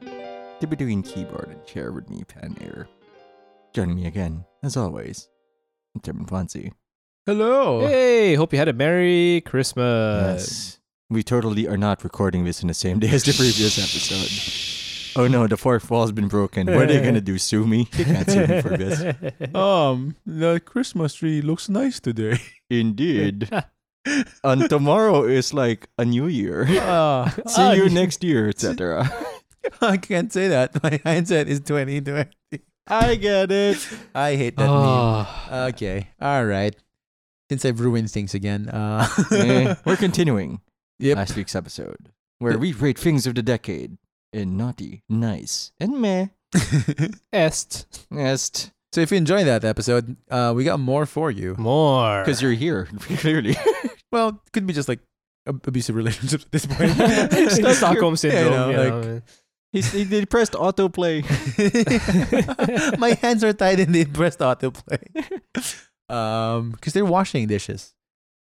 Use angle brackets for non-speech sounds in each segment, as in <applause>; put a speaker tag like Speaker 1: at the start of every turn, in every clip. Speaker 1: the between keyboard and chair with me, Pan Air. Joining me again, as always, Tim Fancy.
Speaker 2: Hello.
Speaker 3: Hey, hope you had a Merry
Speaker 1: Uh,
Speaker 3: Christmas.
Speaker 1: yes. We totally are not recording this in the same day as the <laughs> previous episode. Oh no, the fourth wall's been broken. What are they gonna do? Sue me? They can't sue me for <laughs> this.
Speaker 3: <laughs>
Speaker 2: Um, the Christmas tree looks nice today. <laughs>
Speaker 1: <laughs> Indeed. and tomorrow is like a new <laughs> year.
Speaker 3: Ah.
Speaker 2: <laughs> Uh,
Speaker 1: See <laughs> you next year, etc.
Speaker 2: I can't say that. My handset is 2020.
Speaker 1: I get it.
Speaker 2: I hate that
Speaker 3: Oh.
Speaker 2: meme. Okay. All right. Since I've ruined things again. Uh, <laughs>
Speaker 1: Eh, <laughs> we're continuing
Speaker 2: Yep.
Speaker 1: last week's episode where we rate things of the decade in naughty, nice, and meh.
Speaker 3: Est
Speaker 1: Yes,
Speaker 2: so if you enjoyed that episode, uh, we got more for you.
Speaker 3: more.
Speaker 1: because you're here <laughs> clearly.
Speaker 2: Well, it could be just like ab- abusive relationships at this point.
Speaker 3: <laughs>
Speaker 2: <laughs>
Speaker 3: It's the Stockholm
Speaker 2: you
Speaker 3: syndrome.
Speaker 2: know,
Speaker 3: you know,
Speaker 1: He's, he, they pressed autoplay. <laughs>
Speaker 2: My hands are tied in the breast autoplay. Um, because they're washing dishes,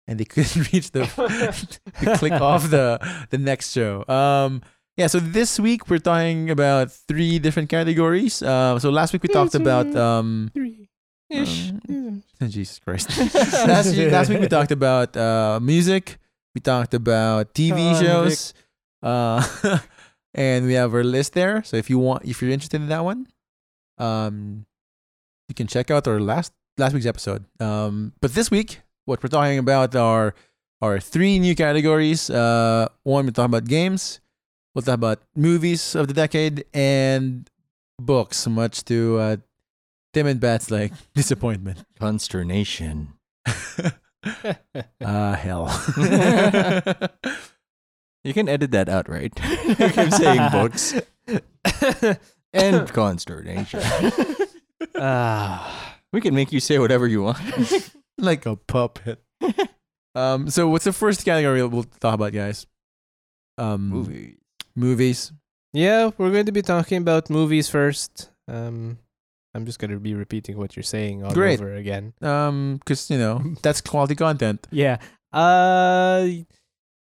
Speaker 2: and they couldn't <laughs> reach the to click off the the next show. Um, yeah. So this week we're talking about three different categories. Uh, so last week we talked about um, um, Jesus Christ. last, week-
Speaker 3: <laughs>
Speaker 2: last week we talked about uh music. We talked about TV
Speaker 1: Oh,
Speaker 2: shows. Uh, <laughs> and we have our list there. So if you want, if you're interested in that one, um, you can check out our last last week's episode. Um, but this week, what we're talking about are are three new categories. Uh, one we're talking about games. We'll talk about movies of the decade and books. Much to uh, Tim and Bat's like <laughs> disappointment.
Speaker 1: <laughs> Consternation. <laughs>
Speaker 2: Ah, hell.
Speaker 1: You can edit that out, right? <laughs> I keep saying
Speaker 2: <laughs>
Speaker 1: books and <laughs> consternation.
Speaker 3: Ah.
Speaker 1: We can make you say whatever you want. <laughs>
Speaker 2: like a puppet. um, so what's the first category we'll talk about, guys? Um,
Speaker 1: Movies.
Speaker 2: movies.
Speaker 3: yeah, we're going to be talking about movies first. Um, I'm just going to be repeating what you're saying all
Speaker 2: Great.
Speaker 3: over again.
Speaker 2: Um, because you <laughs> know that's quality content.
Speaker 3: Yeah. Uh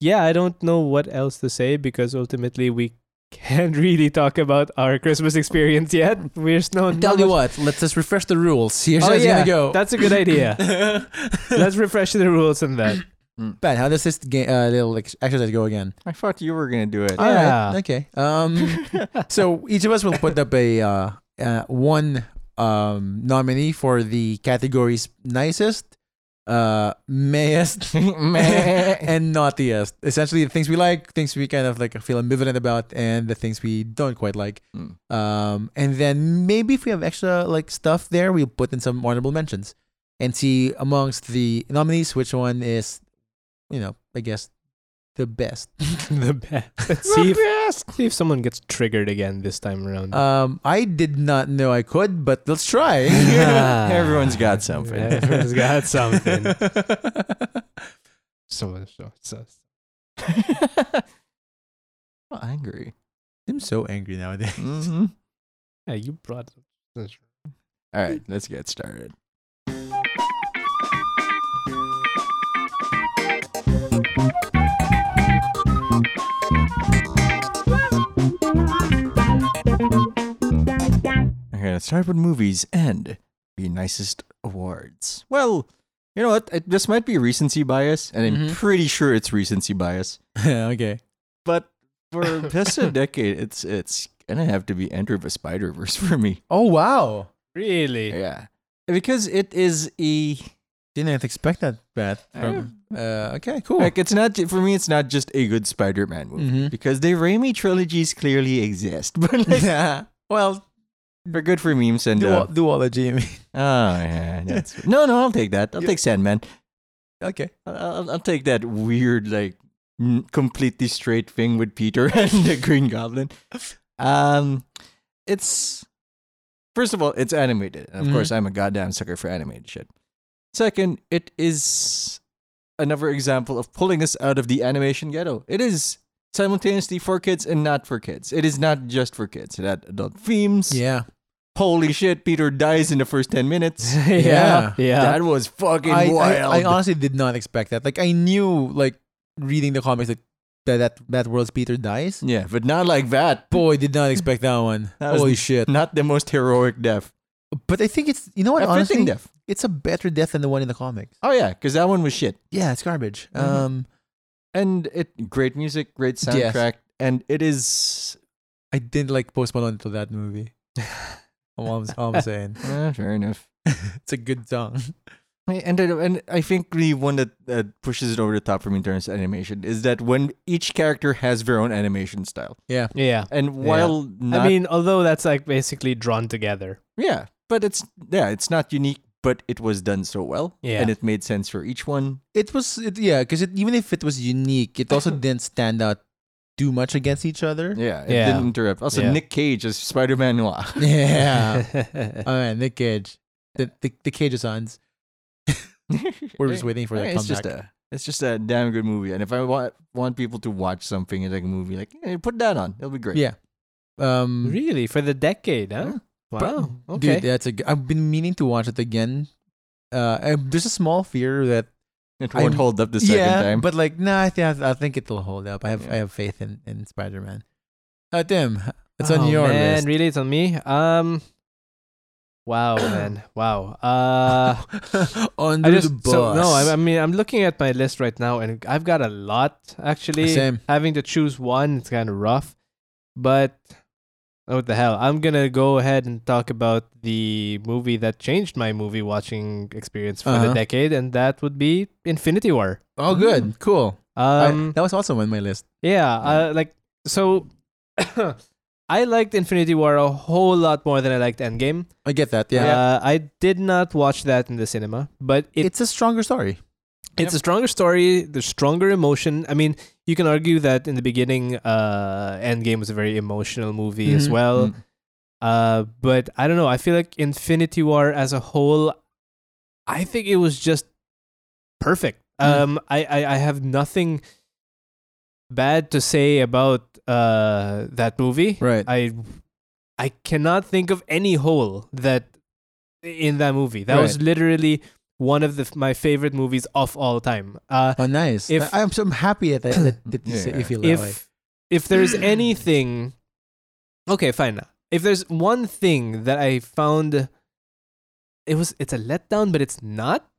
Speaker 3: yeah, I don't know what else to say because ultimately we <laughs> can't really talk about our Christmas experience yet. We're still
Speaker 2: Tell you what, let's just refresh the rules. Here's
Speaker 3: Oh,
Speaker 2: how it's
Speaker 3: yeah,
Speaker 2: gonna go.
Speaker 3: that's a good idea.
Speaker 2: <laughs> That's
Speaker 3: Let's refresh the rules on
Speaker 2: <laughs>
Speaker 3: that.
Speaker 2: bad. How does this ga- uh, little ex- exercise go again?
Speaker 1: I thought you were gonna do it. <laughs>
Speaker 3: Uh,
Speaker 2: All right,
Speaker 3: Yeah.
Speaker 2: Okay. Um. so each of us will put up a uh, uh, one um, nominee for the categories nicest, uh,
Speaker 3: <laughs>
Speaker 1: <laughs>
Speaker 2: mayest,
Speaker 1: Meh.
Speaker 2: and naughtiest. Essentially, the things we like, things we kind of like feel ambivalent about, and the things we don't quite like.
Speaker 1: Mm. <laughs>
Speaker 2: Um, and then maybe if we have extra like stuff there, we'll put in some honorable mentions and see amongst the nominees which one is, you know, I guess the best.
Speaker 3: <laughs> the best. Let's see if, see if someone gets triggered again this time around.
Speaker 2: <laughs>
Speaker 3: <laughs>
Speaker 2: Um, I did not know I could, but let's try. <laughs>
Speaker 1: Everyone's got something.
Speaker 3: Everyone's got something.
Speaker 2: <laughs>
Speaker 3: so, so, so.
Speaker 1: I'm angry.
Speaker 2: I'm so angry nowadays.
Speaker 1: Mhm.
Speaker 3: Yeah, you brought
Speaker 1: All right, let's get started. Okay, let's start with movies and the nicest awards. Well, you know what? It, this might be recency bias, and I'm
Speaker 2: Mhm.
Speaker 1: pretty sure it's recency bias.
Speaker 2: <laughs> okay.
Speaker 1: But for best of decade, it's it's gonna have to be Enter the Spider Verse for me.
Speaker 2: Oh wow.
Speaker 3: Really?
Speaker 1: Yeah, because it is a
Speaker 2: Didn't expect that bad. From, uh, okay, cool.
Speaker 1: like it's not for me. It's not just a good Spider-Man movie
Speaker 2: <laughs> Mhm.
Speaker 1: because the Raimi trilogies clearly exist, <laughs> but like,
Speaker 2: <laughs> yeah. Well,
Speaker 1: they're good for memes and
Speaker 2: duo-
Speaker 1: uh,
Speaker 2: duology. I mean.
Speaker 1: oh yeah, that's no no. I'll take that. I'll take Sandman.
Speaker 2: <laughs> Okay.
Speaker 1: I'll, I'll, I'll take that weird like n- completely straight thing with Peter <laughs> and the Green Goblin. Um, it's first of all, it's animated, and of
Speaker 2: Mhm.
Speaker 1: course, I'm a goddamn sucker for animated shit. Second, it is another example of pulling us out of the animation ghetto. It is simultaneously for kids and not for kids. It is not just for kids. It had adult themes.
Speaker 2: Yeah.
Speaker 1: Holy shit, Peter dies in the first ten minutes.
Speaker 2: <laughs> Yeah.
Speaker 3: yeah. Yeah.
Speaker 1: That was fucking
Speaker 2: I, I-
Speaker 1: wild.
Speaker 2: I honestly did not expect that. Like I knew, like reading the comics, that that that, that world's Peter <laughs> dies.
Speaker 1: Yeah, but not like that. <laughs>
Speaker 2: Boy, did not expect that one.
Speaker 1: That was-
Speaker 2: Holy shit!
Speaker 1: Not the most heroic death.
Speaker 2: But I think it's you know what
Speaker 1: Everything
Speaker 2: honestly,
Speaker 1: death.
Speaker 2: it's a better death than the one in the comics.
Speaker 1: Oh yeah, because that one was shit.
Speaker 2: Yeah, it's garbage.
Speaker 1: Mhm.
Speaker 2: Um,
Speaker 1: And it great music, great
Speaker 2: Yes.
Speaker 1: soundtrack, and it is
Speaker 2: I didn't like Post Malone to that movie. <laughs> all, I'm, all <laughs> I'm saying,
Speaker 1: eh, fair enough.
Speaker 2: it's a good song.
Speaker 1: I- And I, and I think the one that uh, pushes it over the top for me in terms of animation is that when each character has their own animation style,
Speaker 3: Yeah.
Speaker 1: and while not,
Speaker 3: I mean, although that's like basically drawn together.
Speaker 1: yeah, but it's yeah, it's not unique, but it was done so well,
Speaker 3: Yeah.
Speaker 1: and it made sense for each one.
Speaker 2: It was it, yeah, because it, even if it was unique, it <laughs> also didn't stand out too much against each other.
Speaker 1: Yeah, it
Speaker 3: Yeah.
Speaker 1: didn't interrupt. Also,
Speaker 3: Yeah.
Speaker 1: Nick Cage as Spider Man Noir. <laughs>
Speaker 2: <laughs> Yeah.
Speaker 3: <laughs>
Speaker 2: oh man, Nick Cage, the the, the Cage sons. <laughs> We're just <laughs> waiting for that
Speaker 1: Okay,
Speaker 2: comeback.
Speaker 1: it's just a it's just a damn good movie, and if I want want people to watch something in like a movie, like hey, put that on, it'll be great.
Speaker 2: Yeah. um,
Speaker 3: really? For the decade, huh? Mm-hmm. Wow. Okay.
Speaker 2: Dude, that's a. g- I've been meaning to watch it again. Uh, I- there's a small fear that
Speaker 1: it won't
Speaker 2: I'm-
Speaker 1: hold up the second
Speaker 2: yeah,
Speaker 1: time.
Speaker 2: but like, nah, I think I think it'll hold up. I have
Speaker 1: Yeah.
Speaker 2: I have faith in in Spider Man. Uh, Tim, it's on
Speaker 3: Oh,
Speaker 2: your
Speaker 3: man,
Speaker 2: list.
Speaker 3: Really, it's on me.
Speaker 2: <coughs>
Speaker 3: Um. Wow, man. Wow.
Speaker 2: <laughs>
Speaker 3: Uh.
Speaker 2: on
Speaker 3: I
Speaker 2: the
Speaker 3: just
Speaker 2: bus.
Speaker 3: so, no. I, I mean, I'm looking at my list right now, and I've got a lot actually.
Speaker 2: Same.
Speaker 3: Having to choose one, it's kind of rough. But oh, what the hell? I'm gonna go ahead and talk about the movie that changed my movie watching experience for
Speaker 2: Uh-huh.
Speaker 3: the decade, and that would be Infinity War.
Speaker 2: Oh, good, cool. I-
Speaker 3: Mm. Um,
Speaker 2: that was also on my list.
Speaker 3: yeah, uh, like so. <coughs> I liked Infinity War a whole lot more than I liked Endgame.
Speaker 2: I get that. Yeah,
Speaker 3: Uh, I did not watch that in the cinema, but it,
Speaker 2: it's a stronger story.
Speaker 3: it's a stronger story. There's stronger emotion. I mean, you can argue that in the beginning, uh, Endgame was a very emotional movie as
Speaker 2: Mhm.
Speaker 3: well.
Speaker 1: Mm.
Speaker 3: Uh, but I don't know. I feel like Infinity War as a whole, I think it was just perfect. Um, I, I, I have nothing bad to say about uh, that movie.
Speaker 2: Right.
Speaker 3: I I cannot think of any hole that in that movie. That was
Speaker 2: Right.
Speaker 3: literally one of the, f- my favorite movies of all time. Uh,
Speaker 2: Oh, nice.
Speaker 3: If-
Speaker 2: I, I'm so I'm happy that, that, that you, say,
Speaker 1: Yeah.
Speaker 2: you feel that way.
Speaker 3: if if there's anything, okay, fine. If there's one thing that I found, it was it's a letdown, but it's not.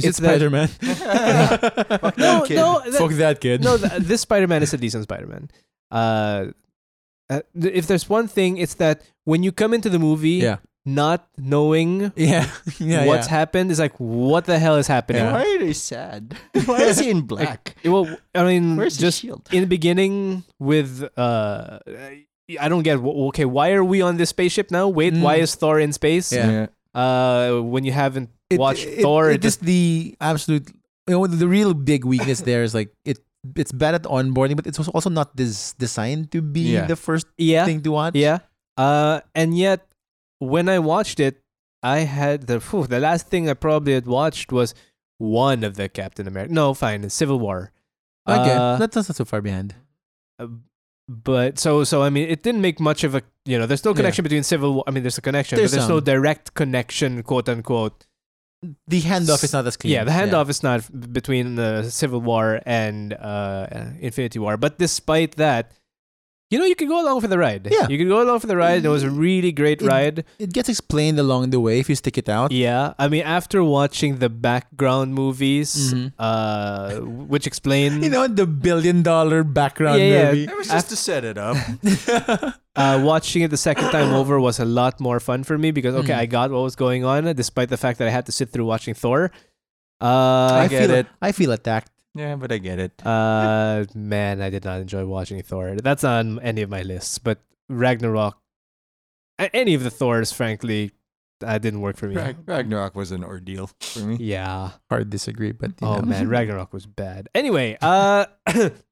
Speaker 2: Is
Speaker 3: it's
Speaker 2: it
Speaker 3: that-
Speaker 2: Spider
Speaker 3: <laughs>
Speaker 2: Man? <laughs>
Speaker 1: Fuck that kid.
Speaker 3: no, that-
Speaker 2: Fuck that kid.
Speaker 1: <laughs>
Speaker 3: no,
Speaker 2: <laughs>
Speaker 3: th- this Spider Man is a decent Spider Man. Uh, uh, th- if there's one thing, it's that when you come into the movie,
Speaker 2: Yeah.
Speaker 3: not knowing
Speaker 2: yeah, <laughs> yeah.
Speaker 3: what's
Speaker 2: yeah.
Speaker 3: happened is like, what the hell is happening?
Speaker 2: Yeah.
Speaker 1: Why are they sad? <laughs> Why is he in black?
Speaker 3: Well, I mean,
Speaker 1: Where's his
Speaker 3: just
Speaker 1: shield?
Speaker 3: in the beginning with uh, I don't get. wh- Okay, why are we on this spaceship now? Wait,
Speaker 2: Mm.
Speaker 3: why is Thor in space?
Speaker 2: Yeah.
Speaker 3: Uh, when you haven't
Speaker 2: It-
Speaker 3: watched
Speaker 2: it-
Speaker 3: Thor,
Speaker 2: It,
Speaker 3: it
Speaker 2: just the absolute. You know, the real big weakness there is like it. It's bad at onboarding, but it's also- also not des- designed to be
Speaker 1: Yeah.
Speaker 2: the first
Speaker 3: yeah,
Speaker 2: thing to watch.
Speaker 3: Yeah. Uh, and yet, when I watched it, I had the phew, the last thing I probably had watched was one of the Captain America. No, fine, it's Civil War.
Speaker 2: Okay,
Speaker 3: Uh,
Speaker 2: that's not so far behind.
Speaker 3: but so so I mean, it didn't make much of a you know. There's no
Speaker 2: Yeah.
Speaker 3: connection between Civil War. I mean, there's a connection,
Speaker 2: There's
Speaker 3: but there's no
Speaker 2: some.
Speaker 3: direct connection, quote unquote.
Speaker 2: The handoff is not as clean.
Speaker 3: Yeah, the handoff is not f- between the Civil War and uh, Infinity War. But despite that, you know, you could go along for the ride.
Speaker 2: Yeah. Mm-hmm.
Speaker 3: You could go along for the ride. It was a really great
Speaker 2: It-
Speaker 3: ride.
Speaker 2: It gets explained along the way if you stick it out.
Speaker 3: Yeah. I mean, after watching the background movies,
Speaker 2: Mhm.
Speaker 3: uh, which explain
Speaker 2: <laughs> You know the billion dollar background
Speaker 3: Yeah, yeah. <laughs>
Speaker 2: movie.
Speaker 1: was
Speaker 3: just
Speaker 1: to set it up.
Speaker 3: uh, watching it the second
Speaker 1: <coughs>
Speaker 3: time over was a lot more fun for me because, okay,
Speaker 1: Hmm.
Speaker 2: Mm.
Speaker 3: I got what was going on despite the fact that I had to sit through watching Thor. Uh,
Speaker 1: I get
Speaker 2: feel,
Speaker 1: it.
Speaker 2: I feel attacked.
Speaker 1: <laughs> Yeah, but I <laughs> get it.
Speaker 3: Uh, man, I did not enjoy watching Thor. That's not on any of my lists, but Ragnarok, a- any of the Thors, frankly, uh, didn't work for me.
Speaker 1: Rag- Ragnarok was an ordeal for me.
Speaker 3: Yeah.
Speaker 2: Hard disagree, but you
Speaker 3: Oh
Speaker 2: know.
Speaker 3: man, Ragnarok was bad. Anyway, uh,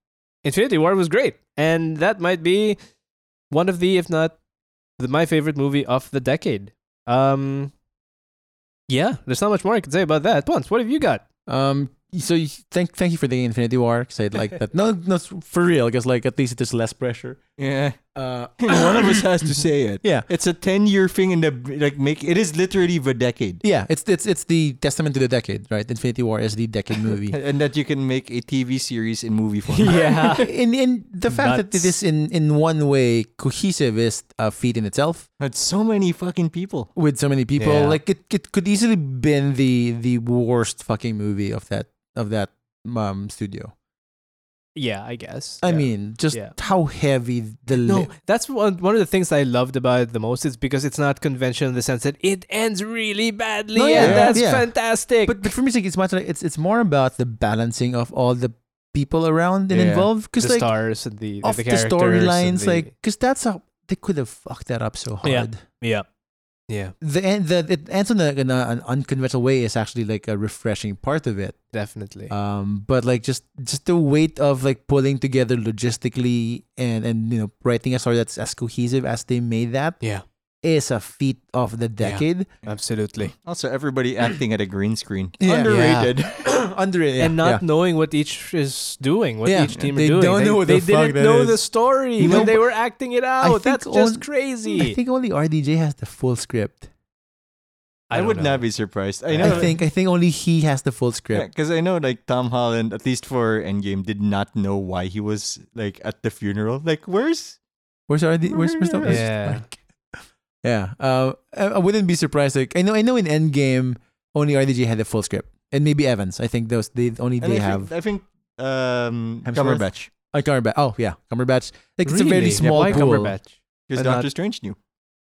Speaker 3: <coughs> Infinity War was great, and that might be one of the, if not, the, my favorite movie of the decade. Um, yeah, there's not much more I can say about that. Once, what have you got?
Speaker 2: Um. So you, thank thank you for the Infinity War because I like that. No, no, it's for real. Because like at least there's less pressure.
Speaker 1: Yeah,
Speaker 2: Uh,
Speaker 1: One of us has to say it. <laughs>
Speaker 2: Yeah.
Speaker 1: It's a 10 year thing in the like make it is literally the decade.
Speaker 2: yeah, it's it's it's the testament to the decade, right? Infinity War is the decade movie.
Speaker 1: And that you can make a TV series in movie form. <laughs>
Speaker 3: <laughs> yeah.
Speaker 2: in in the fact that it is
Speaker 3: Nuts.
Speaker 2: in in one way cohesive is a feat in itself
Speaker 1: But so many fucking people.
Speaker 2: with so many people.
Speaker 3: Yeah.
Speaker 2: Like it, it could easily been the the worst fucking movie of that of that um studio.
Speaker 3: Yeah, I guess.
Speaker 2: I
Speaker 3: Yeah.
Speaker 2: mean, just
Speaker 3: Yeah.
Speaker 2: how heavy the
Speaker 3: No,
Speaker 2: lip-
Speaker 3: that's one, one of the things I loved about it the most is because it's not conventional in the sense that it ends really badly
Speaker 2: No,
Speaker 1: yeah,
Speaker 3: and that's
Speaker 2: yeah.
Speaker 3: fantastic.
Speaker 2: But but for me, it's like, it's much like it's it's more about the balancing of all the people around and
Speaker 1: Yeah.
Speaker 2: involved because
Speaker 3: the
Speaker 2: like
Speaker 3: stars and the,
Speaker 2: of
Speaker 3: the
Speaker 2: the,
Speaker 3: characters. and
Speaker 2: storylines,
Speaker 3: the-
Speaker 2: like because that's how they could have fucked that up so hard.
Speaker 3: Yeah. Yeah. Yeah,
Speaker 2: The end, the it ends in, a, in a, an unconventional way is actually like a refreshing part of it.
Speaker 3: definitely.
Speaker 2: Um, but like just just the weight of like pulling together logistically and and you know writing a story that's as cohesive as they made that
Speaker 3: yeah,
Speaker 2: is a feat of the decade.
Speaker 3: absolutely.
Speaker 1: Also,
Speaker 3: <clears throat>
Speaker 1: everybody acting at a green screen.
Speaker 2: Yeah.
Speaker 1: Underrated.
Speaker 2: <coughs>
Speaker 1: <laughs>
Speaker 2: Under it, yeah,
Speaker 3: and not
Speaker 2: yeah.
Speaker 3: knowing what each is doing, what
Speaker 2: Yeah.
Speaker 3: each team
Speaker 2: They
Speaker 3: are doing.
Speaker 2: don't know what
Speaker 3: they
Speaker 2: the fuck
Speaker 3: didn't
Speaker 2: that
Speaker 3: know
Speaker 2: is.
Speaker 3: the story
Speaker 2: You know,
Speaker 3: when they were acting it out.
Speaker 2: think
Speaker 3: That's
Speaker 2: on-
Speaker 3: just crazy.
Speaker 2: I think only RDJ has the full script.
Speaker 1: I,
Speaker 3: don't
Speaker 1: would
Speaker 3: know.
Speaker 1: not be surprised. I know.
Speaker 2: I think I think only he has the full script.
Speaker 1: Because I know, like Tom Holland, at least for Endgame, did not know why he was like at the funeral. Like, where's
Speaker 2: Where's RD? Where's where's the where's-
Speaker 3: Yeah.
Speaker 2: like- yeah. Uh, I, I wouldn't be surprised. Like I know I know in Endgame only RDJ had the full script and maybe Evans. I think those they only
Speaker 1: And
Speaker 2: they
Speaker 1: I
Speaker 2: have.
Speaker 1: Think, I think um,
Speaker 2: Hemsworth?
Speaker 1: Cumberbatch.
Speaker 2: Oh, Cumberbatch. Oh yeah, Cumberbatch. Like it's a very
Speaker 3: Really?
Speaker 2: small
Speaker 3: Why
Speaker 2: pool.
Speaker 3: Cumberbatch?
Speaker 1: Because
Speaker 3: And not-
Speaker 1: Doctor Strange knew.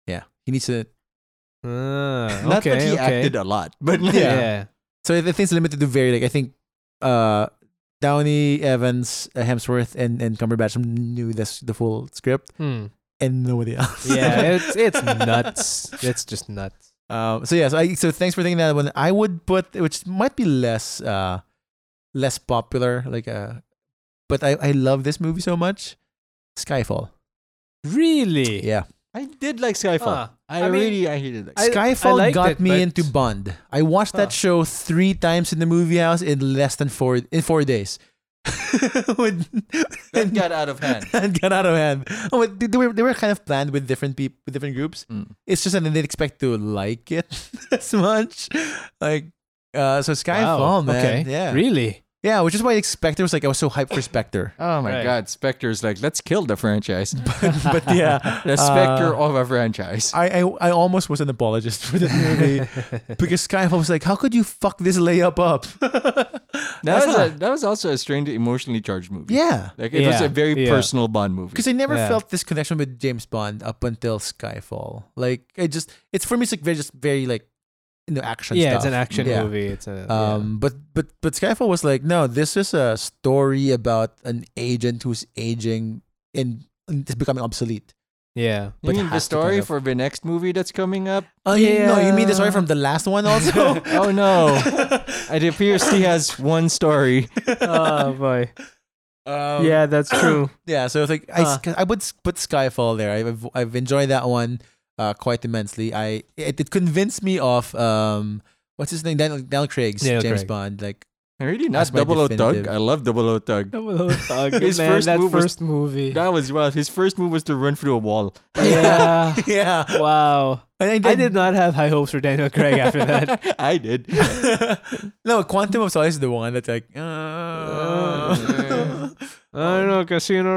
Speaker 2: Yeah, he needs to.
Speaker 3: Ah,
Speaker 1: Not
Speaker 3: okay,
Speaker 1: that he
Speaker 3: okay.
Speaker 1: acted a lot, but
Speaker 3: yeah.
Speaker 2: Yeah. So the thing's limited to very like I think, uh, Downey, Evans, uh, Hemsworth, and and Cumberbatch knew this the full script <laughs>
Speaker 3: Hmm.
Speaker 2: and nobody else.
Speaker 3: yeah, it's it's nuts. It's just nuts.
Speaker 2: Um, so yeah, so, I, so thanks for thinking that one. I would put, which might be less, uh, less popular, like uh, but I, I love this movie so much. Skyfall.
Speaker 3: Really?
Speaker 2: Yeah,
Speaker 1: I did like Skyfall.
Speaker 3: Huh.
Speaker 1: I,
Speaker 3: Ah, I mean,
Speaker 1: really, I hated it.
Speaker 3: I-
Speaker 2: Skyfall
Speaker 3: liked
Speaker 2: got
Speaker 3: it,
Speaker 2: me
Speaker 3: but-
Speaker 2: into Bond. I watched that
Speaker 3: Huh.
Speaker 2: show three times in the movie house in less than four in four days. <laughs> When-
Speaker 1: That got out of hand.
Speaker 2: <laughs> that got out of hand. Oh, but they, they were they were kind of planned with different people, with different groups.
Speaker 1: Mm.
Speaker 2: It's just that they didn't expect to like it <laughs> as much. Like, uh, so Skyfall,
Speaker 3: Wow.
Speaker 2: man.
Speaker 3: Okay.
Speaker 2: Yeah,
Speaker 3: Really?
Speaker 2: yeah, which is why like, Spectre was like I was so hyped for
Speaker 3: <laughs>
Speaker 2: Spectre,
Speaker 1: <laughs>
Speaker 2: <laughs>
Speaker 1: Oh my
Speaker 3: Right.
Speaker 1: God, Spectre's like, let's kill the franchise. <laughs> Uh,
Speaker 2: but yeah, uh,
Speaker 1: The Spectre of a franchise.
Speaker 2: I, I I almost was an apologist for that
Speaker 3: <laughs>
Speaker 2: movie because Skyfall was like, how could you fuck this layup up? <laughs>
Speaker 1: That was,
Speaker 2: not-
Speaker 1: a, that was also a strange, emotionally charged movie.
Speaker 2: yeah,
Speaker 1: Like, it was
Speaker 3: Yeah,
Speaker 1: a very
Speaker 3: yeah.
Speaker 1: personal Bond movie.
Speaker 2: because I never
Speaker 3: Yeah.
Speaker 2: felt this connection with James Bond up until Skyfall. Like I just, it's for me, it's like very just very like you know action.
Speaker 3: yeah, it's
Speaker 2: stuff.
Speaker 3: an action
Speaker 2: Yeah.
Speaker 3: movie. It's a
Speaker 2: Um, but but but Skyfall was like, no, this is a story about an agent who's aging and is becoming obsolete.
Speaker 3: yeah.
Speaker 1: You
Speaker 3: <laughs>
Speaker 2: but
Speaker 1: mean the
Speaker 2: has to
Speaker 1: story
Speaker 2: kind of-
Speaker 1: for the next movie that's coming up?
Speaker 2: Oh yeah, no, you mean the story from the last one also?
Speaker 3: <laughs>
Speaker 2: <laughs>
Speaker 1: Oh no. it appears he <laughs> has one story.
Speaker 3: yeah. Oh boy.
Speaker 2: Um,
Speaker 3: yeah, that's true.
Speaker 2: yeah. So it's like I, s- I would s- put Skyfall there. I've I've enjoyed that one uh, quite immensely. I it, it convinced me of um what's his name Daniel, Daniel Craig's
Speaker 3: Daniel
Speaker 2: James
Speaker 3: Craig.
Speaker 2: Bond like <laughs>
Speaker 1: Really? Not
Speaker 2: That's my
Speaker 1: Double O Thug?
Speaker 2: definitive.
Speaker 1: I love Double O Thug. His
Speaker 3: His
Speaker 1: first
Speaker 3: that
Speaker 1: move was-
Speaker 3: first movie. <laughs>
Speaker 1: That was wild. His first move was to run through a <laughs> wall.
Speaker 3: yeah.
Speaker 2: yeah.
Speaker 3: Wow.
Speaker 2: And
Speaker 3: I did not have high hopes for Daniel Craig after
Speaker 1: <laughs>
Speaker 3: that.
Speaker 1: I did.
Speaker 2: no, Quantum of Solace is the one that's
Speaker 3: <laughs>
Speaker 2: like. Uh,
Speaker 3: Uh, I don't know, Casino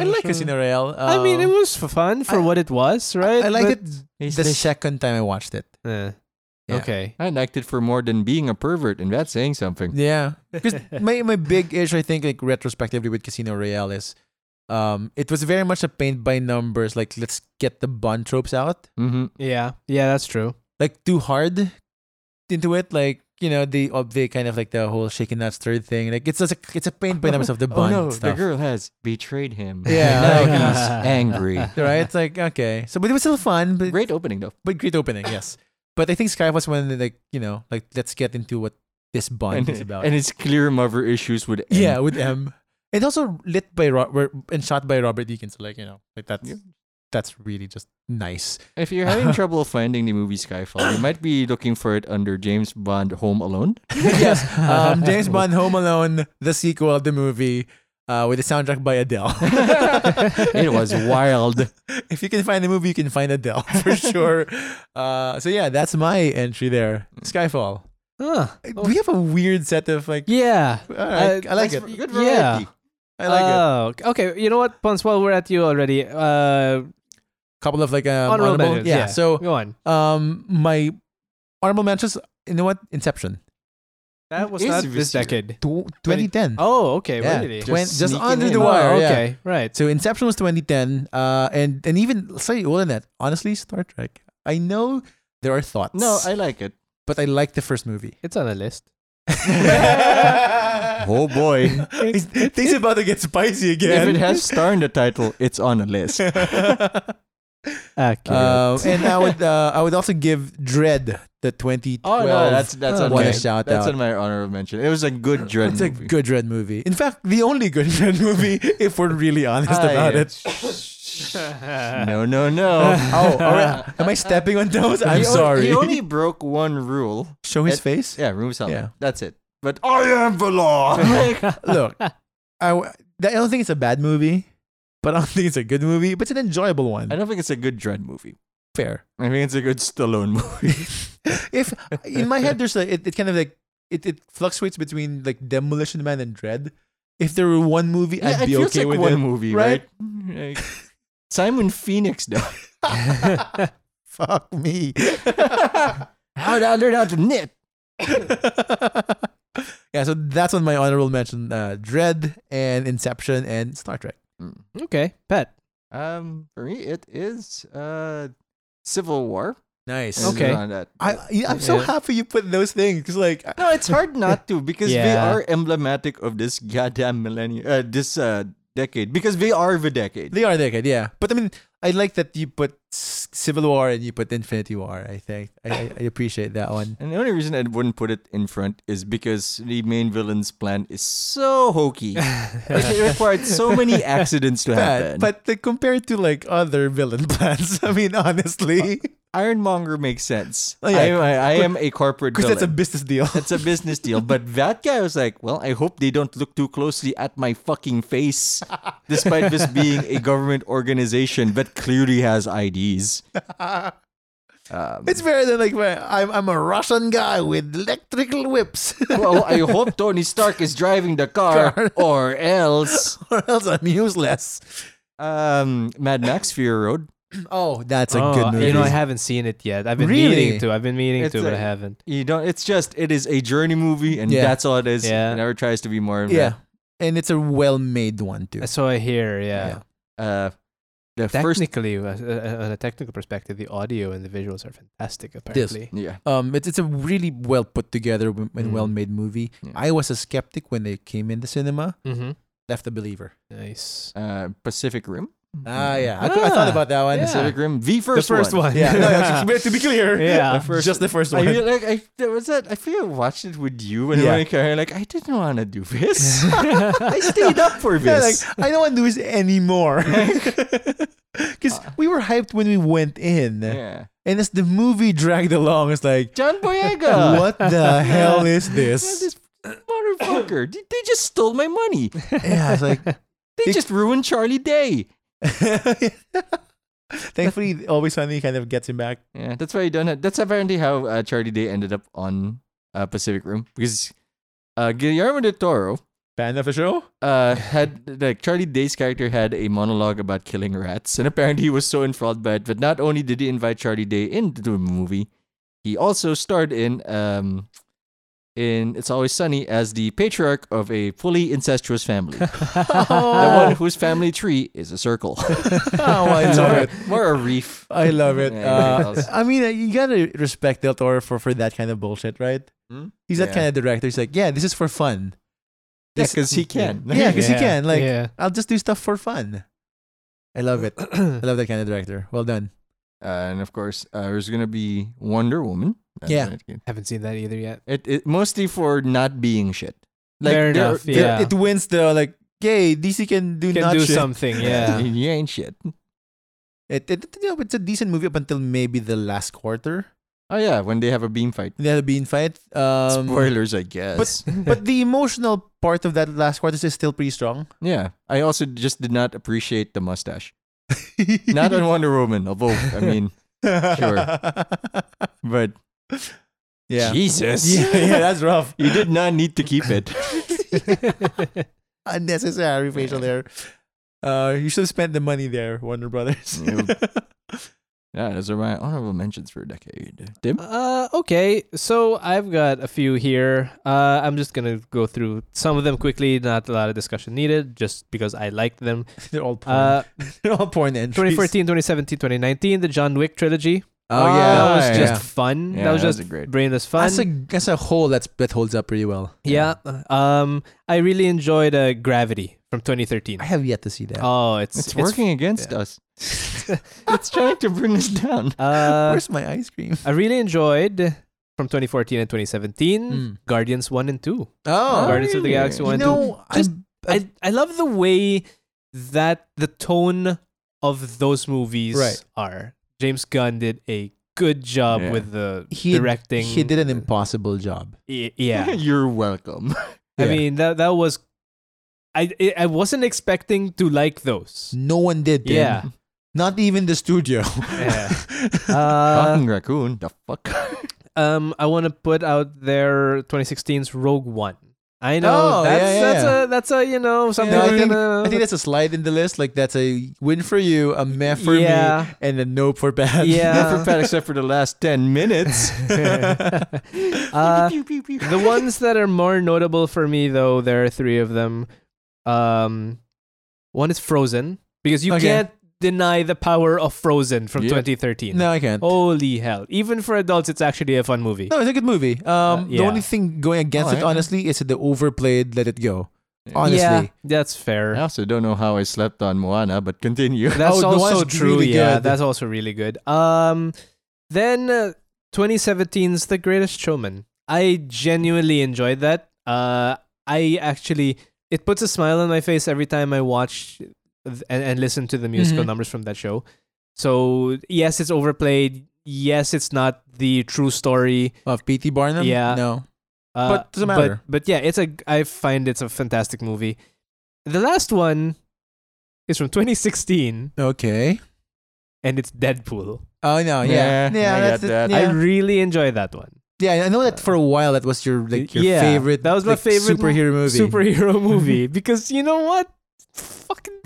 Speaker 2: <laughs> I like Casino Royale.
Speaker 3: I mean, it
Speaker 2: um,
Speaker 3: was for fun for
Speaker 2: I-
Speaker 3: what it was, right?
Speaker 2: I liked
Speaker 3: But-
Speaker 2: it the second time I watched it.
Speaker 3: Eh.
Speaker 2: Yeah.
Speaker 3: Okay.
Speaker 1: I liked it for more than being a pervert, and that's saying something.
Speaker 2: Yeah, because
Speaker 1: <laughs>
Speaker 2: my my big issue, I think, like retrospectively with Casino Royale is, um, it was very much a paint by numbers. Like, let's get the Bond tropes out.
Speaker 1: Mm-hmm.
Speaker 3: Yeah. Yeah, that's true.
Speaker 2: Like too hard into it. Like you know the of the kind of like the whole shaking nuts third thing. Like it's just a, it's a paint by numbers of the
Speaker 1: <laughs> Oh
Speaker 2: Bond
Speaker 1: no, the
Speaker 2: stuff.
Speaker 1: girl has betrayed <laughs> him.
Speaker 2: Yeah.
Speaker 1: now he's <laughs> angry.
Speaker 2: Right? It's like okay, so but it was still fun. But
Speaker 1: Great opening though.
Speaker 2: but great opening, yes. But I think Sky was when like you know like let's get into what this Bond
Speaker 1: And,
Speaker 2: is about.
Speaker 1: and it's clear mother issues with end.
Speaker 2: yeah, with M. It's also lit by Ro- were- and shot by Robert Deakins. So like you know, like that's
Speaker 1: Yeah.
Speaker 2: that's really just nice.
Speaker 1: If you're <laughs> having trouble finding the movie Skyfall, you might be looking for it under James Bond Home Alone.
Speaker 2: yes, um, James Bond Home Alone, the sequel of the movie. uh, with a soundtrack by Adele.
Speaker 1: It <laughs> was wild.
Speaker 2: <laughs> If you can find the movie, you can find Adele <laughs> for sure. Uh, so yeah, that's my entry there. Skyfall.
Speaker 3: Huh.
Speaker 2: We have a weird set of like.
Speaker 3: Oh. Yeah.
Speaker 2: All right, I
Speaker 3: Uh,
Speaker 2: like
Speaker 3: that's
Speaker 2: it.
Speaker 3: v- Good variety.
Speaker 2: I like it.
Speaker 3: oh, it. Okay. You know what, Pons? While we're at you already, uh,
Speaker 2: Couple of like um,
Speaker 3: honorable,
Speaker 2: honorable.
Speaker 3: mentions,
Speaker 2: yeah.
Speaker 3: yeah.
Speaker 2: So
Speaker 3: go on.
Speaker 2: um, my honorable mentions. You know what? Inception.
Speaker 3: That was
Speaker 1: is
Speaker 3: not
Speaker 1: this
Speaker 3: this
Speaker 1: year.
Speaker 3: decade.
Speaker 2: Tw- 2010.
Speaker 3: Oh, okay.
Speaker 2: yeah.
Speaker 3: Really?
Speaker 2: Twen-
Speaker 1: Just
Speaker 2: just
Speaker 1: sneaking
Speaker 2: under
Speaker 1: in.
Speaker 2: the
Speaker 1: Oh,
Speaker 2: wire.
Speaker 3: Oh,
Speaker 2: yeah.
Speaker 3: okay. Right.
Speaker 2: So Inception was 2010, uh, and and even slightly older than that. Honestly, Star Trek. I know there are thoughts.
Speaker 1: No, I like it.
Speaker 2: but I like the first
Speaker 1: <laughs>
Speaker 2: movie.
Speaker 3: It's on a list.
Speaker 2: oh
Speaker 1: boy.
Speaker 2: things about to get spicy
Speaker 1: If
Speaker 2: again.
Speaker 1: it has
Speaker 2: <laughs>
Speaker 1: star in the title, it's on a list.
Speaker 3: Accurate.
Speaker 2: <laughs> um, and I would uh, I would also give Dread the 2012.
Speaker 1: Oh no, that's that's
Speaker 3: Oh.
Speaker 1: on
Speaker 2: What
Speaker 1: my
Speaker 2: a shout
Speaker 1: that's
Speaker 2: out.
Speaker 1: on my honorable mention. It was a good dread
Speaker 2: it's
Speaker 1: movie.
Speaker 2: a good Dread movie. In fact, the only good Dread movie, <laughs> if we're really honest about
Speaker 1: Aye.
Speaker 2: it.
Speaker 1: <laughs> No, no, <laughs> no.
Speaker 2: Oh, <laughs> all right. Am I stepping on toes? I'm
Speaker 1: He o-
Speaker 2: sorry.
Speaker 1: He only broke one rule.
Speaker 2: Show his
Speaker 1: <laughs> It-
Speaker 2: face.
Speaker 1: Yeah, room sound.
Speaker 2: Yeah.
Speaker 1: That's it. But I am the law. <laughs> Like,
Speaker 2: <laughs> Look, I, w- I don't think it's a bad movie, but I don't think it's a good movie, but it's an enjoyable one.
Speaker 1: I don't think it's a good dread movie.
Speaker 2: Fair. <laughs>
Speaker 1: I think it's a good Stallone movie.
Speaker 2: if in my head there's like it, it kind of like it, it fluctuates between like Demolition Man and Dread. If there were one movie,
Speaker 1: Yeah,
Speaker 2: I'd be
Speaker 1: it feels
Speaker 2: okay
Speaker 1: like
Speaker 2: with
Speaker 1: one
Speaker 2: it.
Speaker 1: movie, right?
Speaker 2: right?
Speaker 1: Like, Simon Phoenix, though. <laughs>
Speaker 2: <laughs> Fuck me.
Speaker 1: How did I learn how to knit?
Speaker 2: <laughs> yeah, so that's on my honorable mention: uh, Dread and Inception and Star Trek.
Speaker 3: okay. Pet.
Speaker 1: Um, for me, it is uh, Civil War.
Speaker 2: Nice.
Speaker 1: is
Speaker 3: Okay.
Speaker 1: on that.
Speaker 2: I yeah, I'm so
Speaker 3: Yeah.
Speaker 2: happy you put those things 'cause, like I-
Speaker 1: No, it's hard not <laughs> to because they
Speaker 3: Yeah.
Speaker 1: are emblematic of this goddamn millennium, uh, this uh, decade. Because they are the decade.
Speaker 2: they are decade. Yeah, but I mean, I like that you put S- Civil War and you put Infinity War. I think I, I, I appreciate that
Speaker 1: <laughs>
Speaker 2: one.
Speaker 1: And the only reason I wouldn't put it in front is because the main villain's plan is so hokey. <laughs> it required so many accidents to happen.
Speaker 2: bad, but like, compared to like other villain <laughs> plans, I mean, honestly,
Speaker 1: Ironmonger makes sense.
Speaker 2: Oh, yeah.
Speaker 1: I, am- I, I am a corporate
Speaker 2: because
Speaker 1: villain.
Speaker 2: that's a business deal. <laughs>
Speaker 1: That's a business deal. But that guy was like, well, I hope they don't look too closely at my fucking face, despite this being a government organization that clearly has IDs. Um,
Speaker 2: It's better than like my, I'm I'm a Russian guy with electrical whips, <laughs>
Speaker 1: well, I hope Tony Stark is driving the car,
Speaker 2: Car.
Speaker 1: or else.
Speaker 2: or else I'm useless.
Speaker 1: Um, Mad Max Fury Road.
Speaker 2: Oh, that's a
Speaker 3: Oh,
Speaker 2: good movie.
Speaker 3: You know, I haven't seen it yet. I've been
Speaker 2: Really?
Speaker 3: meaning to. I've been meaning
Speaker 1: It's
Speaker 3: to, but I
Speaker 1: a-
Speaker 3: I haven't.
Speaker 1: You don't. It's just it is a journey movie, and
Speaker 2: Yeah.
Speaker 1: that's all it is.
Speaker 3: Yeah.
Speaker 1: It never tries to be more. than
Speaker 2: yeah, and it's a well-made one too.
Speaker 3: So I hear, yeah.
Speaker 1: that. Uh, the first.
Speaker 3: Technically, uh, uh, on a technical perspective, the audio and the visuals are fantastic. Apparently,
Speaker 1: Yeah.
Speaker 2: Um, it's it's a really well put together w- and
Speaker 3: Mhm.
Speaker 2: well made movie.
Speaker 1: Yeah.
Speaker 2: I was a skeptic when they came in the cinema.
Speaker 3: mm-hmm.
Speaker 2: Left a believer.
Speaker 3: nice.
Speaker 1: Uh, Pacific Rim.
Speaker 2: Ah, yeah, I, cou- I thought
Speaker 3: Ah,
Speaker 2: about that one.
Speaker 3: yeah.
Speaker 1: <laughs> Pacific Rim. The
Speaker 3: The
Speaker 1: first,
Speaker 3: first one,
Speaker 2: Yeah, no,
Speaker 3: <laughs>
Speaker 2: actually, <laughs> to be clear, the
Speaker 3: Yeah.
Speaker 2: first- <laughs> just the first
Speaker 1: I
Speaker 2: one.
Speaker 1: feel like I there was that. I feel I watched it with you and
Speaker 2: Yeah.
Speaker 1: Monica. And like I didn't want to do
Speaker 2: <laughs>
Speaker 1: this. <laughs> I stayed up for
Speaker 2: <laughs>
Speaker 1: this.
Speaker 2: Yeah, like, I don't want to do this anymore. Because we were hyped when we went in.
Speaker 1: yeah,
Speaker 2: And as the movie dragged along, it's like,
Speaker 1: John Boyega.
Speaker 2: <laughs> what the hell is
Speaker 1: Yeah,
Speaker 2: this?
Speaker 1: this motherfucker. They they just stole my money.
Speaker 2: yeah, it's like,
Speaker 1: They just ruined Charlie Day.
Speaker 2: <laughs> thankfully, Always Sunny kind of gets him back.
Speaker 1: Yeah, that's why he done it. That's apparently how uh, Charlie Day ended up on uh, Pacific Rim because uh, Guillermo del Toro
Speaker 2: Fan of the <laughs> show?
Speaker 1: uh, had like Charlie Day's character had a monologue about killing rats, and apparently he was so enthralled by it that not only did he invite Charlie Day into the movie, he also starred in um in It's Always Sunny as the patriarch of a fully incestuous family, the one whose family tree is a circle,
Speaker 2: Oh, <laughs> I love
Speaker 1: more,
Speaker 2: it.
Speaker 1: <laughs> more a reef.
Speaker 2: I love it.
Speaker 1: Yeah, everything
Speaker 2: Uh,
Speaker 1: else.
Speaker 2: I mean, uh, you gotta respect Del Toro for, for that kind of bullshit, right?
Speaker 1: Hmm?
Speaker 2: He's that
Speaker 1: Yeah.
Speaker 2: kind of director. He's like, yeah, this is for fun.
Speaker 1: Yeah,
Speaker 2: This-
Speaker 1: 'cause he can. <laughs>
Speaker 2: Yeah, because he can. Like, <clears throat>
Speaker 3: yeah.
Speaker 2: I'll just do stuff for fun. I love it. I love that kind of director. Well done.
Speaker 1: Uh, and of course, uh, there's gonna be Wonder Woman. That's
Speaker 2: Yeah.
Speaker 1: right.
Speaker 3: haven't seen that either yet.
Speaker 1: It, it mostly for not being shit.
Speaker 3: Fair
Speaker 1: there-
Speaker 3: enough,
Speaker 1: there-
Speaker 3: Yeah.
Speaker 2: It, it wins the like. Yay, DC can do
Speaker 3: Can
Speaker 2: not
Speaker 3: do
Speaker 2: shit.
Speaker 3: something.
Speaker 1: <laughs>
Speaker 3: Yeah.
Speaker 1: you ain't shit.
Speaker 2: It, it, you know, it's a decent movie up until maybe the last quarter.
Speaker 1: Oh yeah, when they have a beam fight.
Speaker 2: They had a bean fight. Um,
Speaker 1: Spoilers, I guess.
Speaker 2: but the emotional part of that last quarter is still pretty
Speaker 3: <laughs>
Speaker 2: strong.
Speaker 1: yeah, I also just did not appreciate the mustache. Not on Wonder Woman, although I mean, but
Speaker 2: <laughs> Yeah.
Speaker 1: Jesus,
Speaker 2: yeah. Yeah, that's
Speaker 3: <laughs>
Speaker 2: rough.
Speaker 1: <laughs> you did not need to keep it.
Speaker 2: Unnecessary facial hair. Uh, you should have spent the money there, Warner Brothers.
Speaker 1: <laughs> Yeah, those are my honorable mentions for a decade. Tim,
Speaker 3: Uh, okay. So I've got a few here. Uh, I'm just gonna go through some of them quickly. Not a lot of discussion needed, just because I liked them.
Speaker 2: <laughs> They're all
Speaker 1: <laughs>
Speaker 2: porn.
Speaker 3: Uh,
Speaker 2: They're all porn entries.
Speaker 3: 2014, 2017, 2019, the John Wick trilogy.
Speaker 1: Oh,
Speaker 3: Uh,
Speaker 1: yeah.
Speaker 3: that was
Speaker 1: Yeah.
Speaker 3: just fun.
Speaker 1: Yeah,
Speaker 3: that was
Speaker 1: that
Speaker 3: just
Speaker 1: was a great-
Speaker 3: brainless fun.
Speaker 2: As a as a whole, that's that holds up pretty well.
Speaker 3: yeah. Um, I really enjoyed uh, Gravity from 2013.
Speaker 2: I have yet to see that.
Speaker 3: Oh, it's
Speaker 1: it's, working against
Speaker 2: yeah.
Speaker 1: us. it's trying to bring us down. <laughs>
Speaker 3: <laughs> Uh,
Speaker 2: Where's my ice cream? <laughs>
Speaker 3: I really enjoyed from 2014 and 2017
Speaker 2: Mm.
Speaker 3: Guardians One and Two.
Speaker 1: Hmm. Oh,
Speaker 3: Guardians of the
Speaker 1: yeah. You
Speaker 3: Galaxy One
Speaker 2: you
Speaker 3: and Two.
Speaker 2: know,
Speaker 3: Just-
Speaker 2: I'm-
Speaker 3: I I love the way that the tone of those movies
Speaker 2: Right.
Speaker 3: are. James Gunn did a good job
Speaker 1: Yeah.
Speaker 3: with the
Speaker 2: he
Speaker 3: directing.
Speaker 2: He did an impossible job.
Speaker 3: Y- yeah.
Speaker 1: <laughs> You're welcome.
Speaker 3: I
Speaker 2: Yeah.
Speaker 3: mean that that was I I- I wasn't expecting to like those.
Speaker 2: No one did. Tim. <laughs>
Speaker 3: Yeah.
Speaker 2: Not even the studio.
Speaker 3: Yeah. Uh,
Speaker 1: Fucking raccoon. The fuck?
Speaker 3: um I want to put out their 2016's Rogue One. I
Speaker 2: Oh,
Speaker 3: know that's
Speaker 2: yeah, yeah,
Speaker 3: that's
Speaker 2: yeah.
Speaker 3: a that's a you know something
Speaker 2: No, I
Speaker 3: we're
Speaker 2: think-
Speaker 3: gonna-
Speaker 2: I think that's a slide in the list. Like that's a win for you, a meh for
Speaker 3: Yeah.
Speaker 2: me, and a nope for Pat.
Speaker 1: Not
Speaker 2: <laughs>
Speaker 3: Yeah.
Speaker 1: for Pat except for the last 10 minutes.
Speaker 2: <laughs>
Speaker 3: <laughs> Uh, the ones that are more notable for me though there are three of them um one is frozen because you
Speaker 2: Okay.
Speaker 3: can't deny the power of frozen from
Speaker 1: Yeah.
Speaker 3: 2013
Speaker 2: no, I
Speaker 3: Oh.
Speaker 2: can't.
Speaker 3: holy hell even for adults it's actually a fun movie
Speaker 2: No, it's a good movie. Um,
Speaker 3: yeah.
Speaker 2: The only thing going against
Speaker 1: Oh,
Speaker 2: it,
Speaker 1: yeah.
Speaker 2: honestly, is the overplayed "Let It Go."
Speaker 1: Yeah.
Speaker 2: Honestly,
Speaker 3: yeah that's
Speaker 1: <laughs> I
Speaker 3: fair
Speaker 1: also don't know how I slept on Moana, but continue.
Speaker 3: that's
Speaker 2: Oh, the
Speaker 3: also
Speaker 2: one's
Speaker 3: true
Speaker 2: really
Speaker 3: yeah
Speaker 2: good.
Speaker 3: that's also really good um then uh, 2017's the greatest showman i genuinely enjoyed that uh i actually it puts a smile on my face every time I watch th- and, and listen to the musical
Speaker 2: Mhm.
Speaker 3: numbers from that show. So yes, it's overplayed. Yes, it's not the true story.
Speaker 2: of P.T. Barnum.
Speaker 3: Yeah.
Speaker 2: no,
Speaker 3: Uh,
Speaker 2: But doesn't matter.
Speaker 3: But, but yeah, it's a. I find it's a fantastic movie. The last one is from 2016,
Speaker 2: okay.
Speaker 3: and it's Deadpool.
Speaker 2: Oh no,
Speaker 1: Yeah,
Speaker 2: yeah, yeah,
Speaker 1: I
Speaker 2: that's
Speaker 1: got
Speaker 2: the-
Speaker 1: that.
Speaker 2: Yeah.
Speaker 3: I really enjoy that one.
Speaker 2: yeah, I know that for a while that was your like your
Speaker 3: Yeah,
Speaker 2: favorite.
Speaker 3: that was my
Speaker 2: like,
Speaker 3: favorite
Speaker 2: superhero movie.
Speaker 3: Superhero movie because you know what? Fucking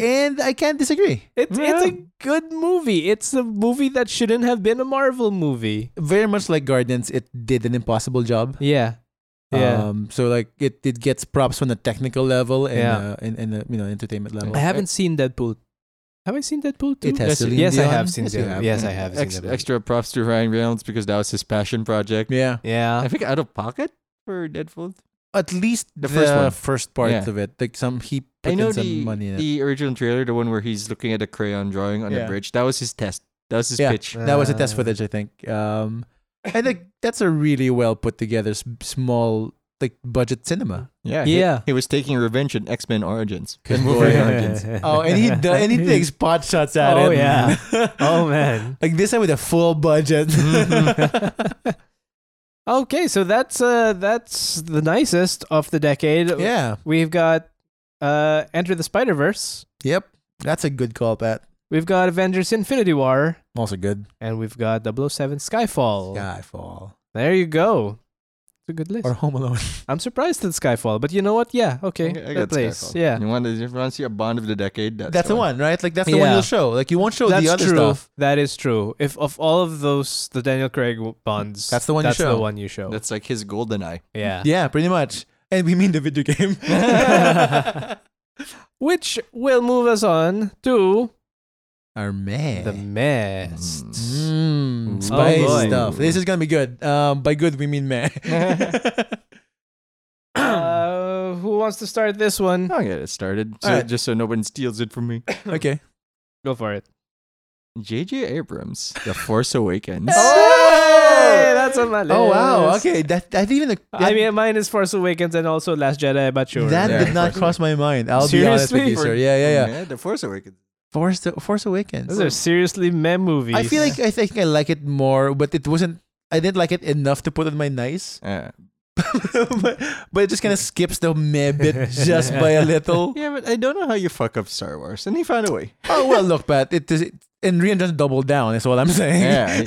Speaker 2: <laughs> <laughs> and I can't disagree.
Speaker 3: It's it's a
Speaker 1: Yeah.
Speaker 3: good movie. It's a movie that shouldn't have been a Marvel movie.
Speaker 2: Very much like Guardians, it did an impossible job.
Speaker 3: Yeah. Yeah.
Speaker 2: Um, so like it, it gets props on the technical level and
Speaker 3: Yeah.
Speaker 2: uh, and, and uh, you know entertainment level.
Speaker 3: I haven't seen Deadpool. Have I seen Deadpool too?
Speaker 2: It has
Speaker 3: yes,
Speaker 2: Celine
Speaker 3: yes, I
Speaker 2: Dion.
Speaker 3: have seen
Speaker 2: Yes, you
Speaker 3: Deadpool.
Speaker 2: have.
Speaker 3: Yes, I have seen
Speaker 1: Ex-
Speaker 3: Deadpool.
Speaker 1: extra props to Ryan Reynolds because that was his passion project.
Speaker 2: Yeah,
Speaker 3: Yeah.
Speaker 1: I think out of pocket for Deadpool.
Speaker 2: at least the,
Speaker 1: The first one.
Speaker 2: first part
Speaker 1: Yeah.
Speaker 2: of it, like some he put
Speaker 1: I know
Speaker 2: in some
Speaker 1: the,
Speaker 2: money in it.
Speaker 1: the original trailer, the one where he's looking at a crayon drawing on a
Speaker 2: Yeah.
Speaker 1: bridge. That was his test. That was his
Speaker 2: Yeah.
Speaker 1: pitch.
Speaker 2: that was a test
Speaker 1: Uh.
Speaker 3: Ah.
Speaker 2: footage, I think. Um, and like that's a really well put together s- small like budget cinema. <laughs>
Speaker 1: Yeah.
Speaker 3: Yeah.
Speaker 1: He, he was taking revenge in X Men Origins. And
Speaker 2: Good boy.
Speaker 1: Wolverine
Speaker 2: <laughs>
Speaker 3: <laughs>
Speaker 1: Origins.
Speaker 2: Oh, and he do, and he takes <laughs> pot shots at it.
Speaker 3: Oh,
Speaker 2: <laughs>
Speaker 3: yeah. <laughs> Oh man. <laughs>
Speaker 2: like this time with a full budget. Mm-hmm.
Speaker 3: Okay, so that's uh that's the nicest of the decade.
Speaker 2: <laughs> yeah.
Speaker 3: We've got uh Enter the Spider Verse.
Speaker 2: Yep. That's a good call, Pat.
Speaker 3: We've got Avengers Infinity War.
Speaker 2: Also good.
Speaker 3: And we've got 007 Skyfall.
Speaker 2: Skyfall
Speaker 3: There you go. It's a good list.
Speaker 2: or Home Alone.
Speaker 3: I'm surprised at Skyfall, but you know what? Yeah, okay,
Speaker 1: I- I
Speaker 3: that
Speaker 1: got
Speaker 3: place.
Speaker 1: Skyfall.
Speaker 3: Yeah,
Speaker 1: You want, to, you want to see a Bond of the Decade? That's,
Speaker 2: That's the one, right? Like that's the one
Speaker 3: Yeah.
Speaker 2: you'll show. Like you won't show
Speaker 3: that's
Speaker 2: the other
Speaker 3: true.
Speaker 2: stuff.
Speaker 3: That is true. If of all of those, the Daniel Craig w- bonds,
Speaker 2: That's the one you
Speaker 3: that's
Speaker 2: show.
Speaker 3: the one you show.
Speaker 1: That's like his golden eye.
Speaker 2: <laughs>
Speaker 3: yeah.
Speaker 2: Yeah, pretty much. And we mean the video <laughs> game.
Speaker 3: <laughs> which will move us on to
Speaker 2: Our
Speaker 3: the
Speaker 2: man.
Speaker 3: mess.
Speaker 2: Mm,
Speaker 1: Ooh.
Speaker 2: spice
Speaker 3: Oh, boy.
Speaker 2: stuff. This is gonna be good. Um, by good we mean meh. <laughs> Hmm.
Speaker 3: uh, who wants to start this one?
Speaker 1: I'll get it started. So,
Speaker 2: Alright.
Speaker 1: Just so no one steals it from me.
Speaker 2: okay.
Speaker 3: Go for it.
Speaker 1: J.J. Abrams,
Speaker 2: <laughs>
Speaker 1: The Force Awakens.
Speaker 3: Hey, that's on my list.
Speaker 2: <laughs> Oh wow. Okay. That that even that,
Speaker 3: I mean, mine is Force Awakens and also Last Jedi, but sure.
Speaker 2: that
Speaker 1: Yeah.
Speaker 2: did not cross my mind. I'll be honest with
Speaker 3: Seriously?
Speaker 2: you, sir. Yeah, yeah, yeah.
Speaker 1: the Force Awakens.
Speaker 2: Force the Force Awakens.
Speaker 3: Those are seriously mem movies.
Speaker 2: I feel like I think I like it more, but it wasn't. I didn't like it enough to put on my nice,
Speaker 1: Uh,
Speaker 2: <laughs> but, but it just kind of skips the
Speaker 1: <laughs>
Speaker 2: meh bit just by a little.
Speaker 1: yeah, but I don't know how you fuck up Star Wars, and he found a way.
Speaker 2: Oh well, look, Pat. It is, it, and Rian just doubled down. Is what I'm <laughs> saying.
Speaker 1: Yeah,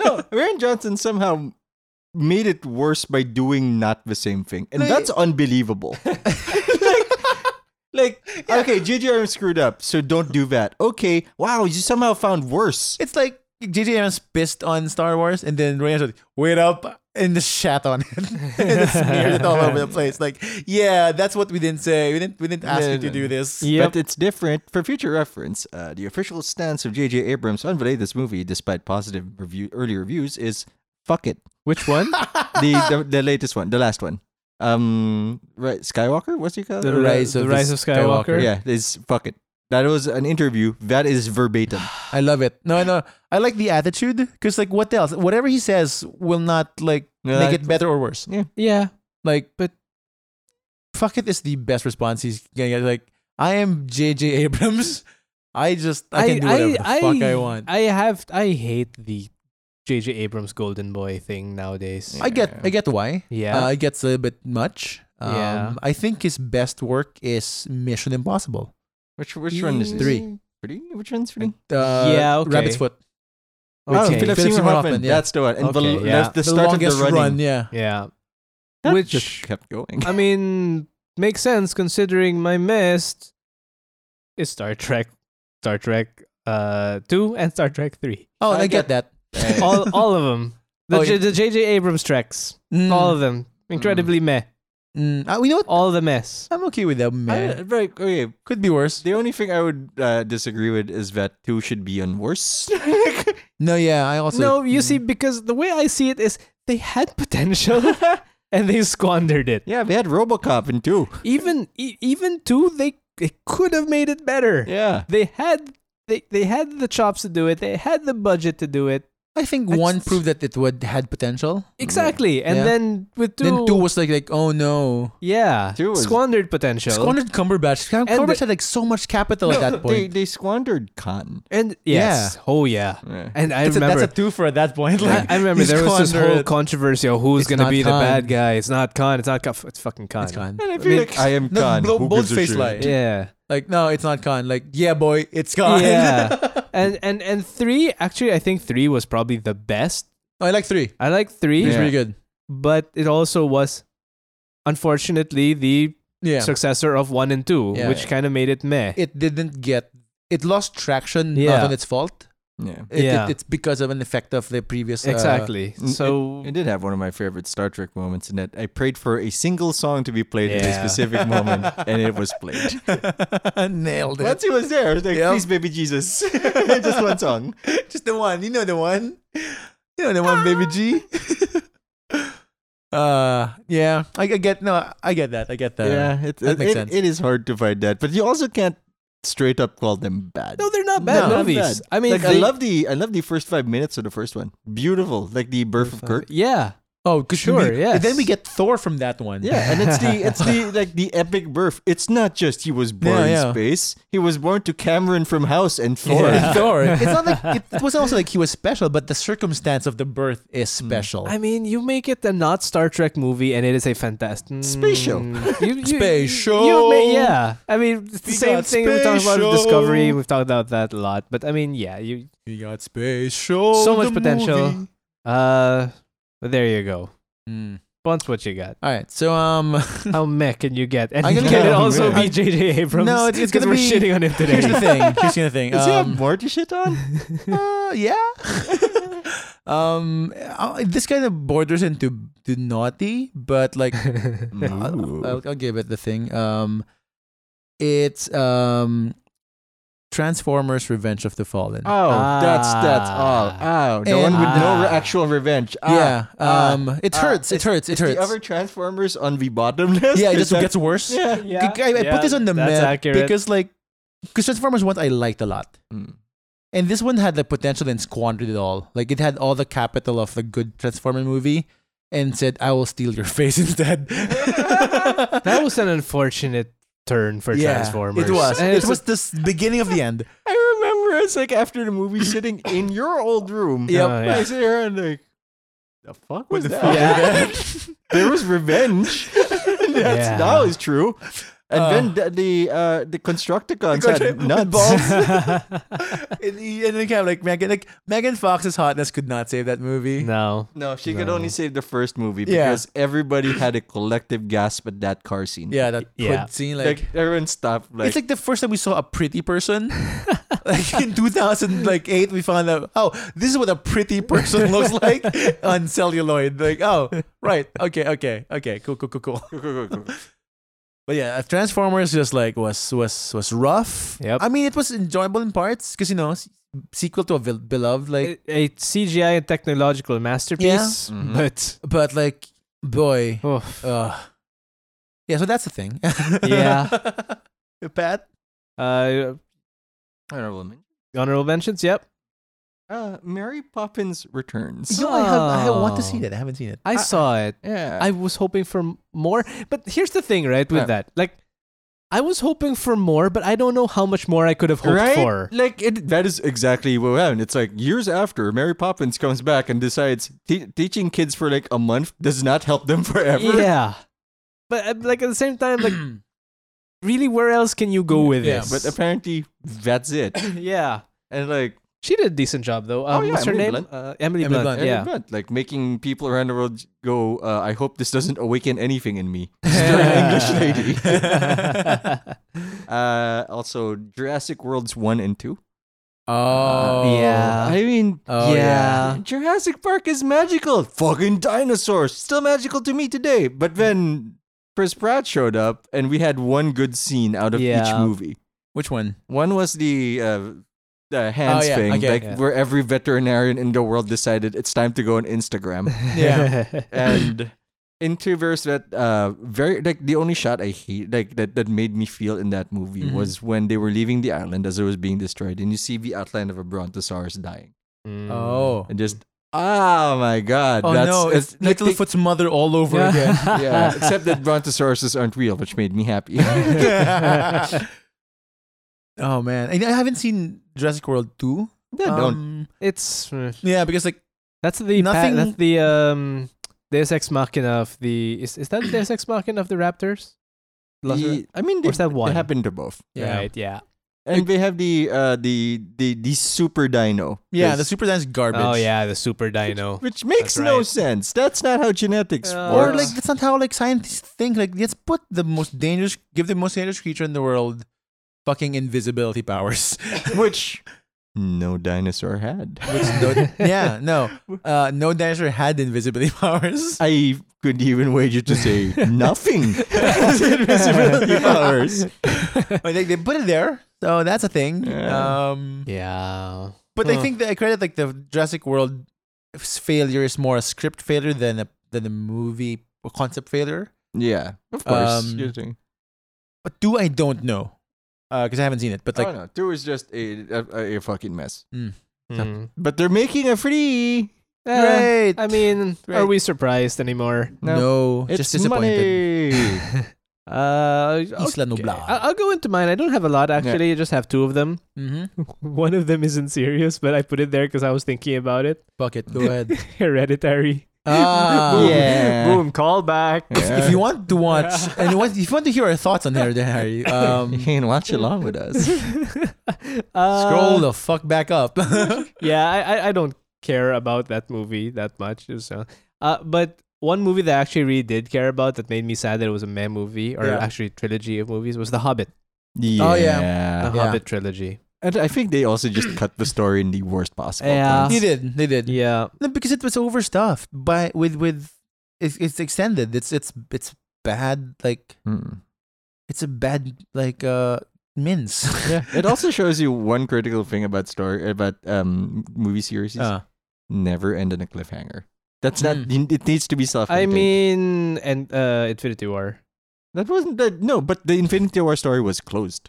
Speaker 1: <laughs> no, Ryan Johnson somehow made it worse by doing not the same thing, and
Speaker 2: Like-
Speaker 1: that's unbelievable. like, like okay, J.J. Abrams screwed up, so don't do that. Okay, wow, you somehow found worse.
Speaker 2: it's like J.J. Abrams pissed on Star Wars, and then Rian's like, "Wait up." And just shat on it, <laughs> and just smeared it all over the place. Like, yeah, that's what we didn't say. We didn't. We didn't ask
Speaker 1: No,
Speaker 2: you
Speaker 1: no,
Speaker 2: to do
Speaker 1: no.
Speaker 2: this.
Speaker 3: Yep.
Speaker 1: But it's different. For future reference, uh, the official stance of J.J. Abrams on the latest movie, despite positive review early reviews, is fuck it.
Speaker 3: <laughs> Which one?
Speaker 1: The the, the latest one, the last one. Um, right, Skywalker. What's he called?
Speaker 3: The,
Speaker 2: Rise
Speaker 3: Rise,
Speaker 2: of
Speaker 3: of,
Speaker 2: the
Speaker 3: the Rise of Skywalker.
Speaker 2: Skywalker.
Speaker 1: yeah, is fuck it. That was an interview. That is verbatim.
Speaker 2: I love it. No, I know. I like the attitude because, like, what else? Whatever he says will not like
Speaker 1: Yeah,
Speaker 2: make
Speaker 1: like-
Speaker 2: it better or worse.
Speaker 3: Yeah.
Speaker 2: Like,
Speaker 3: But-
Speaker 2: fuck it is the best response he's gonna get. Like, I am J.J. Abrams. I just I, can do whatever the fuck I want.
Speaker 3: I have I hate the JJ Abrams golden boy thing nowadays.
Speaker 2: I get I get why.
Speaker 3: Yeah.
Speaker 2: uh, it gets a bit much. Um,
Speaker 3: Yeah.
Speaker 2: I think his best work is Mission Impossible.
Speaker 1: Which which one is this?
Speaker 2: Three.
Speaker 1: Three? Which one's three?
Speaker 2: Uh,
Speaker 3: Yeah, okay.
Speaker 2: Rabbit's Foot.
Speaker 1: Oh,
Speaker 3: Okay.
Speaker 1: Philip
Speaker 2: Philip
Speaker 1: Seymour
Speaker 2: Seymour
Speaker 1: Hoffman.
Speaker 2: Hoffman, yeah.
Speaker 1: That's the one. And the,
Speaker 3: Okay, yeah.
Speaker 1: that's the start of the
Speaker 2: longest
Speaker 1: running.
Speaker 2: run. Yeah.
Speaker 3: Yeah.
Speaker 1: That
Speaker 3: Which-
Speaker 1: just
Speaker 3: <laughs>
Speaker 1: kept going.
Speaker 3: I mean, makes sense considering my mist is Star Trek, Star Trek uh 2 and Star Trek 3.
Speaker 2: Oh,
Speaker 1: I
Speaker 2: I, get, that.
Speaker 3: All all of them. The
Speaker 2: Oh,
Speaker 3: J-
Speaker 2: yeah.
Speaker 3: the JJ Abrams tracks.
Speaker 2: Mm,
Speaker 3: All of them. Incredibly meh.
Speaker 2: mm. Uh, you know what?
Speaker 3: All the mess.
Speaker 2: I'm okay with that. Man,
Speaker 1: I, right, okay.
Speaker 2: could be worse.
Speaker 1: The only thing I would uh, disagree with is that two should be on worse.
Speaker 2: No, yeah, I also
Speaker 3: no, you see, because the way I see it is they had <laughs> potential and they squandered it.
Speaker 1: yeah, they had RoboCop in two.
Speaker 3: Even e- even two, they they could have made it better.
Speaker 1: Yeah.
Speaker 3: They had they they had the chops to do it. They had the budget to do it.
Speaker 2: I think
Speaker 3: I
Speaker 2: one
Speaker 3: just-
Speaker 2: proved that it would had potential.
Speaker 3: Exactly. And
Speaker 2: Yeah.
Speaker 3: then with two,
Speaker 2: Then two was like like oh no.
Speaker 3: yeah,
Speaker 1: Two was-
Speaker 3: squandered potential.
Speaker 2: Squandered Cumberbatch. Cum-
Speaker 3: And
Speaker 2: Cumberbatch
Speaker 3: the-
Speaker 2: had like so much capital at that
Speaker 1: They,
Speaker 2: point.
Speaker 1: they squandered Khan.
Speaker 3: and yes, oh yeah.
Speaker 1: Yeah.
Speaker 3: And I
Speaker 2: that's, a,
Speaker 3: remember.
Speaker 2: that's a twofer at that point.
Speaker 3: I,
Speaker 2: Like,
Speaker 3: I remember
Speaker 2: you
Speaker 3: there was this whole
Speaker 2: squandered-
Speaker 3: controversy of who's
Speaker 2: It's
Speaker 3: gonna
Speaker 2: not
Speaker 3: be
Speaker 2: Khan.
Speaker 3: the bad guy. It's not Khan. It's not Khan. It's fucking Khan.
Speaker 2: It's Khan.
Speaker 1: And I
Speaker 3: mean,
Speaker 1: feel like <laughs> I am
Speaker 2: no,
Speaker 1: Khan.
Speaker 2: blow-
Speaker 1: Who gives a
Speaker 2: boldface
Speaker 1: shit?
Speaker 2: lie.
Speaker 3: Yeah.
Speaker 2: Like no, it's not Khan. Like yeah, boy, it's
Speaker 1: <laughs>
Speaker 2: Khan. <laughs>
Speaker 3: Yeah. and and and three actually i think three was probably the best
Speaker 2: I like three.
Speaker 3: i like three
Speaker 2: Three's
Speaker 1: Yeah.
Speaker 2: pretty good.
Speaker 3: but it also was unfortunately the
Speaker 2: Yeah,
Speaker 3: successor of one and two
Speaker 2: Yeah.
Speaker 3: which kind of made it meh
Speaker 2: it didn't get. It lost traction. Not
Speaker 3: Yeah.
Speaker 2: on its fault.
Speaker 1: Yeah.
Speaker 2: It, it-
Speaker 3: Yeah.
Speaker 2: it's because of an effect of the previous. uh,
Speaker 3: exactly
Speaker 1: it-
Speaker 3: so
Speaker 1: I did have one of my favorite Star Trek moments in that I prayed for a single song to be played at a
Speaker 3: Yeah.
Speaker 1: specific moment, and it was played.
Speaker 2: <laughs> Nailed it.
Speaker 1: Once he was there, I was like,
Speaker 2: Yep.
Speaker 1: please, baby Jesus. <laughs> Just one song.
Speaker 2: <laughs> Just the one. You know the one. You know the one, baby G. <laughs> uh, yeah. I, I get no. I get that. I get that.
Speaker 1: yeah, it,
Speaker 2: that
Speaker 1: it,
Speaker 2: makes
Speaker 1: it-
Speaker 2: sense.
Speaker 1: it is hard to find that, but you also can't straight up call them bad.
Speaker 3: no they're not bad
Speaker 2: No.
Speaker 3: movies
Speaker 1: Not bad.
Speaker 3: i mean
Speaker 1: like I
Speaker 3: they-
Speaker 1: love the I love the first five minutes of the first one. Beautiful, like the birth of Kirk.
Speaker 3: yeah
Speaker 2: Oh, 'cause
Speaker 3: Sure,
Speaker 2: We,
Speaker 3: yes.
Speaker 2: Then we get Thor from that one.
Speaker 1: Yeah, and it's the it's <laughs> the like the epic birth. It's not just he was born in
Speaker 2: Yeah, yeah.
Speaker 1: space. He was born to Cameron from House and Thor.
Speaker 2: <laughs>
Speaker 1: <laughs>
Speaker 2: Thor. Thor. <laughs> It's not like it, it wasn't also like he was special, but the circumstance of the birth is special.
Speaker 3: i mean you make it a not star trek movie and it is a fantastic mm,
Speaker 1: Spatial.
Speaker 3: you,
Speaker 2: <laughs>
Speaker 3: you,
Speaker 2: Spatial.
Speaker 3: you ma- yeah i mean it's the
Speaker 2: We
Speaker 3: same
Speaker 2: got
Speaker 3: thing we talked about with discovery
Speaker 2: spatial.
Speaker 3: we've talked about that a lot but i mean yeah you
Speaker 2: We got special.
Speaker 3: So much potential. Uh, but there you go. Bunch what you
Speaker 2: <laughs>
Speaker 3: got.
Speaker 2: Mm. All right. So um. <laughs>
Speaker 3: How meh can you get? And
Speaker 2: I'm gonna
Speaker 3: can
Speaker 1: get-
Speaker 3: it also
Speaker 1: I'm-
Speaker 3: be JJ Abrams?
Speaker 2: No, it's- it's
Speaker 3: Because
Speaker 2: gonna
Speaker 3: we're
Speaker 2: be-
Speaker 3: shitting on
Speaker 2: <laughs>
Speaker 3: him
Speaker 2: Here's the
Speaker 3: <laughs>
Speaker 2: thing.
Speaker 3: today.
Speaker 2: Here's the other <laughs> thing.
Speaker 1: Does he have
Speaker 2: Um,
Speaker 1: more to shit <laughs> on?
Speaker 2: uh, yeah. um, uh, this kind of borders into to naughty, but
Speaker 3: <laughs>
Speaker 2: like I'll, I'll, I'll give it the thing. Um, it's um, Transformers: Revenge of the Fallen.
Speaker 1: Oh, that's that's
Speaker 3: Ah.
Speaker 1: oh oh the one
Speaker 2: And-
Speaker 1: with no re-
Speaker 3: Ah.
Speaker 1: actual revenge. Ah,
Speaker 2: yeah.
Speaker 1: ah,
Speaker 2: um, it
Speaker 1: ah,
Speaker 2: hurts. it
Speaker 1: it's-
Speaker 2: hurts.
Speaker 1: it's
Speaker 2: It
Speaker 1: the
Speaker 2: hurts.
Speaker 1: other Transformers on the bottom list.
Speaker 2: yeah, it
Speaker 1: Is
Speaker 2: just
Speaker 1: that-
Speaker 2: gets
Speaker 1: <laughs>
Speaker 2: worse.
Speaker 1: Yeah.
Speaker 3: yeah,
Speaker 2: I, I put this on the
Speaker 3: that's
Speaker 2: map
Speaker 3: accurate.
Speaker 2: because like, because Transformers one I liked a lot. And this one had the potential and squandered it all. Like it had all the capital of the good Transformer movie and said, I will steal your <laughs> face
Speaker 3: <laughs>
Speaker 2: instead.
Speaker 3: that was an unfortunate turn for Transformers.
Speaker 2: It was.
Speaker 3: And
Speaker 2: It
Speaker 3: it's
Speaker 2: was the s- beginning of the end. <laughs>
Speaker 1: I it's like after the
Speaker 2: <coughs>
Speaker 1: movie, sitting in your old room.
Speaker 2: Yep.
Speaker 3: Oh,
Speaker 1: I
Speaker 3: yeah.
Speaker 1: sit here and like, the fuck was
Speaker 2: the
Speaker 1: that?
Speaker 2: fuck
Speaker 3: Yeah.
Speaker 1: <laughs> there was
Speaker 2: <laughs>
Speaker 1: revenge. That's
Speaker 3: Yeah.
Speaker 1: that was true. And
Speaker 2: Uh,
Speaker 1: then the the, uh, the Constructicons had
Speaker 2: Construct-
Speaker 1: nuts.
Speaker 2: <laughs>
Speaker 1: <laughs>
Speaker 2: and, he- and then kind of like Megan, like Megan Fox's hotness could not save that movie.
Speaker 3: no.
Speaker 1: No, she could
Speaker 3: No.
Speaker 1: only save the first movie
Speaker 2: Yeah.
Speaker 1: because everybody had a collective gasp at that car scene.
Speaker 2: Yeah, that
Speaker 3: Yeah.
Speaker 2: hood scene,
Speaker 1: like,
Speaker 2: like,
Speaker 1: everyone stopped. Like,
Speaker 2: it's like the first time we saw a pretty
Speaker 3: <laughs>
Speaker 2: person. like in 2008, we found out, oh, this is what a pretty person looks
Speaker 3: <laughs>
Speaker 2: like on celluloid. Like, oh, right, okay, okay, okay, cool, cool, cool, cool.
Speaker 1: <laughs>
Speaker 2: But yeah, Transformers just like was was was rough.
Speaker 3: Yep.
Speaker 2: I mean, it was enjoyable in parts because you know s- sequel to a vil- beloved like,
Speaker 3: A, a CGI and technological masterpiece,
Speaker 1: Mhm.
Speaker 3: but
Speaker 2: but like boy,
Speaker 3: oh,
Speaker 2: uh, yeah. So that's the thing.
Speaker 3: Yeah.
Speaker 2: <laughs> Pat.
Speaker 3: uh,
Speaker 1: honorable mention.
Speaker 3: honorable mentions. Yep,
Speaker 1: Uh, Mary Poppins returns.
Speaker 2: You know, I, have, I have- want to see
Speaker 3: Oh.
Speaker 2: that. I haven't seen it.
Speaker 3: I saw it.
Speaker 1: Yeah,
Speaker 3: I was hoping for m- more, but here's the thing, right? With
Speaker 1: Yeah.
Speaker 3: that, like, I was hoping for more, but I don't know how much more I could have hoped
Speaker 1: right?
Speaker 3: for.
Speaker 1: Like it, that is exactly what happened. It's like years after Mary Poppins comes back and decides te- teaching kids for like a month does not help them <laughs> forever.
Speaker 3: Yeah, but uh, like at the same time,
Speaker 1: <clears throat>
Speaker 3: like, really, where else can you go with
Speaker 2: Yeah,
Speaker 3: this?
Speaker 1: But apparently that's it.
Speaker 3: <laughs> yeah,
Speaker 1: And like
Speaker 3: she did a decent job though.
Speaker 1: Oh,
Speaker 3: Um,
Speaker 1: yeah,
Speaker 3: what's her
Speaker 1: Emily
Speaker 3: name?
Speaker 1: Blunt.
Speaker 3: Uh, Emily,
Speaker 2: Emily
Speaker 3: Blunt.
Speaker 2: Blunt.
Speaker 1: Emily
Speaker 3: Yeah.
Speaker 1: Blunt, like making people around the world go. Uh, I hope this doesn't awaken anything in
Speaker 3: <laughs>
Speaker 1: me. English lady.
Speaker 3: <laughs>
Speaker 1: <laughs> Uh, also Jurassic Worlds one and two.
Speaker 2: oh
Speaker 3: yeah.
Speaker 1: Uh, I mean,
Speaker 2: Oh,
Speaker 3: yeah.
Speaker 1: Jurassic Park is magical. Fucking dinosaurs. Still magical to me today. But then Chris Pratt showed up and we had one good scene out of each
Speaker 3: Yeah.
Speaker 1: movie.
Speaker 2: Which one?
Speaker 1: One was the uh, the hands
Speaker 2: Oh, yeah,
Speaker 1: thing,
Speaker 2: okay,
Speaker 1: like
Speaker 3: yeah.
Speaker 1: where every veterinarian in the world decided it's time to go on Instagram. and in Traverse, that uh, very like the only shot I hate, like that that made me feel in that movie
Speaker 2: Mhm.
Speaker 1: was when they were leaving the island as it was being destroyed, and you see the outline of a brontosaurus dying
Speaker 3: <laughs> Mm.
Speaker 2: Oh.
Speaker 1: and just ah my god
Speaker 2: Oh
Speaker 1: that's
Speaker 2: no! It's,
Speaker 1: like the-
Speaker 2: Littlefoot's mother all over
Speaker 3: Yeah.
Speaker 2: again.
Speaker 1: <laughs>
Speaker 2: <laughs>
Speaker 3: <laughs>
Speaker 1: yeah except that brontosauruses aren't real which made me happy <laughs>
Speaker 2: Um, oh man, and I haven't seen Jurassic World two.
Speaker 1: Yeah, don't
Speaker 2: Um,
Speaker 3: It's mm,
Speaker 2: yeah, because like
Speaker 3: that's the pa-
Speaker 2: Nothing-
Speaker 3: that's the um Deus Ex Machina of the is is that Deus Ex Machina of the Raptors?
Speaker 1: the- I mean they,
Speaker 3: Where's that
Speaker 1: they
Speaker 3: one?
Speaker 1: happened to both
Speaker 2: yeah,
Speaker 3: Right. Yeah.
Speaker 1: and they have the uh the the the super dino
Speaker 2: yeah, the
Speaker 1: Yes.
Speaker 2: super dance garbage.
Speaker 3: Oh yeah, the
Speaker 2: <laughs>
Speaker 3: Super Dino.
Speaker 1: which makes
Speaker 3: That's
Speaker 1: no
Speaker 3: right.
Speaker 1: sense that's not how genetics
Speaker 3: Uh,
Speaker 1: work
Speaker 2: Or like that's not how like scientists think. Like let's put the most dangerous, give the most dangerous creature in the world, fucking invisibility powers. <laughs>
Speaker 1: which no dinosaur had
Speaker 2: No- yeah, no, uh, no dinosaur had invisibility <laughs> powers.
Speaker 1: I could even wager to say
Speaker 2: <laughs>
Speaker 1: nothing has
Speaker 3: <laughs>
Speaker 1: invisibility powers.
Speaker 2: But they, they put it there, so that's a thing.
Speaker 1: Yeah.
Speaker 2: Um,
Speaker 3: Yeah.
Speaker 2: but I
Speaker 3: Huh.
Speaker 2: think that I credit like the Jurassic World failure is more a script failure than a than a movie or concept failure.
Speaker 1: Yeah, of course.
Speaker 2: Um,
Speaker 1: you're doing-
Speaker 2: But two, I don't know, because I haven't seen it. But like,
Speaker 1: oh no, two is just a a, a fucking mess.
Speaker 3: Mm.
Speaker 1: But they're making a free.
Speaker 3: Eh,
Speaker 2: great.
Speaker 3: I mean, are
Speaker 2: Right.
Speaker 3: we surprised anymore?
Speaker 2: no,
Speaker 1: it's
Speaker 2: just disappointed.
Speaker 1: money. <laughs>
Speaker 3: Uh,
Speaker 2: Isla Nublar.
Speaker 3: I- I'll go into mine. I don't have a lot actually. I just have two of them. <laughs>
Speaker 2: Mm-hmm.
Speaker 3: One of them isn't serious, but I put it there because I was thinking about it. <laughs>
Speaker 1: <laughs>
Speaker 2: Fuck it, go ahead.
Speaker 3: Hereditary.
Speaker 2: Ah,
Speaker 3: Boom.
Speaker 2: Eh.
Speaker 1: yeah.
Speaker 3: Boom. Call back.
Speaker 2: If you want to watch and you want, if you want to hear our thoughts on Hereditary, um,
Speaker 1: can watch along with
Speaker 3: Oh,
Speaker 1: us.
Speaker 3: <laughs> Uh,
Speaker 2: scroll the fuck back up. <laughs>
Speaker 3: yeah, I, I I don't care about that movie that much. It was, uh, uh, but one movie that I actually really did care about that made me sad that it was a meh movie or
Speaker 2: Yeah.
Speaker 3: actually trilogy of movies was The Hobbit,
Speaker 1: Yeah.
Speaker 2: Oh, yeah.
Speaker 3: the
Speaker 2: Yeah.
Speaker 3: Hobbit trilogy.
Speaker 1: And I think they also just cut the story in the worst possible.
Speaker 3: Yeah.
Speaker 2: they
Speaker 1: terms.
Speaker 2: did, they did.
Speaker 3: uh, Yeah,
Speaker 2: No, because it was overstuffed. By with with, it's, it's extended. It's it's it's bad. Like
Speaker 1: Mm.
Speaker 2: it's a bad like uh mince. <laughs>
Speaker 1: It also shows you one critical thing about story about um movie series:
Speaker 2: Uh,
Speaker 1: never end on a cliffhanger. That's not.
Speaker 2: Mm.
Speaker 1: It needs to be self.
Speaker 3: Hmm. I mean, and uh, Infinity War.
Speaker 1: that wasn't that. No, but the Infinity War story was closed.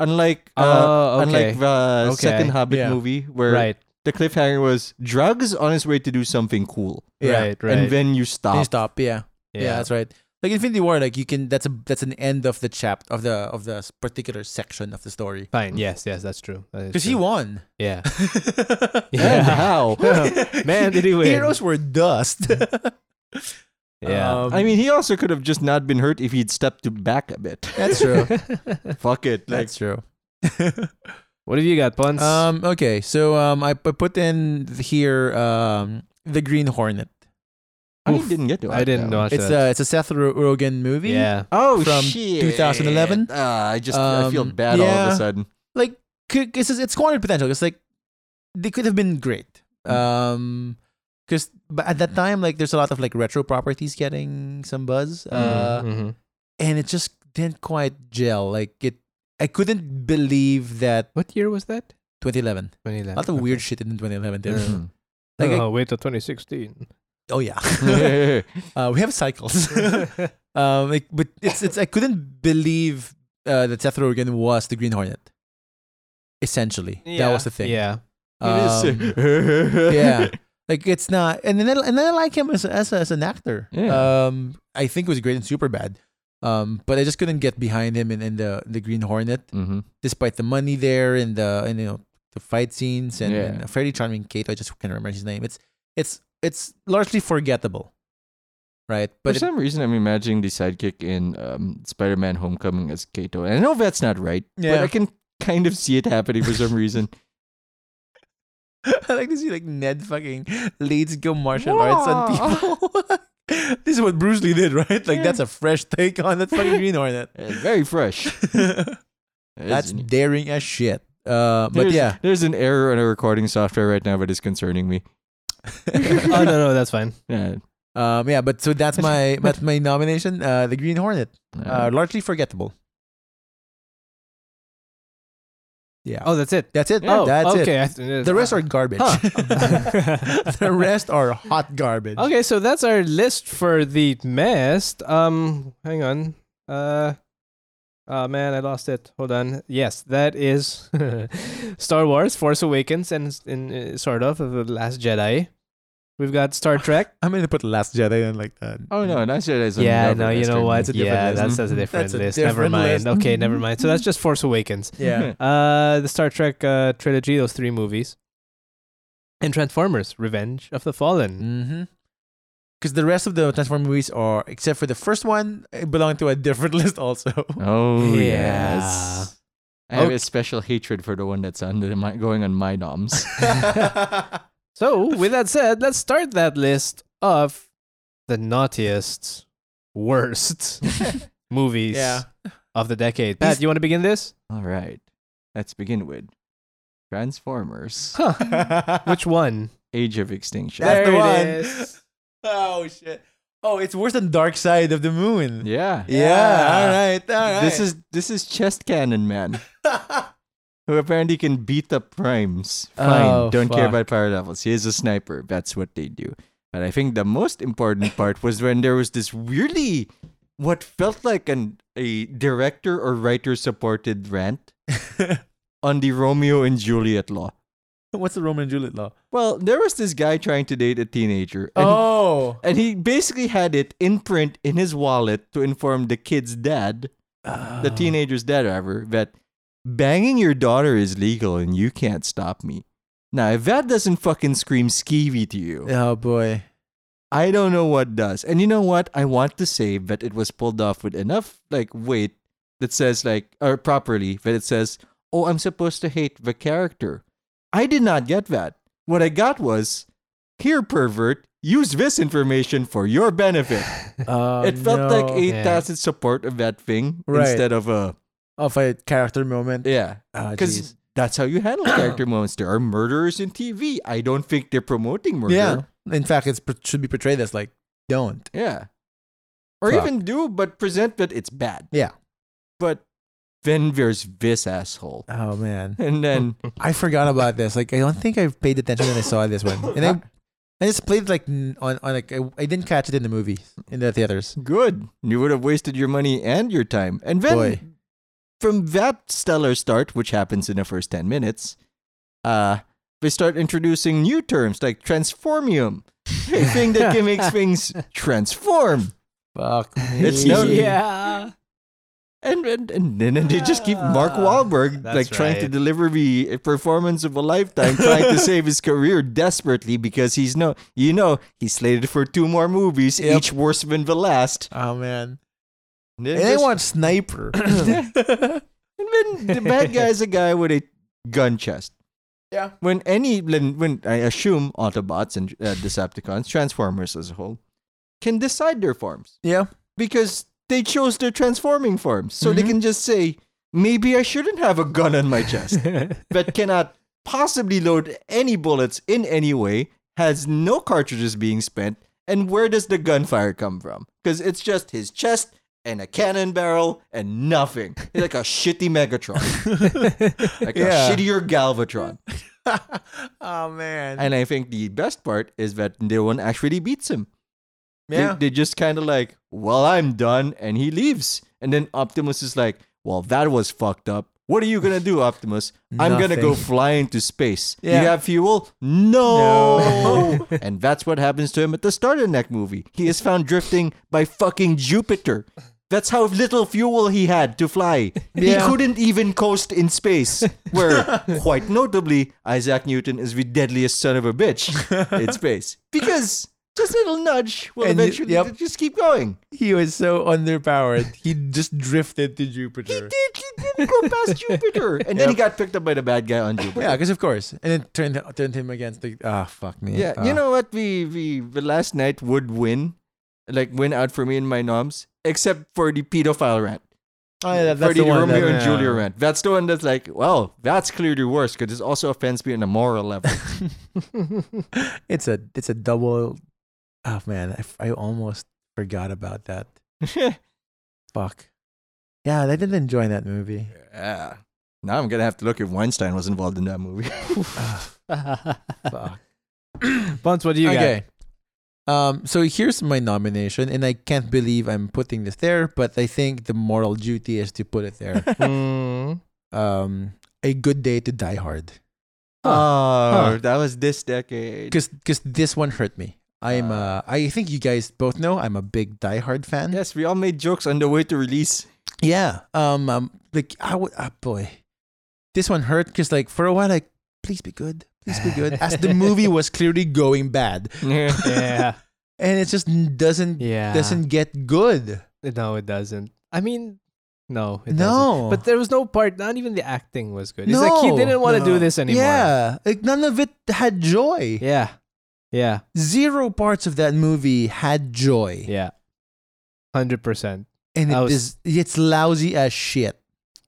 Speaker 1: Unlike uh,
Speaker 3: oh,
Speaker 1: unlike
Speaker 3: okay,
Speaker 1: the
Speaker 3: Okay.
Speaker 1: second Hobbit
Speaker 2: Yeah.
Speaker 1: movie, where
Speaker 3: right,
Speaker 1: the cliffhanger was drugs on his way to do something cool.
Speaker 2: yeah.
Speaker 3: right, right,
Speaker 1: And then you stop. <laughs>
Speaker 2: They stop. Yeah. yeah,
Speaker 3: yeah.
Speaker 2: that's right. Like Infinity War, like you can that's a that's an end of the chap of the of the s- particular section of the story.
Speaker 3: Fine. Yes. Yes. That's true. That is
Speaker 2: Because he
Speaker 3: true.
Speaker 2: won. <laughs>
Speaker 3: Yeah. <laughs>
Speaker 1: And
Speaker 3: Yeah.
Speaker 1: how?
Speaker 3: Man, did he win.
Speaker 2: Heroes were
Speaker 3: <laughs>
Speaker 2: dust.
Speaker 3: Yeah.
Speaker 2: Um,
Speaker 1: I mean, he also could have just not been hurt if he'd stepped to back a
Speaker 2: <laughs>
Speaker 1: bit.
Speaker 2: that's true.
Speaker 1: Fuck it. Like,
Speaker 2: that's true.
Speaker 3: <laughs> what have you got, Pons?
Speaker 2: um. Okay. So um, I pu- put in here um the Green Hornet.
Speaker 1: I
Speaker 3: Oof.
Speaker 1: didn't get to.
Speaker 3: I
Speaker 1: watch
Speaker 3: didn't
Speaker 1: that one.
Speaker 3: watch
Speaker 2: It's
Speaker 3: that.
Speaker 2: a it's a Seth Ro- Rogen movie.
Speaker 3: yeah.
Speaker 1: Oh
Speaker 2: from
Speaker 1: shit!
Speaker 2: 2011.
Speaker 1: Ah, I just I feel
Speaker 2: Um,
Speaker 1: bad all of
Speaker 2: yeah.
Speaker 1: a
Speaker 2: <laughs>
Speaker 1: sudden.
Speaker 2: like c- it's it's cornered potential. It's like they could have been great.
Speaker 3: Mm.
Speaker 2: Um, because but at that time, like there's a lot of like retro properties getting some buzz, uh,
Speaker 3: Mhm.
Speaker 2: and it just didn't quite gel. Like it, I couldn't believe that
Speaker 3: What year was that?
Speaker 2: 2011. A
Speaker 3: 2011.
Speaker 2: lot of weird shit in
Speaker 1: <laughs>
Speaker 2: 2011. Dude.
Speaker 3: Yeah.
Speaker 2: Like, I-
Speaker 3: oh, wait till 2016.
Speaker 2: oh yeah, <laughs> uh, we have
Speaker 3: <laughs>
Speaker 2: cycles. um, like, but it's it's I couldn't believe uh, that Seth Rogen was the Green Hornet. Essentially, that was the thing. <laughs>
Speaker 3: Yeah.
Speaker 2: <laughs> Um,
Speaker 1: it is. <laughs>
Speaker 2: yeah like it's not and then and then i like him as as, as an actor
Speaker 1: Yeah.
Speaker 2: um i think he was great in super bad um but i just couldn't get behind him in, in the the green hornet
Speaker 1: Mm-hmm.
Speaker 2: despite the money there and the and you know the fight scenes and,
Speaker 1: Yeah.
Speaker 2: and a fairly charming kate i just can't remember his name it's it's it's largely forgettable right
Speaker 1: For
Speaker 2: but it-
Speaker 1: some reason, I'm imagining the sidekick in um, Spider-Man: Homecoming as Kato, and I know that's not right, but
Speaker 2: Yeah.
Speaker 1: I can kind of see it happening for some
Speaker 2: <laughs>
Speaker 1: reason.
Speaker 2: i like to see like ned fucking leads go martial arts on people <laughs> this is what bruce lee did right like
Speaker 1: Yeah.
Speaker 2: that's a fresh take on that fucking green
Speaker 3: <laughs>
Speaker 2: hornet
Speaker 1: Uh, Very fresh.
Speaker 2: That's
Speaker 1: There's-
Speaker 2: daring as shit. Uh, but
Speaker 1: there's- <laughs>
Speaker 2: yeah, <laughs>
Speaker 1: there's an error in our recording software right now that is concerning me.
Speaker 3: oh no, no, that's fine.
Speaker 1: Yeah.
Speaker 2: um, yeah, but so that's my that's my nomination. Uh, the Green Hornet, uh, largely forgettable. Yeah,
Speaker 3: Oh, that's it.
Speaker 2: that's it.
Speaker 3: Oh,
Speaker 2: that's
Speaker 3: okay.
Speaker 2: it. The rest are garbage. <laughs> the rest are hot garbage.
Speaker 3: Okay, so that's our list for the mast. Um, hang on. Uh, oh man, I lost it. Hold on. Yes, that is <laughs> Star Wars: Force Awakens and, s- and uh, sort of uh, the Last Jedi. We've got
Speaker 2: <laughs>
Speaker 3: Star Trek.
Speaker 2: I'm gonna put Last Jedi and like uh, that.
Speaker 1: Oh no, Nice Jedi's on
Speaker 3: yeah,
Speaker 1: another
Speaker 3: no, you
Speaker 1: list
Speaker 3: know
Speaker 1: right
Speaker 3: what?
Speaker 1: now.
Speaker 2: different
Speaker 3: yeah,
Speaker 2: list.
Speaker 3: that's, <laughs> that's a different
Speaker 2: That's a
Speaker 3: list.
Speaker 2: different
Speaker 3: never
Speaker 2: list.
Speaker 3: mind. Okay, never
Speaker 2: <laughs>
Speaker 3: mind. So that's just Force Awakens.
Speaker 2: Yeah.
Speaker 3: Uh, the Star Trek uh, trilogy, those three movies, and Transformers: Revenge of the Fallen.
Speaker 2: Mm-hmm. Because the rest of the Transformers movies are, except for the first one, it belong to a different <laughs> list also.
Speaker 1: <laughs> Oh
Speaker 3: Yeah.
Speaker 1: yes. I have
Speaker 3: Okay.
Speaker 1: a special hatred for the one that's under my, going on my
Speaker 3: <laughs>
Speaker 1: noms.
Speaker 3: So, with that said, let's start that list of the naughtiest, worst
Speaker 2: <laughs>
Speaker 3: movies
Speaker 2: yeah.
Speaker 3: of the decade. Pat,
Speaker 2: These-
Speaker 3: you want to begin this?
Speaker 1: All right, let's begin with Transformers:
Speaker 3: Which one?
Speaker 1: Age of Extinction.
Speaker 2: That's the
Speaker 3: it
Speaker 2: one.
Speaker 3: is.
Speaker 2: Oh shit! Oh, it's worse than Dark Side of the Moon.
Speaker 1: yeah.
Speaker 2: Yeah. All right. All right.
Speaker 1: This is this is chest cannon man who apparently can beat up primes. Fine,
Speaker 3: Oh,
Speaker 1: don't care
Speaker 3: fuck.
Speaker 1: about power levels. He is a sniper. That's what they do. But I think the most important part was when there was this really what felt like an a director or writer supported rant on the Romeo and Juliet law.
Speaker 2: <laughs> what's the Roman and Juliet law?
Speaker 1: Well, there was this guy trying to date a teenager. And
Speaker 2: oh.
Speaker 1: And he basically had it in print in his wallet to inform the kid's dad,
Speaker 2: Uh-huh.
Speaker 1: the teenager's dad, rather, that banging your daughter is legal and you can't stop me. Now, if that doesn't fucking scream skeevy to you,
Speaker 2: Oh boy.
Speaker 1: I don't know what does. And you know what? I want to say that it was pulled off with enough like weight that says like or properly that it says, "Oh, I'm supposed to hate the character." I did not get that. What I got was, "Here, pervert, use this information for your benefit."
Speaker 2: <sighs> Oh,
Speaker 1: it felt like
Speaker 2: no.
Speaker 1: a
Speaker 3: Yeah.
Speaker 1: tacit support of that thing
Speaker 2: Right.
Speaker 1: instead of a
Speaker 2: of a character moment.
Speaker 1: yeah,
Speaker 2: Ah,
Speaker 1: because
Speaker 2: jeez.
Speaker 1: that's how you
Speaker 2: <clears throat>
Speaker 1: handle character moments. There are murderers in TV. I don't think they're promoting murder.
Speaker 2: yeah. In fact, it should be portrayed as like don't.
Speaker 1: Yeah. Or
Speaker 2: Fuck.
Speaker 1: even do, but present that it's bad.
Speaker 2: Yeah.
Speaker 1: But then there's this asshole.
Speaker 2: Oh man.
Speaker 1: <laughs> And
Speaker 2: <laughs>
Speaker 1: then
Speaker 2: I forgot about this. Like I don't think I paid attention when I saw this one, and I. I just played it, like n- on, on like I, I didn't catch it in the movie in the theaters.
Speaker 1: good. You would have wasted your money and your time. And then
Speaker 2: Boy.
Speaker 1: from that stellar start, which happens in the first ten minutes, uh, they start introducing new <laughs>
Speaker 2: <laughs>
Speaker 1: terms like transformium. A thing that can make things transform.
Speaker 2: Fuck.
Speaker 1: It's
Speaker 2: me.
Speaker 1: no-
Speaker 3: yeah.
Speaker 1: And and and then and they just keep Mark Wahlberg
Speaker 3: Ah, That's
Speaker 1: like trying to
Speaker 3: right.
Speaker 1: deliver me a performance of a lifetime, trying to save his career desperately because he's no, you know, he's slated for two more movies,
Speaker 2: Yep.
Speaker 1: each worse than the last.
Speaker 2: Oh man.
Speaker 1: And then
Speaker 2: And they
Speaker 1: just- <coughs>
Speaker 2: want sniper. <coughs>
Speaker 1: And then the bad guy is a guy with a gun chest.
Speaker 2: Yeah.
Speaker 1: When any when, when I assume Autobots and uh, Decepticons, Transformers as a whole, can decide their forms
Speaker 2: yeah. <laughs>
Speaker 1: because they chose their transforming forms, so they
Speaker 3: Mm-hmm.
Speaker 2: Mhm.
Speaker 1: can just say, maybe I shouldn't have a gun on my
Speaker 3: Oh,
Speaker 1: chest that cannot possibly load any bullets in any way, has no cartridges being spent, and where does the gunfire come from? Because it's just his chest and a cannon barrel and nothing. It's like a shitty Megatron, like
Speaker 2: Yeah.
Speaker 1: a shittier Galvatron.
Speaker 2: oh man.
Speaker 1: And I think the best part is that no one actually beats him. They-
Speaker 2: yeah.
Speaker 1: They, just kind of like, well, I'm done, and he leaves. And then Optimus is like, well, that was fucked up. What are you gonna do, Optimus? I'm gonna go
Speaker 2: Nothing.
Speaker 1: fly into space.
Speaker 2: Yeah.
Speaker 1: You have fuel? No.
Speaker 2: No.
Speaker 1: <laughs> and that's what happens to him at the start of the next movie. He is found drifting by fucking Jupiter. That's how little fuel he had to fly.
Speaker 2: Yeah.
Speaker 1: He couldn't even coast in space, where, quite notably, Isaac Newton is the deadliest son of a bitch
Speaker 2: <laughs>
Speaker 1: in space. Because just a little nudge will
Speaker 2: And you-
Speaker 1: eventually
Speaker 2: yep.
Speaker 1: just keep going.
Speaker 2: he was so underpowered. He just drifted to Jupiter.
Speaker 1: He, did, he didn't go <laughs> past Jupiter. And then he got picked up by the bad guy on Jupiter.
Speaker 2: Yeah, because of course, and it turned turned him against the ah fuck me.
Speaker 1: Yeah, Uh.
Speaker 2: Ah.
Speaker 1: you know what? We we the last night would win, like win out for me and my noms, except for the pedophile rant,
Speaker 2: oh, yeah,
Speaker 1: for
Speaker 2: that's
Speaker 1: the,
Speaker 2: the one
Speaker 1: Romeo
Speaker 2: that-
Speaker 1: and Julia
Speaker 2: yeah.
Speaker 1: rant. That's the one that's like, well, that's clearly worse because this also offends me on a moral level.
Speaker 2: It's a it's a double. Oh man, I, f- I almost forgot about that. Fuck. Yeah, I didn't enjoy that movie.
Speaker 1: <laughs> yeah. Now I'm gonna have to look if Weinstein was involved in that movie.
Speaker 2: Ah,
Speaker 3: <laughs>
Speaker 2: <laughs> fuck.
Speaker 3: Bunce, what do you
Speaker 2: okay. Um. So here's my nomination, and I can't believe I'm putting this there, but I think the moral duty is to put it there.
Speaker 3: got? Mm.
Speaker 2: um. A good day to die hard.
Speaker 3: Huh.
Speaker 1: <laughs> Oh,
Speaker 3: Huh.
Speaker 1: that was this decade.
Speaker 2: because because this one hurt me. I'm
Speaker 1: Uh.
Speaker 2: uh, I think you guys both know I'm a big Die Hard fan.
Speaker 1: Yes, we all made jokes on the way to release.
Speaker 2: Yeah. Um. um like I would. Ah, boy, this one hurt because like for a while, like please be good, please be good. As the
Speaker 3: <laughs>
Speaker 2: movie was clearly going bad,
Speaker 3: Yeah.
Speaker 2: and it just n- doesn't
Speaker 3: Yeah.
Speaker 2: doesn't get good.
Speaker 3: No, it doesn't. I mean, no, it doesn't.
Speaker 2: no.
Speaker 3: But there was no part. Not even the acting was good. It's like he
Speaker 2: No.
Speaker 3: didn't want to
Speaker 1: No.
Speaker 3: do this anymore.
Speaker 2: Yeah. Like none of it had joy.
Speaker 3: Yeah. Yeah.
Speaker 2: Zero parts of that movie had joy.
Speaker 3: Yeah. Hundred percent.
Speaker 2: And
Speaker 3: I
Speaker 2: it
Speaker 3: was-
Speaker 2: is it's lousy as shit.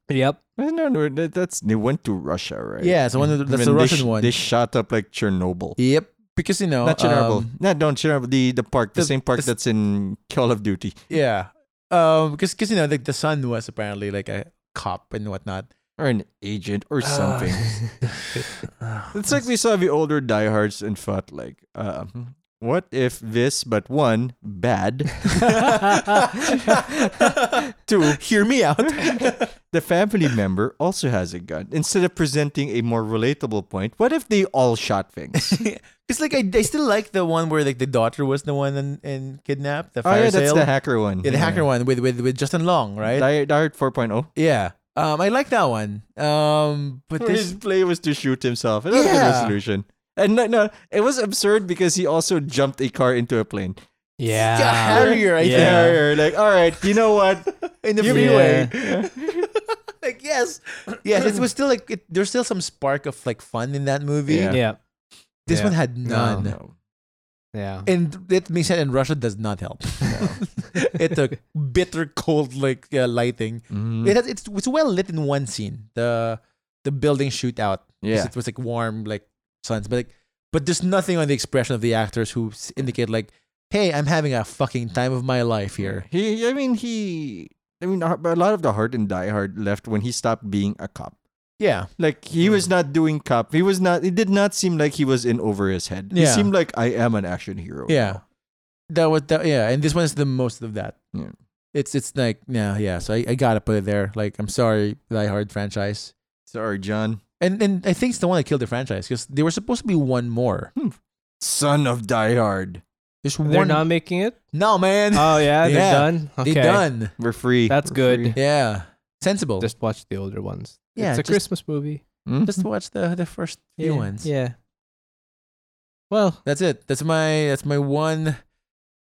Speaker 3: Yep.
Speaker 1: No, no, that- that's they went to Russia, right?
Speaker 2: Yeah, so one of the, that's the
Speaker 1: When they
Speaker 2: Russian
Speaker 1: sh-
Speaker 2: one.
Speaker 1: They shot up like Chernobyl.
Speaker 2: Yep. Because you know,
Speaker 1: Not Chernobyl.
Speaker 2: um,
Speaker 1: no, don't Chernobyl. The the park, the,
Speaker 2: the-
Speaker 1: same park
Speaker 2: the-
Speaker 1: that's in Call of Duty.
Speaker 2: yeah. Um, because you know, like the son was apparently like a cop and whatnot.
Speaker 1: Or an agent or
Speaker 2: <laughs>
Speaker 1: something. <laughs>
Speaker 2: Ah.
Speaker 1: it's like we saw the older diehards and thought like, uh, what if this but one
Speaker 2: <laughs>
Speaker 1: bad? Two,
Speaker 2: Hear me out. <laughs>
Speaker 1: the family member also has a gun. Instead of presenting a more relatable point, what if they all shot things?
Speaker 2: It's like I, I still like the one where like the daughter was the one and, and kidnapped the
Speaker 1: oh
Speaker 2: fire
Speaker 1: yeah, that's
Speaker 2: sale.
Speaker 1: the hacker one.
Speaker 2: Yeah, the hacker one with with with Justin Long, right?
Speaker 1: Die, Die Hard
Speaker 2: oh.
Speaker 1: 4.0.
Speaker 2: yeah. Um, I like that one. Um, but
Speaker 1: <laughs> His
Speaker 2: this
Speaker 1: play was to shoot himself. That was the
Speaker 2: Yeah.
Speaker 1: resolution. And no, no, it was absurd because he also jumped a car into a plane.
Speaker 3: Yeah.
Speaker 2: Harrier, I
Speaker 1: Right
Speaker 2: yeah.
Speaker 1: there, you're like, all right, you know what?
Speaker 2: in the
Speaker 1: You
Speaker 3: be
Speaker 2: freeway.
Speaker 3: Yeah.
Speaker 2: <laughs> like yes, yes, it was still like it, there's still some spark of like fun in that movie.
Speaker 1: Yeah.
Speaker 3: Yeah.
Speaker 2: This
Speaker 3: Yeah.
Speaker 2: one had <laughs> none.
Speaker 1: No.
Speaker 3: Yeah.
Speaker 2: And that being said, and Russia does not help. <laughs> it took bitter cold like uh, lighting. It has, it's it's well lit in one scene, the the building shootout. 'cause
Speaker 1: Yeah.
Speaker 2: it was like warm like suns, but like but there's nothing on the expression of the actors who s- indicate like, hey, I'm having a fucking time of my life here.
Speaker 1: He, I mean, he, I mean, a a lot of the heart in Die Hard left when he stopped being a cop.
Speaker 2: Yeah,
Speaker 1: Like he
Speaker 2: Mm.
Speaker 1: was not doing cop. He was not. It did not seem like he was in over his head. He
Speaker 2: Yeah.
Speaker 1: seemed like I am an action hero.
Speaker 2: yeah.
Speaker 1: now."
Speaker 2: That was that, yeah, and this one is the most of that.
Speaker 1: Yeah.
Speaker 2: It's it's like yeah yeah. So I, I gotta put it there. Like I'm sorry, Die Hard franchise.
Speaker 1: Sorry, John.
Speaker 2: And and I think it's the one that killed the franchise because they were supposed to be one more.
Speaker 1: Son of Die Hard.
Speaker 2: There's one.
Speaker 3: They're not making
Speaker 2: <laughs>
Speaker 3: it.
Speaker 2: no, man.
Speaker 3: Oh
Speaker 2: Yeah.
Speaker 3: yeah, they're done. Okay.
Speaker 2: They done.
Speaker 1: We're free.
Speaker 3: That's
Speaker 1: We're
Speaker 3: good.
Speaker 1: free.
Speaker 2: Yeah. Sensible. Just,
Speaker 3: Just watch the older ones.
Speaker 2: Yeah,
Speaker 3: it's a
Speaker 2: just-
Speaker 3: Christmas movie.
Speaker 1: Mhm.
Speaker 2: just watch the the first few
Speaker 3: yeah.
Speaker 2: ones.
Speaker 3: Yeah. Well,
Speaker 2: That's it. That's my that's my one.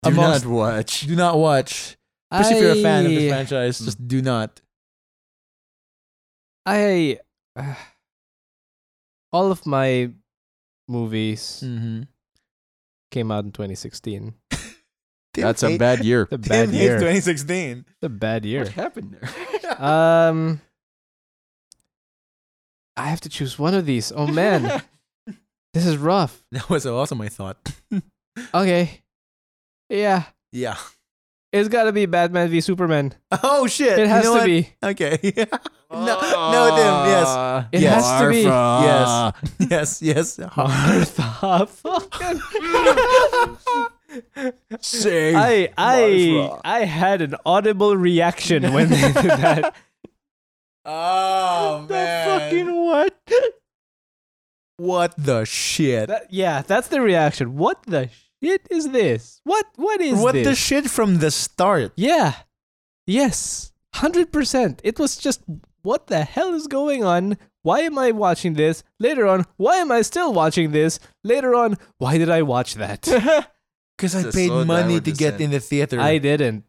Speaker 1: Do not
Speaker 2: amongst-
Speaker 1: watch.
Speaker 2: do not watch. Especially if you're a fan of the
Speaker 3: I-
Speaker 2: franchise, just do not.
Speaker 3: I <sighs> uh, all of my movies
Speaker 2: Mm-hmm.
Speaker 3: came out in 2016.
Speaker 1: That's a <laughs> bad year.
Speaker 2: <laughs>
Speaker 3: It's a bad year. It's
Speaker 2: 2016.
Speaker 3: a bad year.
Speaker 2: <laughs>
Speaker 1: What happened <laughs> there?
Speaker 3: Um, I have to choose one of these. Oh <laughs> man, this is rough.
Speaker 2: That was also my thought.
Speaker 3: Okay, <laughs> yeah,
Speaker 2: Yeah.
Speaker 3: it's gotta be Batman v Superman.
Speaker 2: Oh shit.
Speaker 3: It has
Speaker 2: you know
Speaker 3: to
Speaker 2: what?
Speaker 3: be. Ah.
Speaker 2: Okay. <laughs> no, no, Tim. Yes,
Speaker 3: It
Speaker 2: Yes.
Speaker 3: has to be.
Speaker 1: Marfa.
Speaker 2: <laughs>
Speaker 3: <laughs>
Speaker 2: yes, yes.
Speaker 3: Martha fucking.
Speaker 1: Save <laughs>
Speaker 3: I I
Speaker 1: Marfa.
Speaker 3: I had an audible reaction when they did that.
Speaker 2: Oh
Speaker 3: <laughs> The fucking what?
Speaker 2: what the shit?
Speaker 3: That, yeah, that's the reaction. What the shit is this? What what is
Speaker 2: what
Speaker 3: this?
Speaker 2: the shit from the start?
Speaker 3: yeah. Yes. 100%. It was just what the hell is going on? Why am I watching this? Later on, why am I still watching this? Later on, why did I watch
Speaker 2: <laughs>
Speaker 3: that?
Speaker 2: Because I
Speaker 1: It's a
Speaker 2: paid
Speaker 1: slow
Speaker 2: money
Speaker 1: downward
Speaker 2: to get
Speaker 1: descent.
Speaker 2: in the theater.
Speaker 3: I didn't.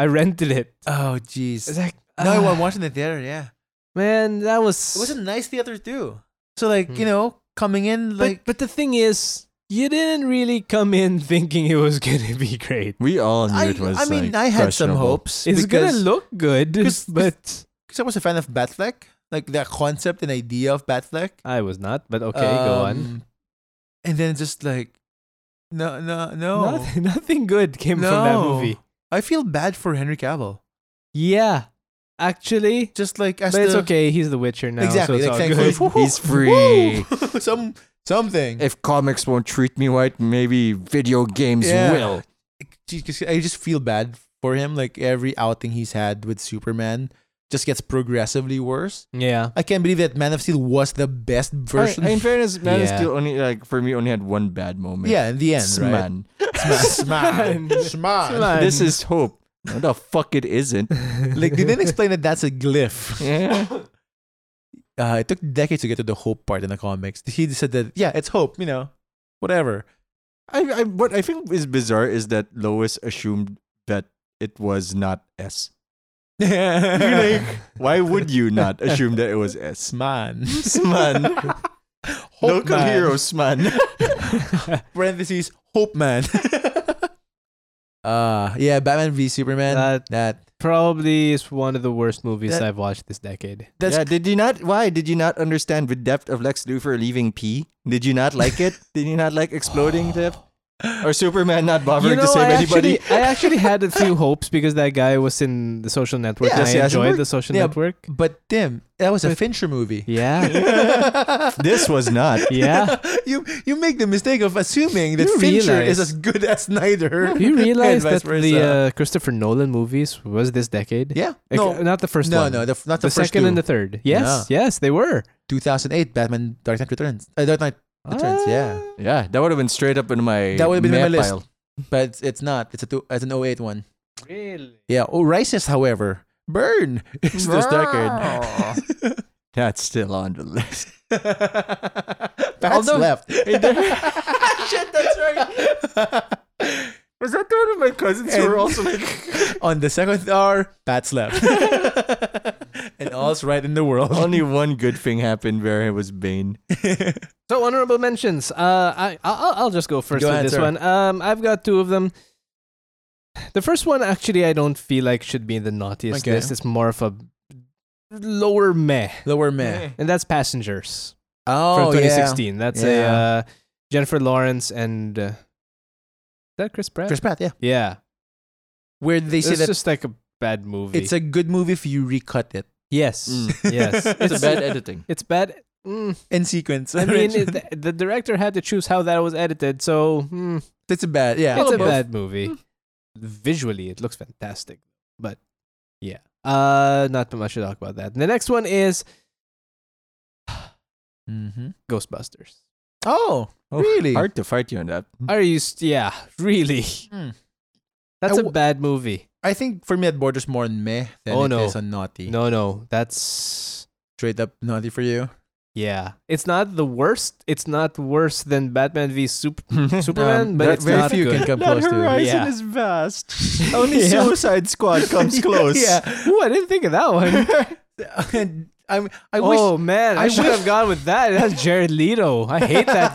Speaker 3: I rented it.
Speaker 2: oh
Speaker 3: It's
Speaker 2: jeez.
Speaker 3: like
Speaker 2: No, I
Speaker 3: ah,
Speaker 2: was watching the theater. Yeah,
Speaker 3: man, that was
Speaker 2: it was a nice theater too. So like
Speaker 3: Hmm.
Speaker 2: you know, coming in
Speaker 3: but,
Speaker 2: like
Speaker 3: but the thing is, you didn't really come in <laughs> thinking it was going to be great.
Speaker 1: We all knew
Speaker 2: I,
Speaker 1: it was.
Speaker 2: I mean,
Speaker 1: like,
Speaker 2: I had some
Speaker 1: questionable.
Speaker 2: hopes
Speaker 3: It's going to
Speaker 2: because
Speaker 3: look good,
Speaker 2: 'cause- 'cause-
Speaker 3: but
Speaker 2: because I was a fan of Batfleck, like that concept and idea of Batfleck.
Speaker 3: I was not, but okay, go on.
Speaker 2: Um, And then just like, no, no, no.
Speaker 3: Nothing, <laughs> nothing good came from that
Speaker 2: No.
Speaker 3: movie.
Speaker 2: I feel bad for Henry Cavill.
Speaker 3: Yeah, actually,
Speaker 2: Just like as
Speaker 3: but it's
Speaker 2: the-
Speaker 3: okay. He's the Witcher now,
Speaker 2: Exactly,
Speaker 3: so it's
Speaker 2: like,
Speaker 3: all
Speaker 2: thankfully-
Speaker 3: good.
Speaker 1: <laughs> He's free.
Speaker 2: <laughs> some something.
Speaker 1: if comics won't treat me right, maybe video games
Speaker 2: Yeah.
Speaker 1: will.
Speaker 2: Geez, 'cause I just feel bad for him. Like every outing he's had with Superman just gets progressively worse. <laughs>
Speaker 3: Yeah,
Speaker 2: I can't believe that Man of Steel was the best version.
Speaker 1: I, in fairness, Man of
Speaker 3: Yeah.
Speaker 1: Steel only like for me only had one bad moment.
Speaker 2: yeah, in the end, <laughs> right?
Speaker 1: Sman.
Speaker 2: Sman.
Speaker 3: Sman.
Speaker 2: Sman.
Speaker 3: Sman.
Speaker 1: This is hope. No, the fuck it isn't.
Speaker 2: Like they didn't explain that that's a
Speaker 1: <laughs>
Speaker 2: glyph.
Speaker 1: Yeah.
Speaker 2: Uh, it took decades to get to the hope part in the comics. He just said that yeah, it's hope. You know, whatever. <laughs>
Speaker 1: I, I what I think is bizarre is that Lois assumed that it was not S.
Speaker 2: like,
Speaker 1: Why would you not assume that it was S? <laughs>
Speaker 2: Sman.
Speaker 1: Sman.
Speaker 2: <laughs> Hope
Speaker 1: Local
Speaker 2: man.
Speaker 1: hero Sman.
Speaker 2: Parentheses. Hope man. <laughs> uh yeah, Batman v Superman.
Speaker 3: That-
Speaker 2: that
Speaker 3: Probably is one of the worst movies
Speaker 2: That-
Speaker 3: I've watched this decade.
Speaker 1: <laughs>
Speaker 2: That's
Speaker 1: yeah, did you not? Why did you not understand the depth of Lex Luthor leaving P? Did you not like <laughs> it? did you not like <gasps> exploding depth? Or Superman not bothering
Speaker 3: You know,
Speaker 1: to save
Speaker 3: I
Speaker 1: anybody?
Speaker 3: actually, I actually had
Speaker 2: <laughs>
Speaker 3: a few hopes because that guy was in the Social Network.
Speaker 2: Yeah,
Speaker 3: and
Speaker 1: Jesse
Speaker 3: I enjoyed
Speaker 1: Eisenberg?
Speaker 3: the Social
Speaker 2: Yeah.
Speaker 3: Network.
Speaker 2: But Tim, that was a
Speaker 3: But-
Speaker 2: Fincher
Speaker 3: <laughs>
Speaker 2: movie. <laughs>
Speaker 3: Yeah,
Speaker 1: <laughs> this was not.
Speaker 3: yeah.
Speaker 2: you you make the mistake of assuming that
Speaker 3: You
Speaker 2: Fincher
Speaker 3: realize-
Speaker 2: is as good as Snyder. <laughs>
Speaker 3: Do you realize
Speaker 2: vice
Speaker 3: that the
Speaker 2: versa.
Speaker 3: uh, Christopher Nolan movies was this decade?
Speaker 2: yeah.
Speaker 3: Like,
Speaker 2: No,
Speaker 3: uh, not the first
Speaker 2: no,
Speaker 3: one.
Speaker 2: no, the, f- not the,
Speaker 3: the,
Speaker 2: first
Speaker 3: second
Speaker 2: two.
Speaker 3: and the third. Yes, yes, they were.
Speaker 2: 2008 Batman Dark Knight Returns. Uh, Dark Knight Returns, yeah.
Speaker 3: Ah.
Speaker 1: Yeah, that would have been straight up in my
Speaker 2: That would've been in my
Speaker 1: meh
Speaker 2: list.
Speaker 1: pile.
Speaker 2: But it's, it's not. It's a two, it's an 08 one.
Speaker 3: Ah, Really?
Speaker 2: <laughs> Yeah. Oh, Rises, however, Burn <laughs> is this decade.
Speaker 1: <laughs> That's still on the list. <laughs>
Speaker 2: Pat's
Speaker 1: Although-
Speaker 3: <laughs>
Speaker 2: left.
Speaker 1: Shit,
Speaker 2: <laughs>
Speaker 1: that's right. Was that the one of my cousins
Speaker 2: who were
Speaker 1: also like
Speaker 2: <laughs> On the second hour, Pat's
Speaker 3: <laughs>
Speaker 2: left. and all's right in the world.
Speaker 1: only one good thing happened where it was Bane.
Speaker 3: So honorable mentions. Uh, I I'll, I'll just go first
Speaker 2: Go
Speaker 3: with
Speaker 2: ahead,
Speaker 3: this
Speaker 2: sir.
Speaker 3: one. Um, I've got two of them. The first one actually I don't feel like should be in the naughtiest
Speaker 2: Okay.
Speaker 3: list. It's more of a lower meh,
Speaker 2: <laughs> Lower man.
Speaker 3: and that's Passengers from
Speaker 2: Oh,
Speaker 3: 2016. That's a
Speaker 2: Yeah.
Speaker 3: uh, Jennifer Lawrence and uh, is that Chris Pratt.
Speaker 2: Chris Pratt, yeah.
Speaker 3: yeah,
Speaker 2: Where they say
Speaker 3: it's
Speaker 2: that
Speaker 3: just like a bad movie.
Speaker 2: it's a good movie if you recut it
Speaker 3: yes,
Speaker 2: Hmm.
Speaker 1: Mm.
Speaker 3: <laughs> yes.
Speaker 1: It's a
Speaker 3: It's-
Speaker 1: bad editing.
Speaker 3: It's bad. Mm,
Speaker 2: in sequence.
Speaker 3: I
Speaker 2: <laughs>
Speaker 3: mean, it, the, the director had to choose how that was edited, so hmm.
Speaker 2: it's a bad, yeah.
Speaker 3: it's a
Speaker 1: both.
Speaker 3: bad
Speaker 2: Hmm.
Speaker 3: movie. Visually, it looks fantastic, but yeah, uh, not too much to talk about that. The next one is
Speaker 2: Mm-hmm.
Speaker 3: Ghostbusters.
Speaker 2: Oh,
Speaker 1: Oh,
Speaker 2: really?
Speaker 1: Hard to fight you on that.
Speaker 3: Are you? St- yeah, <laughs> really.
Speaker 2: Hmm.
Speaker 3: That's
Speaker 2: I
Speaker 3: a
Speaker 2: w-
Speaker 3: bad movie.
Speaker 2: I think for me it borders more on meh than
Speaker 3: Oh,
Speaker 2: it
Speaker 3: no.
Speaker 2: is on naughty.
Speaker 3: No, no, that's
Speaker 2: Straight up naughty for you.
Speaker 3: yeah. It's not the worst. It's not worse than Batman
Speaker 2: <laughs>
Speaker 3: v Super- Superman,
Speaker 2: Um,
Speaker 3: but
Speaker 2: there-
Speaker 3: it's
Speaker 2: very
Speaker 3: not
Speaker 2: few
Speaker 3: good.
Speaker 2: can
Speaker 3: <laughs>
Speaker 2: come close to it.
Speaker 3: Horizon Yeah.
Speaker 1: is <laughs> vast.
Speaker 3: Only Yeah.
Speaker 1: Suicide Squad <laughs> comes close.
Speaker 2: Yeah.
Speaker 3: Ooh, I didn't think of that one.
Speaker 2: And I'm- <laughs> I wish
Speaker 3: oh man, I,
Speaker 2: I
Speaker 3: should
Speaker 2: wish-
Speaker 3: have gone with that. That's Jared Leto. I hate that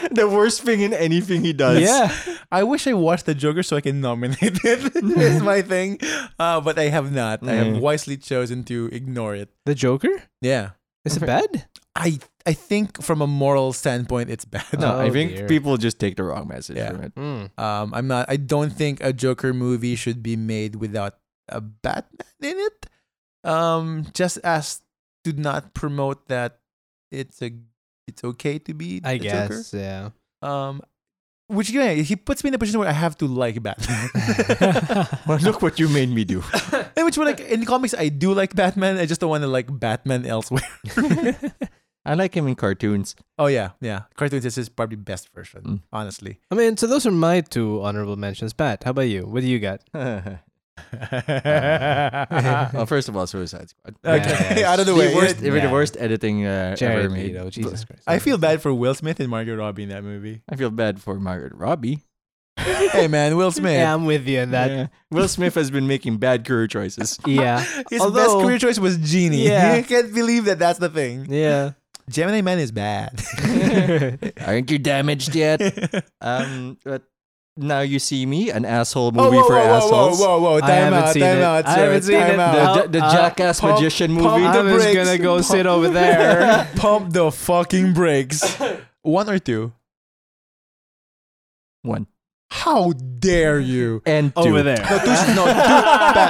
Speaker 2: <laughs>
Speaker 3: guy.
Speaker 1: the worst thing in anything he does.
Speaker 3: yeah,
Speaker 2: I wish I watched the Joker so I can nominate it. <laughs> Is my thing, uh, but I have not. I have
Speaker 1: Mm.
Speaker 2: wisely chosen to ignore it.
Speaker 3: the Joker.
Speaker 2: Yeah,
Speaker 3: Is
Speaker 2: <laughs>
Speaker 3: it bad?
Speaker 2: I I think from a moral standpoint, it's bad.
Speaker 1: No, I
Speaker 3: Oh,
Speaker 1: think
Speaker 3: dear.
Speaker 1: people just take the wrong message
Speaker 2: Yeah.
Speaker 1: from it.
Speaker 3: Mm.
Speaker 2: Um, I'm not. I don't think a Joker movie should be made without a Batman in it. Um, just as to not promote that it's a it's okay to be
Speaker 3: I
Speaker 2: a
Speaker 3: guess. Yeah. <laughs>
Speaker 2: Joker. Um, which again, he puts me in a position where I have to like Batman.
Speaker 3: <laughs>
Speaker 2: <laughs>
Speaker 1: Well, <laughs> look what you made me do.
Speaker 2: And which one, like in the comics, I do like Batman. I just don't want to like Batman elsewhere. <laughs>
Speaker 1: I like him in <laughs> cartoons.
Speaker 2: oh yeah, yeah. Cartoons is his probably best version,
Speaker 1: Mm.
Speaker 2: honestly.
Speaker 3: I mean, so those are my two honorable mentions. Pat, how about you? What do
Speaker 2: <laughs>
Speaker 3: you got?
Speaker 1: Uh-huh.
Speaker 3: Uh,
Speaker 1: well, first of all, Suicide Squad. <laughs>
Speaker 2: Okay, <laughs>
Speaker 3: Yeah,
Speaker 2: out of the
Speaker 1: The
Speaker 2: way.
Speaker 1: worst,
Speaker 2: Yeah.
Speaker 1: ever the
Speaker 3: Yeah.
Speaker 1: worst editing uh, ever
Speaker 3: Jared
Speaker 1: made.
Speaker 3: Leto. Jesus Christ.
Speaker 2: I feel bad for Will Smith and Margot Robbie in that movie.
Speaker 1: I feel bad for Margaret Robbie.
Speaker 2: hey man,
Speaker 3: <laughs>
Speaker 2: Will Smith.
Speaker 3: Yeah, I'm with you in that.
Speaker 1: Yeah. Will Smith has been making bad career choices.
Speaker 3: Yeah.
Speaker 2: His best
Speaker 3: Although-
Speaker 2: career choice was Genie. <laughs>
Speaker 3: Yeah.
Speaker 2: I can't believe that that's the thing.
Speaker 3: Yeah.
Speaker 2: Gemini Man is bad.
Speaker 1: <laughs>
Speaker 3: <laughs>
Speaker 2: <laughs>
Speaker 1: Aren't you damaged yet? <laughs> um, but now you see me, an asshole
Speaker 2: Oh,
Speaker 1: movie
Speaker 2: whoa,
Speaker 1: for
Speaker 2: whoa,
Speaker 1: assholes.
Speaker 2: Whoa, whoa, whoa.
Speaker 3: I
Speaker 2: Time
Speaker 3: haven't
Speaker 2: out,
Speaker 3: seen
Speaker 2: time
Speaker 3: it.
Speaker 2: out,
Speaker 3: I
Speaker 2: sir.
Speaker 3: haven't seen
Speaker 2: time
Speaker 3: it.
Speaker 2: out.
Speaker 3: No.
Speaker 1: The, the
Speaker 3: Uh,
Speaker 1: jackass
Speaker 2: pump-
Speaker 1: magician
Speaker 2: pump
Speaker 1: movie.
Speaker 2: the
Speaker 3: I'm just
Speaker 2: brakes.
Speaker 3: gonna go
Speaker 2: Pump-
Speaker 3: sit over there.
Speaker 2: <laughs> Pump the fucking
Speaker 3: <laughs>
Speaker 2: brakes. One or two.
Speaker 1: One
Speaker 2: How dare you?
Speaker 1: and two. <laughs>
Speaker 3: Over there.
Speaker 2: No, two, no,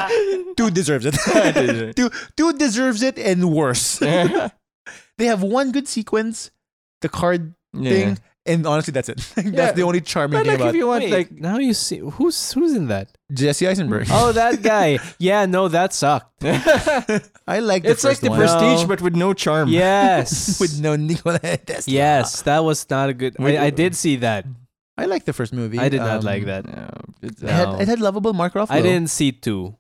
Speaker 3: <laughs>
Speaker 2: two, ba- two deserves it.
Speaker 1: deserves
Speaker 2: <laughs> two, two deserves it and worse.
Speaker 1: yeah.
Speaker 2: They have one good sequence, the card thing, and honestly, that's it. <laughs> that's
Speaker 1: Yeah.
Speaker 2: the only charming
Speaker 1: But
Speaker 2: thing
Speaker 1: like,
Speaker 2: about
Speaker 1: if you want,
Speaker 3: Wait,
Speaker 1: like,
Speaker 3: now you see who's who's in that?
Speaker 2: Jesse Eisenberg.
Speaker 3: Oh, that guy. yeah, no, that sucked.
Speaker 2: <laughs> I like the
Speaker 1: it's like
Speaker 2: first
Speaker 1: the
Speaker 2: one.
Speaker 1: prestige,
Speaker 3: No.
Speaker 1: but with no charm.
Speaker 3: Yes.
Speaker 2: <laughs> with no Nikola Tesla.
Speaker 3: yes, that was not a good.
Speaker 1: With-
Speaker 3: I, I did see that.
Speaker 2: I like the first movie.
Speaker 3: I did not
Speaker 2: um,
Speaker 3: like that.
Speaker 1: No, it's, uh,
Speaker 2: It had,
Speaker 3: No.
Speaker 2: it had lovable Mark Ruffalo.
Speaker 3: I didn't see two.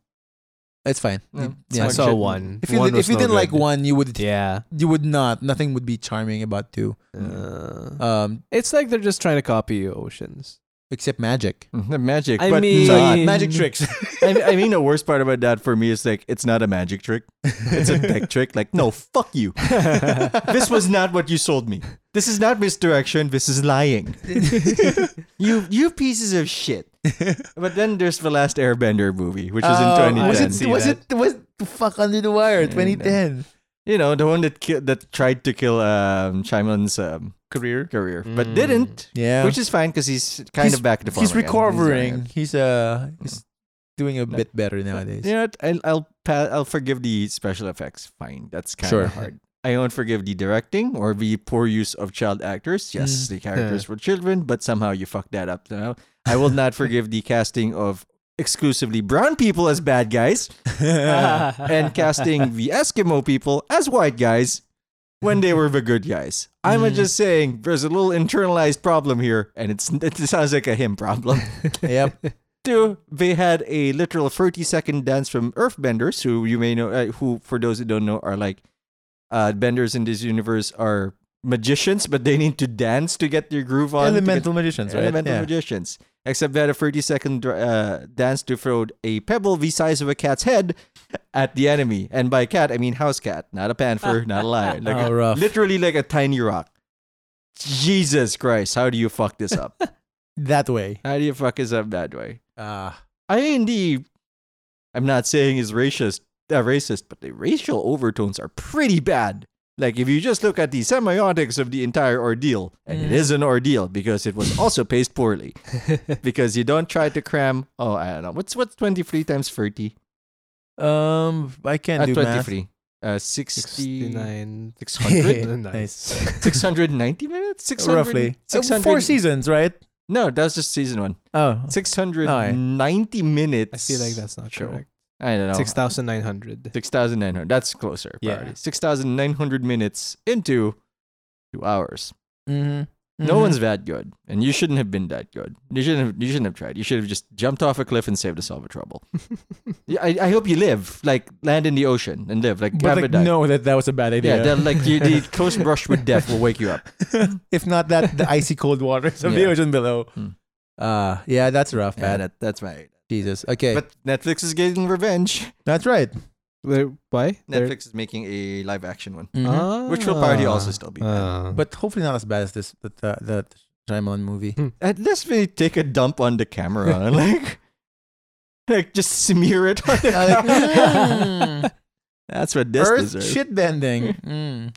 Speaker 2: It's fine.
Speaker 1: Yeah,
Speaker 2: yeah.
Speaker 3: I
Speaker 1: it's fine.
Speaker 2: so
Speaker 3: saw
Speaker 1: shit.
Speaker 3: one.
Speaker 2: if you
Speaker 3: One
Speaker 2: did,
Speaker 3: was
Speaker 2: if you
Speaker 3: no
Speaker 2: didn't like
Speaker 3: good.
Speaker 2: one, you would
Speaker 3: yeah.
Speaker 2: you would not. Nothing would be charming about two.
Speaker 3: Uh,
Speaker 2: Um,
Speaker 3: it's like they're just trying to copy <laughs> Oceans.
Speaker 2: except magic.
Speaker 1: <laughs>
Speaker 2: uh,
Speaker 1: the magic.
Speaker 3: I
Speaker 1: but
Speaker 3: mean-
Speaker 1: not.
Speaker 3: <laughs> Mm.
Speaker 2: Magic tricks. <laughs>
Speaker 1: I, I mean, the worst part about that for me is like, it's not a magic trick. It's <laughs> a tech trick. Like, no, fuck you. this was not what you sold me. This is not misdirection. This is lying. you, you pieces of shit. But then there's the last Airbender movie, which was
Speaker 2: Uh,
Speaker 1: in 2010.
Speaker 2: was
Speaker 3: Oh, See
Speaker 2: it was
Speaker 3: that.
Speaker 2: it was fuck under the wire?
Speaker 1: Yeah, no.
Speaker 2: Twenty ten
Speaker 1: you know, the one that ki- that tried to kill um, Shyamalan's um,
Speaker 2: career.
Speaker 1: career, but
Speaker 3: Mm.
Speaker 1: didn't,
Speaker 2: Yeah,
Speaker 1: which is fine because he's kind
Speaker 2: He's-
Speaker 1: of back to form.
Speaker 2: he's
Speaker 1: again.
Speaker 2: recovering.
Speaker 1: He's,
Speaker 2: He's uh he's doing a
Speaker 1: No.
Speaker 2: bit better
Speaker 1: uh,
Speaker 2: nowadays.
Speaker 1: You know, what? I'll I'll, pa- I'll forgive the special effects. Fine, that's kind of
Speaker 2: Sure.
Speaker 1: hard. I won't forgive the directing or the poor use of child actors. Yes,
Speaker 2: Mm.
Speaker 1: the characters were children, but somehow you fucked that up. Now I will
Speaker 2: <laughs>
Speaker 1: not forgive the casting of exclusively brown people as bad
Speaker 2: <laughs>
Speaker 1: guys. uh, and casting the Eskimo people as white guys when they were the good guys. I'm
Speaker 2: Mm.
Speaker 1: just saying there's a little internalized problem here, and it's it sounds like a him problem. <laughs>
Speaker 2: yep.
Speaker 1: Two, they had a literal 30 second dance from Earthbenders, who you may know, uh, who for those who don't know are like uh, benders in this universe are magicians, but they need to dance to get their groove on. to get-
Speaker 2: Elemental magicians, right?
Speaker 1: Elemental
Speaker 2: Yeah.
Speaker 1: magicians. Except they had a 30 second dr- uh, dance to throw a pebble the size of a cat's head at the enemy. And by cat, I mean house cat, not a
Speaker 2: <laughs>
Speaker 1: panther, not a lion. Like
Speaker 2: Oh,
Speaker 1: a-
Speaker 2: rough.
Speaker 1: literally like a tiny rock. Jesus Christ, how do you fuck this
Speaker 2: <laughs>
Speaker 1: up?
Speaker 2: that way.
Speaker 1: how do you fuck this up that way?
Speaker 2: Ah.
Speaker 1: IND, I'm not saying is racist, uh, racist, but the racial overtones are pretty bad. Like if you just look at the semiotics of the entire ordeal, and it
Speaker 2: Mm.
Speaker 1: is an ordeal because it was also paced poorly, because you don't try to cram. Oh, I don't know. What's what's 23 times 30?
Speaker 2: Um, I can't
Speaker 1: Uh,
Speaker 2: do math.
Speaker 1: 23. Uh, 60,
Speaker 3: 69.
Speaker 2: <laughs>
Speaker 1: 600? <laughs>
Speaker 2: nice.
Speaker 1: 690 minutes? 600,
Speaker 2: Roughly. Uh,
Speaker 1: 600,
Speaker 2: Four seasons, right?
Speaker 1: No, that's just season one.
Speaker 2: Oh.
Speaker 1: 690 minutes.
Speaker 3: I feel like that's not
Speaker 1: Sure.
Speaker 3: correct.
Speaker 1: I don't know.
Speaker 3: 6,900.
Speaker 1: 6,900. That's closer.
Speaker 3: Yeah.
Speaker 1: Probably. 6,900 minutes into two hours.
Speaker 2: Mm-hmm.
Speaker 1: No one's that good, and you shouldn't have been that good. You shouldn't have. You shouldn't have tried. You should have just jumped off a cliff and saved us all the <laughs> trouble. Yeah, I, I hope you live, like land in the ocean and live, like
Speaker 2: But
Speaker 1: Gambit
Speaker 2: like,
Speaker 1: died.
Speaker 2: no, that that was a bad
Speaker 1: Yeah,
Speaker 2: idea.
Speaker 1: they're like you, <laughs> the close brush with death will wake you up.
Speaker 2: <laughs> if not that, the icy cold waters of the
Speaker 1: Yeah.
Speaker 2: ocean below.
Speaker 1: Hmm.
Speaker 2: Uh yeah, that's rough,
Speaker 1: <laughs> Yeah,
Speaker 2: man.
Speaker 1: that, that's right.
Speaker 2: Jesus. Okay,
Speaker 1: But Netflix is getting revenge.
Speaker 2: that's right.
Speaker 3: They're- Why? They're-
Speaker 1: Netflix is making a live action one,
Speaker 3: Ah.
Speaker 1: which will probably also still be. bad.
Speaker 3: Ah.
Speaker 2: Uh, But hopefully not as bad as this the the, the Shyamalan movie.
Speaker 1: At least they take a dump on the <laughs> camera, like, like just smear it. On the
Speaker 2: Like,
Speaker 1: camera. That's what this
Speaker 2: <laughs> Earth
Speaker 1: deserves.
Speaker 2: shit bending. Mm.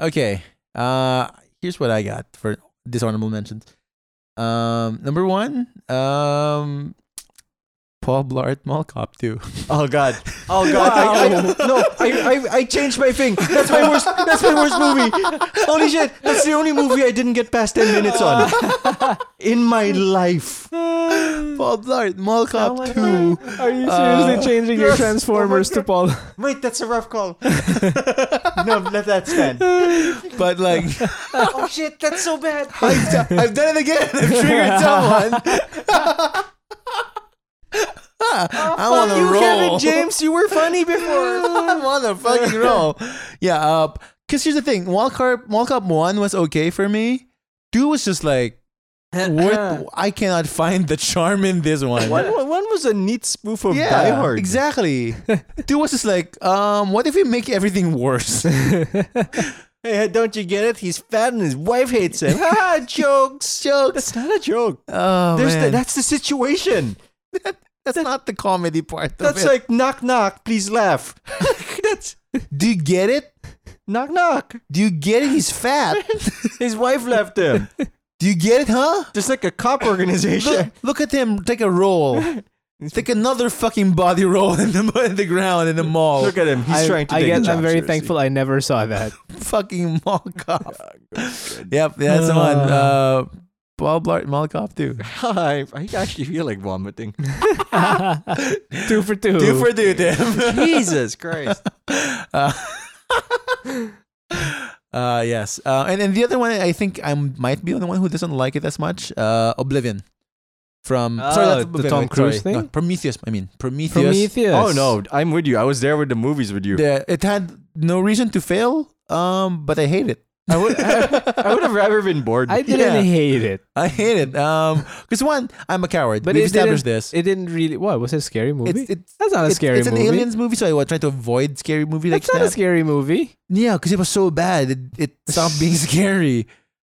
Speaker 2: Okay. Uh here's what I got for dishonorable mentions. Um number one, um Paul Blart Mall Cop
Speaker 1: <laughs>
Speaker 2: 2.
Speaker 1: Oh god. Oh god. I, I, no, I, I I changed my thing. That's my worst. That's my worst movie. Holy shit! That's the only movie I didn't get past ten minutes <laughs> on in my life.
Speaker 2: Paul Blart
Speaker 1: Oh
Speaker 2: Mall Cop 2.
Speaker 3: Are you
Speaker 2: Uh,
Speaker 3: seriously changing your
Speaker 1: yes.
Speaker 3: Transformers
Speaker 1: Oh my
Speaker 3: to Paul?
Speaker 1: Wait, that's a rough call. no, let that stand.
Speaker 2: But like
Speaker 1: Oh shit, that's so bad.
Speaker 2: <laughs> I've, do- I've done it again. I've
Speaker 1: <laughs>
Speaker 2: triggered someone. <laughs> I'm on a
Speaker 1: Oh, you
Speaker 2: roll.
Speaker 1: Kevin James, you were funny
Speaker 2: <laughs>
Speaker 1: before.
Speaker 2: I'm on a fucking roll. Yeah. Uh, Cause here's the thing. Mall Cop, Mall Cop One was okay for me. Two was just like, what? I cannot find the charm in this one.
Speaker 1: <laughs> One, one was a neat spoof of
Speaker 2: Yeah,
Speaker 1: Die Hard. <laughs>
Speaker 2: exactly. Two was just like, um, what if we make everything
Speaker 1: <laughs>
Speaker 2: worse? Oh,
Speaker 1: Hey, don't you get it? He's fat and his wife hates him. ah, <laughs> jokes, jokes. That's not a joke.
Speaker 2: Oh
Speaker 1: There's the,
Speaker 2: man,
Speaker 1: that's the situation.
Speaker 2: that's not the comedy part. Of
Speaker 1: That's
Speaker 2: it.
Speaker 1: like knock knock, please laugh. <laughs> that's
Speaker 2: do you get it?
Speaker 1: knock knock.
Speaker 2: Do you get it? He's fat.
Speaker 1: <laughs> His wife left him.
Speaker 2: do you get it? Huh?
Speaker 1: Just like a <laughs> cop organization.
Speaker 2: Look, look at him take a roll. Take another fucking body roll in the in the ground in the mall.
Speaker 1: Look at him. He's
Speaker 3: I,
Speaker 1: trying to
Speaker 3: I
Speaker 1: take
Speaker 3: guess
Speaker 1: the job
Speaker 3: I'm very
Speaker 1: seriously. <laughs>
Speaker 3: thankful I never saw <laughs> that.
Speaker 2: fucking mall cop. Yep, that's the one. Uh, Paul Blart mall cop too.
Speaker 1: I, I actually feel like vomiting.
Speaker 3: two for two.
Speaker 2: Do for do,
Speaker 1: <laughs> <laughs>
Speaker 2: Tim.
Speaker 1: Jesus Christ.
Speaker 2: Uh, <laughs> uh, yes. Uh, and and the other one, I think I might be the one who doesn't like it as much. Uh, Oblivion. From sorry,
Speaker 3: Oh,
Speaker 2: that's
Speaker 3: the
Speaker 2: Oblivion,
Speaker 3: Tom
Speaker 2: wait, sorry.
Speaker 3: Cruise thing?
Speaker 2: No, Prometheus. I mean Prometheus.
Speaker 1: <laughs>
Speaker 3: Prometheus.
Speaker 1: Oh no, I'm with you. I was there with the movies with you.
Speaker 2: The- it had no reason to fail. Um, but I hate it.
Speaker 1: I would, I, would have rather been <laughs> bored.
Speaker 3: I didn't
Speaker 2: Yeah.
Speaker 3: hate it.
Speaker 2: I hate it. Um, because one, I'm a coward.
Speaker 3: Mm-hmm. But
Speaker 2: We've
Speaker 3: it
Speaker 2: established
Speaker 3: didn't-
Speaker 2: this.
Speaker 3: It didn't really. What was it? A scary movie?
Speaker 2: It's it's
Speaker 3: That's not a
Speaker 2: it's,
Speaker 3: scary
Speaker 2: it's an
Speaker 3: movie.
Speaker 2: aliens movie, so I was trying to avoid scary movie like
Speaker 3: That's not a
Speaker 2: that.
Speaker 3: scary movie.
Speaker 2: yeah, because it was so bad, it,
Speaker 3: <laughs>
Speaker 2: it stopped being scary.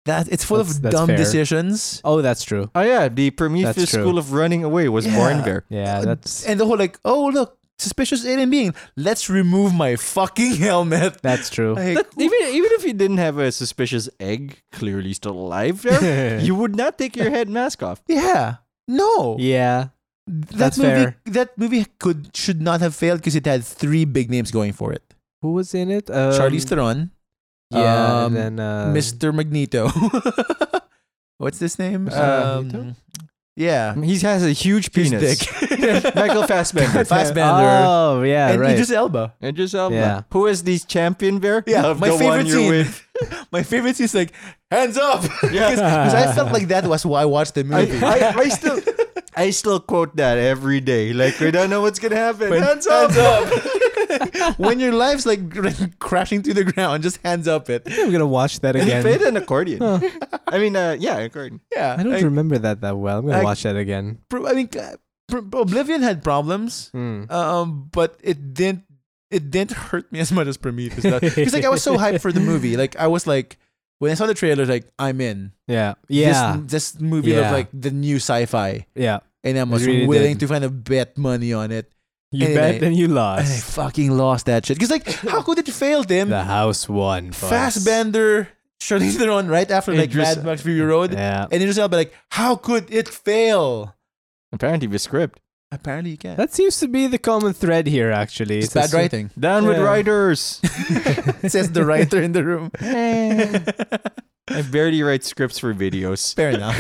Speaker 2: That it's full
Speaker 3: That's-
Speaker 2: of
Speaker 3: that's
Speaker 2: dumb
Speaker 3: fair.
Speaker 2: decisions,
Speaker 3: Oh, that's true.
Speaker 1: oh yeah, the Prometheus
Speaker 3: That's true.
Speaker 1: School of Running Away was
Speaker 2: Yeah.
Speaker 1: born there.
Speaker 3: Yeah, that's
Speaker 2: and the whole like, oh look, suspicious alien being. Let's remove my fucking <laughs> helmet.
Speaker 3: that's true. <laughs>
Speaker 2: Like,
Speaker 1: Even even if you didn't have a suspicious egg clearly still alive <laughs> there, you would not take your head mask off.
Speaker 2: yeah, no,
Speaker 3: yeah,
Speaker 2: that
Speaker 3: that's
Speaker 2: movie
Speaker 3: fair.
Speaker 2: that movie could should not have failed because it had three big names going for it:
Speaker 3: who was in it? Um,
Speaker 2: Charlize Theron,
Speaker 3: Yeah,
Speaker 2: um,
Speaker 3: and then uh,
Speaker 2: Mr. Magneto. <laughs> What's his name?
Speaker 1: Mr.
Speaker 2: Um,
Speaker 3: Magneto?
Speaker 2: yeah.
Speaker 1: He has a huge
Speaker 2: His <laughs>
Speaker 1: penis. <laughs>
Speaker 2: dick.
Speaker 1: Michael Fassbender.
Speaker 2: Fassbender.
Speaker 3: Oh yeah,
Speaker 2: and
Speaker 3: right.
Speaker 2: Idris Elba.
Speaker 1: Idris Elba.
Speaker 3: Yeah.
Speaker 1: um, Who is the champion there?
Speaker 2: Yeah,
Speaker 1: Of
Speaker 2: my
Speaker 1: the one
Speaker 2: favorite
Speaker 1: you're
Speaker 2: scene.
Speaker 1: with.
Speaker 2: My favorite scene is like, hands
Speaker 1: <laughs>
Speaker 2: up. <laughs>
Speaker 1: Yeah. <laughs>
Speaker 2: Because I felt like that was why I watched the
Speaker 1: I,
Speaker 2: <laughs> movie.
Speaker 1: I, I still <laughs> I still quote that every day. Like we don't know what's gonna happen.
Speaker 2: When-
Speaker 1: hands up.
Speaker 2: <laughs> when your life's like <laughs> crashing to the ground, just hands up it.
Speaker 3: I'm gonna watch that
Speaker 1: He played an
Speaker 3: again.
Speaker 1: accordion. <laughs> I mean, uh, yeah, accordion.
Speaker 2: Yeah.
Speaker 3: I don't remember that that well. I'm gonna
Speaker 2: I-
Speaker 3: watch that again.
Speaker 2: pro- I mean, uh, pro- Oblivion had problems,
Speaker 3: Hmm.
Speaker 2: um, but it didn't. It didn't hurt me as much as Prometheus. Because like I
Speaker 3: <laughs>
Speaker 2: was so hyped for the movie. Like I was like, when I saw the trailer, like I'm in.
Speaker 3: Yeah, yeah,
Speaker 2: This, this movie
Speaker 3: Yeah.
Speaker 2: looked like the new sci-fi,
Speaker 3: yeah.
Speaker 2: and I was
Speaker 3: really
Speaker 2: willing
Speaker 3: did.
Speaker 2: to find a bet money on it.
Speaker 3: You
Speaker 2: And
Speaker 3: bet
Speaker 2: I-
Speaker 3: and you
Speaker 2: And I
Speaker 3: lost.
Speaker 2: fucking lost that shit. Because like, how could it fail, Tim?
Speaker 3: The house won. folks.
Speaker 2: Fassbender, Charlize Theron, right after like
Speaker 1: Idris-
Speaker 2: Mad Max Fury Road,
Speaker 3: Yeah,
Speaker 2: and Idris Elba. Like, how could it fail?
Speaker 1: Apparently, the script.
Speaker 2: Apparently, you can.
Speaker 3: that seems to be the common thread here. Actually,
Speaker 2: It's bad
Speaker 3: just-
Speaker 2: writing.
Speaker 1: Down with
Speaker 3: Yeah.
Speaker 1: writers.
Speaker 2: Says the writer in the room.
Speaker 1: <laughs>
Speaker 2: <laughs>
Speaker 1: I barely write scripts for videos.
Speaker 2: Fair enough.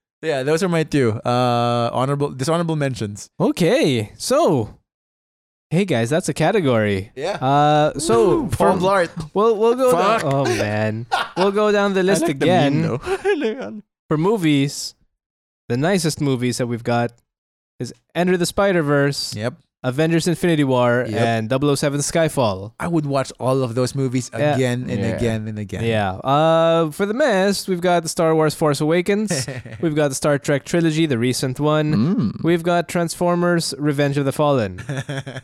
Speaker 2: <laughs> yeah, those are my two uh, honorable dishonorable mentions.
Speaker 3: Okay, so Hey guys, that's a category.
Speaker 2: Yeah.
Speaker 3: Uh, so for,
Speaker 2: Paul Blart.
Speaker 3: we'll we'll go. Down,
Speaker 2: Fuck.
Speaker 3: oh man, we'll go down the list again
Speaker 1: <laughs> again.
Speaker 3: for movies. The nicest movies that we've got is Enter the Spider Verse,
Speaker 2: Yep.
Speaker 3: Avengers: Infinity War,
Speaker 2: Yep.
Speaker 3: and 007 Skyfall.
Speaker 2: I would watch all of those movies
Speaker 3: Yeah.
Speaker 2: again and
Speaker 1: Yeah.
Speaker 2: again and again. <laughs>
Speaker 3: Yeah. Uh, for the mess, we've got the Star Wars:
Speaker 2: <laughs>
Speaker 3: Force Awakens. we've got the Star Trek trilogy, the recent one.
Speaker 1: Mm.
Speaker 3: We've got Transformers: Revenge of
Speaker 2: <laughs>
Speaker 3: the Fallen.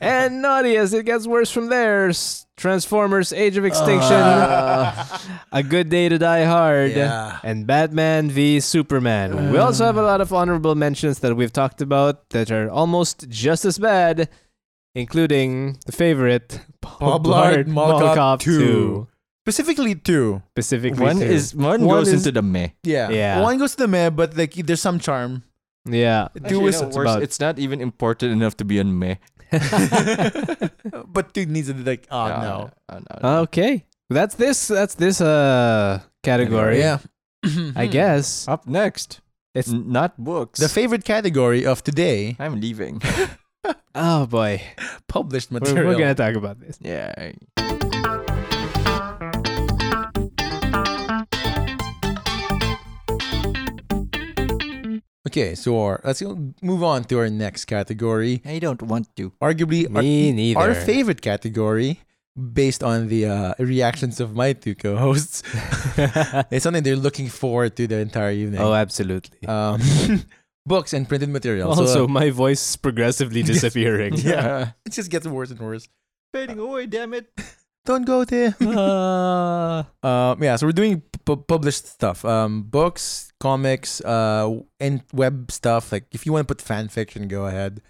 Speaker 3: and naughty as it gets worse from there. S- Transformers: Age
Speaker 2: Uh.
Speaker 3: of Extinction, <laughs> A Good Day to Die Hard,
Speaker 2: Yeah.
Speaker 3: and Batman v Superman. we also have a lot of honorable mentions that we've talked about that are almost just as bad, including the favorite Paul
Speaker 2: Blart, Mall Cop 2.
Speaker 3: 2.
Speaker 2: Specifically two.
Speaker 3: Specifically,
Speaker 1: One
Speaker 3: two.
Speaker 1: is one,
Speaker 2: One
Speaker 1: goes
Speaker 2: is-
Speaker 1: into the meh.
Speaker 2: Yeah.
Speaker 3: Yeah.
Speaker 2: One goes to the meh, but like there's some charm.
Speaker 3: yeah.
Speaker 2: Two
Speaker 1: Actually,
Speaker 2: is
Speaker 1: no, <laughs>
Speaker 2: <laughs>
Speaker 3: it's
Speaker 1: worse,
Speaker 3: about-
Speaker 1: it's not even important enough to be on meh.
Speaker 2: but two needs to be like, oh
Speaker 1: Yeah,
Speaker 2: no.
Speaker 1: uh, no, no.
Speaker 3: okay, that's this. That's this uh category.
Speaker 2: Yeah. <laughs> Hmm.
Speaker 3: I guess
Speaker 1: Up next,
Speaker 3: It's-
Speaker 1: it's not books.
Speaker 2: The favorite category of today,
Speaker 1: I'm leaving. <laughs>
Speaker 3: Oh boy,
Speaker 2: published
Speaker 3: we're,
Speaker 2: material.
Speaker 3: we're gonna talk about
Speaker 1: <laughs>
Speaker 3: this.
Speaker 1: yeah.
Speaker 2: Okay, so our, let's go move on to our next category.
Speaker 1: I don't want <laughs> to.
Speaker 2: Arguably, our,
Speaker 3: Me neither.
Speaker 2: our favorite category, based on the uh, reactions of my two co-hosts. it's something they're looking forward to the entire evening.
Speaker 3: oh, absolutely.
Speaker 2: um, <laughs> books and printed material.
Speaker 3: also,
Speaker 2: so, uh,
Speaker 3: my voice is progressively disappearing. <laughs>
Speaker 1: <laughs>
Speaker 2: Yeah. uh, it just gets worse and worse.
Speaker 1: Fading away, damn it.
Speaker 2: <laughs> Don't go there.
Speaker 3: Uh,
Speaker 2: um, yeah, so we're doing pu- published stuff, um, books, comics, uh, and web stuff. Like if you want to put fan fiction, go ahead.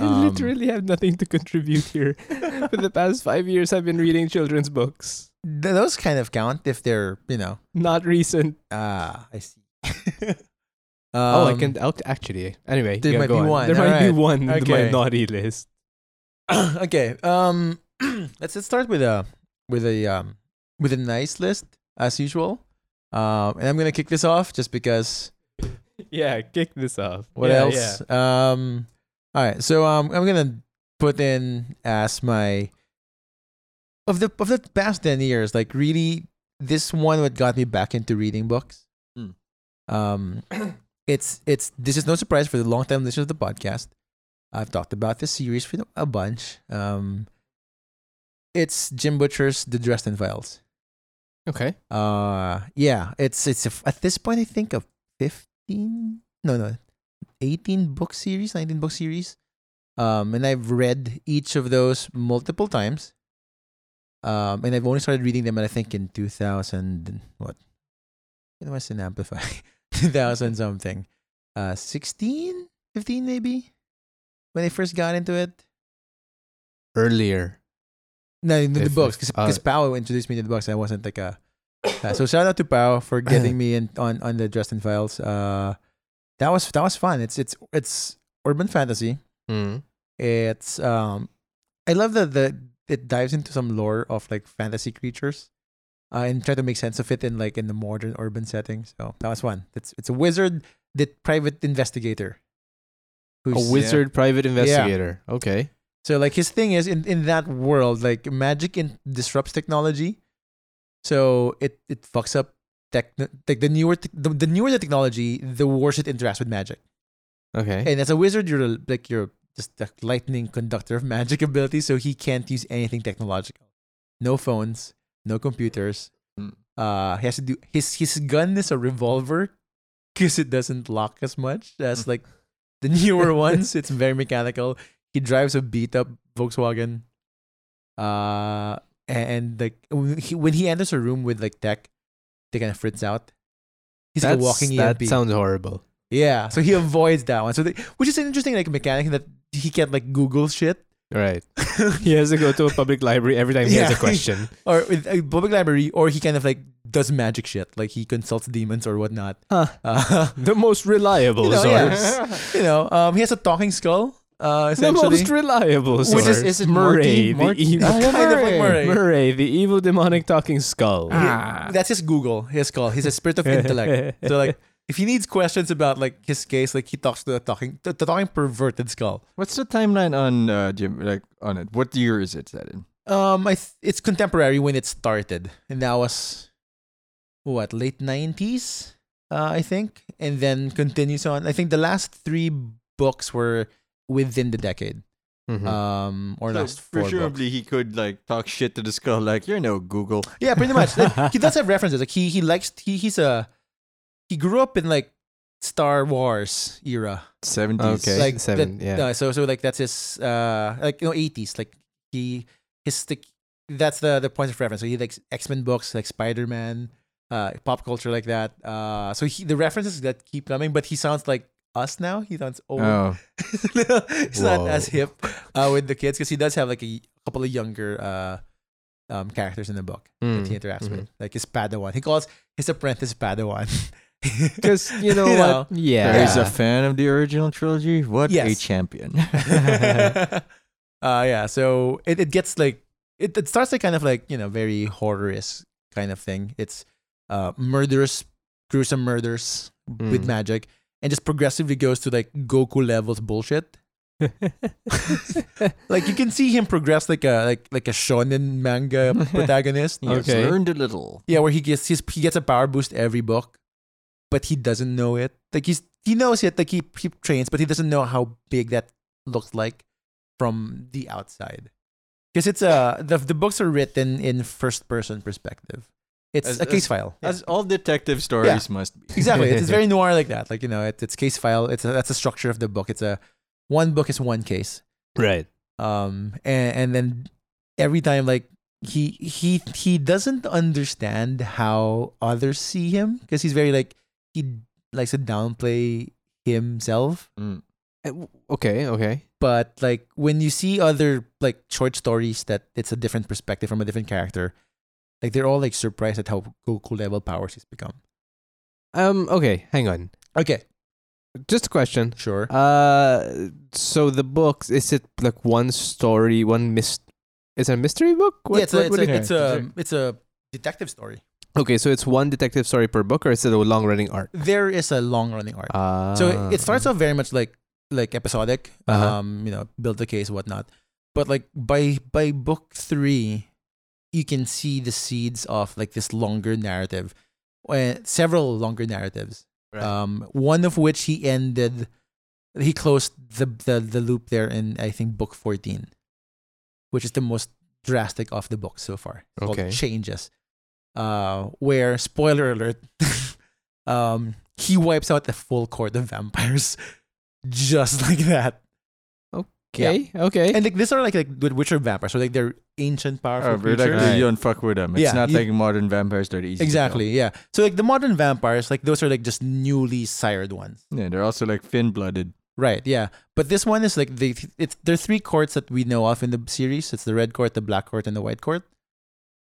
Speaker 3: I
Speaker 2: Um,
Speaker 3: literally have nothing to contribute
Speaker 2: <laughs>
Speaker 3: here. For the past five years, I've been reading children's books.
Speaker 2: th- those kind of count if they're you know. <laughs>
Speaker 3: Not recent.
Speaker 2: Ah, I see.
Speaker 3: oh, I
Speaker 2: <clears throat> Um,
Speaker 3: can I'll, actually. Anyway,
Speaker 2: there
Speaker 3: yeah,
Speaker 2: might
Speaker 3: go
Speaker 2: be
Speaker 3: on.
Speaker 2: one.
Speaker 3: There might be
Speaker 2: Alright.
Speaker 3: one in my
Speaker 2: Okay.
Speaker 3: naughty list.
Speaker 2: okay. Um, <clears throat> let's let's start with a with a um with a nice list as usual. Um, and I'm gonna kick this off just because.
Speaker 3: Yeah, kick this off.
Speaker 2: What
Speaker 3: Yeah,
Speaker 2: else? Um, all right. So um, I'm gonna put in as my of the of the past ten years. Like really, this one what got me back into reading books.
Speaker 3: Hmm.
Speaker 1: Mm.
Speaker 3: <clears throat>
Speaker 2: Um, it's it's this is no surprise for the long time listeners of the podcast. I've talked about this series for a bunch. Um, it's Jim Butcher's The Dresden Files.
Speaker 3: yeah. Okay.
Speaker 2: Uh, yeah, it's it's a, at this point I think a fifteen, no no, eighteen book series, nineteen book series. Um, and I've read each of those multiple times. Um, and I've only started reading them, I think in two thousand and what? It was an amplify, <laughs> two thousand something, uh, 16, 15 maybe, when I first got into it.
Speaker 3: Earlier.
Speaker 2: No, the, the
Speaker 3: If-
Speaker 2: books,
Speaker 3: if- uh,
Speaker 2: because Pao introduced me to the books. I wasn't like a. Uh, so shout out to Pao
Speaker 3: <laughs>
Speaker 2: for getting me in on on the Dresden Files. Uh, that was that was fun. It's it's it's urban fantasy. Hmm.
Speaker 3: Mm.
Speaker 2: It's um, I love that the it dives into some lore of like fantasy creatures, uh, and try to make sense of it in like in the modern urban setting. So that was fun. It's it's a wizard, the private investigator.
Speaker 3: A wizard private investigator. Okay.
Speaker 2: So like his thing is in, in that world, like magic in, disrupts technology, so it it fucks up tech. Like the newer te- the, the newer the technology, the worse it interacts with magic.
Speaker 3: Okay.
Speaker 2: And as a wizard, you're a- like you're just a lightning conductor of magic ability, so he can't use anything technological. No phones, no computers.
Speaker 1: Mm.
Speaker 2: Uh, he has to do his his gun is a revolver because it doesn't lock as much as like the <laughs> newer ones. It's very mechanical. He drives a beat up Volkswagen. Uh, and, and like when he, when he enters a room with like tech, they kind of fritz out. He's like a walking E
Speaker 3: that
Speaker 2: EMP.
Speaker 3: sounds horrible.
Speaker 2: Yeah, so he avoids that one. So, they, which is an interesting like mechanic that he can't like Google shit. <laughs>
Speaker 3: Right. He has to go to a public library every time he has a
Speaker 2: Yeah.
Speaker 3: question.
Speaker 2: or with a public library, or he kind of like does magic shit, like he consults demons or whatnot.
Speaker 3: Huh.
Speaker 2: Uh, <laughs>
Speaker 3: The most reliable
Speaker 2: You know,
Speaker 3: source.
Speaker 2: yeah. you know, um, he has a talking skull. Uh,
Speaker 3: The
Speaker 2: essentially,
Speaker 3: most reliable source.
Speaker 1: is- is it Morty?
Speaker 3: Murray, the
Speaker 1: Morty?
Speaker 3: evil
Speaker 1: Oh,
Speaker 2: kind of like
Speaker 1: Murray.
Speaker 2: Murray.
Speaker 3: Murray, the evil demonic talking skull.
Speaker 1: Ah.
Speaker 3: <laughs>
Speaker 2: That's his Google, his skull. He's a spirit of intellect. so like, if he needs questions about like his case, like he talks to the talking the, the talking perverted skull.
Speaker 1: What's the timeline on uh, Jim? Like on it? What year is it set in?
Speaker 2: Um, I th- it's contemporary when it started, and that was what late nineties, uh, I think, and then continues on. I think the last three books were within the decade,
Speaker 3: Mm-hmm.
Speaker 2: um, or last four books.
Speaker 1: presumably he could like talk shit to the skull, like you're no Google.
Speaker 2: Yeah, pretty much. Like, he does have references. Like he he likes he he's a he grew up in like Star Wars era.
Speaker 1: Seventies.
Speaker 3: Okay.
Speaker 2: like
Speaker 3: seven,
Speaker 2: that-
Speaker 3: yeah.
Speaker 2: no, so so like that's his uh like you know eighties like he his the that's the the point of reference. So he likes X Men books like Spider Man, uh pop culture like that. Uh so he the references that keep coming, but he sounds like us now. He sounds old. <laughs>
Speaker 1: Oh,
Speaker 2: He's not
Speaker 3: Whoa.
Speaker 2: as hip uh, with the kids because he does have like a couple of younger uh um characters in the book that
Speaker 3: Mm-hmm.
Speaker 2: he interacts <laughs> with, like his Padawan. He calls his apprentice
Speaker 3: <laughs>
Speaker 2: Padawan.
Speaker 3: Because you know
Speaker 2: You know.
Speaker 3: what? Yeah.
Speaker 1: he's a fan of the original trilogy. What a
Speaker 2: Yes.
Speaker 1: champion!
Speaker 2: <laughs> uh yeah so it, it gets like it, it starts like kind of like you know very horrorous kind of thing it's uh murderous gruesome murders with
Speaker 3: Mm.
Speaker 2: magic and just progressively goes to like goku levels bullshit <laughs> like you can see him progress like a like like a shonen manga protagonist
Speaker 1: He has
Speaker 3: Okay.
Speaker 1: learned a little.
Speaker 2: yeah where he gets his he gets a power boost every book but he doesn't know it like he's he knows it like he, he trains but he doesn't know how big that looks like from the outside because it's uh the, the books are written in first person perspective it's
Speaker 1: As-
Speaker 2: a case
Speaker 1: as-
Speaker 2: file
Speaker 1: As all detective stories must be.
Speaker 2: <laughs> exactly
Speaker 1: <laughs>
Speaker 2: it's, it's very noir like that like you know it, it's case file it's a, that's the structure of the book it's a one book is one case
Speaker 3: right.
Speaker 2: um and, and then every time like he he he doesn't understand how others see him because he's very like he likes to downplay himself
Speaker 1: Mm.
Speaker 3: Uh, w- Okay. Okay.
Speaker 2: but like when you see other like short stories that it's a different perspective from a different character like they're all like surprised at how goku level powers he's become
Speaker 3: Um. Okay. Hang on.
Speaker 2: okay
Speaker 3: Just a question.
Speaker 2: sure
Speaker 3: Uh. So the books is it like one story, one mist? Is it a mystery book? What-
Speaker 2: yeah, it's, a,
Speaker 3: what
Speaker 2: it's,
Speaker 3: would
Speaker 2: a,
Speaker 3: it-
Speaker 2: it's a it's a detective story
Speaker 3: okay. So it's one detective story per book, or is it a long running arc?
Speaker 2: there is a long running arc
Speaker 3: Uh,
Speaker 2: so it starts off very much like like episodic
Speaker 3: Uh-huh.
Speaker 2: um you know build the case whatnot but like by by book three you can see the seeds of like this longer narrative uh, several longer narratives
Speaker 3: Right.
Speaker 2: um one of which he ended he closed the, the the loop there in i think book 14 which is the most drastic of the books so far It's called
Speaker 3: Okay.
Speaker 2: changes uh where spoiler alert <laughs> um he wipes out the full court of vampires <laughs> just like that
Speaker 3: Okay. Okay. <laughs>
Speaker 2: and like these are like like with witcher vampires so like they're ancient powerful
Speaker 1: Oh, but like,
Speaker 2: creatures.
Speaker 1: you don't fuck with them. It's
Speaker 2: Yeah,
Speaker 1: not
Speaker 2: you-
Speaker 1: like modern vampires that are easy. to
Speaker 2: exactly yeah so like the modern vampires like those are like just newly sired ones
Speaker 1: kill. Yeah, they're also like thin blooded.
Speaker 2: Right, yeah. But this one is like they it's there are three courts that we know of in the series. It's the red court, the black court, and the white court.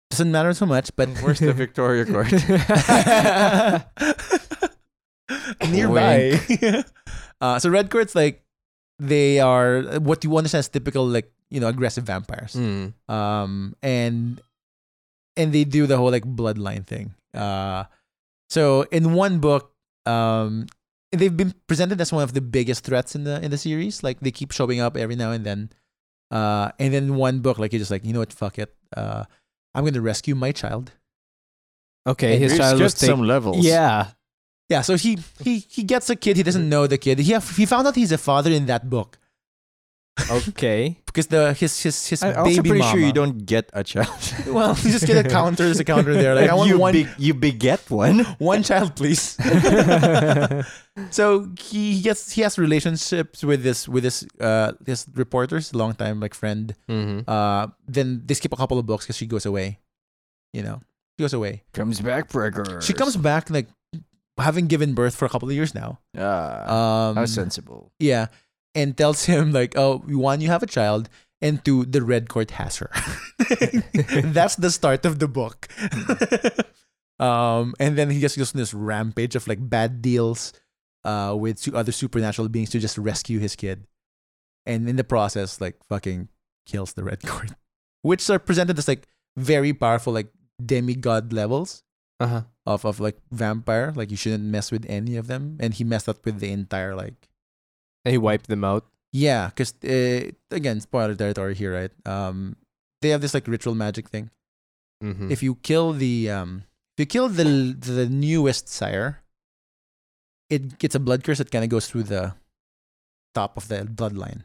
Speaker 2: Doesn't matter so much, but
Speaker 1: Where's <laughs>
Speaker 2: <laughs>
Speaker 1: the Victoria Court?
Speaker 2: <laughs> nearby. <laughs> uh, so red court's like they are what you understand as typical like you know aggressive vampires,
Speaker 3: Mm.
Speaker 2: um, and and they do the whole like bloodline thing. Uh, so in one book, um, they've been presented as one of the biggest threats in the in the series. Like they keep showing up every now and then. Uh, and then one book, like you're just like, you know what, fuck it. Uh, I'm gonna rescue my child.
Speaker 3: Okay. His
Speaker 1: It's
Speaker 3: child was
Speaker 1: just
Speaker 3: taken.
Speaker 1: some levels.
Speaker 3: Yeah.
Speaker 2: Yeah, so he he he gets a kid. He doesn't know the kid. He he found out he's a father in that book
Speaker 3: Okay.
Speaker 2: because the his his his
Speaker 1: I'm
Speaker 2: baby
Speaker 1: also pretty
Speaker 2: mama.
Speaker 1: sure you don't get a
Speaker 2: <laughs>
Speaker 1: child.
Speaker 2: Well, you just
Speaker 1: <laughs>
Speaker 2: get a counter. There's a counter there. Like I want
Speaker 1: you
Speaker 2: one
Speaker 1: beg- you beget one.
Speaker 2: <laughs> one child, please. so he gets he has relationships with this with this uh this reporter's longtime like friend.
Speaker 3: mm-hmm.
Speaker 2: Uh, then they skip a couple of books because she goes away. You know, she goes away.
Speaker 1: Comes back, Brecker.
Speaker 2: She comes back like having given birth for a couple of years now.
Speaker 1: Ah,
Speaker 2: Um,
Speaker 1: how sensible.
Speaker 2: yeah, and tells him like, oh, one, you have a child, and two, the red court has her. <laughs> That's the start of the book. <laughs> um, and then he just goes on this rampage of like bad deals, uh, with su- other supernatural beings to just rescue his kid, and in the process, like fucking kills the red <laughs> court, which are presented as like very powerful, like demigod levels.
Speaker 3: Uh-huh.
Speaker 2: of of like vampire. Like you shouldn't mess with any of them, and he messed up with the entire like
Speaker 3: And he wiped them out.
Speaker 2: yeah. Because uh, again, spoiler territory here, right? Um, they have this like ritual magic thing.
Speaker 3: Mm-hmm.
Speaker 2: If you kill the um, if you kill the the newest sire, it gets a blood curse that kind of goes through the top of the bloodline,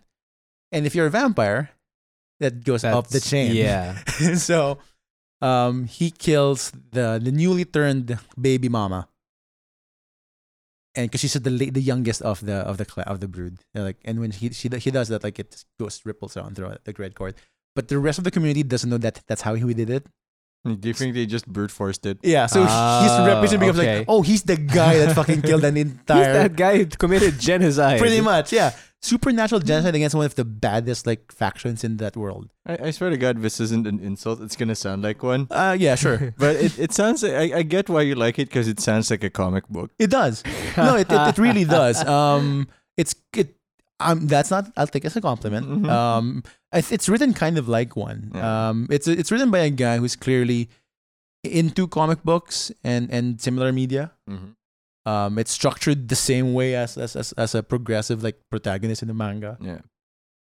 Speaker 2: and if you're a vampire, that goes up the chain. <laughs>
Speaker 3: Yeah.
Speaker 2: so um, he kills the, the newly turned baby mama, and because she's the la- the youngest of the of the cla of the brood, And, like and when he she he does that, like it just goes ripples on throughout the great court. But the rest of the community doesn't know that that's how he did it.
Speaker 1: Do you think they just brute forced it?
Speaker 2: Yeah, so
Speaker 3: Ah,
Speaker 2: his reputation becomes
Speaker 3: okay.
Speaker 2: like, oh, he's the guy that fucking killed <laughs> an entire.
Speaker 3: He's that guy who committed genocide.
Speaker 2: Pretty much, yeah. Supernatural genocide against one of the baddest like factions in that world.
Speaker 1: I, I swear to God, this isn't an insult. It's gonna sound like one,
Speaker 2: Uh, yeah, sure,
Speaker 1: but it, it sounds. I, I get why you like it because it sounds like a comic book.
Speaker 2: <laughs> it does. <laughs> no, it, it, it really
Speaker 3: <laughs>
Speaker 2: does. Um, it's it. Um, that's not. I'll take it as a compliment.
Speaker 1: Mhm.
Speaker 2: Um, it's, it's written kind of like one.
Speaker 1: Yeah.
Speaker 2: Um, it's it's written by a guy who's clearly into comic books and and similar media.
Speaker 1: Mm-hmm.
Speaker 2: Um, it's structured the same way as as as, as a progressive like protagonist in the manga.
Speaker 1: Yeah.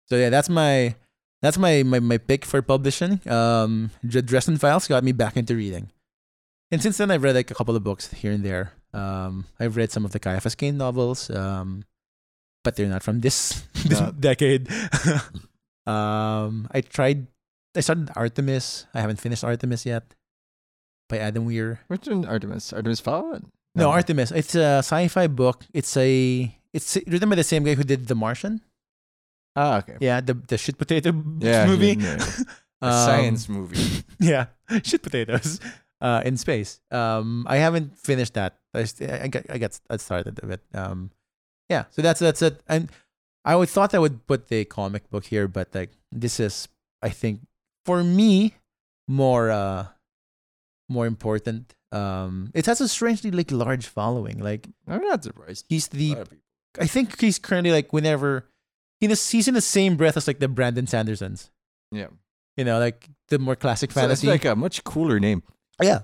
Speaker 2: So yeah, that's my. That's my, my, my pick for publishing. Um, Dr- Dresden Files got me back into reading. And since then, I've read like a couple of books here and there. Um, I've read some of the Caiaphas Kane novels, um, but they're not from this <laughs> this
Speaker 1: No.
Speaker 2: decade. <laughs> um, I tried. I started Artemis. I haven't finished Artemis yet. By Adam Weir.
Speaker 1: Which one, Artemis? Artemis Fowl?
Speaker 2: No, Artemis. It's a sci-fi book. It's a it's written by the same guy who did The Martian.
Speaker 1: Ah, okay.
Speaker 2: Yeah, the the shit potato <laughs>
Speaker 1: Yeah,
Speaker 2: movie.
Speaker 1: yeah, yeah.
Speaker 2: <laughs>
Speaker 1: A
Speaker 2: Um,
Speaker 1: science movie.
Speaker 2: yeah, shit potatoes <laughs> uh, in space. Um, I haven't finished that. I, st- I got I got I started a bit. Um, yeah, so that's that's it. And I would thought I would put the comic book here, but like this is I think for me more uh more important. Um, it has a strangely like large following. Like
Speaker 1: I'm not surprised.
Speaker 2: he's
Speaker 1: A
Speaker 2: the
Speaker 1: lot of people.
Speaker 2: I think he's currently like whenever he is- he's in the same breath as like the Brandon Sandersons.
Speaker 1: Yeah.
Speaker 2: You know, like the more classic
Speaker 1: So that's
Speaker 2: fantasy. Oh,
Speaker 1: like a much cooler name.
Speaker 2: yeah,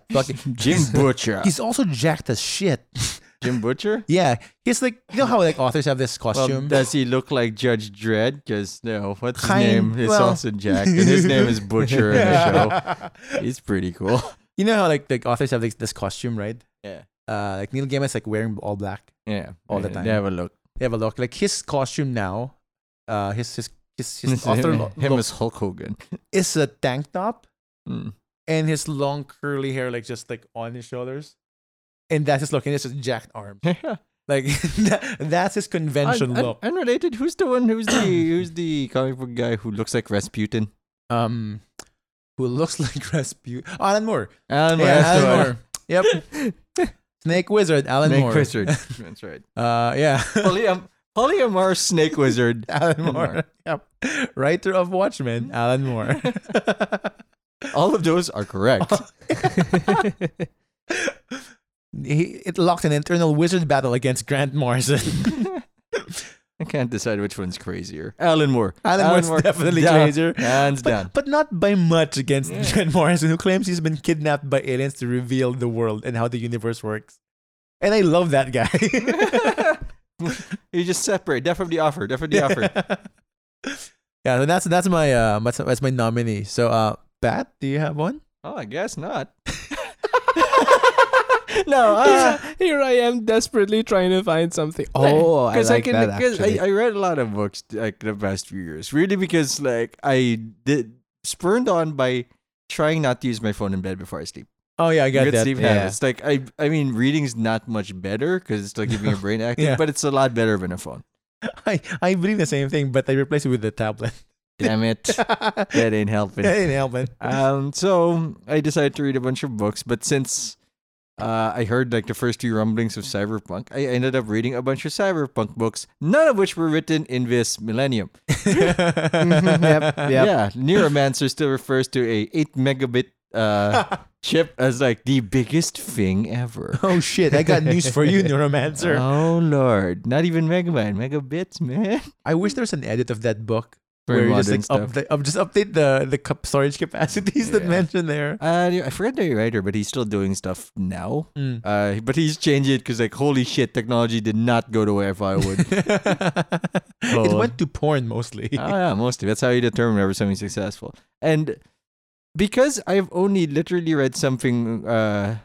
Speaker 1: <laughs>
Speaker 2: fucking
Speaker 1: Jim Butcher.
Speaker 2: He's also jacked as shit. <laughs>
Speaker 1: Jim Butcher?
Speaker 2: yeah, he's like you know how like authors have this
Speaker 1: Well,
Speaker 2: costume.
Speaker 1: does he look like Judge Dredd? Because, no, what's his
Speaker 2: Kind-
Speaker 1: name? It's
Speaker 2: well-
Speaker 1: also Jack, and his name is Butcher in the
Speaker 2: <laughs>
Speaker 1: show. He's pretty cool.
Speaker 2: You know how like the authors have like, this costume, right?
Speaker 1: Yeah.
Speaker 2: Uh, like Neil Gaiman's like wearing all black.
Speaker 1: Yeah.
Speaker 2: All the
Speaker 1: Yeah,
Speaker 2: time.
Speaker 1: They have a look.
Speaker 2: They have a look like his costume now. Uh, his his his,
Speaker 1: <laughs>
Speaker 2: his author
Speaker 1: him,
Speaker 2: lo-
Speaker 1: him
Speaker 2: look
Speaker 1: as Hulk Hogan.
Speaker 2: is a tank top
Speaker 1: Mm.
Speaker 2: and his long curly hair like just like on his shoulders, and that's his look. And it's just jacked arm.
Speaker 1: <laughs>
Speaker 2: Like <laughs> that, that's his convention
Speaker 1: Un- un-
Speaker 2: look.
Speaker 1: unrelated. Who's the one? Who's the <coughs> who's the comic book guy who looks like Rasputin?
Speaker 2: um, who looks <laughs> like Rasputin? Alan Moore.
Speaker 1: Alan
Speaker 2: Yeah, Alan Moore. Yep. <laughs> Snake Wizard, Alan Moore.
Speaker 1: Wizard. <laughs> That's right.
Speaker 2: Uh, <laughs> yeah.
Speaker 1: Polyam- Polyamar Snake Wizard.
Speaker 2: Alan
Speaker 1: Moore.
Speaker 2: Moore. Yep. Writer of Watchmen, Alan <laughs> Moore.
Speaker 1: All of those are
Speaker 2: <laughs>
Speaker 1: correct.
Speaker 2: he, it locked an internal wizard battle against Grant Morrison.
Speaker 1: I can't decide which one's crazier. Alan Moore.
Speaker 2: Alan, Moore's definitely
Speaker 1: Yeah.
Speaker 2: crazier.
Speaker 1: Hands down.
Speaker 2: But, but not by much against
Speaker 1: Yeah.
Speaker 2: Grant Morrison, who claims he's been kidnapped by aliens to reveal the world and how the universe works. And I love that guy.
Speaker 1: you just separate. Death from the offer. Death from the offer.
Speaker 2: <laughs> yeah, so that's that's my uh that's, that's my nominee. So uh Pat, do you have one?
Speaker 1: Oh, I guess <laughs> not. no. Uh,
Speaker 3: Here I am desperately trying to find something. Oh, <laughs> I like
Speaker 1: can,
Speaker 3: that
Speaker 1: 'cause
Speaker 3: actually.
Speaker 1: I, I read a lot of books like the past few years, really because like I did spurned on by trying not to use my phone in bed before I sleep.
Speaker 2: Oh yeah, I got
Speaker 1: Good
Speaker 2: that.
Speaker 1: sleep
Speaker 3: yeah.
Speaker 1: habits. Like I, I mean, reading's not much better because it's like keeping your <laughs> brain active,
Speaker 2: Yeah.
Speaker 1: but it's a lot better than a phone.
Speaker 2: <laughs> I, I believe the same thing, but I replaced it with the tablet. <laughs>
Speaker 1: Damn <laughs> it,
Speaker 2: that
Speaker 1: that ain't helping.
Speaker 2: didn't help it.
Speaker 1: Um, so I decided to read a bunch of books, but since uh, I heard like the first few rumblings of cyberpunk, I ended up reading a bunch of cyberpunk books, none of which were written in this millennium.
Speaker 2: <laughs>
Speaker 3: yep, yep.
Speaker 1: Yeah, Neuromancer still refers to a eight megabit uh, chip as like the biggest thing ever.
Speaker 2: <laughs> Oh shit! I got news for you, <laughs> Neuromancer.
Speaker 1: Oh lord, not even megabyte, megabits, man.
Speaker 2: I wish there was an edit of that book where
Speaker 1: Very
Speaker 2: you just
Speaker 1: modern
Speaker 2: like up
Speaker 1: stuff.
Speaker 2: the, up, just update the the cap- storage capacities that
Speaker 1: Yeah.
Speaker 2: mentioned there.
Speaker 1: Uh, yeah, I forget the writer, but he's still doing stuff now.
Speaker 2: Mm.
Speaker 1: Uh, but he's changed it because like holy shit, technology did not go the way I thought it would.
Speaker 2: <laughs> it
Speaker 1: Oh.
Speaker 2: went to porn mostly. <laughs>
Speaker 1: oh yeah, mostly. That's how you determine whether something's successful. And because I've only literally read something, uh,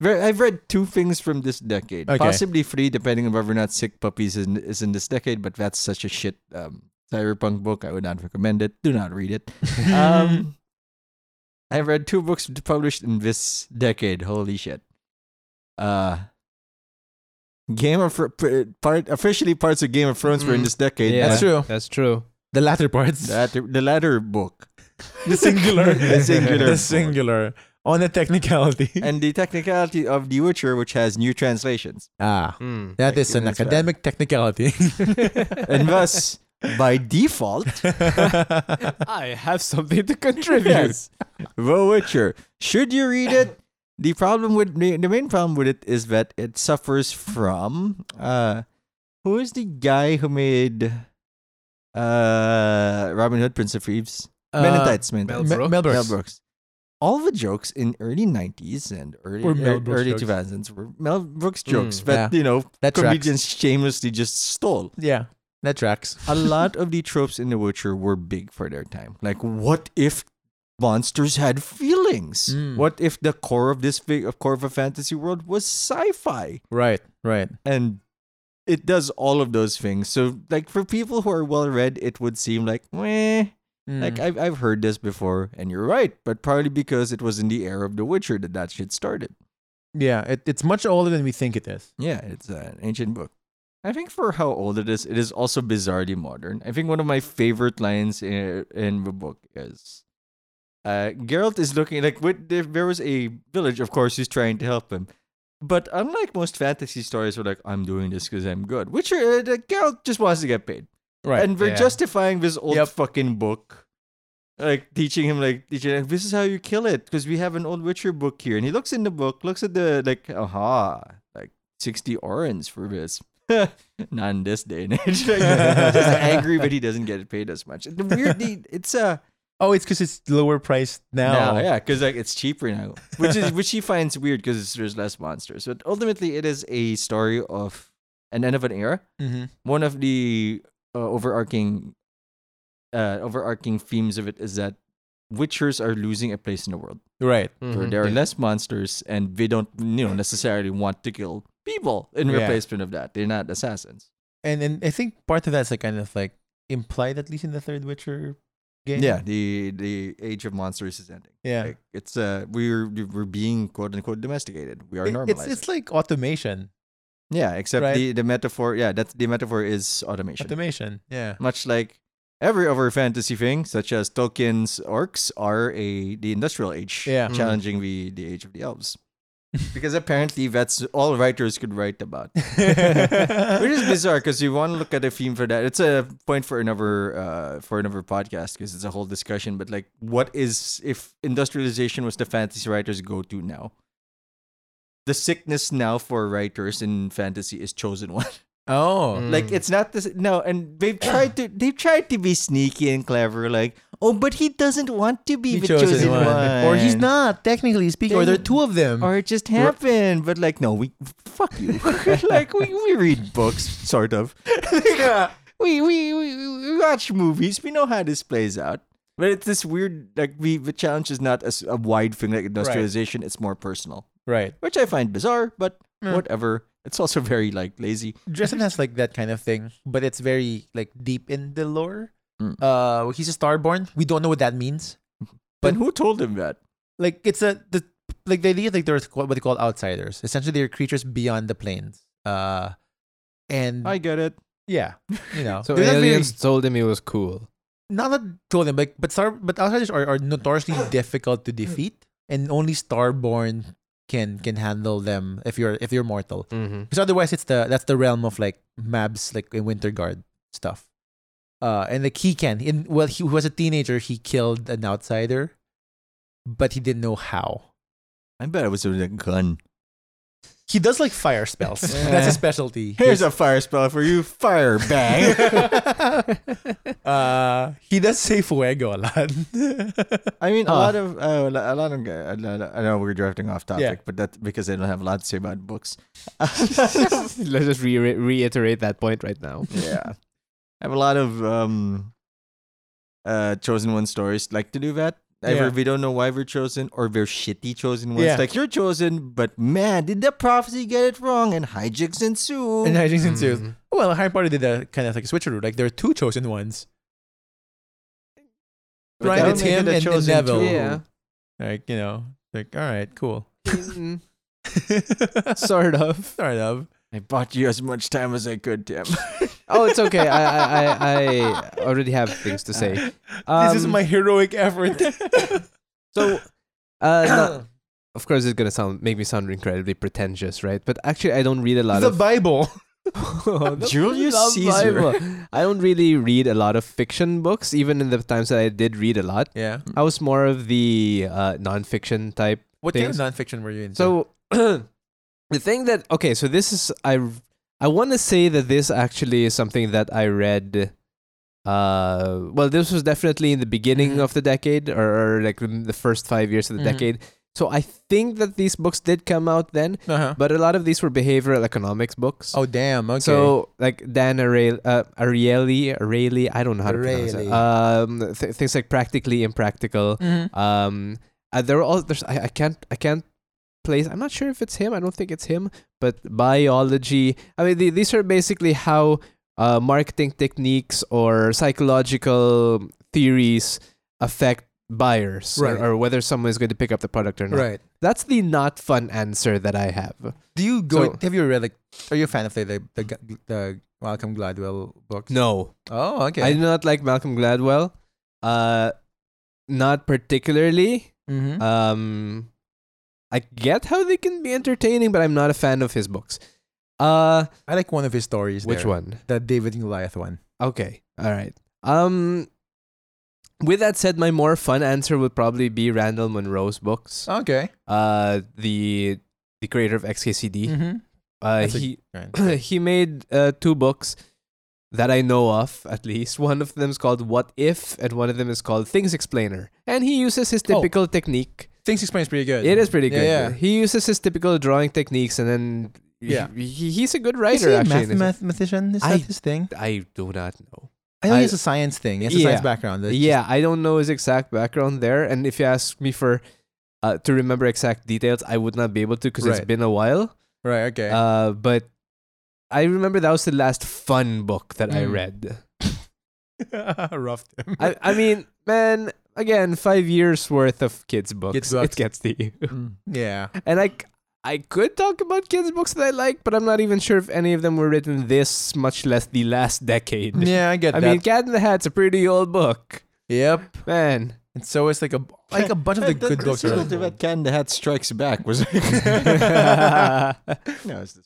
Speaker 1: ver- I've read two things from this decade,
Speaker 2: Okay.
Speaker 1: possibly three, depending on whether or not Sick Puppies is in, is in this decade. But that's such a shit um, cyberpunk book. I would not recommend it. Do not read it. Um, I've read two books published in this decade. Holy shit! Uh, Game of Fr- pr- part officially parts of Game of Thrones were in
Speaker 3: Mm.
Speaker 1: this decade.
Speaker 3: Yeah.
Speaker 2: That's true.
Speaker 3: That's true.
Speaker 2: The latter parts.
Speaker 1: <laughs> That the latter book.
Speaker 2: the
Speaker 1: <laughs>
Speaker 2: singular.
Speaker 1: The singular.
Speaker 2: The singular. On a technicality.
Speaker 1: <laughs> And the technicality of The Witcher, which has new translations.
Speaker 2: ah,
Speaker 3: Mm.
Speaker 2: that is an
Speaker 1: That's right.
Speaker 2: academic
Speaker 1: <laughs>
Speaker 2: technicality. <laughs>
Speaker 1: And thus, by default,
Speaker 2: <laughs>
Speaker 3: I have something to contribute.
Speaker 1: yes, The Witcher. Should you read it? The problem with the the main problem with it is that it suffers from uh who is the guy who made uh Robin Hood, Prince of Thieves?
Speaker 2: Uh,
Speaker 1: Men in Tights, Men in
Speaker 3: Mel
Speaker 1: Tights.
Speaker 2: Me-
Speaker 3: Brooks.
Speaker 2: Mel Brooks.
Speaker 1: Mel Brooks. All the jokes in early '90s and early
Speaker 2: Were Mel
Speaker 1: er-
Speaker 2: Brooks
Speaker 1: early
Speaker 2: jokes.
Speaker 1: 2000s were Mel Brooks jokes
Speaker 3: Mm,
Speaker 1: that
Speaker 2: yeah.
Speaker 1: you know
Speaker 2: That tracks.
Speaker 1: comedians shamelessly just stole.
Speaker 2: Yeah, that tracks.
Speaker 1: A lot of the tropes in The Witcher were big for their time. Like, what if monsters had feelings?
Speaker 2: Mm.
Speaker 1: What if the core of this big, of core of a fantasy world was sci-fi?
Speaker 2: Right, right.
Speaker 1: And it does all of those things. So, like for people who are well read, it would seem like, meh. Like
Speaker 2: Mm.
Speaker 1: I've I've heard this before, and you're right, but probably because it was in the era of The Witcher that that shit started.
Speaker 2: yeah, it, it's much older than we think it is.
Speaker 1: Yeah, it's an ancient book. I think for how old it is, it is also bizarrely modern. I think one of my favorite lines in, in the book is, uh, "Geralt is looking like with, there, there was a village, of course, who's trying to help him." But unlike most fantasy stories, where like I'm doing this because I'm good, Witcher, uh, the Geralt just wants to get paid,
Speaker 2: Right.
Speaker 1: and we're
Speaker 3: yeah.
Speaker 1: justifying this old
Speaker 2: Yep.
Speaker 1: fucking book. Like teaching him, like teaching, like, this is how you kill it, because we have an old Witcher book here, and he looks in the book, looks at the like, aha, like sixty orans for this. <laughs> Not in this day and age. <laughs> Like, just angry, but he doesn't get paid as much. The weird, the, it's uh,
Speaker 2: oh, it's because it's lower priced now.
Speaker 1: now, yeah, because like it's cheaper now, which is which he finds weird because there's less monsters. But ultimately, it is a story of an end of an era
Speaker 2: Mm-hmm.
Speaker 1: one of the uh, overarching uh, overarching themes of it is that witchers are losing a place in the world.
Speaker 2: Right.
Speaker 1: Where
Speaker 3: Mhm.
Speaker 1: there are
Speaker 2: Mm-hmm. yeah.
Speaker 1: less monsters, and they don't you know necessarily want to kill people in
Speaker 2: Yeah.
Speaker 1: replacement of that. They're not assassins.
Speaker 2: And and I think part of that's like kind of like implied at least in the third Witcher game.
Speaker 1: Yeah, the the age of monsters is ending.
Speaker 2: Yeah.
Speaker 1: Like, it's uh we're we're being quote unquote domesticated. We are
Speaker 2: It-
Speaker 1: normalized.
Speaker 2: it's it's like automation.
Speaker 1: yeah, except
Speaker 2: right.
Speaker 1: the the metaphor. Yeah, that's the metaphor is automation.
Speaker 2: Automation.
Speaker 1: <laughs>
Speaker 2: Yeah.
Speaker 1: much like every other fantasy thing, such as Tolkien's orcs are a the industrial age,
Speaker 2: Yeah. Mm.
Speaker 1: challenging the the age of the elves. because apparently that's all writers could write about. Which is bizarre because you want to look at a theme for that. It's a point for another uh, for another podcast because it's a whole discussion. But like, what is if industrialization was the fantasy writers go to now? The sickness now for writers in fantasy is chosen one.
Speaker 2: <laughs> oh.
Speaker 1: Like it's not this no, and they've tried
Speaker 2: <clears throat>
Speaker 1: to they've tried to be sneaky and clever, like, oh, but he doesn't want to be
Speaker 2: He
Speaker 1: the
Speaker 2: chose
Speaker 1: chosen,
Speaker 2: it
Speaker 1: one.
Speaker 2: one. Or he's not, technically speaking. Or there are two of them.
Speaker 1: Or it just happened. But like, no, we fuck you. <laughs> like we, we read books, sort of.
Speaker 2: <laughs> yeah.
Speaker 1: We, we we we watch movies. We know how this plays out. But it's this weird like we the challenge is not as a wide thing like industrialization, it's more personal.
Speaker 2: Right.
Speaker 1: Which I find bizarre, but
Speaker 2: Yeah.
Speaker 1: whatever. It's also very like lazy.
Speaker 2: Dresden has like that kind of thing, but it's very like deep in the lore.
Speaker 1: Mm.
Speaker 2: Uh, he's a starborn. We don't know what that means.
Speaker 1: But
Speaker 2: But-
Speaker 1: who told him that?
Speaker 2: Like it's a the like the idea like there's what they call outsiders. Essentially, they're creatures beyond the planes. Uh, and
Speaker 1: I get it.
Speaker 2: yeah, you know,
Speaker 3: <laughs> <laughs> so
Speaker 2: they're not really-
Speaker 3: aliens told him he was cool.
Speaker 2: not that told them, like, but star, but outsiders are, are
Speaker 3: <coughs>
Speaker 2: notoriously difficult to defeat, and only starborn can can handle them if you're if you're mortal.
Speaker 3: Mm-hmm.
Speaker 2: Because otherwise, it's the that's the realm of like Mabs, like in Winterguard stuff. Uh, and like he can in well, he was a teenager. He killed an outsider, but he didn't know how.
Speaker 1: I bet it was with a gun.
Speaker 2: He does like fire
Speaker 3: <laughs>
Speaker 2: spells. That's his specialty.
Speaker 1: Here's a fire spell for you, fire
Speaker 2: <laughs>
Speaker 1: bang.
Speaker 2: uh, he does say fuego a lot. <laughs>
Speaker 1: I mean, a
Speaker 3: Huh.
Speaker 1: lot of uh, a lot of a lot of- I know we're drifting off topic,
Speaker 2: Yeah.
Speaker 1: but that's because I don't have a lot to say about books. <laughs>
Speaker 3: <laughs> Let's just re- re- reiterate that point right now.
Speaker 1: yeah, I have a lot of um, uh, chosen one stories like to do that. Either
Speaker 2: Yeah.
Speaker 1: we don't know why we're chosen, or we're shitty chosen ones.
Speaker 2: Yeah.
Speaker 1: Like you're chosen, but man, did the prophecy get it wrong? And hijinks ensue.
Speaker 2: and Hijinks
Speaker 3: Hmm.
Speaker 2: ensues. Well, Harry Potter did a kind of like a switcheroo. Like there are two chosen ones.
Speaker 1: But
Speaker 2: Right,
Speaker 1: that'll
Speaker 2: it's
Speaker 1: make it
Speaker 2: him
Speaker 1: a
Speaker 2: and- and
Speaker 1: chosen
Speaker 2: Neville.
Speaker 1: too.
Speaker 3: Yeah.
Speaker 2: Like you know, like all right,
Speaker 3: <laughs>
Speaker 2: cool.
Speaker 3: Mm.
Speaker 2: Sorry,
Speaker 3: sort of.
Speaker 2: Sort of.
Speaker 1: I bought you as much time as I could, Tim.
Speaker 3: Oh, it's okay. I, I, I, I already have things to
Speaker 2: <laughs>
Speaker 3: say.
Speaker 2: this is
Speaker 3: Um,
Speaker 2: my heroic
Speaker 3: <laughs>
Speaker 2: effort. <laughs>
Speaker 3: So, uh,
Speaker 2: <coughs>
Speaker 3: no- of course, it's gonna sound make me sound incredibly pretentious, right? But actually, I don't read a lot
Speaker 2: the
Speaker 3: of
Speaker 2: Bible.
Speaker 3: <laughs> The-
Speaker 1: Julius
Speaker 3: the
Speaker 1: Caesar.
Speaker 3: Bible. I don't really read a lot of fiction books, even in the times that I did read a lot.
Speaker 2: Yeah.
Speaker 3: I was more of the uh, nonfiction type.
Speaker 2: What
Speaker 3: Things.
Speaker 2: kind of nonfiction were you into?
Speaker 3: So <clears throat> the thing that okay, so this is I I want to say that this actually is something that I read. Uh, well, this was definitely in the beginning
Speaker 2: Mhm.
Speaker 3: of the decade, or, or like the- the first five years of the
Speaker 2: Mhm.
Speaker 3: decade. So I think that these books did come out then,
Speaker 2: uh-huh.
Speaker 3: but a lot of these were behavioral economics books.
Speaker 2: oh damn. Okay.
Speaker 3: So like Dan Ariely, uh, Ariely, Ariely, I don't know how to pronounce it.
Speaker 2: Ariely.
Speaker 3: Um, th- things like practically impractical.
Speaker 2: Mhm.
Speaker 3: Um, uh, there are all there's I, I can't I can't place. I'm not sure if it's him. I don't think it's him. But biology. I mean, the, these are basically how uh, marketing techniques or psychological theories affect buyers, or-
Speaker 2: Right.
Speaker 3: or, whether someone is going to pick up the product or not.
Speaker 2: right.
Speaker 3: That's the not fun answer that I have.
Speaker 2: Do you go?
Speaker 3: So-
Speaker 2: have you read like? Are you a fan of the the the, G- the Malcolm Gladwell books?
Speaker 3: No,
Speaker 2: Oh, okay.
Speaker 3: I do not like Malcolm Gladwell. Uh, not particularly.
Speaker 2: mm-hmm.
Speaker 3: Um, I get how they can be entertaining, but I'm not a fan of his books. Uh,
Speaker 2: I like one of his stories.
Speaker 3: which
Speaker 2: there.
Speaker 3: one?
Speaker 2: The David and Goliath one.
Speaker 3: Okay, all right. Um, with that said, my more fun answer would probably be Randall Monroe's books.
Speaker 2: Okay.
Speaker 3: Uh, the the creator of XKCD.
Speaker 2: Mm-hmm.
Speaker 3: Uh,
Speaker 2: That's a-
Speaker 3: he
Speaker 2: Right.
Speaker 3: <clears throat> he made uh, two books that I know of, at least. One of them is called What If, and one of them is called Things Explainer. And he uses his
Speaker 2: Oh.
Speaker 3: typical technique.
Speaker 2: <clears throat> Things explains pretty good.
Speaker 3: It is pretty
Speaker 2: Yeah,
Speaker 3: good.
Speaker 2: yeah.
Speaker 3: He uses his typical drawing techniques, and then he-
Speaker 2: Yeah.
Speaker 3: he, he's a good writer,
Speaker 2: Is he a
Speaker 3: actually.
Speaker 2: math-
Speaker 3: and it's-
Speaker 2: mathematician? Is
Speaker 3: I-
Speaker 2: that his thing?
Speaker 3: I do not know.
Speaker 2: I know
Speaker 3: I-
Speaker 2: he has a science thing. He has a
Speaker 3: Yeah.
Speaker 2: science background. That's
Speaker 3: yeah, I don't know his exact background there. And if you ask me for uh, to remember exact details, I would not be able to because it's
Speaker 2: Right.
Speaker 3: been a while.
Speaker 2: just- right. Okay.
Speaker 3: Uh, but I remember that was the last fun book that I
Speaker 2: Mm. <laughs>
Speaker 3: read.
Speaker 2: <laughs> Rough. Tim.
Speaker 3: I, I mean, man, again, five years worth of kids' books.
Speaker 2: Kids'
Speaker 3: it
Speaker 2: books.
Speaker 3: gets to you.
Speaker 2: <laughs> yeah.
Speaker 3: And I, c- I could talk about kids' books that I like, but I'm not even sure if any of them were written this, much less the last decade.
Speaker 2: Yeah, I get
Speaker 3: I
Speaker 2: that.
Speaker 3: mean, Cat in the Hat's a pretty old book.
Speaker 2: yep. <laughs>
Speaker 3: Man.
Speaker 2: And so it's like a like a bunch of the good <laughs> books. Are,
Speaker 1: sequel to that Ken the Hat Strikes Back was.
Speaker 3: uh,
Speaker 1: <laughs> no, it's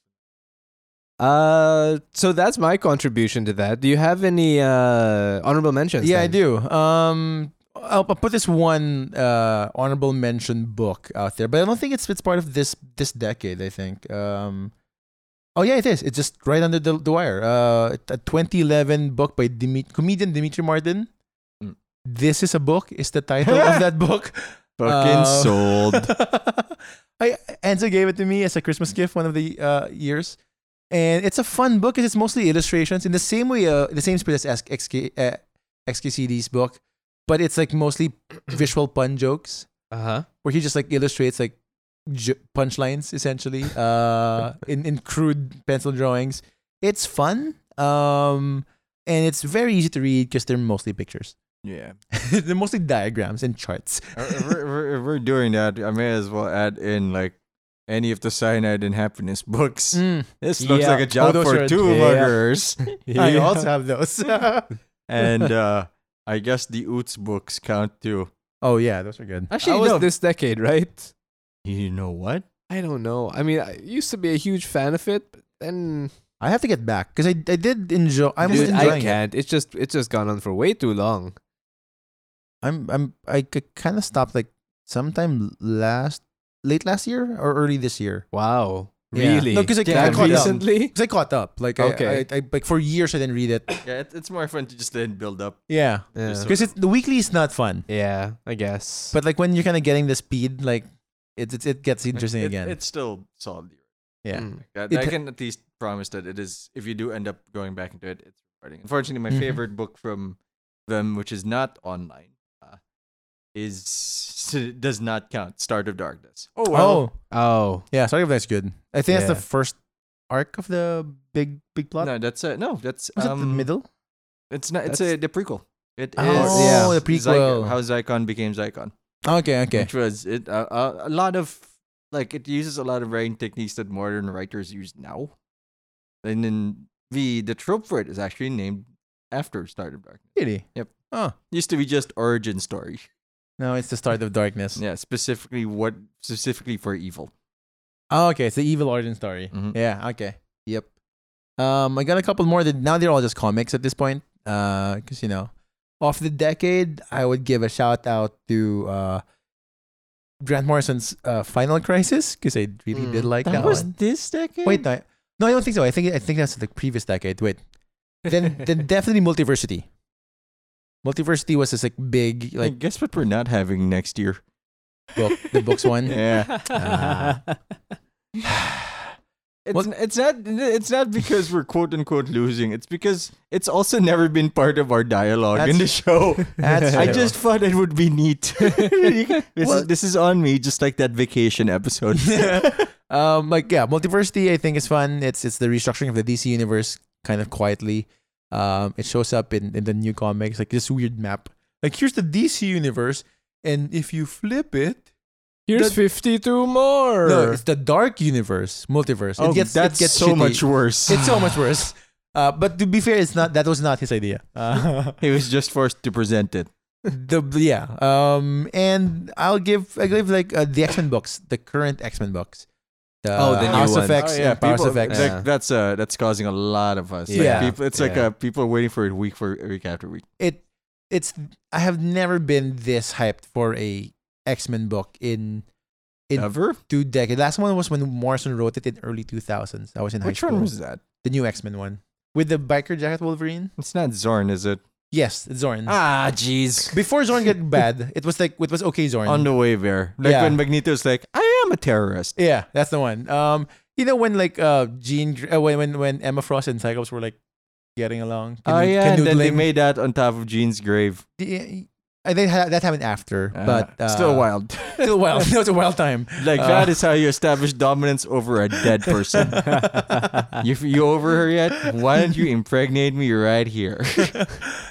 Speaker 3: so that's my contribution to that. Do you have any uh, honorable mentions?
Speaker 2: yeah, I
Speaker 3: then?
Speaker 2: do. Um, I'll, I'll put this one uh honorable mention book out there, but I don't think it's it's part of this this decade. I think. Um, oh yeah, it is. It's just right under the, the wire. Uh, a 2011 book by Dimi- comedian Dimitri Martin.
Speaker 1: Mm.
Speaker 2: This is a book. Is the title of that book?
Speaker 1: fucking
Speaker 2: Uh,
Speaker 1: sold.
Speaker 2: <laughs> I Enzo gave it to me as a Christmas gift one of the uh, years, and it's a fun book. 'cause It's mostly illustrations in the same way, uh, the same spirit as X- XK, uh, XKCD's book, but it's like mostly <clears throat> visual pun jokes
Speaker 3: Uh-huh.
Speaker 2: where he just like illustrates like j- punchlines essentially uh, in in crude pencil drawings. It's fun, um, and it's very easy to read because they're mostly pictures.
Speaker 1: <laughs>
Speaker 2: <laughs>
Speaker 1: Yeah.
Speaker 2: they're mostly diagrams and charts.
Speaker 1: Uh, if we're, if we're- if we're doing that, I may as well add in like any of the cyanide and happiness books. This looks
Speaker 3: Yeah.
Speaker 1: like a job
Speaker 2: Oh, those
Speaker 1: for
Speaker 2: are-
Speaker 1: two
Speaker 2: yeah.
Speaker 1: buggers.
Speaker 2: I also have those. <laughs>
Speaker 1: and uh, I guess the Oots books count too.
Speaker 2: oh yeah, those are good.
Speaker 3: Actually,
Speaker 1: I
Speaker 3: it
Speaker 1: was
Speaker 3: was this decade, right?
Speaker 1: You know what?
Speaker 3: I don't know. I mean, I used to be a huge fan of it, but then
Speaker 2: I have to get back because I, I did enjoy. I'm
Speaker 3: Dude, I
Speaker 2: enjoying it.
Speaker 3: can't. It's just it's just gone on for way too long.
Speaker 2: I'm I'm I kind of stopped like sometime last late last year or early this year.
Speaker 3: Wow.
Speaker 2: Yeah.
Speaker 3: Really?
Speaker 2: No, 'cause I-
Speaker 1: I
Speaker 3: That
Speaker 1: caught up.
Speaker 3: recently.
Speaker 2: Because I caught up. Like,
Speaker 3: Okay.
Speaker 2: okay. I, I, like for years I didn't read it.
Speaker 1: Yeah, it, it's more fun to just then build up.
Speaker 2: Yeah.
Speaker 3: Yeah.
Speaker 2: Because the weekly is not fun.
Speaker 3: yeah, I guess.
Speaker 2: But like when you're kind of getting the speed, like it, it, it gets interesting
Speaker 1: It-
Speaker 2: again.
Speaker 1: It's still solid.
Speaker 2: yeah.
Speaker 3: Mm.
Speaker 1: That,
Speaker 2: It-
Speaker 1: I can at least promise that it is. If you do end up going back into it, it's rewarding. Unfortunately, my
Speaker 2: Mhm.
Speaker 1: favorite book from them, which is not online, uh, is <laughs> does not count. Start of Darkness. Oh
Speaker 2: oh,
Speaker 3: Oh,
Speaker 2: yeah. Sorry if that's good. I think that's
Speaker 3: Yeah.
Speaker 2: the first arc of the big, big plot.
Speaker 1: no, that's uh, no, that's
Speaker 2: Was
Speaker 1: um,
Speaker 2: it the middle?
Speaker 1: It's not. It's
Speaker 2: That's-
Speaker 1: a the prequel. It is
Speaker 2: Oh, yeah. the
Speaker 1: Zy-
Speaker 2: prequel.
Speaker 1: how Zycon became Zycon.
Speaker 2: Okay, okay.
Speaker 1: Which was it uh, uh, a lot of like it uses a lot of writing techniques that modern writers use now, and then the the trope for it is actually named after Start of Darkness.
Speaker 2: Really?
Speaker 1: used to be just origin story.
Speaker 2: No, it's the start of darkness.
Speaker 1: Yeah, specifically what specifically for evil.
Speaker 2: Oh, okay. It's the evil origin story.
Speaker 1: Mhm.
Speaker 2: Yeah. Okay. Yep. Um, I got a couple more. That now they're all just comics at this point. Uh, because you know, off the decade, I would give a shout out to uh, Grant Morrison's uh, Final Crisis because I really did
Speaker 3: Mm.
Speaker 2: like that, one.
Speaker 1: this decade.
Speaker 2: Wait, no, no, I don't think so. I think I think that's the previous decade. Wait, then
Speaker 1: <laughs>
Speaker 2: then definitely Multiversity. Multiversity was this like big
Speaker 1: like
Speaker 2: like
Speaker 1: guess what we're not having next year?
Speaker 2: book, the books one.
Speaker 1: <laughs> Yeah, <laughs>
Speaker 2: Ah.
Speaker 1: it's,
Speaker 2: Well-
Speaker 1: it's not it's not because we're quote unquote losing. It's because it's also never been part of our dialogue in the
Speaker 2: That's- <laughs>
Speaker 1: show.
Speaker 2: That's
Speaker 1: <laughs> I
Speaker 2: true.
Speaker 1: just thought it would be neat. <laughs> this,
Speaker 2: Well-
Speaker 1: is, this is on me, just like that vacation
Speaker 2: <laughs>
Speaker 1: episode.
Speaker 2: Um, like yeah, multiversity I think is fun. It's it's the restructuring of the DC universe kind of quietly. Um, it shows up in, in the new comics like this weird map. Like here's the DC universe, and if you flip it,
Speaker 3: here's
Speaker 2: That-
Speaker 3: 52 more.
Speaker 2: no, it's the dark universe, multiverse.
Speaker 1: oh,
Speaker 2: it gets
Speaker 1: that's
Speaker 2: it gets
Speaker 1: so
Speaker 2: shitty.
Speaker 1: much worse. <laughs>
Speaker 2: It's so much <laughs> worse. Uh, but to be fair, it's not that was not his idea. Uh,
Speaker 1: he was just forced to present it.
Speaker 2: <laughs> the yeah. Um, and I'll give I give like uh, the X Men books, the current X Men books. The
Speaker 3: Oh, the new
Speaker 2: House
Speaker 3: ones.
Speaker 2: of X,
Speaker 1: Oh,
Speaker 2: yeah, Powers
Speaker 1: people-
Speaker 2: of X.
Speaker 1: that-
Speaker 3: Yeah.
Speaker 1: That's uh, that's causing a lot of us. Like,
Speaker 2: Yeah.
Speaker 1: people, it's like
Speaker 3: Yeah.
Speaker 1: uh, people waiting for it week for week after week.
Speaker 2: it it's I have never been this hyped for a X Men book in It-
Speaker 1: Ever?
Speaker 2: two decades. Last one was when Morrison wrote it in early two thousands. I was in high
Speaker 1: Which
Speaker 2: school.
Speaker 1: one was that?
Speaker 2: the new X Men one with the biker jacket Wolverine?
Speaker 1: It's not Zorn, is it?
Speaker 2: Yes, it's Zorn.
Speaker 1: Ah, jeez.
Speaker 2: Before
Speaker 1: <laughs>
Speaker 2: Zorn got bad, it was like it was okay Zorn.
Speaker 1: On the way there, like
Speaker 2: Yeah.
Speaker 1: when Magneto's like, "I am a terrorist."
Speaker 2: yeah, that's the one. Um, you know when like uh Jean Gr- uh, when when when Emma Frost and Cyclops were like getting along.
Speaker 1: Oh yeah, and then they
Speaker 2: canoodling?
Speaker 1: made that on top of Jean's grave.
Speaker 2: The- I think Uh, that happened after, but uh,
Speaker 1: Ah. still wild.
Speaker 2: <laughs> Still wild. that was a wild
Speaker 1: <laughs>
Speaker 2: time.
Speaker 1: like
Speaker 2: Uh,
Speaker 1: that is how you establish dominance over a dead
Speaker 2: <laughs>
Speaker 1: person. you you over her yet? Why don't you impregnate me right here?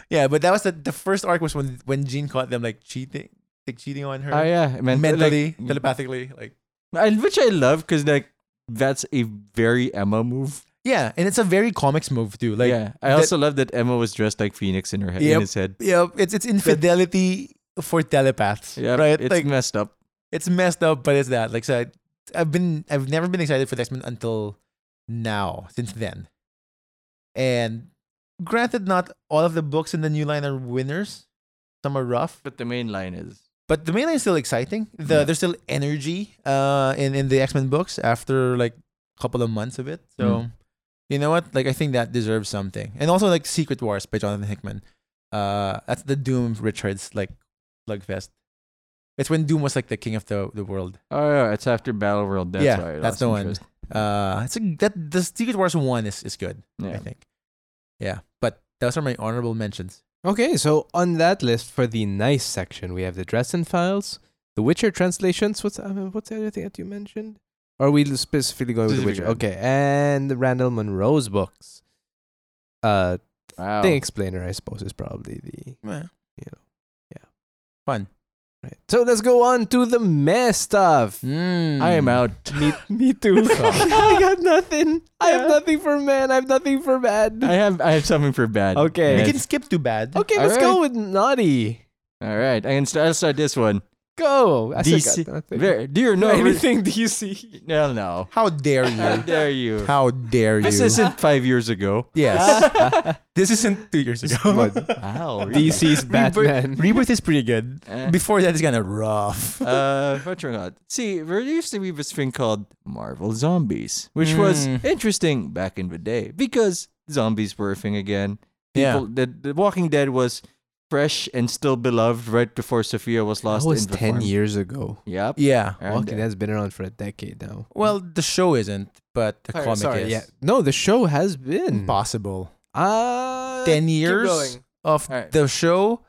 Speaker 2: yeah, but that was the, the first arc was when when Jean caught them like cheating, like cheating on her
Speaker 1: oh yeah, man.
Speaker 2: mentally,
Speaker 1: like,
Speaker 2: telepathically, like
Speaker 1: And which I love because like that's a very Emma move.
Speaker 2: yeah, and it's a very comics move too. Like
Speaker 1: yeah, I
Speaker 2: that-
Speaker 1: also love that Emma was dressed like Phoenix in her head.
Speaker 2: Yep.
Speaker 1: In his head.
Speaker 2: yeah, it's it's infidelity for telepaths.
Speaker 1: Yeah,
Speaker 2: right.
Speaker 1: It's
Speaker 2: like
Speaker 1: messed up.
Speaker 2: it's messed up, but it's that. Like so, I, I've been I've never been excited for X Men until now. Since then, and granted, not all of the books in the new line are winners. Some are rough.
Speaker 1: But the main line is
Speaker 2: but the main line is still exciting. The
Speaker 1: Yeah.
Speaker 2: there's still energy uh in in the X Men books after like a couple of months of it. So
Speaker 1: Hmm.
Speaker 2: you know what? Like I think that deserves something. And also like Secret Wars by Jonathan Hickman. Uh, that's the Doom Richards like slugfest. It's when Doom was like the king of the the world.
Speaker 1: oh, yeah, it's after Battle World. That's
Speaker 2: Yeah,
Speaker 1: why I
Speaker 2: that's
Speaker 1: lost
Speaker 2: the one.
Speaker 1: interest.
Speaker 2: Uh, it's a, that the Secret Wars one is is good.
Speaker 1: Yeah.
Speaker 2: I think. Yeah, but those are my honorable mentions.
Speaker 3: Okay, so on that list for the nice section, we have the Dresden Files, The Witcher translations. What's uh, what's the other thing that you mentioned? Or are we specifically going with The Witcher?
Speaker 1: Specifically.
Speaker 3: Okay, and the Randall Monroe's books. Uh,
Speaker 1: Wow.
Speaker 3: Thing Explainer, I suppose, is probably the You know, yeah.
Speaker 2: fun.
Speaker 3: right. So let's go on to the mess stuff.
Speaker 2: Hmm.
Speaker 1: I am out.
Speaker 3: Me, <laughs> me too. <laughs> I got nothing. I have
Speaker 1: Yeah.
Speaker 3: nothing for man. I have nothing for
Speaker 1: <laughs>
Speaker 3: bad.
Speaker 1: I have I have something for bad.
Speaker 3: Okay.
Speaker 2: We
Speaker 1: Yes.
Speaker 2: can skip too bad.
Speaker 3: Okay,
Speaker 1: All
Speaker 3: let's go with naughty.
Speaker 1: All right. I can start, I'll start this one.
Speaker 3: go. I
Speaker 1: DC.
Speaker 3: said God, nothing.
Speaker 1: There, do
Speaker 2: <laughs>
Speaker 1: you know
Speaker 3: anything DC?
Speaker 1: Hell no.
Speaker 2: How dare
Speaker 1: <laughs>
Speaker 2: <laughs>
Speaker 1: How
Speaker 2: you?
Speaker 1: dare you?
Speaker 2: How dare you?
Speaker 1: This isn't five years
Speaker 2: <laughs>
Speaker 1: ago.
Speaker 2: yes. this isn't two years ago. <laughs>
Speaker 3: But
Speaker 1: <laughs> Wow. really?
Speaker 3: DC's Batman.
Speaker 2: Rebirth is pretty good.
Speaker 1: Eh.
Speaker 2: Before that, it's kind of rough.
Speaker 1: uh, but or not. See, there used to be this thing called Marvel Zombies, which was
Speaker 2: Mm.
Speaker 1: interesting back in the day because zombies were a thing again.
Speaker 2: Yeah.
Speaker 1: People, the, the Walking Dead was fresh and still beloved right before Sophia was lost.
Speaker 3: That was
Speaker 1: in the
Speaker 3: ten
Speaker 1: farm.
Speaker 3: years ago.
Speaker 1: Yep.
Speaker 2: yeah.
Speaker 1: And, uh,
Speaker 3: Walking Dead's been around for a decade now.
Speaker 2: Well, the show isn't, but the
Speaker 1: Sorry,
Speaker 2: comic
Speaker 1: sorry,
Speaker 2: is.
Speaker 3: Yeah. No, the show has
Speaker 2: Hmm.
Speaker 3: been.
Speaker 2: Impossible.
Speaker 3: Uh,
Speaker 2: 10
Speaker 3: keep
Speaker 2: years
Speaker 3: going.
Speaker 2: of
Speaker 1: All right.
Speaker 2: the show.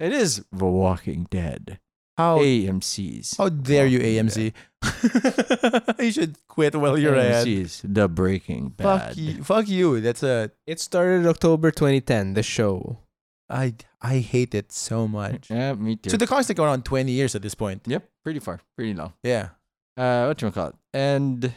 Speaker 1: It is The Walking Dead.
Speaker 2: How
Speaker 1: AMC's.
Speaker 2: how dare you,
Speaker 1: Walking
Speaker 2: AMC? <laughs> you should quit while you're at.
Speaker 1: AMC's. The Breaking Bad.
Speaker 2: Fuck you. Fuck you. That's a.
Speaker 3: It started October 2010. The show.
Speaker 2: I I hate it so much.
Speaker 1: Yeah, me too.
Speaker 2: So the comics like around 20 years at this point.
Speaker 1: yep, pretty far, pretty long.
Speaker 2: Yeah.
Speaker 1: uh what you call it and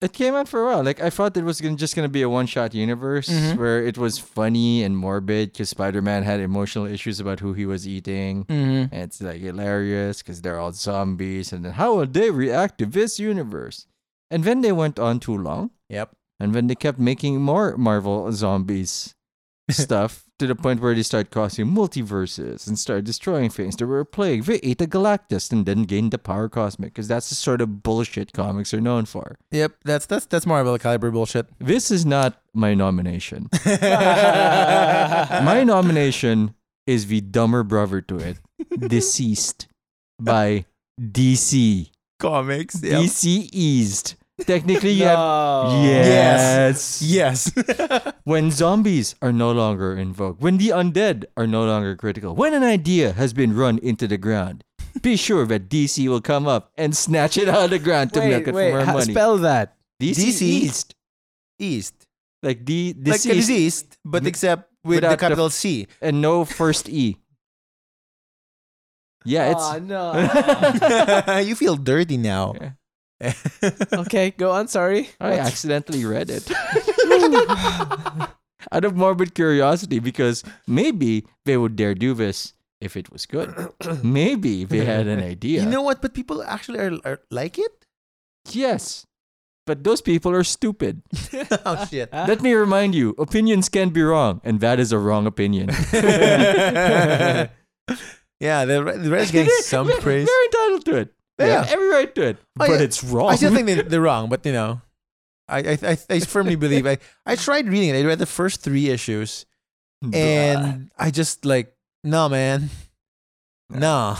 Speaker 1: it came out for a while like i thought it was gonna, just gonna be a one-shot universe
Speaker 2: Mhm.
Speaker 1: where it was funny and morbid because spider-man had emotional issues about who he was eating
Speaker 2: Mm-hmm.
Speaker 1: and it's like hilarious because they're all zombies and then how will they react to this universe and then they went on too long
Speaker 2: Yep.
Speaker 1: and then they kept making more marvel zombies stuff to the point where they start causing multiverses and start destroying things. They were a plague. They ate a Galactus and then gained the power cosmic because that's the sort of bullshit comics are known for.
Speaker 2: Yep. That's that's that's Marvel caliber bullshit.
Speaker 1: This is not my nomination.
Speaker 2: <laughs> Mine.
Speaker 1: my nomination is the dumber brother to it, Deceased by DC.
Speaker 2: Comics. Yep.
Speaker 1: DC East. Technically, you have.
Speaker 3: No.
Speaker 1: Yes.
Speaker 2: Yes.
Speaker 1: When zombies are no longer in vogue, when the undead are no longer critical, when an idea has been run into the ground, be sure that DC will come up and snatch it out of the ground to milk
Speaker 3: Wait,
Speaker 1: it
Speaker 3: wait.
Speaker 1: for more
Speaker 3: how-
Speaker 1: money.
Speaker 3: Spell that.
Speaker 1: DC,
Speaker 2: DC?
Speaker 1: East,
Speaker 2: <laughs> East.
Speaker 1: like D,
Speaker 2: Like a
Speaker 1: deceased,
Speaker 2: disease, but
Speaker 1: Wi-
Speaker 2: except with
Speaker 1: without
Speaker 2: the
Speaker 1: the-
Speaker 2: capital <laughs> C.
Speaker 1: and no first E. Yeah, it's <laughs>
Speaker 3: Aw, no.
Speaker 2: you feel dirty now.
Speaker 1: Yeah.
Speaker 3: okay, go on. Sorry.
Speaker 1: I accidentally read
Speaker 3: <laughs>
Speaker 1: it out of morbid curiosity because maybe they would dare do this if it was
Speaker 3: <coughs>
Speaker 1: good. Maybe they had an idea.
Speaker 2: <laughs> You know what? But people actually are, are like it. <laughs>
Speaker 1: Yes. But those people are stupid.
Speaker 2: oh shit! <laughs>
Speaker 3: <laughs>
Speaker 1: Let me remind you, opinions can be wrong, and that is a wrong
Speaker 2: <laughs>
Speaker 1: opinion.
Speaker 2: yeah, the Re- the Reds getting <laughs> some
Speaker 1: They're-
Speaker 2: praise.
Speaker 1: They're entitled to it. They have
Speaker 2: Yeah.
Speaker 1: every right to it.
Speaker 2: Oh,
Speaker 1: but
Speaker 2: yeah.
Speaker 1: it's wrong.
Speaker 2: I
Speaker 1: <laughs>
Speaker 2: still think they, they're wrong, but you know, I I I, I firmly believe. I I tried reading it. I read the first three issues, and I just like no, man,
Speaker 1: <laughs>
Speaker 2: no.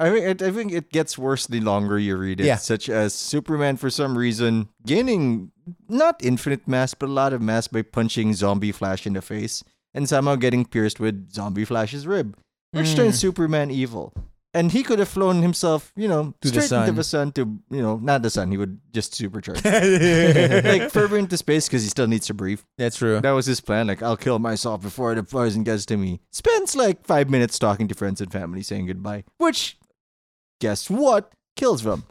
Speaker 1: I mean, it, I think it gets worse the longer you read it.
Speaker 2: Yeah.
Speaker 1: Such as Superman, for some reason, gaining not infinite mass, but a lot of mass by punching Zombie Flash in the face, and somehow getting pierced with Zombie Flash's rib, which
Speaker 2: Mm.
Speaker 1: turns Superman evil. And he could have flown himself, you know,
Speaker 2: To the
Speaker 1: straight into
Speaker 2: sun.
Speaker 1: the sun to, you know, not the sun. He would just
Speaker 2: <laughs>
Speaker 1: supercharge, like <laughs> further into space because he still needs to breathe.
Speaker 2: That's true.
Speaker 1: That was his plan. Like, I'll kill myself before the poison gets to me. Spends like five minutes talking to friends and family, saying goodbye. Which, guess what? Kills them.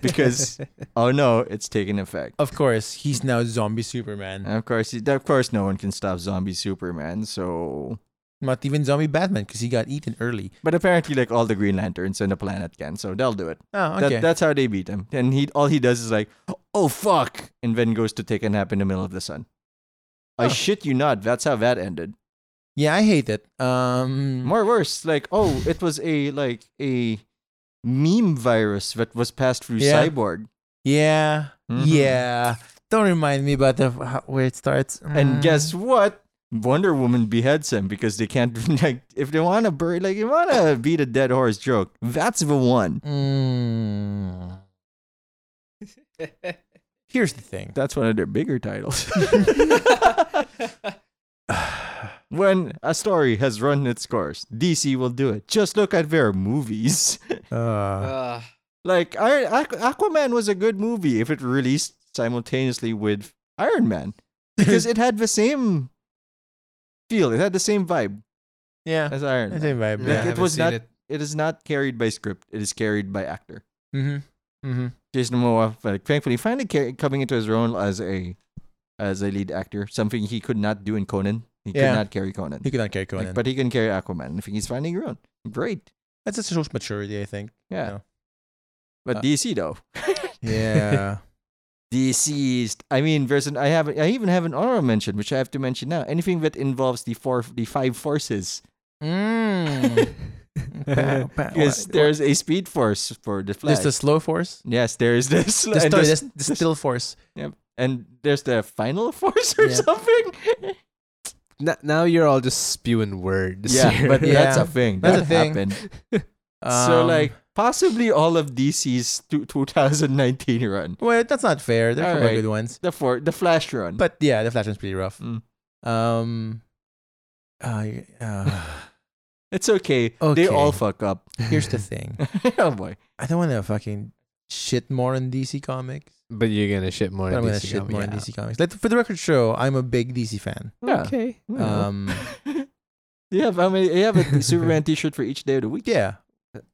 Speaker 1: Because, oh no, it's taking effect.
Speaker 2: Of course, he's now zombie Superman.
Speaker 1: And of course, of course, no one can stop zombie Superman. So,
Speaker 2: Not even zombie Batman because he got eaten early.
Speaker 1: but apparently, like all the Green Lanterns and the planet can, so they'll do it.
Speaker 2: Oh,
Speaker 1: That, that's how they beat him. And he, all he does is like, oh fuck, and then goes to take a nap in the middle of the sun. I
Speaker 2: Huh.
Speaker 1: shit you not. That's how that ended.
Speaker 2: yeah, I hate it. Um,
Speaker 1: Mm-hmm. more worse like oh it was a like a meme virus that was passed through
Speaker 2: Yeah. Mm-hmm.
Speaker 1: cyborg
Speaker 2: yeah,
Speaker 1: Mhm.
Speaker 2: yeah. Don't remind me about the how, where it starts.
Speaker 1: and
Speaker 2: Mm.
Speaker 1: guess what wonder woman beheads him because they can't <laughs> like if they want to bury like you want to beat a dead horse joke that's the one
Speaker 2: Mm. <laughs> Here's the thing.
Speaker 1: that's one of their bigger titles <sighs> when a story has run its course dc will do it just look at their movies <laughs>
Speaker 2: Uh,
Speaker 3: Uh,
Speaker 1: Like Iron Aqu- Aquaman was a good movie if it released simultaneously with Iron
Speaker 2: <laughs>
Speaker 1: Man because it had the same feel. It had the same vibe
Speaker 2: yeah,
Speaker 1: <laughs> as Iron
Speaker 2: I
Speaker 1: Man.
Speaker 2: think vibe.
Speaker 1: Like,
Speaker 3: Yeah, I
Speaker 1: it
Speaker 3: haven't
Speaker 1: was
Speaker 3: seen
Speaker 1: not.
Speaker 3: it.
Speaker 1: it is not carried by script. It is carried by actor.
Speaker 2: Mm-hmm. Mm-hmm.
Speaker 1: Jason Momoa, like, thankfully, finally ca- coming into his role as a as a lead actor. Something he could not do in Conan. He
Speaker 2: Yeah.
Speaker 1: could not carry Conan.
Speaker 2: He could not carry
Speaker 1: Like,
Speaker 2: Conan.
Speaker 1: but he can carry Aquaman. I think he's finding around. Great.
Speaker 2: That's just shows maturity, I think.
Speaker 1: Yeah.
Speaker 2: No.
Speaker 1: But
Speaker 2: Uh,
Speaker 1: DC though. <laughs>
Speaker 2: Yeah.
Speaker 1: Deceased. I mean, there's an. I have. I even have an honorable mention, which I have to mention now. Anything that involves the four, the five forces,
Speaker 2: mm. Pa- pa-
Speaker 1: because
Speaker 2: what-
Speaker 1: there's a speed force for the
Speaker 2: what-
Speaker 1: Flash.
Speaker 2: <laughs> There's the slow force.
Speaker 1: yes, there is this,
Speaker 2: The
Speaker 1: and,
Speaker 2: sto-
Speaker 1: there's,
Speaker 2: the s- the still force.
Speaker 1: and there's the final <laughs> force or
Speaker 2: Yeah.
Speaker 1: something.
Speaker 3: N- now you're all just spewing words.
Speaker 1: Yeah,
Speaker 3: here.
Speaker 2: <laughs>
Speaker 3: <laughs>
Speaker 1: but
Speaker 2: Yeah.
Speaker 1: that's a thing.
Speaker 2: That's a
Speaker 1: that
Speaker 2: thing.
Speaker 1: happened. so
Speaker 2: Um,
Speaker 1: like possibly all of DC's two- 2019 run,
Speaker 2: well, that's not fair. They're
Speaker 1: All
Speaker 2: probably
Speaker 1: right.
Speaker 2: good ones.
Speaker 1: the for the Flash run.
Speaker 2: But yeah, the Flash one's pretty rough.
Speaker 1: Mm.
Speaker 2: Um. I-
Speaker 1: <laughs>
Speaker 2: uh,
Speaker 1: it's okay. They all
Speaker 2: Okay.
Speaker 1: fuck up. <laughs>
Speaker 2: here's the thing.
Speaker 1: oh boy.
Speaker 2: I don't want to fucking shit more on DC Comics.
Speaker 3: But you're gonna shit more.
Speaker 2: But I'm
Speaker 3: in
Speaker 2: gonna
Speaker 3: DC
Speaker 2: shit
Speaker 3: comic-
Speaker 2: more on
Speaker 3: yeah.
Speaker 2: DC Comics. Let for the record show, I'm a big DC fan.
Speaker 1: Yeah.
Speaker 3: Okay.
Speaker 1: Oh, <laughs>
Speaker 2: Um.
Speaker 1: yeah, I mean, you have <laughs> a Superman T-shirt for each day of the week.
Speaker 2: Yeah.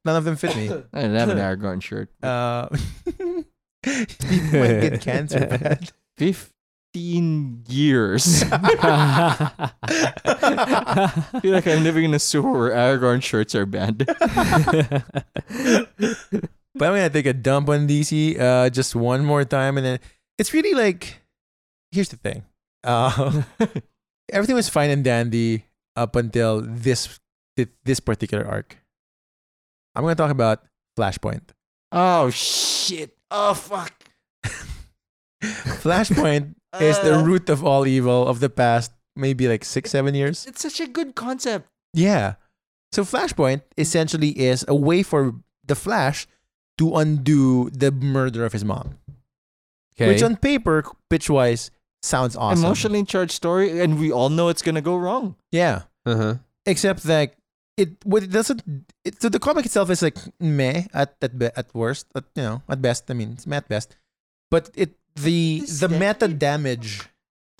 Speaker 2: None of them fit me.
Speaker 1: <laughs> I don't have an Argon shirt.
Speaker 2: Uh, <laughs> people might get cancer. man.
Speaker 1: Fifteen <laughs> years. I feel like I'm living in a sewer where Argon shirts are <laughs> banned.
Speaker 2: But I'm gonna take a dump on DC uh, just one more time, and then it's really like, here's the thing, uh, everything was fine and dandy up until this thi- this particular arc. I'm gonna talk about Flashpoint.
Speaker 1: Oh shit! Oh fuck!
Speaker 2: Flashpoint is the
Speaker 1: Uh,
Speaker 2: root of all evil of the past, maybe like six, seven years.
Speaker 1: It's such a good concept.
Speaker 2: Yeah. So Flashpoint essentially is a way for the Flash to undo the murder of his mom, which on paper, pitch wise, sounds awesome.
Speaker 1: Emotionally charged story, and we all know it's gonna go wrong.
Speaker 2: Yeah.
Speaker 3: uh-huh.
Speaker 2: Except that it what it doesn't. It, so the comic itself is like meh at at be, at worst, at you know at best. I mean, it's meh at best. But it the
Speaker 1: This
Speaker 2: the meta
Speaker 1: decade?
Speaker 2: damage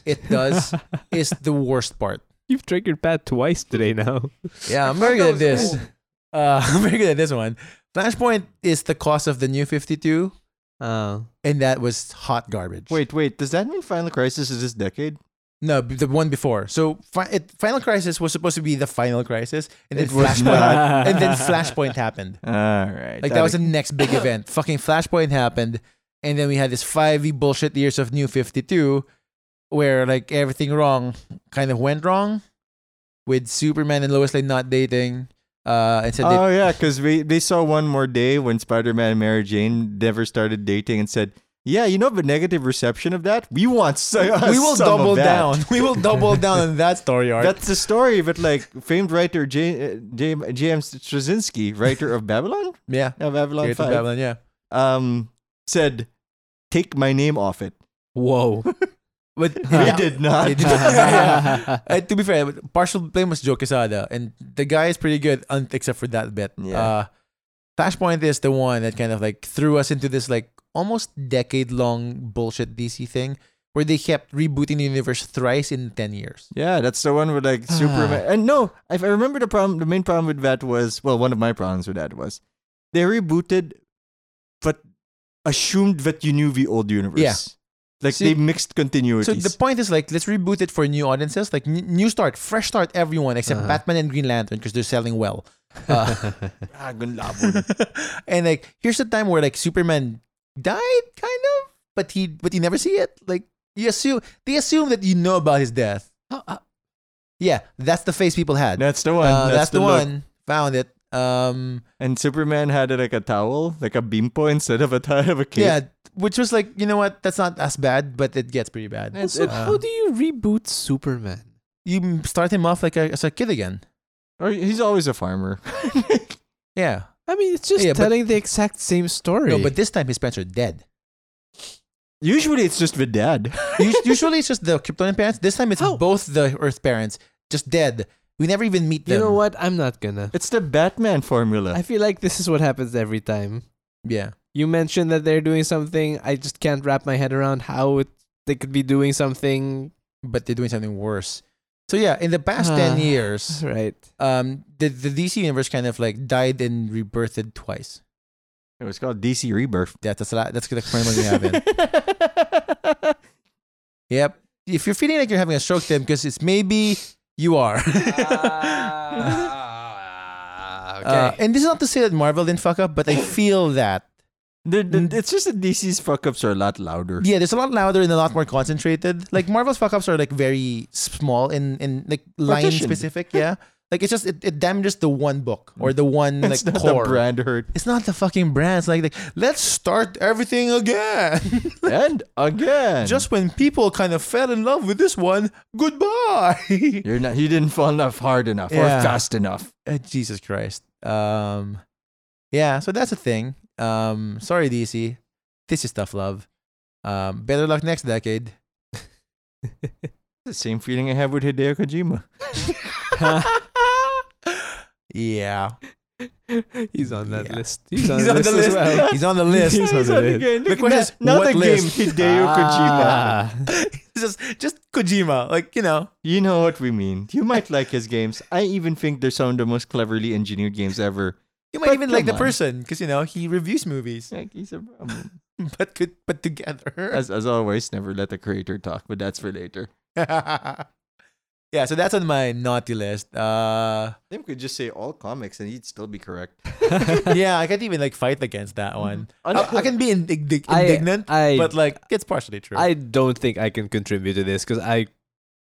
Speaker 2: it <laughs> does is the worst part.
Speaker 3: <laughs> You've triggered Pat twice today now.
Speaker 2: Yeah, I'm very good at this. Uh, <laughs> I'm very good at this one. Flashpoint is the cost of the new 52,
Speaker 3: Oh.
Speaker 2: and that was hot garbage.
Speaker 1: Wait, wait. Does that mean Final Crisis is this decade?
Speaker 2: no, b- the one before. So fi- it, Final Crisis was supposed to be the Final Crisis, and then
Speaker 1: It was
Speaker 2: Flashpoint,
Speaker 1: not.
Speaker 2: and
Speaker 1: <laughs>
Speaker 2: then Flashpoint happened.
Speaker 1: All right.
Speaker 2: Like that was the next
Speaker 1: <coughs>
Speaker 2: big event. Fucking Flashpoint happened, and then we had this 5e bullshit years of New 52, where like everything wrong kind of went wrong, with Superman and Lois Lane not dating. Uh, and said they
Speaker 1: Oh yeah, because we they saw one more day when Spider-Man and Mary Jane never started dating and said, "Yeah, you know the negative reception of that. We want so, <laughs>
Speaker 2: we will
Speaker 1: some of
Speaker 2: double
Speaker 1: that."
Speaker 2: down. We will double down on that
Speaker 1: <laughs>
Speaker 2: story arc.
Speaker 1: That's the story of it. Like famed writer J- uh, J- James Straczynski, writer of Babylon, <laughs>
Speaker 2: yeah.
Speaker 1: of Babylon
Speaker 2: Great to
Speaker 1: Five,
Speaker 2: Babylon, yeah.
Speaker 1: um, said, "Take my name off it."
Speaker 3: <laughs> Whoa.
Speaker 2: But
Speaker 1: We
Speaker 2: yeah.
Speaker 1: did not.
Speaker 2: They
Speaker 1: <laughs>
Speaker 2: did not. <laughs> Uh, to be fair, partial blame was Joe Quesada, and uh, the guy is pretty good, un- except for that bit.
Speaker 1: Yeah.
Speaker 2: Uh, Flashpoint is the one that kind of like threw us into this like almost decade long bullshit DC thing where they kept rebooting the universe thrice in 10 years.
Speaker 1: Yeah, that's the one with like
Speaker 2: Ah.
Speaker 1: Superman. And no, I, I remember the problem. The main problem with that was well, one of my problems with that was they rebooted, but assumed that you knew the old universe.
Speaker 2: Yeah.
Speaker 1: like they
Speaker 2: See-
Speaker 1: mixed continuities.
Speaker 2: So the point is like let's reboot it for new audiences, like n- new start, fresh start, everyone except
Speaker 3: Uh-huh.
Speaker 2: Batman and Green Lantern because they're selling well. Uh,
Speaker 1: <laughs> Ah, good labo.
Speaker 2: <laughs> and like here's the time where like Superman died, kind of, but he but you never see it. Like you assume they assume that you know about his death. Yeah, that's the face people
Speaker 1: <laughs>
Speaker 2: had.
Speaker 1: that's the one.
Speaker 2: Uh, that's, the,
Speaker 1: look.
Speaker 2: one. Found it. Um,
Speaker 1: And Superman had like a towel, like a bimpo instead of a towel <laughs> of a cape.
Speaker 2: yeah, which was like you know what? That's not as bad, but it gets pretty bad.
Speaker 1: It's-
Speaker 3: so
Speaker 1: it-
Speaker 3: how do you reboot Superman?
Speaker 2: You m- start him off like a, as a kid again.
Speaker 1: Or he's always a farmer.
Speaker 2: Yeah,
Speaker 3: I mean, it's just
Speaker 2: Yeah, but-
Speaker 3: telling the exact same story.
Speaker 2: no, but this time his parents are dead.
Speaker 1: Usually it's just the dad. <laughs>
Speaker 2: Us- Usually it's just the Kryptonian parents. This time it's
Speaker 3: How-
Speaker 2: both the Earth parents just dead. We never even meet
Speaker 3: you
Speaker 2: them.
Speaker 3: know what? I'm not gonna.
Speaker 1: It's the Batman formula.
Speaker 3: I feel like this is what happens every time.
Speaker 2: Yeah.
Speaker 3: You mentioned that they're doing something. I just can't wrap my head around how it, they could be doing something.
Speaker 2: but they're doing something worse. So yeah, in the
Speaker 1: <sighs>
Speaker 2: past ten
Speaker 3: Ah.
Speaker 2: years,
Speaker 3: Right.
Speaker 2: um, the the DC universe kind of like died and rebirthed twice.
Speaker 1: it was called DC Rebirth.
Speaker 2: Yeah, that's a lot. That's the current one we have
Speaker 1: <laughs>
Speaker 2: in. Yep. If you're feeling like you're having a stroke,
Speaker 1: Ah,
Speaker 2: then because it's maybe you are. <laughs> Uh, and this is not to say that Marvel didn't fuck up, but I feel that
Speaker 1: The- the- it's just that DC's fuck ups are a lot louder.
Speaker 2: yeah, there's a lot louder and a lot more concentrated. Like Marvel's fuck ups are like very small and and like line
Speaker 1: Partitioned.
Speaker 2: specific. Yeah, like it's just it, it damages the one book or the one like
Speaker 1: it's not the
Speaker 2: core.
Speaker 1: brand hurt.
Speaker 2: It's not the fucking brand. It's like, like let's start everything again.
Speaker 3: <laughs>
Speaker 1: and again,
Speaker 2: just when people kind of fell in love with this one,
Speaker 3: <laughs>
Speaker 2: goodbye.
Speaker 1: you're not. You didn't fall enough hard enough or
Speaker 2: Yeah.
Speaker 1: fast enough.
Speaker 2: Uh, Jesus Christ. Um, yeah, so that's a thing. Um, sorry, DC. This is tough love. Um, better luck next
Speaker 3: <laughs>
Speaker 2: decade.
Speaker 1: The same feeling I have with Hideo <laughs> Kojima.
Speaker 2: Yeah.
Speaker 3: <laughs> He's on that
Speaker 2: Yeah.
Speaker 3: list.
Speaker 2: <laughs>
Speaker 3: He's on, the list, as well.
Speaker 2: He's on the list.
Speaker 3: He's on the list.
Speaker 2: The question is,
Speaker 1: now
Speaker 2: what
Speaker 1: the
Speaker 2: list? Ah.
Speaker 1: game Hideo Kojima.
Speaker 2: <laughs> just, just Kojima. Like, you know.
Speaker 1: You know what we mean. You might <laughs> like his games. I even think they're some of the most cleverly engineered games ever.
Speaker 2: You might
Speaker 1: But
Speaker 2: even like
Speaker 1: come
Speaker 2: the
Speaker 1: on.
Speaker 2: person because, you know, he
Speaker 1: <laughs>
Speaker 2: reviews movies. <laughs>
Speaker 1: Like, he's a <laughs> problem.
Speaker 2: But could put together.
Speaker 1: As as always, never let the creator talk, but that's for later.
Speaker 2: <laughs> yeah, so that's on my naughty list. Uh, <laughs>
Speaker 1: Tim could just say all comics and he'd still be correct.
Speaker 2: yeah, I can't even like fight against that one.
Speaker 1: <laughs> I
Speaker 2: I,
Speaker 1: know.
Speaker 2: I can be indig-
Speaker 3: I-
Speaker 2: indignant,
Speaker 3: I-
Speaker 2: but like it's partially true.
Speaker 3: I don't think I can contribute to this because I,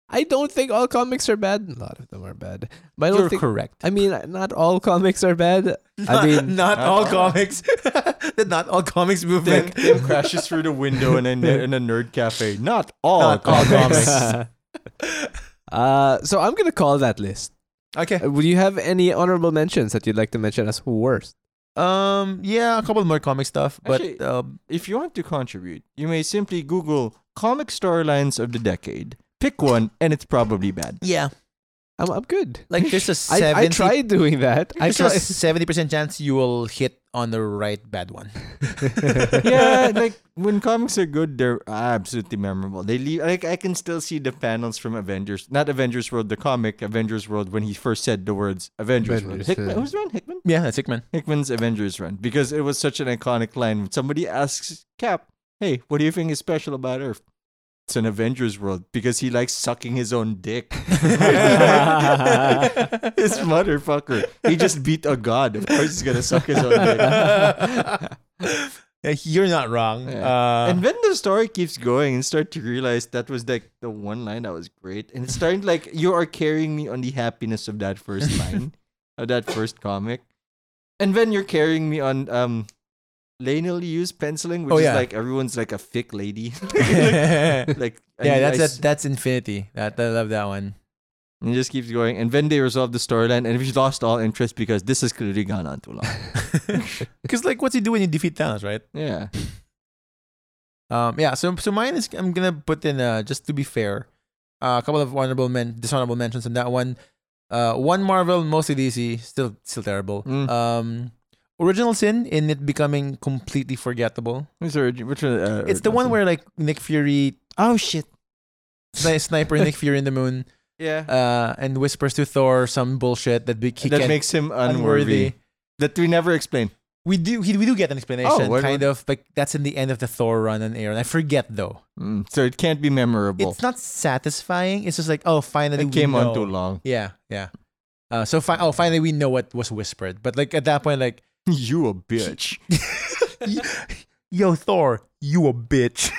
Speaker 3: I don't think all comics are bad. A lot of them are bad, but I don't
Speaker 2: You're
Speaker 3: think. <laughs>
Speaker 2: correct.
Speaker 3: I mean, not all comics are bad. I mean,
Speaker 2: not all
Speaker 1: all.
Speaker 2: comics. <laughs> the not all comics
Speaker 1: Tim, <laughs>
Speaker 2: movement.
Speaker 1: Tim crashes through the window in a, ner- in a nerd cafe. Not all
Speaker 2: Not
Speaker 1: <laughs>
Speaker 2: all
Speaker 1: comics.
Speaker 2: comics.
Speaker 3: <laughs> uh, so I'm gonna call that list.
Speaker 2: <laughs> okay.
Speaker 3: Uh, Would you have any honorable mentions that you'd like to mention as worst?
Speaker 2: Um. Yeah, a couple more comic stuff, but
Speaker 1: Actually-
Speaker 2: um,
Speaker 1: <laughs> If you want to contribute, you may simply Google comic storylines of the decade. Pick one, and it's probably
Speaker 2: <laughs>
Speaker 1: bad.
Speaker 2: yeah,
Speaker 3: I'm, I'm good.
Speaker 2: like there's a
Speaker 3: <laughs> I, I
Speaker 2: seventy.
Speaker 3: tried doing that. I
Speaker 2: There's a
Speaker 3: tried.
Speaker 2: seventy percent chance you will hit on the right bad one.
Speaker 1: yeah, like when comics are good, they're absolutely memorable. They leave like I can still see the panels from Avengers, not Avengers World, the comic Avengers World when he first said the words Avengers, World.
Speaker 3: Avengers,
Speaker 1: Hickman,
Speaker 3: yeah.
Speaker 1: who's Ron Hickman?
Speaker 2: <laughs> Yeah, that's Hickman.
Speaker 1: Hickman's Avengers run because it was such an iconic line. When somebody asks Cap, "Hey, what do you think is special about Earth?" It's an Avengers world because he likes sucking his own dick. <laughs> this motherfucker, he just beat a god. Of course, he's gonna suck his own dick.
Speaker 2: Yeah, You're not wrong.
Speaker 1: Yeah.
Speaker 2: Uh, <laughs>
Speaker 1: And then the story keeps going and start to realize that was like the one line that was great. And it's starting like you are carrying me on the happiness of that
Speaker 2: <laughs>
Speaker 1: first line of that first comic. And then you're carrying me on um lineally used penciling, which
Speaker 2: Oh,
Speaker 1: is
Speaker 2: yeah.
Speaker 1: like everyone's like a thick lady. <laughs>
Speaker 2: <laughs> yeah,
Speaker 1: like and
Speaker 2: that's
Speaker 1: I
Speaker 2: that,
Speaker 1: s-
Speaker 2: that's Infinity. That I love that one. <laughs>
Speaker 1: and it just keeps going. And then they resolve the storyline and we lost all interest because this has clearly gone on too
Speaker 2: <laughs>
Speaker 1: long.
Speaker 2: Because like, what's he do when you defeat Thanos, right?
Speaker 1: yeah.
Speaker 2: Um, yeah. So so mine is I'm gonna put in uh, just to be fair, uh, a couple of honorable men dishonorable mentions in that one. Uh, one Marvel, mostly DC, still still terrible.
Speaker 1: Mm.
Speaker 2: Um, Original Sin in it becoming completely forgettable.
Speaker 1: Which are, which are, uh,
Speaker 2: It's the one where like Nick Fury,
Speaker 1: Oh shit. <laughs>
Speaker 2: sni- sniper Nick Fury in the moon,
Speaker 1: Yeah.
Speaker 2: uh, and whispers to Thor some bullshit that be, he
Speaker 1: that
Speaker 2: can't-
Speaker 1: makes him unworthy. That we never explain.
Speaker 2: We do he, we do get an explanation,
Speaker 1: Oh, what-
Speaker 2: kind of, but that's in the end of the Thor run on air, and I forget though.
Speaker 1: Mm, so it can't be memorable.
Speaker 2: It's not satisfying. It's just like, oh, finally
Speaker 1: it
Speaker 2: we
Speaker 1: came on
Speaker 2: know.
Speaker 1: too long. <laughs>
Speaker 2: Yeah, yeah. Uh, so fi- oh, finally we know what was whispered, but like at that point, like,
Speaker 1: You a
Speaker 2: <laughs>
Speaker 1: bitch.
Speaker 2: yo, Thor, you a bitch.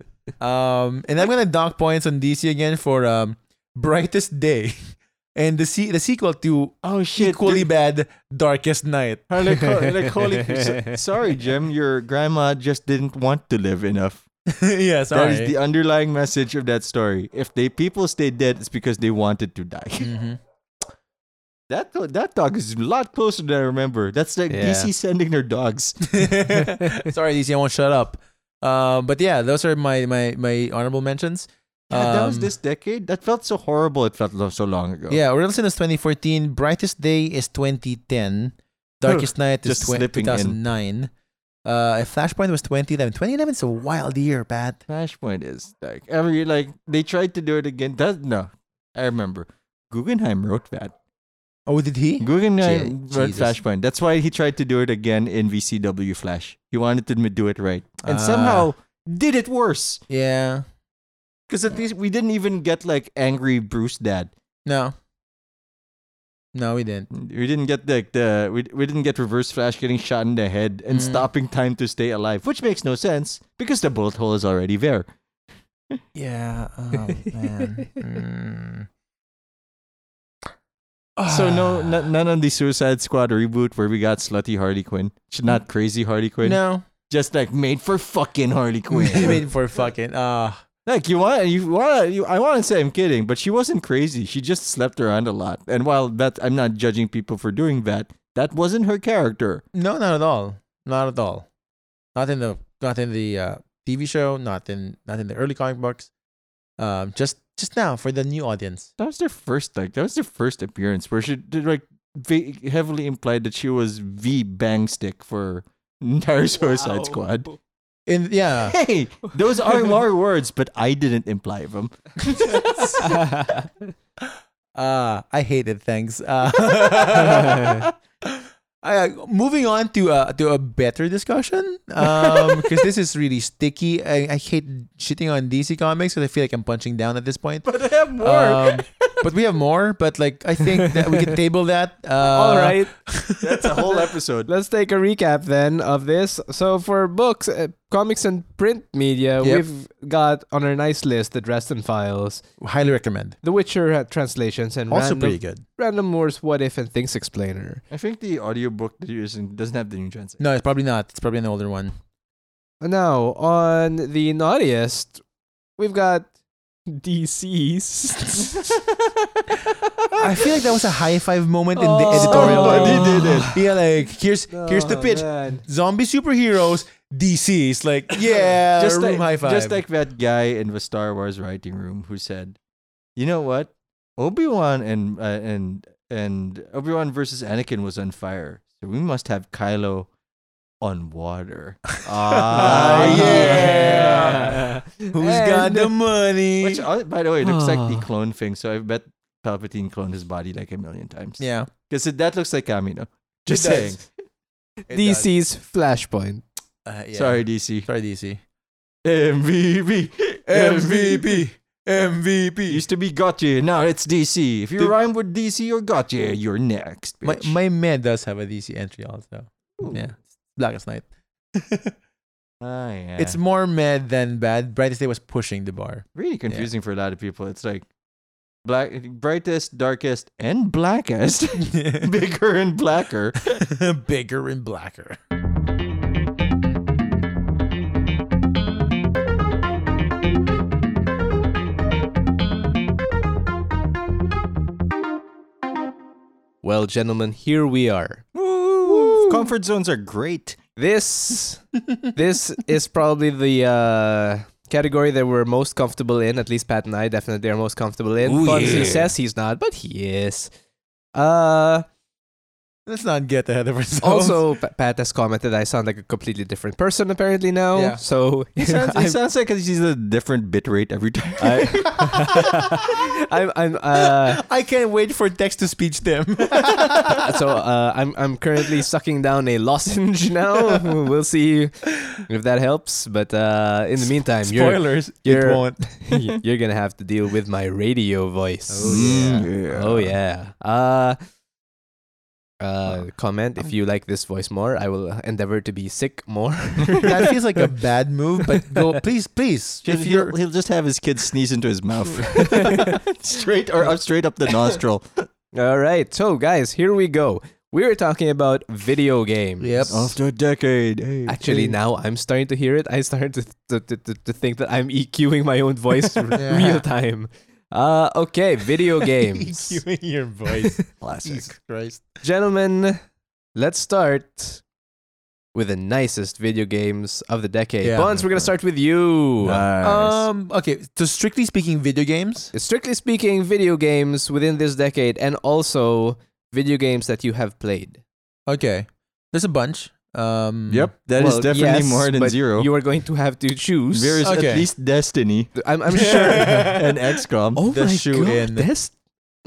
Speaker 2: <laughs> um, and I'm gonna dock points on DC again for um, brightest day, <laughs> and the se- the sequel to
Speaker 1: Oh
Speaker 2: equally bad darkest night. <laughs>
Speaker 1: <laughs> like, ho- like, holy, so- sorry, Jim. Your grandma just didn't want to live enough.
Speaker 2: yeah, sorry. <laughs>
Speaker 1: That is the underlying message of that story. If they people stay dead, it's because they wanted to die. <laughs>
Speaker 2: Mhm.
Speaker 1: that do- that dog is a lot closer than I remember. That's like
Speaker 3: Yeah.
Speaker 1: DC sending their dogs. <laughs> Mm-hmm.
Speaker 2: <laughs> Sorry, DC, I won't shut up. Um, but yeah, those are my my my honorable mentions.
Speaker 1: God, that was
Speaker 2: Um,
Speaker 1: this decade. That felt so horrible. It felt lo- so long ago.
Speaker 2: Yeah, Oriel Sin is 2014. Brightest Day is 2010. Darkest Night is
Speaker 1: Just
Speaker 2: twen-
Speaker 1: slipping in.
Speaker 2: 2009. Uh, Flashpoint was 2011. 2011 is a wild year, Pat.
Speaker 1: Flashpoint is like every like they tried to do it again. That no, I remember. Guggenheim wrote that.
Speaker 2: Oh, did he?
Speaker 1: Guggenheim
Speaker 2: Je-
Speaker 1: wrote
Speaker 2: Jesus.
Speaker 1: Flashpoint. That's why he tried to do it again in VCW Flash. He wanted to m- do it right, and
Speaker 2: Ah.
Speaker 1: somehow did it worse.
Speaker 2: Yeah.
Speaker 1: Because at least we didn't even get like angry Bruce Dad.
Speaker 2: No. No, we didn't.
Speaker 1: We didn't get the, the we, we didn't get reverse flash getting shot in the head and
Speaker 2: Mm.
Speaker 1: stopping time to stay alive, which makes no sense because the bullet hole is already there.
Speaker 2: <laughs> Yeah.
Speaker 3: oh, man.
Speaker 2: Mm. Ah.
Speaker 1: So no, n- none on the Suicide Squad reboot where we got slutty Harley Quinn, Sh- not crazy Harley Quinn,
Speaker 2: Mm. No.
Speaker 1: just like made for fucking Harley
Speaker 2: <laughs>
Speaker 1: Quinn.
Speaker 2: Wait for fucking. Uh,
Speaker 1: like you want, you want, you, I want to say I'm kidding, but she wasn't crazy. She just slept around a lot, and while that I'm not judging people for doing that, that wasn't her character.
Speaker 2: no, not at all. Not at all. Not in the not in the uh, TV show. Not in not in the early comic books. Um, just just now for the new audience.
Speaker 1: That was their first like that was their first appearance where she did like ve- heavily implied that she was the bang stick for entire Suicide Squad.
Speaker 2: Oh. In yeah.
Speaker 1: Hey, those <laughs> are more words, but I didn't imply them.
Speaker 2: <laughs> Uh, I hated things. Uh, <laughs> I, moving on to uh, to a better discussion because this is really sticky. I, I hate shitting on DC Comics because I feel like I'm punching down at this point.
Speaker 1: But I have more.
Speaker 2: Um, but we have more. But like, I think that
Speaker 3: <laughs>
Speaker 2: we can table that. Uh,
Speaker 3: All right.
Speaker 1: That's a whole episode.
Speaker 3: Let's take a recap then of this. So for books, uh, comics, and print media,
Speaker 2: Yep.
Speaker 3: we've got on our nice list the Dresden Files,
Speaker 2: Highly recommend.
Speaker 3: The Witcher uh, translations, and
Speaker 2: Also
Speaker 3: random,
Speaker 2: pretty good.
Speaker 3: random Moore's What If and Things Explainer.
Speaker 1: I think the audiobook that you're using doesn't have the new translation.
Speaker 2: No, it's probably not. It's probably an older one.
Speaker 3: Now on the naughtiest, we've got <laughs> DC's.
Speaker 2: I feel like that was a high five moment in the
Speaker 3: Oh,
Speaker 2: editorial.
Speaker 1: somebody did it.
Speaker 2: Yeah, like here's here's the
Speaker 3: <laughs> Oh,
Speaker 2: pitch.
Speaker 3: man.
Speaker 2: zombie superheroes
Speaker 1: <laughs>
Speaker 2: DC's like yeah
Speaker 1: just like,
Speaker 2: room high five
Speaker 1: Just like that guy in the Star Wars writing room who said, "You know what? Obi Wan and uh, and and Obi Wan versus Anakin was on fire, so we must have Kylo on
Speaker 2: <laughs>
Speaker 1: water." <laughs>
Speaker 2: Ah,
Speaker 1: Ah,
Speaker 2: yeah. <laughs>
Speaker 3: Who's
Speaker 2: who's got the money
Speaker 1: Which, uh, by the way, looks like
Speaker 2: Ah.
Speaker 1: the clone thing. So I bet Palpatine cloned his body like a million times.
Speaker 2: yeah
Speaker 1: because that looks like Camino. Just
Speaker 2: does.
Speaker 1: saying.
Speaker 3: DC's Flashpoint.
Speaker 2: Uh, yeah.
Speaker 1: Sorry, DC.
Speaker 2: sorry DC
Speaker 1: MVP.
Speaker 2: MVP MVP
Speaker 1: <laughs> Used to be Gotye, now it's DC. If you
Speaker 2: Dude.
Speaker 1: rhyme with DC or Gotye, you're next.
Speaker 2: my,
Speaker 1: Bitch.
Speaker 2: my man does have a DC entry also
Speaker 1: Ooh.
Speaker 2: yeah Blackest
Speaker 1: <laughs>
Speaker 2: Night
Speaker 1: Ah, yeah.
Speaker 2: it's more mad than bad Brightest Day was pushing the
Speaker 1: <laughs>
Speaker 2: bar <laughs>
Speaker 1: really confusing for a lot of people. It's like black, brightest, darkest, and blackest, <laughs> bigger and <laughs> blacker.
Speaker 2: bigger and blacker
Speaker 3: Well, gentlemen, here we are.
Speaker 1: Comfort zones are great.
Speaker 3: This this is probably the uh, category that we're most comfortable in. At least Pat and I definitely are most comfortable in.
Speaker 1: Ooh,
Speaker 3: Fonzie
Speaker 1: yeah.
Speaker 3: says he's not, but he is. Uh,
Speaker 2: let's not get ahead of ourselves
Speaker 3: also, Pa- Pat has commented I sound like a completely different person apparently now.
Speaker 2: Yeah. <laughs>
Speaker 3: So
Speaker 1: It <laughs> sounds, it
Speaker 3: I'm-
Speaker 1: sounds like he's a different bit rate every time. <laughs>
Speaker 2: <laughs>
Speaker 3: I'm, I'm uh,
Speaker 2: I can't wait for text to speech <laughs> them
Speaker 3: <laughs> so uh, I'm I'm currently sucking down a lozenge
Speaker 2: <laughs>
Speaker 3: now. We'll see if that helps. But uh, in the meantime, <laughs> you're
Speaker 2: spoilers
Speaker 3: you're-
Speaker 2: it won't
Speaker 3: you're gonna have to deal with my radio voice.
Speaker 1: Mm, yeah.
Speaker 3: Oh yeah. Uh, uh, comment if you like this voice more. I will endeavor to be sick
Speaker 2: <laughs> <laughs>
Speaker 3: more.
Speaker 2: that feels like a bad move, but go <laughs> please, please.
Speaker 1: If
Speaker 2: If
Speaker 1: he'll,
Speaker 2: you're <laughs>
Speaker 1: he'll just have his kid sneeze into his mouth, <laughs> straight or up, straight up the nostril.
Speaker 3: All right. So guys, here we go. We're talking about video games.
Speaker 2: Yep.
Speaker 1: After a decade, hey,
Speaker 3: Actually,
Speaker 1: hey.
Speaker 3: now I'm starting to hear it. I started to, to, to, to, to think that I'm EQing my own
Speaker 2: <laughs>
Speaker 3: voice r-
Speaker 2: Yeah. E
Speaker 3: real time. Uh, okay,
Speaker 2: <laughs>
Speaker 3: video games.
Speaker 2: EQing your <laughs> voice,
Speaker 1: classic.
Speaker 2: Jesus Christ.
Speaker 3: Gentlemen, let's start with the nicest video games of the decade.
Speaker 2: Yeah.
Speaker 3: Bonds, we're going to start with you. Uh,
Speaker 2: Um. Okay. So strictly speaking, video games.
Speaker 3: Strictly speaking, video games within this decade and also video games that you have played.
Speaker 2: Okay. There's a bunch. Um.
Speaker 1: yep, that is
Speaker 3: Well,
Speaker 1: definitely
Speaker 3: yes,
Speaker 1: more than
Speaker 3: but
Speaker 1: zero.
Speaker 3: You are going to have to choose. Uh,
Speaker 1: There is
Speaker 2: Okay.
Speaker 1: at least Destiny
Speaker 3: I'm, I'm <laughs> sure.
Speaker 1: <laughs> and XCOM.
Speaker 3: oh
Speaker 2: The
Speaker 3: my
Speaker 2: shoe
Speaker 3: god,
Speaker 2: in.
Speaker 3: <laughs> this-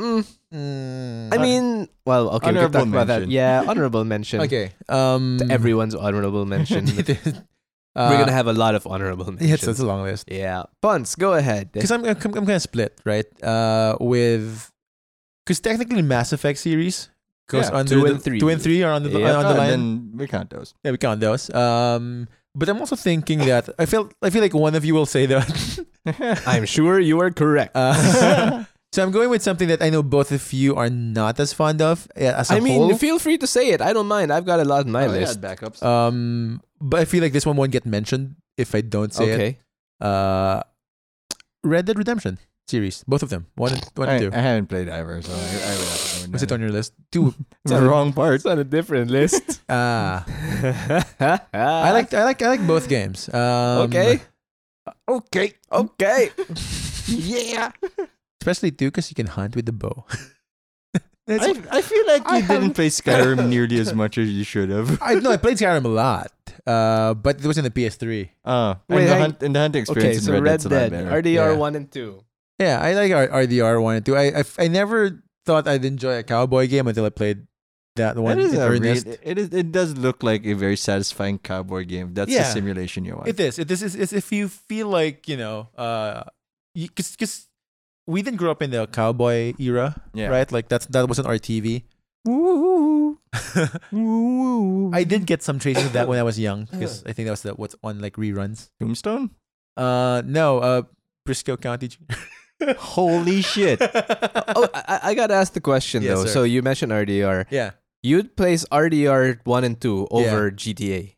Speaker 3: Mm.
Speaker 2: Mm,
Speaker 3: I mean, well, okay, we can
Speaker 1: honorable
Speaker 3: talk about that.
Speaker 1: mention.
Speaker 3: <laughs> Yeah, honorable mention.
Speaker 2: Okay. Um.
Speaker 3: To
Speaker 2: <laughs>
Speaker 3: Everyone's <laughs> honorable
Speaker 2: Uh,
Speaker 3: mention. Uh, We're gonna have a lot of <laughs> honorable
Speaker 2: Yeah, it's, it's
Speaker 3: mentions.
Speaker 2: a long list.
Speaker 3: Yeah, Bunce, go ahead.
Speaker 2: Because I'm, I'm I'm kind of split, right? Uh, with because technically Mass Effect series goes
Speaker 1: Yeah,
Speaker 2: under
Speaker 3: two
Speaker 2: the-
Speaker 3: and three.
Speaker 2: two and three are on the, on
Speaker 3: Yeah.
Speaker 2: the
Speaker 1: Oh,
Speaker 2: line.
Speaker 1: Then we count
Speaker 3: <laughs>
Speaker 1: those.
Speaker 2: Yeah, we count those. Um, but I'm also thinking that I feel I feel like one of you will say that.
Speaker 3: <laughs>
Speaker 2: <laughs>
Speaker 3: I'm sure you are
Speaker 1: <laughs>
Speaker 3: correct.
Speaker 2: Uh, so I'm going with something that I know both of you are not as fond of uh, as a
Speaker 3: I mean,
Speaker 2: whole.
Speaker 3: feel free to say it. I don't mind. I've got a lot on my
Speaker 1: Oh, yeah,
Speaker 3: list.
Speaker 1: backups.
Speaker 2: um, but I feel like this one won't get mentioned if I don't say
Speaker 3: okay.
Speaker 2: it. Uh, Red Dead Redemption series, both of them, one and, one
Speaker 1: I,
Speaker 2: and two.
Speaker 1: I haven't played either, so I, I would have to know
Speaker 2: Was it
Speaker 1: that.
Speaker 2: on your list?
Speaker 1: <laughs>
Speaker 2: Two.
Speaker 1: It's the wrong
Speaker 3: <laughs>
Speaker 1: part.
Speaker 3: It's on a different list.
Speaker 2: Ah,
Speaker 3: I
Speaker 2: I like I like I like both games. Um,
Speaker 3: Okay.
Speaker 1: Okay.
Speaker 3: Okay. <laughs> yeah.
Speaker 2: especially two because you can hunt with the bow. <laughs> That's-
Speaker 1: I, I feel like you
Speaker 2: I
Speaker 1: didn't
Speaker 2: haven't-
Speaker 1: play Skyrim nearly as much as you should have. <laughs>
Speaker 2: I know I played Skyrim a lot, uh, but it was in the PS3.
Speaker 1: Uh, and, the
Speaker 3: Wait, hang-
Speaker 1: hunt, and the hunting
Speaker 3: Okay,
Speaker 1: experience
Speaker 3: so
Speaker 1: in
Speaker 3: Red
Speaker 1: Red, Dead's a lot
Speaker 3: Dead,
Speaker 1: better.
Speaker 3: RDR
Speaker 2: Yeah.
Speaker 3: 1 and 2.
Speaker 2: Yeah, I like R- RDR one and two. I, I I never thought I'd enjoy a cowboy game until I played that one.
Speaker 1: That is
Speaker 2: in
Speaker 1: a real,
Speaker 2: earnest.
Speaker 1: it, it is. It does look like a very satisfying cowboy game. That's the
Speaker 2: Yeah.
Speaker 1: simulation you want.
Speaker 2: It is. It is. It's, it's if you feel like you know, uh, because because we didn't grow up in the cowboy era,
Speaker 1: Yeah.
Speaker 2: right? Like that's that wasn't our TV.
Speaker 3: <laughs>
Speaker 1: Woo,
Speaker 2: I did get some traces of that when I was young because I think that was the, what's on like reruns.
Speaker 1: Tombstone.
Speaker 2: Uh, no, uh, Briscoe County.
Speaker 1: Holy <laughs> shit!
Speaker 3: Oh, I- I, I gotta ask the question
Speaker 2: Yes,
Speaker 3: though.
Speaker 2: sir.
Speaker 3: So you mentioned RDR.
Speaker 2: <laughs> yeah.
Speaker 3: You'd place RDR 1 and 2 over GTA.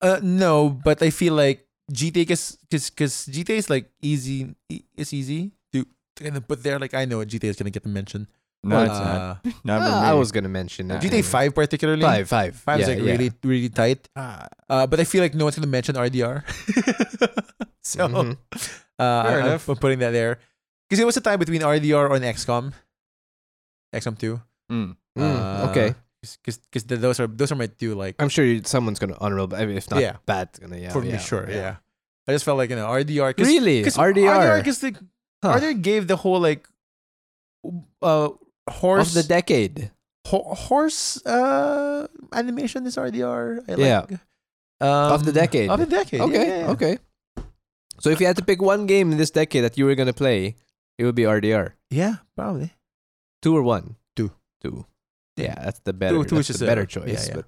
Speaker 2: Uh, no, but I feel like GTA, cause, cause, 'cause GTA is like easy. e- It's easy to, to kind of put there. Like I know GTA is gonna get a mention.
Speaker 1: No, it's not.
Speaker 2: Uh,
Speaker 1: Not
Speaker 3: Ah,
Speaker 1: with me.
Speaker 3: I was gonna mention that.
Speaker 2: GTA Five particularly.
Speaker 3: 5. 5.
Speaker 2: Five is
Speaker 3: Yeah,
Speaker 2: like
Speaker 3: yeah. <laughs>
Speaker 2: really, really tight.
Speaker 1: Ah,
Speaker 2: Uh, but I feel like no one's gonna mention RDR. <laughs> so
Speaker 3: Mhm.
Speaker 2: uh, I-
Speaker 1: Fair
Speaker 2: I'm-
Speaker 1: enough.
Speaker 2: I'm putting that there because it was a time between RDR and XCOM, XCOM Two. Uh,
Speaker 1: mm.
Speaker 3: Mm, okay.
Speaker 2: because because those are those are my two like
Speaker 3: I'm sure you, someone's gonna honorable, I mean, if not
Speaker 2: Yeah.
Speaker 3: bad, gonna yeah.
Speaker 2: for
Speaker 3: yeah,
Speaker 2: me sure. Yeah. I just felt like you know RDR. Cause,
Speaker 3: Really?
Speaker 2: 'cause
Speaker 3: RDR.
Speaker 2: RDR because the
Speaker 3: Huh.
Speaker 2: RDR gave the whole like uh horse
Speaker 3: of the decade.
Speaker 2: ho- horse uh animation is RDR. I
Speaker 3: Yeah.
Speaker 2: Like. Um,
Speaker 3: Of the decade.
Speaker 2: Of the decade.
Speaker 3: Okay.
Speaker 2: yeah, yeah, yeah.
Speaker 3: Okay. So if you had to pick one game in this decade that you were gonna play, it would be RDR.
Speaker 2: Yeah, probably.
Speaker 3: Two or one?
Speaker 2: Two.
Speaker 3: Two. Yeah, that's the better.
Speaker 2: Two- two
Speaker 3: that's
Speaker 2: is
Speaker 3: the
Speaker 2: a-
Speaker 3: better
Speaker 2: yeah,
Speaker 3: choice.
Speaker 2: yeah.
Speaker 3: But,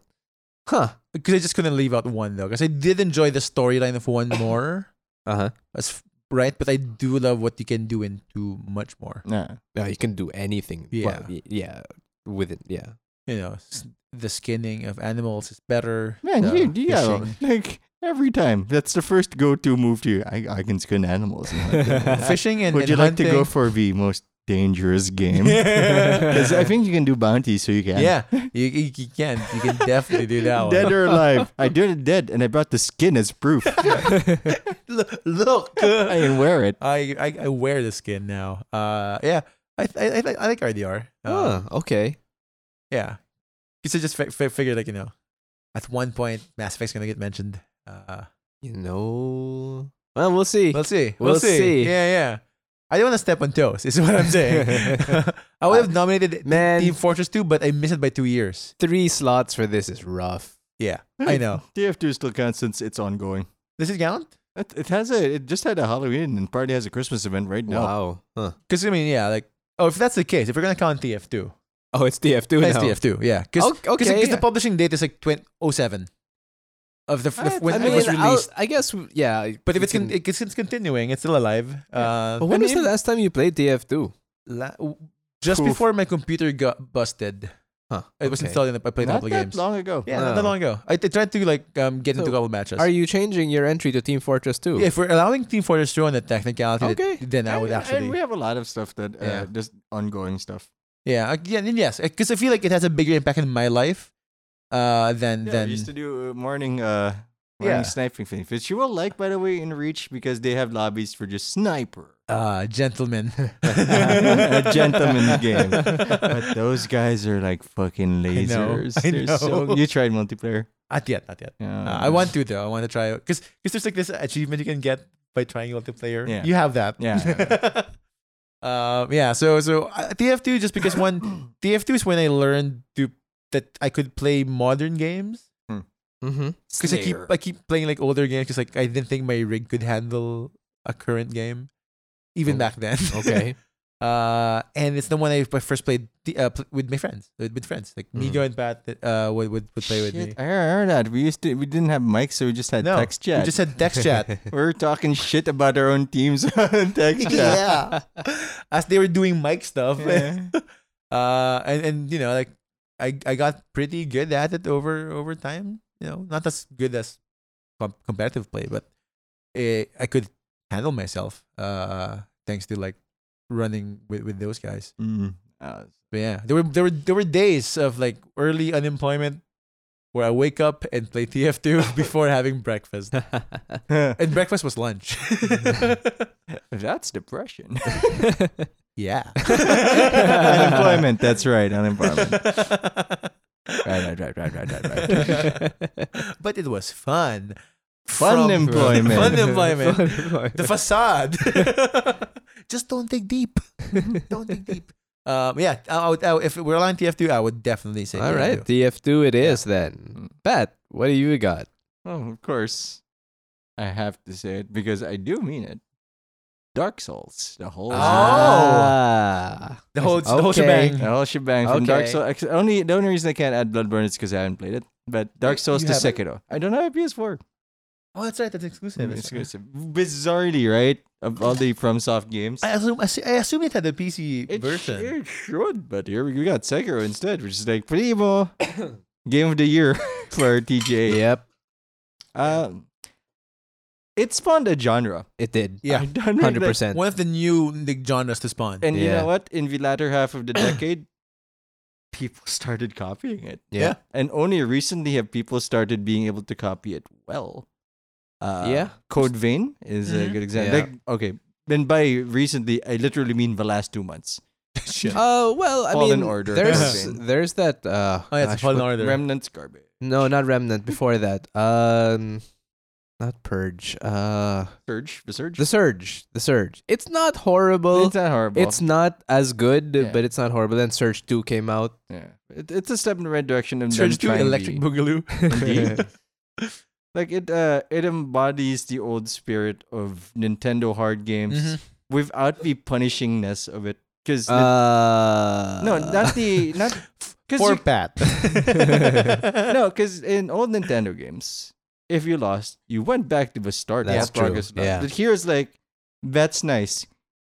Speaker 3: huh.
Speaker 2: Because I just couldn't leave out one though. Because I did enjoy the storyline of
Speaker 3: <coughs>
Speaker 2: one more.
Speaker 3: Uh huh.
Speaker 2: as f- right, but I do love what you can do in two much more.
Speaker 1: Nah.
Speaker 3: No, Uh, you can do anything.
Speaker 2: Yeah.
Speaker 3: Well, y- yeah. With it. Yeah.
Speaker 2: You know, s- the skinning of animals is better.
Speaker 1: Man,
Speaker 2: the
Speaker 1: you, you got-
Speaker 2: fishing.
Speaker 1: like every time. That's the first go-to move to you. I, I can skin <laughs> animals. and hunt them.
Speaker 2: fishing and
Speaker 1: <laughs> Would you
Speaker 2: and
Speaker 1: like to go
Speaker 2: hunting.
Speaker 1: for the most dangerous <laughs> game?
Speaker 2: Yeah.
Speaker 1: 'Cause I think you can do bounties, so you can.
Speaker 2: Yeah, you, you, you can. You can definitely do that one.
Speaker 1: Dead or alive. I did it dead, and I brought the skin as proof.
Speaker 2: <laughs>
Speaker 1: <laughs>
Speaker 2: Look, look.
Speaker 1: I didn't wear it.
Speaker 2: I, I I wear the skin now. Uh, yeah, I I, I, like- I like RDR. Uh,
Speaker 3: Huh, okay.
Speaker 2: Yeah, because I just fi- fi- figured like you know, at one point Mass Effect's gonna get mentioned. Uh,
Speaker 3: You know. Well, we'll see.
Speaker 2: we'll see.
Speaker 3: <laughs> We'll see.
Speaker 2: Yeah, yeah. I don't want to step on toes. Is
Speaker 3: <laughs>
Speaker 2: what I'm saying. <laughs> I would have nominated
Speaker 3: Man,
Speaker 2: Team Fortress 2, but I missed it by two years.
Speaker 3: three slots for this is rough.
Speaker 2: Yeah, I
Speaker 3: Hmm.
Speaker 2: know.
Speaker 1: TF2 still counts since it's ongoing.
Speaker 2: Does it count?
Speaker 1: It, it has a. It just had a Halloween and partly has a Christmas event right now.
Speaker 3: Wow. Huh.
Speaker 2: Because I mean, yeah, like oh, if that's the case, if we're gonna count TF2,
Speaker 3: Oh, it's DF2
Speaker 2: that's
Speaker 3: now.
Speaker 2: TF2, yeah. Because
Speaker 3: Okay. okay.
Speaker 2: the publishing date is like 20, 07 of the, f- the f-
Speaker 1: I-
Speaker 2: when
Speaker 3: I
Speaker 1: I
Speaker 3: mean,
Speaker 2: it was
Speaker 3: I'll-
Speaker 2: released.
Speaker 3: I guess, w- yeah.
Speaker 2: but if
Speaker 3: we
Speaker 2: it's, con-
Speaker 3: can-
Speaker 2: it's it's continuing, it's still alive. Uh,
Speaker 3: But when
Speaker 2: I
Speaker 3: was the
Speaker 2: mean,
Speaker 3: last time you played DF2?
Speaker 2: la- just
Speaker 1: Oof.
Speaker 2: before my computer got busted,
Speaker 3: Huh.
Speaker 2: it was
Speaker 3: okay.
Speaker 2: installed and I played a
Speaker 1: Not
Speaker 2: couple
Speaker 1: that
Speaker 2: of games.
Speaker 1: long ago.
Speaker 2: Yeah, not
Speaker 3: Wow.
Speaker 2: that long ago. I, I tried to like um, get into
Speaker 3: So,
Speaker 2: a couple matches.
Speaker 3: Are you changing your entry to Team Fortress 2?
Speaker 2: Yeah, if we're allowing Team Fortress 2 on the technicality, that-
Speaker 3: Okay.
Speaker 2: then I would
Speaker 1: And-
Speaker 2: actually.
Speaker 1: And we have a lot of stuff that uh,
Speaker 2: Yeah.
Speaker 1: just ongoing stuff.
Speaker 2: Yeah, again, and yes, because I feel like it has a bigger impact in my life uh, than
Speaker 1: Yeah,
Speaker 2: than
Speaker 1: we used to do uh, morning. Uh, Morning
Speaker 2: Yeah.
Speaker 1: sniping thing, which you will like, by the way, in Reach because they have lobbies for just sniper, uh,
Speaker 2: uh, gentlemen.
Speaker 1: <laughs>
Speaker 2: <laughs>
Speaker 1: a gentleman game.
Speaker 2: <laughs>
Speaker 1: But those guys are like fucking
Speaker 2: I know,
Speaker 1: lasers.
Speaker 2: I
Speaker 1: They're So,
Speaker 2: know.
Speaker 1: you tried multiplayer?
Speaker 2: Not yet, not yet.
Speaker 1: Yeah.
Speaker 2: Uh, I want to though. I want to try because because there's like this achievement you can get by trying multiplayer.
Speaker 1: Yeah.
Speaker 2: You have that.
Speaker 1: Yeah,
Speaker 2: <laughs> um, yeah. So so uh, TF2 just
Speaker 1: <coughs>
Speaker 2: because one TF2 is when I learned to that I could play modern games.
Speaker 3: <laughs> Mm-hmm.
Speaker 2: because I keep I keep playing like older games because like I didn't think my rig could handle a current game, even
Speaker 3: Oh.
Speaker 2: back then.
Speaker 3: Okay.
Speaker 2: <laughs> Uh, and it's the one I p- first played the, uh, pl- with my friends, with, with friends like
Speaker 3: Mm.
Speaker 2: Migo and Pat that, uh, would, would would play with
Speaker 1: Shit,
Speaker 2: me.
Speaker 1: I remember that. We used to we didn't have mics, so we just had text chat.
Speaker 2: We just had text chat.
Speaker 1: <laughs> We are talking shit about our own teams <laughs> on text chat.
Speaker 2: <laughs> yeah, as they were doing mic stuff.
Speaker 1: Yeah.
Speaker 2: Uh, and and you know like I I got pretty good at it over over time. You know, not as good as com- competitive play, but it, I could handle myself. Uh, thanks to like running with with those guys.
Speaker 1: <laughs> Mm. Uh,
Speaker 2: But yeah, there were there were there were days of like early unemployment where I wake up and play <laughs> TF2 before having breakfast, and breakfast was lunch.
Speaker 1: that's depression.
Speaker 2: <laughs> yeah,
Speaker 1: unemployment. That's right. <laughs> Unemployment.
Speaker 2: right, <laughs>
Speaker 1: Right, right, right, right, right, right, <laughs> right.
Speaker 2: but it was fun.
Speaker 1: Fun
Speaker 2: From-
Speaker 1: employment.
Speaker 2: Fun
Speaker 1: <laughs>
Speaker 2: employment. the
Speaker 3: the
Speaker 2: facade. <laughs> Just don't dig deep.
Speaker 3: <laughs>
Speaker 2: don't dig
Speaker 1: <laughs>
Speaker 2: deep. Um, yeah, I, I would, I, would- if we're on TF2, I would definitely say.
Speaker 3: All right,
Speaker 2: TF2.
Speaker 3: TF2 it
Speaker 1: Mm.
Speaker 3: is then. Pat, what do you got?
Speaker 1: Oh, of course. I have to say it because I do mean it. Dark Souls, the whole
Speaker 2: Oh.
Speaker 3: Ah.
Speaker 2: the whole the whole
Speaker 3: Okay.
Speaker 1: the
Speaker 2: shebang.
Speaker 1: whole shebang from Dark
Speaker 3: Okay.
Speaker 1: Souls. ex- Only the only reason I can't add Bloodborne is because I haven't played it. But Dark
Speaker 2: You-
Speaker 1: Souls
Speaker 2: you
Speaker 1: to
Speaker 2: haven't?
Speaker 1: Sekiro. I don't have a PS4.
Speaker 2: Oh, that's right. That's exclusive.
Speaker 1: It's exclusive. Bizarrely, right? Of all the FromSoft games.
Speaker 2: I assume I assu- I assume it had a PC
Speaker 1: It, sh-
Speaker 2: version.
Speaker 1: it should, but here we we got Sekiro instead, which is like
Speaker 2: <coughs>
Speaker 1: primo game of the year <laughs> for TGA.
Speaker 3: Yep,
Speaker 1: Um, it spawned a genre.
Speaker 3: it did.
Speaker 1: <laughs>
Speaker 2: Yeah,
Speaker 1: I don't know,
Speaker 3: Hundred
Speaker 1: like-
Speaker 3: percent.
Speaker 2: One of the new like, genres to spawn.
Speaker 1: And you
Speaker 3: Yeah.
Speaker 1: know what? In the latter half
Speaker 3: <coughs>
Speaker 1: of the decade, people started copying it.
Speaker 3: Yeah.
Speaker 1: And only recently have people started being able to copy it well. Uh,
Speaker 3: Yeah. Mm-hmm.
Speaker 1: Code Vein is a
Speaker 2: Mhm.
Speaker 1: good example.
Speaker 3: Yeah.
Speaker 1: Like, okay. And by recently, I literally mean the last two months. <laughs>
Speaker 2: Shit.
Speaker 3: Oh well, I
Speaker 1: Fallen
Speaker 3: mean,
Speaker 1: Order.
Speaker 2: <laughs>
Speaker 3: there's
Speaker 1: Okay.
Speaker 3: there's that. Uh,
Speaker 2: oh, yeah, it's
Speaker 3: gosh,
Speaker 2: Fallen
Speaker 3: what-
Speaker 2: Order.
Speaker 1: Remnants Garbage.
Speaker 3: No, not Remnant. Before that, um, not Purge. Uh,
Speaker 1: Surge. The Surge.
Speaker 3: The Surge. The Surge. It's not horrible.
Speaker 1: it's not horrible.
Speaker 3: It's not as good,
Speaker 1: Yeah.
Speaker 3: but it's not horrible. Then Surge Two came out.
Speaker 1: yeah. It, it's a step in the right direction. And
Speaker 2: Surge to
Speaker 1: trying
Speaker 2: Electric
Speaker 1: be- <laughs>
Speaker 2: Boogaloo. <laughs>
Speaker 1: Indeed. like it uh it embodies the old spirit of Nintendo hard games
Speaker 2: Mhm.
Speaker 3: Mm-hmm.
Speaker 1: without the punishingness of it. Because
Speaker 3: Uh,
Speaker 1: no,
Speaker 3: <laughs>
Speaker 1: not the not because
Speaker 2: For Pat.
Speaker 1: no, because in old Nintendo games, if you lost, you went back to the start.
Speaker 3: That's
Speaker 1: as progress
Speaker 3: true,
Speaker 1: lost.
Speaker 3: yeah.
Speaker 1: But here's like, that's nice.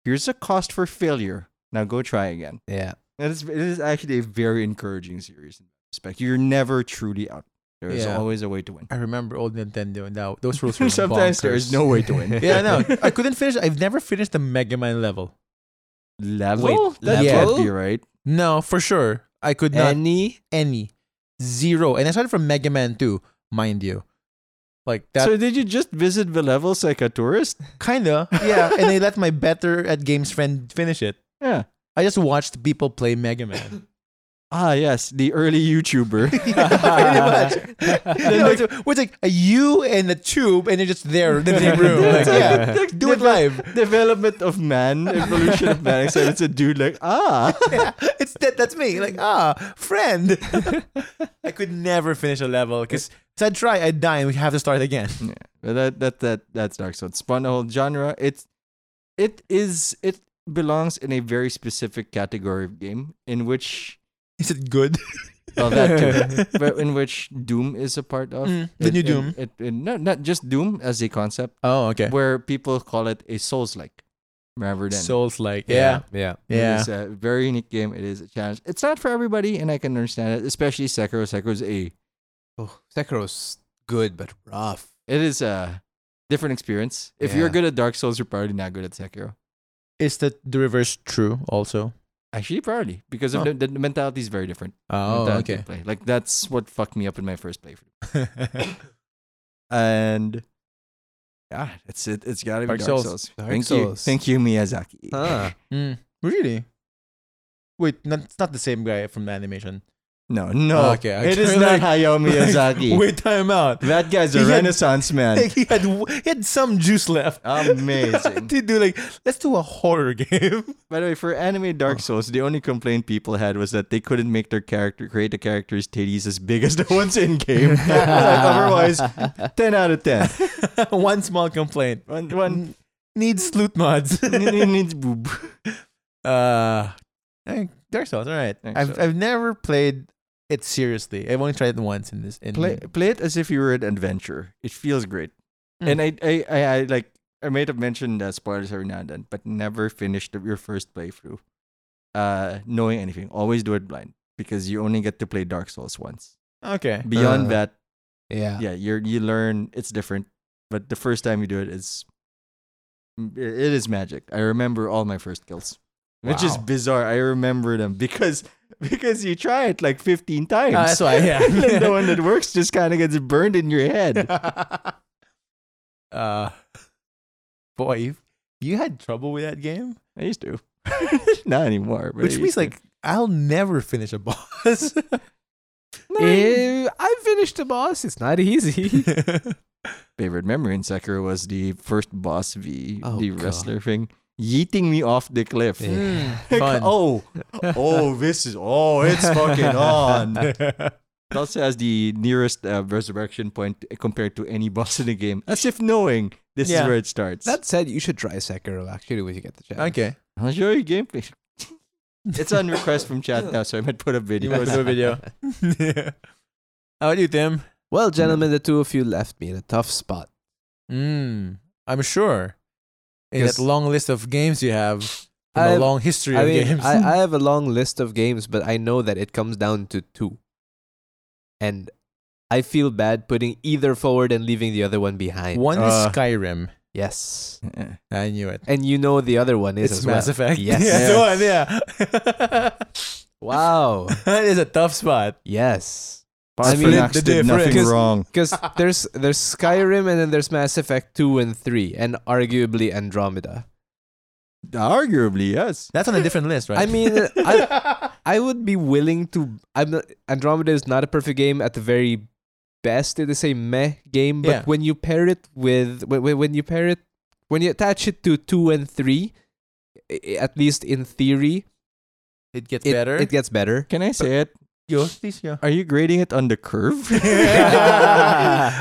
Speaker 1: Here's a cost for failure. Now go try again.
Speaker 3: yeah.
Speaker 1: And it's it is actually a very encouraging series in that respect. You're never truly out. There is
Speaker 2: Yeah.
Speaker 1: always a way to win.
Speaker 2: I remember old Nintendo and that, those
Speaker 1: <laughs>
Speaker 2: rules were
Speaker 1: Sometimes there is
Speaker 2: bonkers.
Speaker 1: no way to <laughs> win.
Speaker 2: yeah, no. I couldn't finish. I've never finished the Mega Man level.
Speaker 1: Level?
Speaker 3: Wait,
Speaker 1: that
Speaker 3: level?
Speaker 1: can't be right.
Speaker 2: No, for sure. I could not
Speaker 3: Any?
Speaker 2: any zero. And I started from Mega Man 2, mind you. Like that
Speaker 1: so did you just visit the levels like a tourist?
Speaker 2: kinda. Yeah. and I let my better at games friend finish it.
Speaker 1: Yeah.
Speaker 2: I just watched people play Mega
Speaker 1: <laughs>
Speaker 2: Man. <laughs>
Speaker 1: Ah, yes, the early <laughs> YouTuber.
Speaker 2: Pretty much. no, it's, it's like a U and a tube, and they're just there in
Speaker 1: <laughs>
Speaker 2: the same room. Like,
Speaker 1: It's like
Speaker 2: yeah,
Speaker 1: the-
Speaker 2: do it
Speaker 1: the-
Speaker 2: live.
Speaker 1: Development of man, evolution of man. Except it's a dude like ah.
Speaker 2: Yeah, <laughs> it's that. That's me. Like ah, friend. <laughs> I could never finish a level because if I try, I die, and we have to start again.
Speaker 1: <laughs> But that that that that's Dark Souls. Spawn a whole genre. It's it is it belongs in a very specific category of game in which
Speaker 2: Is it good?
Speaker 1: well that <laughs> too, but in which Doom is a part of.
Speaker 2: Mm,
Speaker 1: It-
Speaker 2: the new
Speaker 1: it-
Speaker 2: Doom.
Speaker 1: It, it, not not just Doom as a concept.
Speaker 2: oh, okay.
Speaker 1: where people call it a Souls like rather than.
Speaker 2: Souls like yeah,
Speaker 3: Yeah.
Speaker 2: yeah.
Speaker 1: It's a very unique game. It is a challenge. It's not for everybody, and I can understand it, especially Sekiro. Sekiro's a.
Speaker 3: Oh, Sekiro's good but rough.
Speaker 1: It is a different experience. If you're
Speaker 3: Yeah.
Speaker 1: good at Dark Souls, you're probably not good at Sekiro.
Speaker 2: Is the the reverse true also?
Speaker 1: Actually, probably because of
Speaker 2: Huh.
Speaker 1: the, the mentality is very different.
Speaker 2: Oh,
Speaker 1: mentality of Play. Like that's what fucked me up in my first playthrough. And yeah, it's it. It's gotta be
Speaker 2: Dark
Speaker 1: Dark,
Speaker 2: Souls.
Speaker 1: Souls.
Speaker 3: Dark
Speaker 1: thank you,
Speaker 3: Souls.
Speaker 1: thank you, Miyazaki.
Speaker 3: Huh.
Speaker 2: Mm, <laughs> really? Wait, not, it's not the same guy from the <laughs> animation.
Speaker 1: No, no,
Speaker 2: Okay, I-
Speaker 1: it
Speaker 2: <laughs>
Speaker 1: is
Speaker 2: like-
Speaker 1: not Hayao Miyazaki.
Speaker 2: <laughs> Wait, time out.
Speaker 1: that guy's a
Speaker 2: He had-
Speaker 1: renaissance man.
Speaker 2: <laughs> Like, he had w- he had some juice left. <laughs>
Speaker 1: Amazing.
Speaker 2: to do like let's do a horror <laughs> game.
Speaker 1: By the way, for anime
Speaker 2: Oh.
Speaker 1: Dark Souls, the only complaint people had was that they couldn't make their character create the character's titties as big as the <laughs> ones in game. Like,
Speaker 2: <laughs>
Speaker 1: otherwise, ten out of ten.
Speaker 2: One small complaint. <laughs>
Speaker 1: One, one <laughs>
Speaker 2: Needs loot mods.
Speaker 1: needs boob.
Speaker 2: <laughs> Uh, eh, Dark Souls. All right.
Speaker 1: Dark
Speaker 2: I've
Speaker 1: Souls.
Speaker 2: I've never played it seriously. I've only tried it once in this. In
Speaker 1: Play play it as if you were an adventure. It feels great. And I, I I I like I made a mention that uh, spoilers every now and then, but never finished the- your first playthrough. Uh knowing anything. Always do it blind. Because you only get to play Dark Souls once.
Speaker 2: okay.
Speaker 1: Beyond
Speaker 3: Uh,
Speaker 1: that, <laughs>
Speaker 3: Yeah.
Speaker 1: yeah, you're you learn it's different, but the first time you do it, it's it it is magic. I remember all my first kills, which is
Speaker 2: Wow.
Speaker 1: bizarre. I remember them because <laughs> because you try it like 15 times.
Speaker 2: Ah, that's why, yeah.
Speaker 1: <laughs> and then the
Speaker 2: <laughs>
Speaker 1: one that works just kind of gets burned in your head.
Speaker 2: uh, boy, you you had trouble with that game,
Speaker 1: I used to, <laughs> not anymore. But I
Speaker 2: which
Speaker 1: used
Speaker 2: means
Speaker 1: to.
Speaker 2: like I'll never finish
Speaker 1: <laughs>
Speaker 2: a boss.
Speaker 3: <laughs> Eh, I finished the boss. It's not easy. <laughs>
Speaker 1: favorite memory in Sekiro was the first boss v
Speaker 3: Oh,
Speaker 1: the
Speaker 3: God.
Speaker 1: wrestler thing, yeeting me off the cliff.
Speaker 3: Hmm.
Speaker 2: <laughs> Mm,
Speaker 1: Like,
Speaker 2: <laughs> fun.
Speaker 1: oh, oh, this is oh, <laughs>
Speaker 2: <laughs>
Speaker 1: it's fucking on. It also has the nearest uh, resurrection point compared to any <laughs> boss in the game, as if knowing this
Speaker 2: Yeah.
Speaker 1: is where it starts.
Speaker 3: that said, you should try Sekiro actually when you get the chance.
Speaker 2: okay.
Speaker 1: I'll show you gameplay. it's on request from chat now, so I might put up
Speaker 2: You
Speaker 1: video.
Speaker 2: want to do a <laughs> video? How about you, Tim?
Speaker 3: Well, gentlemen, the two of you left me in a tough spot.
Speaker 2: Mm, I'm sure. In
Speaker 3: Yes.
Speaker 2: that long list of games you have, from a
Speaker 3: I've-
Speaker 2: long history
Speaker 3: I
Speaker 2: of
Speaker 3: mean,
Speaker 2: games.
Speaker 3: I,
Speaker 2: <laughs>
Speaker 3: I have a long list of games, but I know that it comes down to two. And I feel bad putting either forward and leaving the other one
Speaker 2: <laughs>
Speaker 3: behind.
Speaker 2: One
Speaker 1: Uh,
Speaker 2: is Skyrim.
Speaker 3: Yes.
Speaker 1: <laughs> Yeah.
Speaker 2: I knew it.
Speaker 3: And you know the other one
Speaker 2: <laughs>
Speaker 3: is
Speaker 2: It's
Speaker 3: as
Speaker 2: Mass
Speaker 3: well.
Speaker 2: Effect.
Speaker 3: Yes.
Speaker 2: Yeah, the one, yeah.
Speaker 3: Wow.
Speaker 2: that is a tough spot.
Speaker 3: yes.
Speaker 1: Boss
Speaker 3: I mean,
Speaker 1: Fanax
Speaker 2: the
Speaker 1: did nothing
Speaker 3: difference-
Speaker 1: wrong.
Speaker 2: <laughs>
Speaker 3: Because there's there's Skyrim and then there's Mass Effect two and three and arguably Andromeda.
Speaker 1: Arguably, yes.
Speaker 2: That's on a different list, right?
Speaker 3: I mean, I I would be willing to. I'm not, Andromeda is not a perfect game at the very best. It is a meh game,
Speaker 2: Yeah.
Speaker 3: but when you pair it with when, when when you pair it when you attach it to two and three, i- i- at least in theory,
Speaker 2: <laughs> it gets
Speaker 3: it,
Speaker 2: better.
Speaker 3: it gets
Speaker 2: <laughs>
Speaker 3: better.
Speaker 1: Can I say it?
Speaker 2: yo, please, yo.
Speaker 1: Are you grading it on the curve?
Speaker 3: <laughs>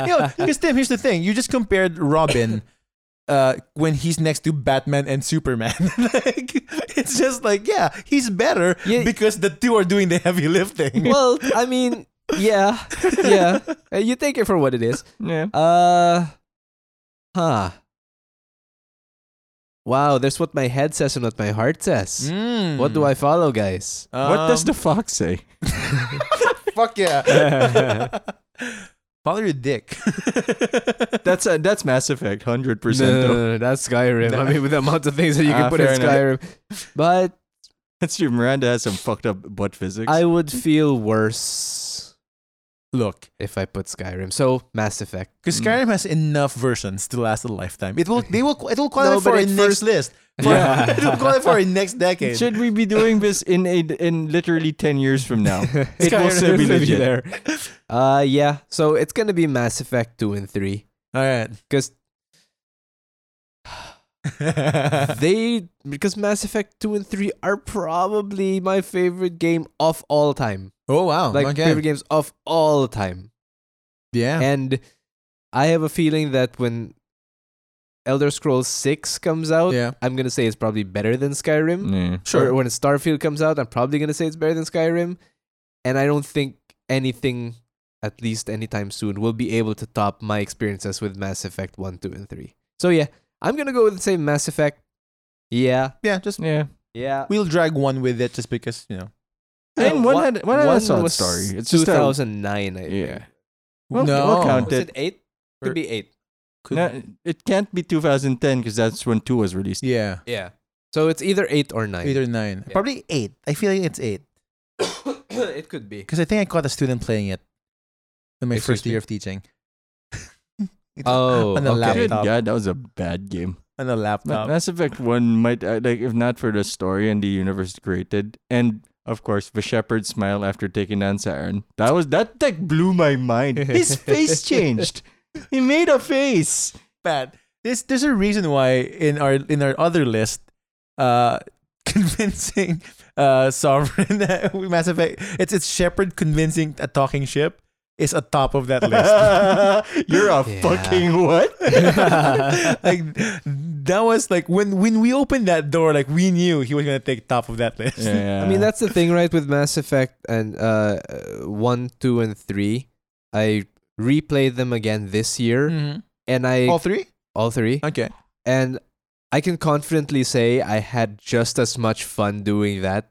Speaker 2: yo, because Tim, here's the thing: you just compared Robin. Uh, when he's next to Batman and Superman, <laughs> like it's just like yeah, he's better
Speaker 3: Yeah.
Speaker 2: because the two are doing the heavy lifting.
Speaker 3: well, I mean, yeah, yeah. Uh, You take it for what it is.
Speaker 1: yeah.
Speaker 3: Uh, huh. Wow, that's what my head says and what my heart says.
Speaker 2: Hmm.
Speaker 3: What do I follow, guys?
Speaker 2: Uh,
Speaker 1: what does the
Speaker 2: Um,
Speaker 1: fox say?
Speaker 2: fuck yeah? <laughs> Follow your
Speaker 3: <laughs>
Speaker 2: dick.
Speaker 1: That's uh, that's Mass Effect, hundred
Speaker 3: No,
Speaker 1: percent.
Speaker 3: no,
Speaker 1: though.
Speaker 3: no, no, that's Skyrim. I
Speaker 1: No.
Speaker 3: mean, with the amount of things that you
Speaker 1: Ah,
Speaker 3: can put in
Speaker 1: fair
Speaker 3: Skyrim. But
Speaker 1: <laughs> That's true. Miranda has some fucked up butt physics.
Speaker 3: I would feel worse
Speaker 2: Look,
Speaker 3: if I put Skyrim. So, Mass Effect. <laughs>
Speaker 2: Because
Speaker 1: Mm.
Speaker 2: Skyrim has enough versions to last a lifetime. It will, they will, it will qualify
Speaker 3: No, but
Speaker 2: for a
Speaker 3: it
Speaker 2: next
Speaker 3: first-
Speaker 2: list. For,
Speaker 3: Yeah.
Speaker 2: <laughs> it will qualify for a next decade.
Speaker 1: Should we be doing this in a in literally ten years from now?
Speaker 3: it
Speaker 1: will still be legit.
Speaker 3: there. Uh, yeah. So, it's going to be Mass Effect 2 and 3.
Speaker 2: All right. <laughs>
Speaker 1: <laughs>
Speaker 3: Because they because Mass Effect 2 and 3 are probably my favorite game of all time.
Speaker 2: oh wow.
Speaker 3: Like
Speaker 2: okay.
Speaker 3: favorite games of all time.
Speaker 2: yeah.
Speaker 3: And I have a feeling that when Elder Scrolls 6 comes out,
Speaker 2: yeah.
Speaker 3: I'm going to say it's probably better than Skyrim.
Speaker 1: Yeah.
Speaker 2: Sure.
Speaker 3: Or when Starfield comes out, I'm probably going to say it's better than Skyrim. And I don't think anything at least anytime soon will be able to top my experiences with Mass Effect 1, 2 and 3. So yeah, I'm going to go with the same Mass Effect. Yeah.
Speaker 2: yeah. Just
Speaker 1: Yeah.
Speaker 3: Yeah. Uh,
Speaker 2: we'll drag one with it, just because you know.
Speaker 1: And one
Speaker 3: one-
Speaker 1: had one had a
Speaker 3: one
Speaker 1: solid
Speaker 3: was
Speaker 1: story. It's just a,
Speaker 3: 2009, I think.
Speaker 1: yeah. We'll,
Speaker 2: No.
Speaker 1: we'll count
Speaker 3: Was
Speaker 1: it.
Speaker 3: Oh, it 8?
Speaker 2: Or-
Speaker 3: Could be 8.
Speaker 1: No, it can't be 2010 because that's when two was released.
Speaker 2: Yeah.
Speaker 3: Yeah. So it's either 8 or 9.
Speaker 2: Eight or nine.
Speaker 3: Yeah.
Speaker 2: Probably eight. I feel like it's eight
Speaker 3: <coughs> it could be.
Speaker 2: because I think I caught a student playing it in my
Speaker 3: Excuse
Speaker 2: first
Speaker 3: me?
Speaker 2: year of teaching. <laughs> It's
Speaker 3: Oh,
Speaker 2: <laughs> on the
Speaker 3: okay.
Speaker 1: Good
Speaker 2: laptop.
Speaker 1: God, that was a bad game.
Speaker 2: On the
Speaker 1: Ma-
Speaker 2: laptop.
Speaker 1: Mass Effect One might uh, like if not for the story and the universe it created, and of course the shepherd smile after taking down Saturn. That was that like blew my mind.
Speaker 3: <laughs>
Speaker 1: His face changed. He made a face.
Speaker 2: Pat, this there's a reason why in our in our other list, uh, <laughs> convincing uh sovereign <laughs> Mass Effect. It's it's Shepard convincing a talking ship is a top <laughs> of that list.
Speaker 1: <laughs> You're a
Speaker 3: Yeah.
Speaker 1: fucking what?
Speaker 2: <laughs> like that was like when when we opened that door, like we knew he was gonna take top of that list.
Speaker 1: Yeah.
Speaker 3: <laughs> I mean, that's the thing, right? With Mass Effect and uh, uh, one, two, and three, I replayed them again this year, and I
Speaker 2: Hmm. Mm-hmm. All
Speaker 3: all,
Speaker 2: three?
Speaker 3: three,
Speaker 2: Okay.
Speaker 3: and I can confidently say I had just as much fun doing that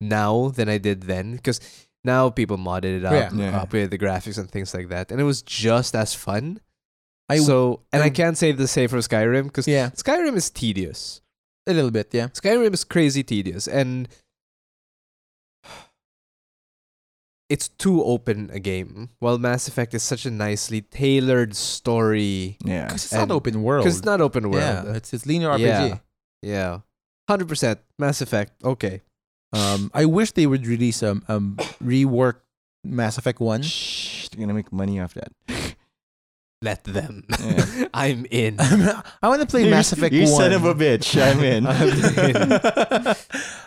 Speaker 3: now than I did then, because now people modded it up,
Speaker 2: Yeah.
Speaker 1: Yeah.
Speaker 3: upgraded the graphics and things like that, and it was just as fun.
Speaker 2: I
Speaker 3: so, and I
Speaker 2: I'm-
Speaker 3: can't say the same for Skyrim because
Speaker 2: yeah,
Speaker 3: Skyrim is tedious.
Speaker 2: a little bit. Yeah.
Speaker 3: Skyrim is crazy tedious and <sighs> it's too open a game. While Mass Effect is such a nicely tailored story
Speaker 1: yeah.
Speaker 2: Because it's not
Speaker 3: And-
Speaker 2: open world.
Speaker 3: because it's not open world.
Speaker 2: Yeah, it's it's linear RPG.
Speaker 3: Yeah. Yeah. 100% Mass Effect. Okay.
Speaker 2: Um, I wish they would release um um reworked Mass Effect One.
Speaker 1: Shh, they're gonna make money off that.
Speaker 3: Let them.
Speaker 1: Yeah.
Speaker 3: <laughs> I'm in.
Speaker 2: <laughs> I want to play Mass Effect
Speaker 1: you
Speaker 2: One.
Speaker 1: son of a bitch. <laughs> I'm
Speaker 2: <laughs>
Speaker 1: in.
Speaker 2: I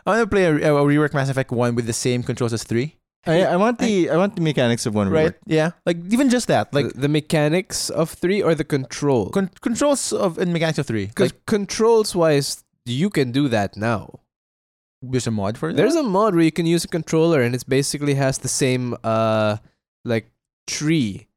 Speaker 2: want to play a, a rework Mass Effect One with the same controls as three.
Speaker 1: I, I want the I want the mechanics of one
Speaker 2: Right?
Speaker 1: rework.
Speaker 2: Yeah. Like even just that, like
Speaker 3: Like the, the mechanics of 3 or the control?
Speaker 2: con- controls of and mechanics of three.
Speaker 3: Cuz
Speaker 2: like
Speaker 3: controls wise you can do that now.
Speaker 2: there's a mod for that.
Speaker 3: There's a mod where you can use a controller and it basically has the same uh like tree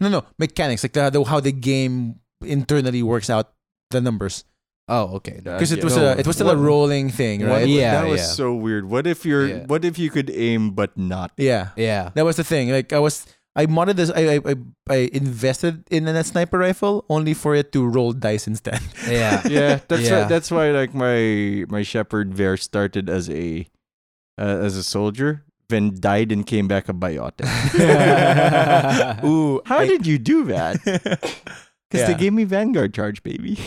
Speaker 2: no no mechanics like the, the how the game internally works out the numbers
Speaker 3: Oh, okay. No.
Speaker 2: because it was
Speaker 1: Uh, No,
Speaker 2: a it was still a
Speaker 1: what-
Speaker 2: rolling thing,
Speaker 1: What-
Speaker 2: right?
Speaker 3: Yeah.
Speaker 1: that was so weird. What if you're
Speaker 3: Yeah.
Speaker 1: what if you could aim but not?
Speaker 2: Yeah.
Speaker 3: Yeah.
Speaker 2: That was the thing. Like I was, I modded this. I I, I, I invested in a sniper rifle only for it to roll dice instead. <laughs>
Speaker 3: Yeah.
Speaker 1: Yeah, <laughs> that's
Speaker 3: Yeah.
Speaker 1: Why, that's why like my my shepherd there started as a uh, as a soldier, then died and came back a
Speaker 3: <laughs>
Speaker 1: biotic.
Speaker 2: Ooh,
Speaker 1: How did you do that? <laughs> Because
Speaker 2: yeah.
Speaker 1: they gave me Vanguard charge, baby.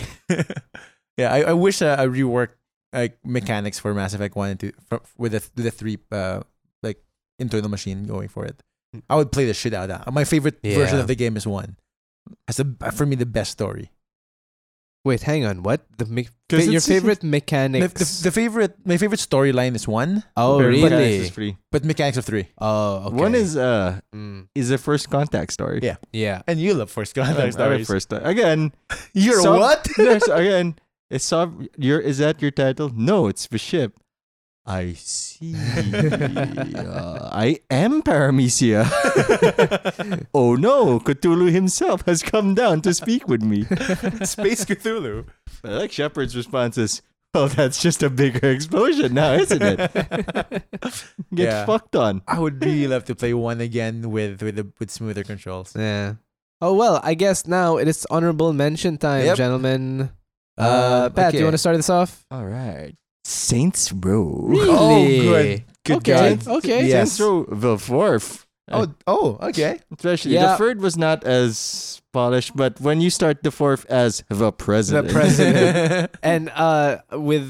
Speaker 2: yeah, I, I wish uh, I reworked like mechanics for Mass Effect One and Two for, with the with the three uh like internal machine going for it. I would play the shit out of that. My favorite version
Speaker 3: Yeah.
Speaker 2: of the game is one. Has the uh, for me the best story.
Speaker 3: Wait, hang on. What the me-
Speaker 1: 'Cause
Speaker 3: your
Speaker 1: it's-
Speaker 3: favorite
Speaker 2: The,
Speaker 3: mechanics?
Speaker 2: the, the favorite my favorite storyline is one,
Speaker 3: oh,
Speaker 1: <laughs> Very mechanics
Speaker 3: really?
Speaker 1: is free.
Speaker 2: but mechanics of three.
Speaker 3: Oh, okay.
Speaker 1: One is uh
Speaker 3: Mm,
Speaker 1: is a first contact story. <laughs>
Speaker 2: Yeah.
Speaker 3: yeah.
Speaker 2: And you love first
Speaker 1: I
Speaker 2: contact
Speaker 1: love
Speaker 2: stories.
Speaker 1: first uh, again.
Speaker 2: You're
Speaker 1: So-
Speaker 2: what? <laughs>
Speaker 1: Yes, again. Is sov- your is that your title? No, it's the ship. I see. Uh, I am Paramecia. oh no, Cthulhu himself has come down to speak with me.
Speaker 2: Space Cthulhu.
Speaker 1: I like Shepard's response is, "Well, that's just a bigger explosion now, isn't it? Get
Speaker 2: Yeah.
Speaker 1: fucked on."
Speaker 2: I would really love to play one again with with the, with smoother controls.
Speaker 3: Yeah. Oh well, I guess now it is honorable mention time,
Speaker 2: Yep.
Speaker 3: gentlemen. Uh,
Speaker 2: Um,
Speaker 3: Pat, do
Speaker 2: okay.
Speaker 3: you want to start this off?
Speaker 1: <laughs> All right, Saints Row.
Speaker 3: Really?
Speaker 2: Oh, Good
Speaker 3: Okay.
Speaker 2: God.
Speaker 3: Okay.
Speaker 2: Yeah.
Speaker 1: Saints Row the fourth.
Speaker 2: Oh, oh, okay.
Speaker 1: Especially
Speaker 3: Yeah.
Speaker 1: the third was not as polished, but when you start the fourth as the president,
Speaker 2: <laughs>
Speaker 3: And uh, with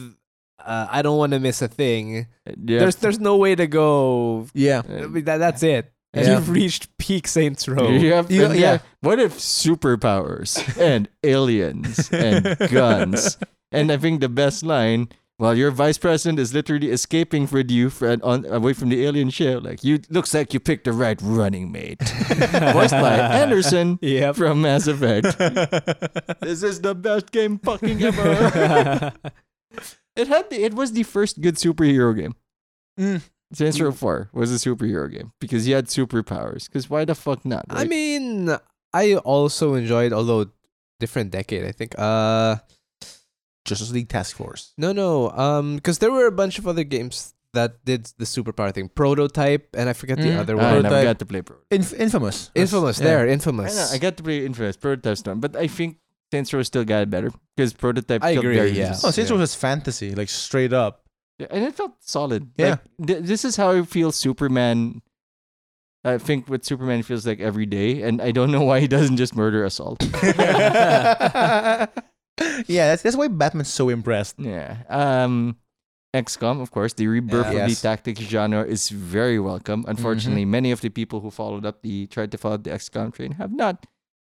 Speaker 3: uh, I don't want to miss a thing.
Speaker 1: yeah,
Speaker 3: There's there's no way to go.
Speaker 2: yeah.
Speaker 3: I
Speaker 1: Uh,
Speaker 3: mean, that, that's it.
Speaker 2: Yeah.
Speaker 3: You've reached peak Saints Row.
Speaker 1: <laughs> you have-
Speaker 2: You-
Speaker 1: and yeah.
Speaker 2: yeah.
Speaker 1: What if superpowers and aliens and guns? And I think the best line, while your vice president is literally escaping with you for, on, away from the alien ship, like you looks like you picked the right running mate, voiced by Anderson
Speaker 3: Yep.
Speaker 1: from Mass Effect. This is the best game fucking ever. <laughs> it had the, it was the first good superhero game.
Speaker 2: Mm.
Speaker 1: Saints Row 4 was a superhero game because you had superpowers. Because why the fuck not?
Speaker 3: I
Speaker 1: right?
Speaker 3: mean, I also enjoyed, although different decade, I think. Uh,
Speaker 2: Justice League Task Force.
Speaker 3: no, no, um, because there were a bunch of other games that did the superpower thing. Prototype, and I forget the
Speaker 2: Mm.
Speaker 3: other
Speaker 1: Ah,
Speaker 3: one.
Speaker 1: I never
Speaker 2: Prototype.
Speaker 1: got to play Pro.
Speaker 2: Inf- infamous.
Speaker 3: Infamous,
Speaker 2: Yeah.
Speaker 3: there,
Speaker 1: I, know,
Speaker 3: infamous.
Speaker 1: I got to play Infamous Prototype Storm, but I think Saints Row still got it better because Prototype
Speaker 3: I
Speaker 1: killed
Speaker 3: agree,
Speaker 1: their
Speaker 3: yeah.
Speaker 1: leads.
Speaker 2: Oh, Saints
Speaker 3: Yeah.
Speaker 2: Row was fantasy, like straight <laughs> up.
Speaker 1: Yeah, and it felt solid.
Speaker 2: Yeah.
Speaker 1: Like, th- this is how I feel Superman. I think what Superman feels like every day, and I don't know why he doesn't just murder us all.
Speaker 2: yeah, that's that's why Batman's so impressed.
Speaker 1: Yeah. Um, XCOM, of course, the rebirth
Speaker 2: Yeah.
Speaker 1: of
Speaker 2: Yes.
Speaker 1: the tactics genre is very welcome. Unfortunately, many of the people who followed up the tried to follow the XCOM train have not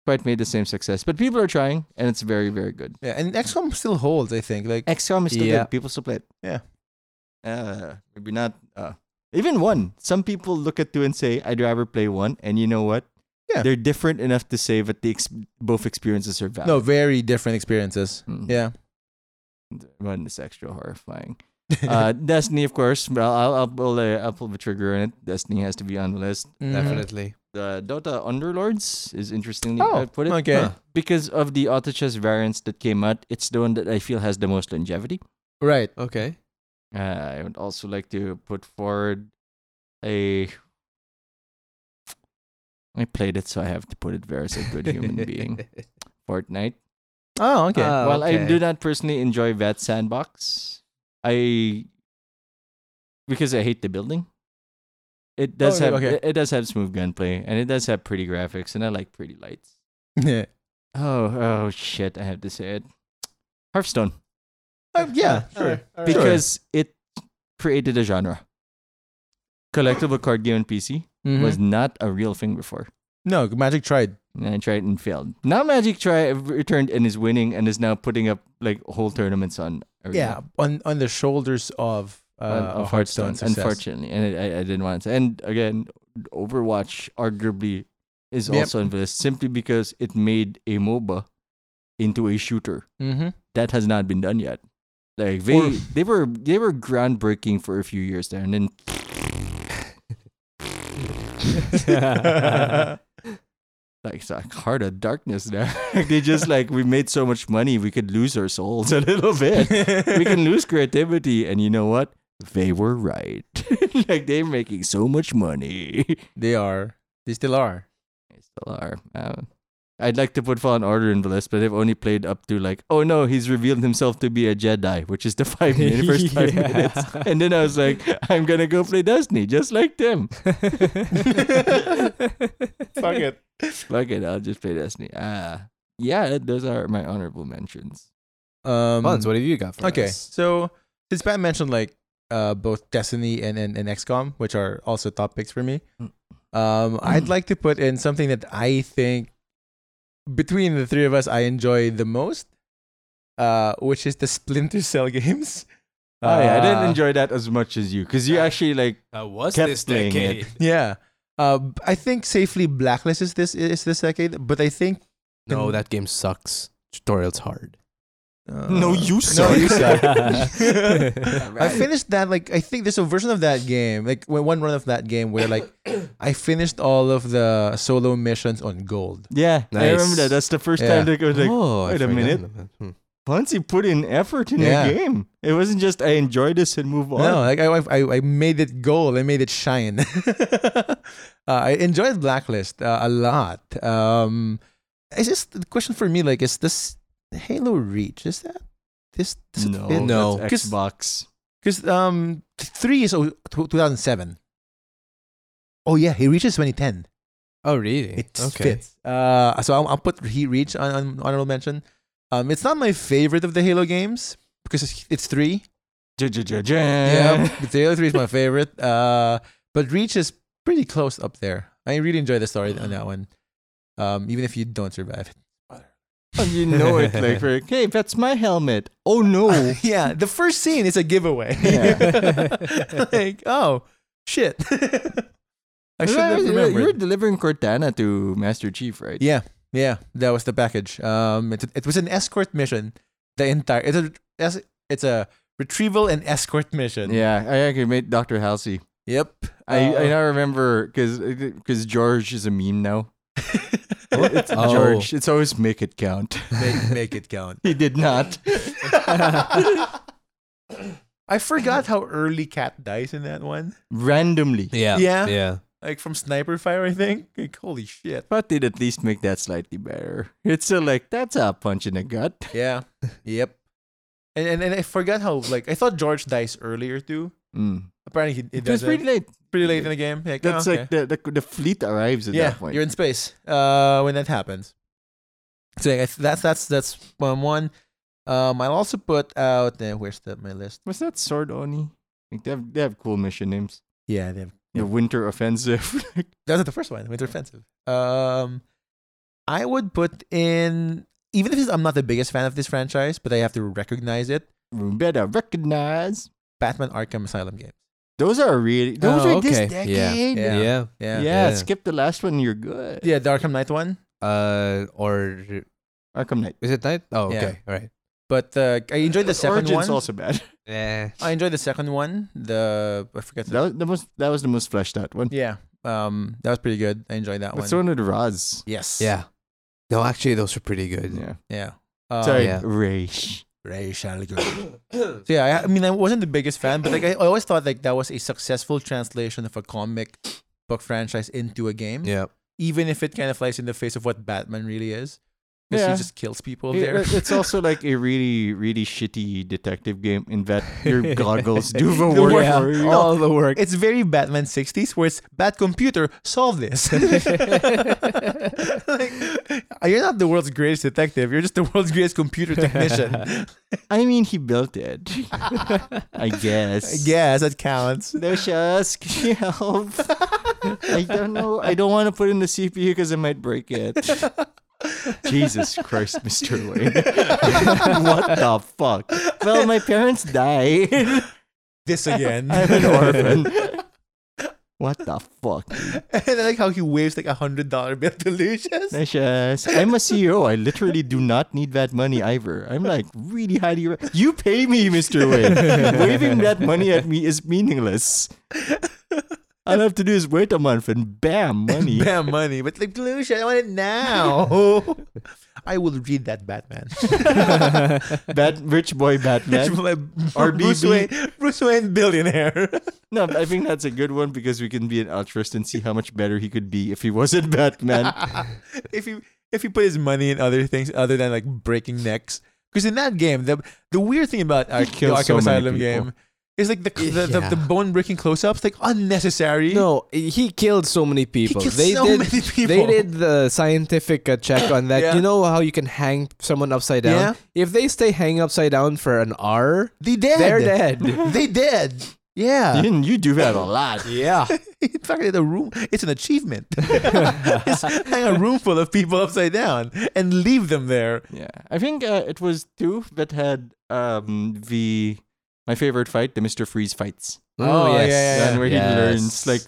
Speaker 1: quite made the same success, but people are trying, and it's very, very good.
Speaker 2: Yeah, and XCOM still holds, I think. Like
Speaker 1: XCOM is still
Speaker 3: Yeah.
Speaker 1: good. People still play it.
Speaker 2: Yeah.
Speaker 1: Uh, maybe not. Uh, even one. Some people look at two and say, "I'd rather play one," and you know what?
Speaker 2: Yeah.
Speaker 1: They're different enough to say that the ex- both experiences are valid.
Speaker 2: no, very different experiences.
Speaker 1: Mm.
Speaker 2: Yeah.
Speaker 1: one is extra horrifying.
Speaker 2: <laughs>
Speaker 1: uh, Destiny, of course. Well, I'll I'll pull, the, I'll pull the trigger on it. Destiny has to be on the list.
Speaker 2: mm-hmm.
Speaker 3: Definitely.
Speaker 1: The Dota Underlords is interestingly
Speaker 2: Oh,
Speaker 1: I put it
Speaker 2: okay. Huh.
Speaker 1: because of the auto chess variants that came out. It's the one that I feel has the most longevity.
Speaker 2: Right.
Speaker 3: Okay.
Speaker 1: Uh, I would also like to put forward a. I played it, so I have to put it there as a good human
Speaker 2: <laughs>
Speaker 1: being.
Speaker 3: <laughs>
Speaker 1: Fortnite.
Speaker 2: Oh, okay.
Speaker 3: Ah,
Speaker 1: While I do
Speaker 3: okay.
Speaker 1: not personally enjoy that sandbox, I because I hate the building. It does
Speaker 2: Oh,
Speaker 1: have
Speaker 2: okay.
Speaker 1: it, it does have smooth gunplay and it does have pretty graphics and I like pretty lights.
Speaker 2: <laughs> yeah.
Speaker 1: Oh oh shit! I have to say it. Hearthstone
Speaker 2: Uh, yeah. Sure.
Speaker 1: because it created a genre. Collectible card game on PC
Speaker 2: Mhm.
Speaker 1: was not a real thing before.
Speaker 2: no Magic tried.
Speaker 1: And I tried and failed. Now Magic try returned and is winning and is now putting up like whole tournaments on. Arena.
Speaker 2: Yeah, on on the shoulders of uh,
Speaker 1: on-
Speaker 2: of Hearthstone. success.
Speaker 1: unfortunately, and it, I, I didn't want it. To. And again, Overwatch arguably is
Speaker 2: Yep.
Speaker 1: also on the list simply because it made a MOBA into a shooter
Speaker 2: Mm-hmm.
Speaker 1: that has not been done yet. Like they
Speaker 2: Or-
Speaker 1: they were they were groundbreaking for a few years there, and then
Speaker 2: Mm-hmm. <laughs>
Speaker 1: like it's like heart of darkness there. <laughs> Like, they
Speaker 2: <laughs>
Speaker 1: just like we made so much money we could lose our souls a little <laughs> bit.
Speaker 2: <laughs>
Speaker 1: we can lose creativity, and you know what? They were right. <laughs> like they're making so much money.
Speaker 2: they are. They still are.
Speaker 1: They still are. Um, I'd like to put Fallen Order in the list, but I've only played up to like, oh no, he's revealed himself to be a Jedi, which is
Speaker 2: <laughs>
Speaker 1: the five minute, first five
Speaker 3: Yeah.
Speaker 1: minutes. And then I was like, I'm gonna go play Destiny, just like them.
Speaker 2: Fuck it.
Speaker 1: Fuck it, I'll just play Destiny. Ah, yeah, that- those are my honorable mentions.
Speaker 2: <laughs> Um,
Speaker 3: Buns, what have you got for
Speaker 2: okay,
Speaker 3: us?
Speaker 2: so since Pat mentioned like uh, both Destiny and, and and XCOM, which are also top picks for me,
Speaker 1: Mm.
Speaker 2: um, I'd like to put in something that I think between the three of us I enjoy the most, uh, which is the Splinter Cell <laughs> games.
Speaker 1: oh yeah, I didn't
Speaker 2: Uh,
Speaker 1: enjoy that as much as you, because you actually like
Speaker 3: Uh, was
Speaker 1: Kept
Speaker 3: this
Speaker 1: playing
Speaker 3: decade?
Speaker 2: Yeah. Uh, b- I think safely blacklist is this is this decade, but I think
Speaker 3: <laughs> No, that game sucks. Tutorial's hard.
Speaker 2: uh,
Speaker 3: <laughs>
Speaker 1: suck.
Speaker 2: you
Speaker 1: <laughs>
Speaker 2: suck. I
Speaker 1: Right.
Speaker 2: finished that like I think there's a version of that game like when- one run of that game where
Speaker 1: <coughs>
Speaker 2: like I finished all of the solo missions on gold.
Speaker 1: yeah, I remember
Speaker 3: Nice.
Speaker 1: that. That's the first
Speaker 2: Yeah.
Speaker 1: time that I was like,
Speaker 3: oh,
Speaker 1: wait a
Speaker 3: forgot
Speaker 1: minute.
Speaker 3: about- hmm.
Speaker 1: once you put in effort in
Speaker 2: Yeah.
Speaker 1: a game, it wasn't just I enjoy this and move on.
Speaker 2: No, like I, I I made it gold. I made it shine. <laughs> uh, I enjoyed Blacklist uh, a lot. Um, it's just the question for me like is this Halo Reach? Is that this? Does it
Speaker 1: no,
Speaker 2: fit?
Speaker 3: No.
Speaker 1: that's
Speaker 2: 'Cause-
Speaker 1: Xbox.
Speaker 2: Because um, th- three is oh, tw- 2007. Oh yeah, he reaches 2010.
Speaker 3: Oh, really?
Speaker 2: It
Speaker 3: okay.
Speaker 2: fits. Uh, so I'll, I'll put he reach on, on honorable mention. Um, it's not my favorite of the Halo games because it's, it's three.
Speaker 1: <laughs>
Speaker 2: <laughs>
Speaker 1: Yeah.
Speaker 2: but the Halo three is my favorite. Uh, but reach is pretty close up there. I really enjoy the story on that one. Um, even if you don't survive.
Speaker 1: you know it like <laughs> for, hey, that's my helmet. Oh no.
Speaker 2: <laughs> yeah, the first scene is
Speaker 1: <laughs>
Speaker 2: a giveaway.
Speaker 3: Yeah.
Speaker 2: <laughs> like oh shit, <laughs> I should
Speaker 1: Right,
Speaker 2: have
Speaker 1: you-
Speaker 2: remembered.
Speaker 1: You're delivering Cortana to Master Chief, right?
Speaker 2: Yeah, yeah, that was the package. Um, it, it was an escort mission. The entire it's a es- it's a retrieval and escort mission.
Speaker 1: Yeah, I actually made Dr. Halsey.
Speaker 2: Yep.
Speaker 1: I,
Speaker 2: Uh,
Speaker 1: I now remember because George is a meme now. It's
Speaker 3: Oh.
Speaker 1: George. It's always make it count. <laughs>
Speaker 2: <laughs> make make it count.
Speaker 1: he did not.
Speaker 2: I forgot how early Cat dies in that one.
Speaker 1: Randomly.
Speaker 3: Yeah.
Speaker 2: Yeah.
Speaker 3: Yeah.
Speaker 2: Like from sniper fire, I think. Like, holy shit.
Speaker 1: But they'd at least make that slightly better. It's still like, that's a punch in the gut.
Speaker 2: Yeah. Yep. And, and and I forgot how like I thought George dies earlier too.
Speaker 1: Mm.
Speaker 2: Apparently he, he
Speaker 1: It was
Speaker 2: does
Speaker 1: pretty late.
Speaker 2: pretty late in the game. Like, oh,
Speaker 1: That's
Speaker 2: okay.
Speaker 1: like the, the the fleet arrives at
Speaker 2: yeah,
Speaker 1: that point.
Speaker 2: you're in space uh, when that happens. So yeah, that's that's that's one one. Um, I'll also put out uh, where's the my list?
Speaker 1: Was that Sword Oni? Like they have they have cool mission names.
Speaker 2: Yeah, they have,
Speaker 1: The Winter Offensive. <laughs> like,
Speaker 2: that was the first one. Winter Offensive. Um, I would put in even if it's- I'm not the biggest fan of this franchise, but I have to recognize it.
Speaker 1: we better recognize.
Speaker 2: Batman Arkham Asylum games.
Speaker 1: Those are really those
Speaker 3: Oh,
Speaker 1: are
Speaker 3: okay.
Speaker 1: this
Speaker 3: Yeah.
Speaker 1: decade.
Speaker 2: Yeah.
Speaker 3: Yeah.
Speaker 1: Yeah,
Speaker 2: Yeah,
Speaker 3: Yeah.
Speaker 1: skip the last one, you're good.
Speaker 2: yeah, the Arkham Knight one.
Speaker 3: Uh, or
Speaker 1: Arkham Knight.
Speaker 3: is it night? Oh, okay. All right.
Speaker 2: But uh, I enjoyed the second
Speaker 1: Origin's
Speaker 2: one.
Speaker 1: also bad. <laughs>
Speaker 3: Yeah.
Speaker 2: I enjoyed the second one. The I forget.
Speaker 1: That
Speaker 2: The,
Speaker 1: was the most. That was the most fleshed out one.
Speaker 2: yeah, um, that was pretty good. I enjoyed that
Speaker 1: That's the
Speaker 2: one.
Speaker 1: one with Roz.
Speaker 2: Yes.
Speaker 3: Yeah. No, actually, those were pretty good.
Speaker 1: Yeah.
Speaker 2: Yeah. Um,
Speaker 1: Sorry,
Speaker 3: yeah.
Speaker 1: Raish.
Speaker 2: Racial group. <coughs> so yeah, I, I mean, I wasn't the biggest fan, but like I, I always thought like that was a successful translation of a comic book franchise into a game,
Speaker 3: Yeah.
Speaker 2: even if it kind of flies in the face of what Batman really is, because
Speaker 1: Yeah.
Speaker 2: he just kills people
Speaker 1: It-
Speaker 2: <laughs> there.
Speaker 1: it- it's also like a really, really shitty detective game in that your
Speaker 2: <laughs>
Speaker 1: goggles do the
Speaker 2: The
Speaker 1: work
Speaker 2: work.
Speaker 1: for you.
Speaker 2: Oh.
Speaker 3: All the work.
Speaker 2: It's very Batman 60s where it's bad computer, solve this.
Speaker 1: <laughs>
Speaker 2: <laughs> like, you're not the world's greatest detective. You're just the world's greatest computer technician.
Speaker 1: <laughs> I mean, he built
Speaker 2: <laughs>
Speaker 1: it. I
Speaker 2: I
Speaker 1: guess.
Speaker 2: guess that counts.
Speaker 1: No shucks. <laughs> Can you help? I don't know. I don't want to put in the CPU because I might break it. <laughs> Jesus Christ, Mr. Wayne. <laughs> what the fuck? Well, my parents died. <laughs>
Speaker 2: This again.
Speaker 1: I'm an orphan. What the fuck?
Speaker 2: <laughs> and I like how he waves like a hundred dollar bill to Lucius.
Speaker 1: Precious. I'm a CEO. I literally do not need that money either. I'm like really highly. Re- you pay me, Mr. <laughs> Wayne. Waving that money at me is meaningless. All I have to do is wait a month and bam, money.
Speaker 2: Bam, money. But like Lucius, I want it
Speaker 3: <laughs>
Speaker 2: now. I will read that Batman.
Speaker 1: <laughs> Bat- rich boy
Speaker 2: <laughs>
Speaker 1: Batman. Or
Speaker 2: Bruce
Speaker 1: BB.
Speaker 2: Wayne, Bruce Wayne billionaire. <laughs>
Speaker 1: No, I think that's a good one because we can be an altruist and see how much better he could be if he wasn't Batman.
Speaker 2: if he if he put his money in other things other than like breaking necks, because in that game, the the weird thing about Ar- the
Speaker 1: kills
Speaker 2: Arkham
Speaker 1: so many
Speaker 2: Asylum
Speaker 1: people.
Speaker 2: game is like the the, the,
Speaker 3: Yeah.
Speaker 2: the bone breaking close ups like unnecessary.
Speaker 3: No, he killed so many
Speaker 2: he
Speaker 3: people.
Speaker 2: killed
Speaker 3: they
Speaker 2: so
Speaker 3: did.
Speaker 2: many people.
Speaker 3: They did the scientific uh, check on that.
Speaker 2: Yeah.
Speaker 3: You know how you can hang someone upside down?
Speaker 2: Yeah.
Speaker 3: If they stay hanging upside down for an hour,
Speaker 2: They dead.
Speaker 3: they're dead.
Speaker 2: <laughs> they dead. Yeah.
Speaker 1: You, you do
Speaker 3: <laughs>
Speaker 1: that a lot.
Speaker 3: yeah.
Speaker 2: <laughs> In fact, in a room, it's an achievement. <laughs> Just hang a room full of people upside down and leave them there.
Speaker 1: Yeah, I think uh, it was two that had um the my favorite fight, the Mister Freeze fights,
Speaker 2: Oh, yeah, yeah, yeah.
Speaker 1: and where
Speaker 3: Yes.
Speaker 1: he learns like,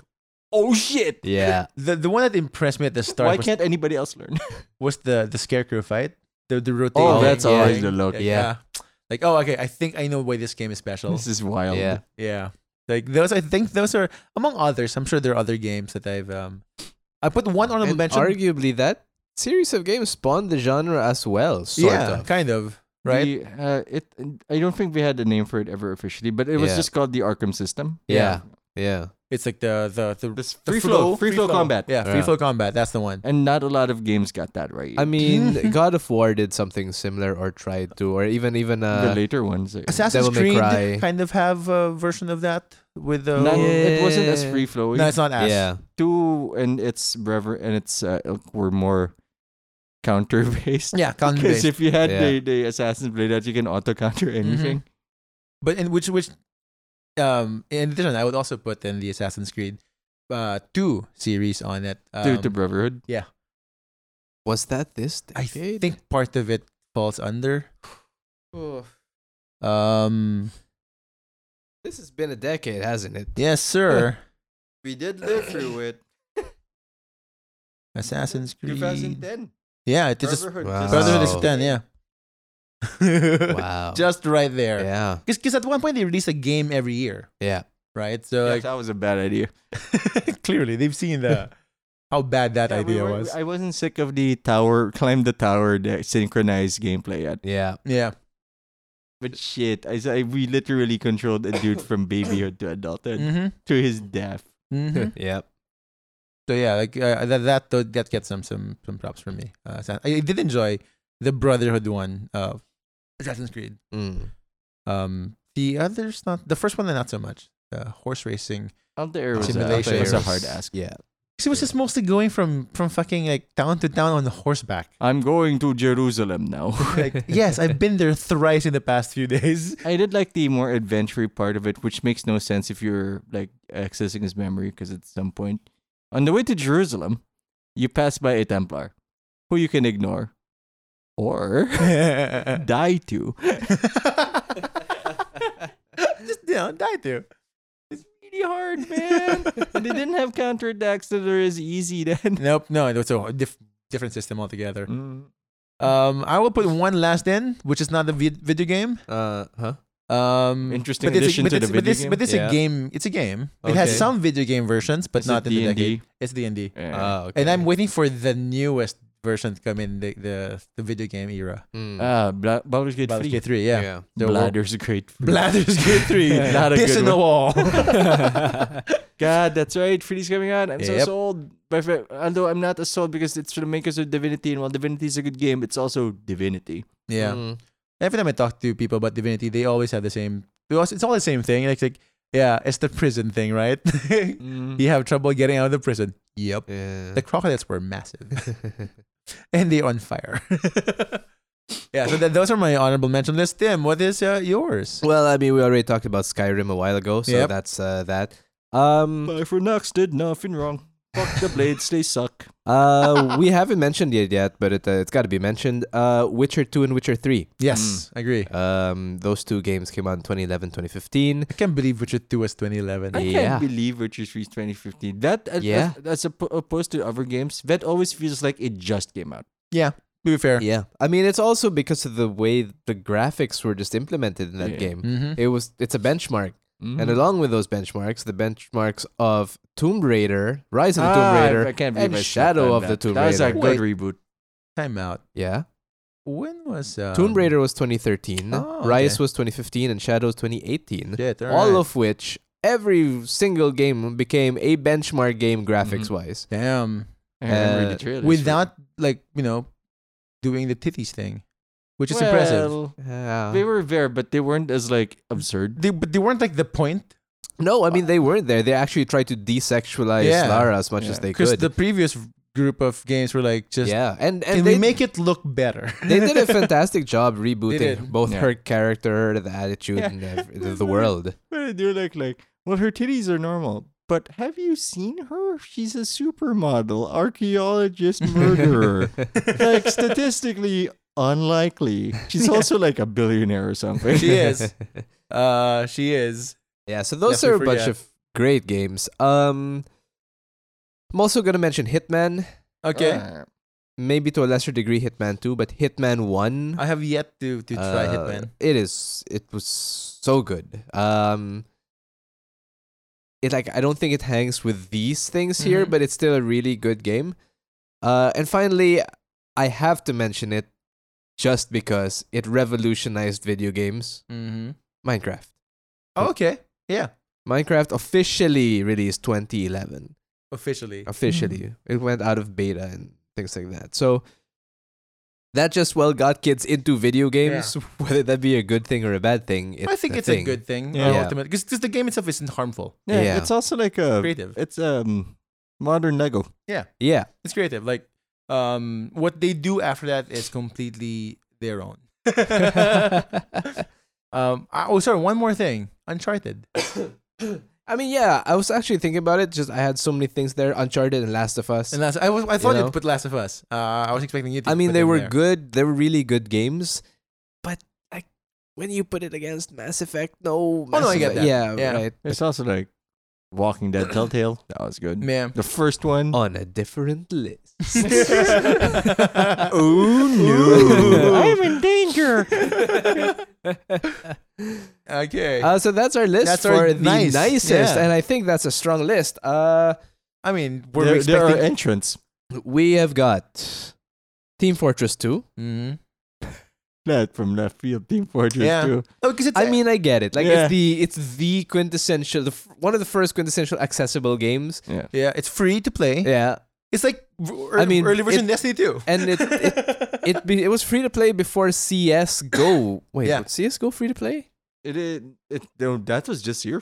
Speaker 1: oh shit, <laughs>
Speaker 3: Yeah.
Speaker 2: The the one that impressed me at the
Speaker 1: why
Speaker 2: start was,
Speaker 1: can't anybody else learn?
Speaker 2: was the the scarecrow fight. The the rotating.
Speaker 1: Oh, that's
Speaker 2: thing.
Speaker 1: always the look.
Speaker 2: Like,
Speaker 3: Yeah.
Speaker 2: Like oh okay, I think I know why this game is special.
Speaker 1: this is wild.
Speaker 3: Yeah.
Speaker 2: yeah. Like those, I think those are among others. I'm sure there are other games that I've um. I put one honorable
Speaker 3: And
Speaker 2: mention.
Speaker 3: arguably, that series of games spawned the genre as well, sort
Speaker 2: yeah,
Speaker 3: of.
Speaker 2: kind of
Speaker 1: The,
Speaker 2: right.
Speaker 1: uh, it. I don't think we had a name for it ever officially, but it was
Speaker 3: Yeah.
Speaker 1: just called the Arkham system.
Speaker 3: Yeah. Yeah.
Speaker 2: it's like the the the,
Speaker 1: This
Speaker 2: the
Speaker 1: free flow, free flow combat.
Speaker 2: Yeah, free
Speaker 3: Yeah.
Speaker 2: flow combat. That's the one.
Speaker 1: And not a lot of games got that right.
Speaker 2: <laughs>
Speaker 3: I mean, God of War did something similar or tried to, or even even
Speaker 1: the
Speaker 3: uh,
Speaker 1: later ones. uh,
Speaker 2: Assassin's
Speaker 3: Devil May
Speaker 2: Creed
Speaker 3: Cry.
Speaker 2: kind of have a version of that with the.
Speaker 1: not- It wasn't as
Speaker 3: Yeah.
Speaker 1: free flowing.
Speaker 2: No, it's not as.
Speaker 3: yeah,
Speaker 1: Two and its brother and its uh, ilk were more counter based. <laughs>
Speaker 2: <laughs> Yeah, counter
Speaker 1: Because if you had
Speaker 3: Yeah.
Speaker 1: the, the assassin's blade out, you can auto counter
Speaker 2: Mm-hmm.
Speaker 1: anything.
Speaker 2: But in which which, um, in addition, I would also put in the Assassin's Creed, uh, two series on it. Um,
Speaker 1: Dude, the Brotherhood.
Speaker 3: was that this?
Speaker 2: I
Speaker 3: Decade?
Speaker 2: think part of it falls under. Um,
Speaker 3: this has been a decade, hasn't it?
Speaker 2: yes, sir.
Speaker 1: We did live through it.
Speaker 2: Assassin's Creed. Yeah, it is.
Speaker 3: Wow.
Speaker 2: Brotherhood is ten. Yeah.
Speaker 3: Wow.
Speaker 2: <laughs> Just right there.
Speaker 3: yeah,
Speaker 2: Because at one point they released a game every year,
Speaker 3: yeah,
Speaker 2: right? So like,
Speaker 1: that was a bad idea.
Speaker 2: <laughs> clearly they've seen the how bad that idea was.
Speaker 1: I wasn't sick of the tower, climb the tower, the synchronized gameplay yet.
Speaker 3: yeah.
Speaker 2: yeah.
Speaker 1: But shit, I, I we literally controlled a dude from babyhood to adulthood
Speaker 2: Mm-hmm.
Speaker 1: to his death.
Speaker 2: Mm-hmm.
Speaker 3: <laughs> Yep.
Speaker 2: so yeah, like uh, that that tho- that gets some some some props from me. Uh, so- I I did enjoy the Brotherhood one of Assassin's Creed.
Speaker 3: Mm.
Speaker 2: Um, the others not the first one, not so much. The horse racing.
Speaker 1: Altair was, a,
Speaker 2: Simulation.
Speaker 1: Altair was a hard ask.
Speaker 3: <laughs> Yeah.
Speaker 2: 'Cause it was just mostly going from from fucking like town to town on <laughs> horseback.
Speaker 1: I'm going to Jerusalem now. <laughs>
Speaker 2: Like yes, I've been there thrice in the past few days. <laughs>
Speaker 1: I did like the more adventure part of it, which makes no sense if you're like accessing his memory, because at some point, on the way to Jerusalem, you pass by a Templar, who you can ignore, or <laughs> die to. <laughs>
Speaker 2: just you know, die too.
Speaker 1: Really hard, <laughs>
Speaker 2: <laughs>
Speaker 1: man. they didn't have counter attacks that are as easy then. Mm.
Speaker 2: Mm. Nope, no, it was a diff- different system altogether. Um, I will put one last in, which is not a vid- video game.
Speaker 3: <laughs> Uh huh.
Speaker 2: Um,
Speaker 1: Interesting
Speaker 2: but it's a-
Speaker 1: addition
Speaker 2: but
Speaker 1: to
Speaker 2: it's-
Speaker 1: the
Speaker 2: but
Speaker 1: video
Speaker 2: this,
Speaker 1: game.
Speaker 2: But it's
Speaker 3: Yeah.
Speaker 2: a game. It's a game. It has
Speaker 3: Okay.
Speaker 2: some video game versions, but
Speaker 1: Is it
Speaker 2: not in the
Speaker 1: D&D?
Speaker 2: decade. Uh, It's the D.
Speaker 1: Yeah.
Speaker 3: Ah, okay.
Speaker 2: And I'm waiting for the newest version to come in the the, the video game era.
Speaker 3: Mm.
Speaker 1: Ah, Bla- Baldur's Gate
Speaker 2: Baldur's
Speaker 1: 3.
Speaker 2: Gate 3, yeah. So we'll-
Speaker 1: Bladder's Gate.
Speaker 2: Bladder's Gate
Speaker 1: <laughs>
Speaker 2: 3.
Speaker 1: Not a
Speaker 2: Piss
Speaker 1: good
Speaker 2: in the
Speaker 1: one. <laughs>
Speaker 2: wall.
Speaker 1: God, that's right. 3D's coming out. I'm so
Speaker 2: Yep.
Speaker 1: sold. But if- although I'm not as sold because it's for the makers of Divinity, and while Divinity is a good game, it's also Divinity.
Speaker 2: yeah.
Speaker 3: Mm.
Speaker 2: Every time I talk to people about Divinity, they always have the same. they also- It's all the same thing. Like, like yeah, it's the prison thing, right? <laughs>
Speaker 1: Mm.
Speaker 2: you have trouble getting out of the prison. Yep.
Speaker 3: Yeah.
Speaker 2: The crocodiles were massive, <laughs>
Speaker 3: <laughs>
Speaker 2: and they're on fire. <laughs> yeah. So that, those are my honorable mention list. Tim, what is uh, yours?
Speaker 3: well, I mean, we already talked about Skyrim a while ago, so
Speaker 2: Yep.
Speaker 3: that's uh, that. Um,
Speaker 1: Bifronox did nothing wrong. Fuck the blades, they <laughs> suck.
Speaker 3: <laughs> uh, we haven't mentioned it yet, but it, uh, it's got to be mentioned. Uh, Witcher 2 and Witcher 3.
Speaker 2: Yes, I agree.
Speaker 3: Um, those two games came out in 2011, 2015.
Speaker 2: I can't believe Witcher Two was 2011.
Speaker 1: I
Speaker 3: Yeah.
Speaker 1: can't believe Witcher 3 is 2015. That, as,
Speaker 3: Yeah.
Speaker 1: as, as oppo- opposed to other games, that always feels like it just came out.
Speaker 2: yeah. To be fair.
Speaker 3: Yeah. I mean, it's also because of the way the graphics were just implemented in that
Speaker 1: Yeah.
Speaker 3: game.
Speaker 2: hmm
Speaker 3: It was it's a benchmark,
Speaker 1: Mm.
Speaker 2: Mm.
Speaker 3: and along with those benchmarks, the benchmarks of Tomb Raider, Rise of the
Speaker 1: Ah,
Speaker 3: Tomb
Speaker 1: I-
Speaker 3: Raider,
Speaker 1: I can't believe
Speaker 3: and
Speaker 1: I
Speaker 3: Shadow
Speaker 1: shit
Speaker 3: of
Speaker 1: on
Speaker 3: the
Speaker 1: that.
Speaker 3: Tomb
Speaker 1: That was a
Speaker 3: Raider.
Speaker 1: good reboot.
Speaker 2: Time out.
Speaker 3: Yeah,
Speaker 2: When was uh,
Speaker 3: Tomb Raider was 2013,
Speaker 2: Oh,
Speaker 3: Rise
Speaker 2: okay.
Speaker 3: was 2015, and Shadow was 2018.
Speaker 2: Shit, all,
Speaker 3: all
Speaker 2: right.
Speaker 3: of which every single game became a benchmark game
Speaker 2: Mm-hmm.
Speaker 3: graphics wise.
Speaker 2: damn.
Speaker 1: I remember
Speaker 3: Uh,
Speaker 1: the trailers for-
Speaker 2: without like you know doing the titties thing, which is impressive.
Speaker 1: Well,
Speaker 3: Yeah.
Speaker 1: They were there, but they weren't as like absurd.
Speaker 2: They but they weren't like the point
Speaker 3: No, I mean they weren't there. They actually tried to desexualize
Speaker 2: Yeah.
Speaker 3: Lara as much
Speaker 1: Yeah.
Speaker 3: as they
Speaker 2: because
Speaker 3: could.
Speaker 2: the previous group of games were like just
Speaker 3: yeah, and and
Speaker 2: can
Speaker 3: they
Speaker 2: we make it look better?
Speaker 3: <laughs> they
Speaker 2: <laughs>
Speaker 3: did a fantastic job rebooting
Speaker 2: did.
Speaker 3: both
Speaker 1: Yeah.
Speaker 3: her character, the attitude,
Speaker 1: Yeah.
Speaker 3: and ev- the, the
Speaker 2: <laughs>
Speaker 3: world.
Speaker 1: They're like, like, well, her titties are normal, but have you seen her? She's a supermodel, archaeologist, <laughs> murderer. like statistically unlikely. She's also like a billionaire or something.
Speaker 2: she
Speaker 1: <laughs>
Speaker 3: <laughs>
Speaker 2: is. Uh, she is.
Speaker 3: Yeah, so those
Speaker 2: Definitely
Speaker 3: are a bunch
Speaker 2: forget.
Speaker 3: of great games. Um, I'm also gonna mention Hitman,
Speaker 2: Okay,
Speaker 1: Uh,
Speaker 3: maybe to a lesser degree Hitman Two, but Hitman One.
Speaker 2: I have yet to to try
Speaker 3: uh,
Speaker 2: Hitman.
Speaker 3: It is. It was so good. Um, it like I don't think it hangs with these things here,
Speaker 2: Mhm.
Speaker 3: but it's still a really good game. Uh, and finally, I have to mention it just because it revolutionized video games.
Speaker 2: Mm-hmm.
Speaker 3: Minecraft.
Speaker 2: Oh, okay, yeah,
Speaker 3: Minecraft officially released 2011.
Speaker 2: officially.
Speaker 3: Officially,
Speaker 2: Mm-hmm.
Speaker 3: it went out of beta and things like that. So that just well got kids into video games, <laughs> whether that be a good thing or a bad thing.
Speaker 2: I think it's a
Speaker 3: thing.
Speaker 2: good thing. Uh,
Speaker 1: Yeah.
Speaker 3: Yeah.
Speaker 2: Yeah. because the game itself isn't harmful.
Speaker 1: yeah,
Speaker 3: Yeah.
Speaker 1: it's also like a
Speaker 2: Creative.
Speaker 1: It's um modern Lego.
Speaker 2: <laughs>
Speaker 3: Yeah. <laughs>
Speaker 2: It's creative. Like, um, what they do after that is completely their
Speaker 3: <laughs>
Speaker 2: own. <laughs> Um. I, oh, sorry. One more thing. Uncharted.
Speaker 3: I mean, yeah, I was actually thinking about it. Just I had so many things there: Uncharted and Last of Us.
Speaker 2: And last, I was. I thought
Speaker 3: You
Speaker 2: you
Speaker 3: know?
Speaker 2: would put Last of Us. Uh, I was expecting you. To
Speaker 3: I mean,
Speaker 2: put
Speaker 3: they
Speaker 2: them
Speaker 3: were
Speaker 2: there.
Speaker 3: good. They were really good games, but like when you put it against Mass Effect, no. Mass
Speaker 2: Oh, no, I get
Speaker 3: Effect-
Speaker 2: that.
Speaker 3: Yeah,
Speaker 2: Yeah.
Speaker 3: right.
Speaker 1: It's also like Walking Dead Telltale. That was good.
Speaker 2: man.
Speaker 1: The first one.
Speaker 3: On a
Speaker 2: <laughs>
Speaker 3: different list. <laughs> Oh,
Speaker 2: <laughs>
Speaker 1: <laughs>
Speaker 2: Ooh.
Speaker 1: I'm in danger.
Speaker 2: Okay.
Speaker 3: Uh, so that's our list
Speaker 2: That's
Speaker 3: for
Speaker 2: our
Speaker 3: the
Speaker 2: nice,
Speaker 3: nicest,
Speaker 2: yeah.
Speaker 3: and I think that's a strong list. Uh,
Speaker 2: I mean, we're
Speaker 1: there, there
Speaker 2: expecting.
Speaker 1: are entrants.
Speaker 3: we have got Team Fortress Two.
Speaker 2: Mhm.
Speaker 1: That from left field Team Fortress
Speaker 2: Yeah.
Speaker 1: 2.
Speaker 2: Oh, because it's.
Speaker 3: I mean, I get it. Like
Speaker 1: Yeah.
Speaker 3: it's the it's the quintessential, the, f- one of the first quintessential accessible games.
Speaker 2: yeah, it's free to play.
Speaker 3: Yeah,
Speaker 2: It's like. r-
Speaker 3: I mean,
Speaker 2: early version
Speaker 3: it-
Speaker 2: Destiny too.
Speaker 3: and
Speaker 2: <laughs>
Speaker 3: it it it, be, it was free to play before CS:
Speaker 2: <coughs>
Speaker 3: GO. Wait,
Speaker 2: Yeah.
Speaker 3: was CS: GO free to play?
Speaker 1: It, it, it, no, that was this year.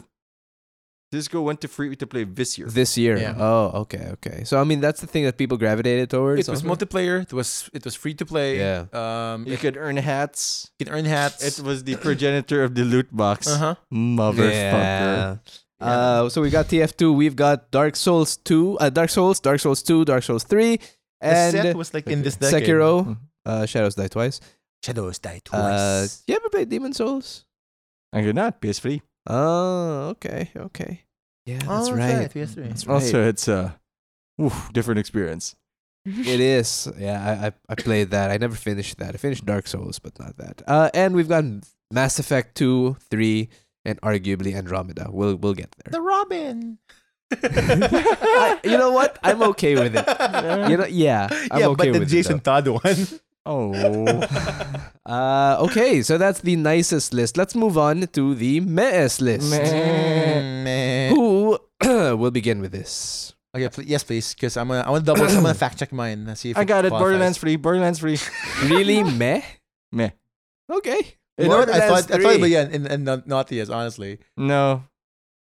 Speaker 1: Disco went to free to play this year.
Speaker 3: This year.
Speaker 2: Yeah.
Speaker 3: Oh, okay, okay. So I mean, that's the thing that people gravitated towards.
Speaker 2: It was
Speaker 3: also.
Speaker 2: multiplayer. It was. It was free to play.
Speaker 3: Yeah.
Speaker 2: Um,
Speaker 1: You
Speaker 2: it
Speaker 1: could earn hats.
Speaker 2: can earn hats.
Speaker 1: It was the progenitor of the loot box.
Speaker 2: Uh huh.
Speaker 1: Motherfucker.
Speaker 3: Yeah. Uh, so we got TF2, we've got Dark Souls 2, uh, Dark Souls, Dark Souls 2, Dark Souls 3,
Speaker 2: The
Speaker 3: and
Speaker 2: set was like in this decade.
Speaker 3: Sekiro,
Speaker 1: Mhm.
Speaker 3: uh, Shadows Die Twice.
Speaker 2: Shadows Die Twice.
Speaker 3: Uh, you ever played Demon Souls?
Speaker 1: I could not. PS3.
Speaker 3: Oh, okay, okay. Yeah,
Speaker 2: oh,
Speaker 3: that's right.
Speaker 2: PS3.
Speaker 1: Also, it's a oof, different uh, experience.
Speaker 4: It
Speaker 3: It
Speaker 4: is. Yeah, I, I I played that. I never finished that. I finished Dark Souls, but not that. Uh, and we've got Mass Effect two, three, and arguably Andromeda. We'll we'll get there.
Speaker 2: The
Speaker 3: <laughs>
Speaker 2: Robin.
Speaker 4: I, you know what? I'm okay with it.
Speaker 2: <laughs>
Speaker 4: You know, yeah, I'm
Speaker 2: yeah,
Speaker 4: okay
Speaker 2: but the
Speaker 4: with
Speaker 2: Jason
Speaker 4: It,
Speaker 2: Todd
Speaker 1: <laughs>
Speaker 2: one.
Speaker 1: Oh.
Speaker 4: though. uh, okay, so that's the nicest list. Let's move on to the mehest list.
Speaker 1: Eh. Meh.
Speaker 2: Mm,
Speaker 4: Who <clears throat> will begin with this?
Speaker 2: Okay, pl- yes, please, because I'm gonna I want to double. I'm gonna fact check mine and see if
Speaker 1: I got it.
Speaker 2: qualifies.
Speaker 1: Borderlands free. Borderlands free.
Speaker 2: <laughs>
Speaker 4: Really meh?
Speaker 1: Meh.
Speaker 4: Okay.
Speaker 2: You know what? I
Speaker 4: Borderlands
Speaker 2: thought I thought it
Speaker 4: 3.
Speaker 2: was yeah, in, in, in Naughty honestly.
Speaker 1: No.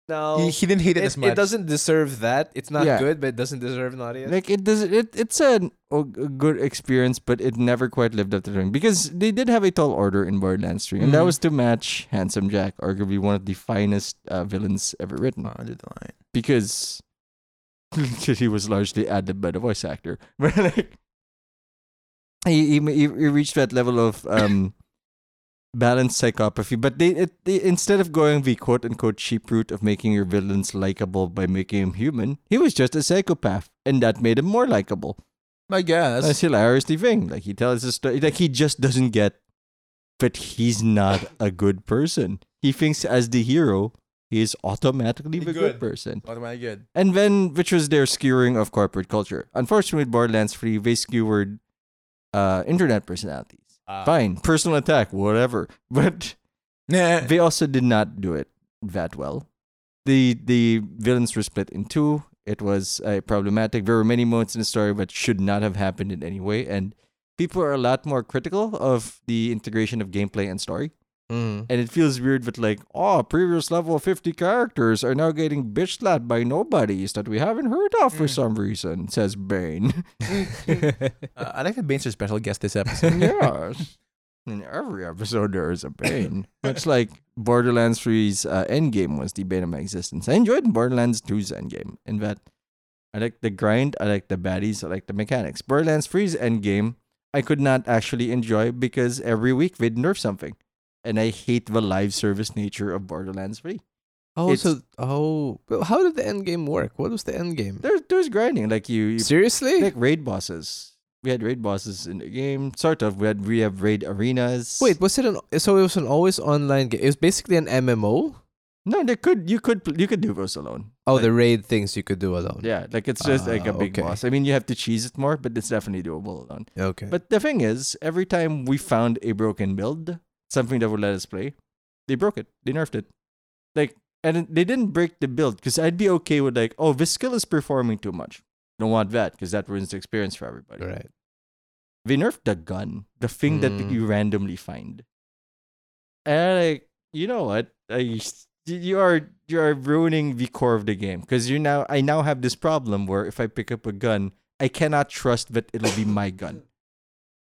Speaker 4: No.
Speaker 2: He, he didn't hate it,
Speaker 4: it,
Speaker 2: as much.
Speaker 4: it doesn't deserve that. It's not
Speaker 1: Yeah.
Speaker 4: good, but it doesn't deserve an audience.
Speaker 1: Like it does. It it's an o- a good experience, but it never quite lived up to the ring because they did have a tall order in Borderlands 3, and that
Speaker 2: Mhm.
Speaker 1: was to match Handsome Jack, arguably one of the finest uh, villains ever written,
Speaker 2: Oh, under the line.
Speaker 1: because <laughs> because he was largely added by the voice actor, <laughs> but like he he, ma- he he reached that level of um. <coughs> Balanced psychopathy, but they, it, they instead of going the quote unquote cheap route of making your villains likable by making him human, he was just a psychopath, and that made him more likable.
Speaker 2: I guess.
Speaker 1: That's hilariously thing. Like he tells his story. Like he just doesn't get that he's not a good person. He thinks as the hero, he is automatically the good,
Speaker 2: Good.
Speaker 1: person.
Speaker 2: What am I good?
Speaker 1: And then, which was their skewering of corporate culture. Unfortunately, Borderlands 3, they skewered uh, internet personalities.
Speaker 2: Uh,
Speaker 1: Fine, personal attack, whatever. <laughs> But
Speaker 2: Nah.
Speaker 1: they also did not do it that well. The the villains were split in two. It was uh, problematic. There were many moments in the story that should not have happened in any way, and people are a lot more critical of the integration of gameplay and story. And it feels weird that like, oh, previous level fifty characters are now getting bitch slapped by nobodies that we haven't heard of for
Speaker 2: Mm.
Speaker 1: some reason, says Bane.
Speaker 2: Uh, I like that Bane's a special guest this episode.
Speaker 1: <laughs>
Speaker 2: <laughs>
Speaker 1: yes. In every episode, there is a Bane. <laughs> Much like Borderlands 3's uh, Endgame was the bane of my existence. I enjoyed Borderlands 2's Endgame in that I like the grind, I like the baddies, I like the mechanics. Borderlands 3's Endgame, I could not actually enjoy because every week they'd nerf something. And I hate the live service nature of Borderlands 3.
Speaker 4: Oh,
Speaker 1: It's-
Speaker 4: so oh, but how did the end game work? What was the end game?
Speaker 1: There's, there's grinding. Like you, you
Speaker 4: Seriously?
Speaker 1: pick raid bosses. We had raid bosses in the game, sort of. We had we have raid arenas.
Speaker 4: Wait, was it an? So it was an always online game. It was basically an MMO.
Speaker 1: No, they could you could pl- you could do those alone.
Speaker 4: Oh,
Speaker 1: Like,
Speaker 4: the raid things you could do alone.
Speaker 1: yeah, like it's just like a
Speaker 4: Ah,
Speaker 1: big
Speaker 4: okay.
Speaker 1: boss. I mean, you have to cheese it more, but it's definitely doable alone.
Speaker 4: Okay.
Speaker 1: But the thing is, every time we found a broken build, something that would let us play, they broke it. They nerfed it. Like, and it- they didn't break the build because I'd be okay with like, oh, this skill is performing too much. Don't want that because that ruins the experience for everybody.
Speaker 2: <laughs>
Speaker 4: right.
Speaker 1: They nerfed the gun, the thing that
Speaker 4: Mm.
Speaker 1: you randomly find. And like, you know what? I you are you are ruining the core of the game because you now I now have this problem where if I pick up a gun, I cannot trust that it'll be my gun.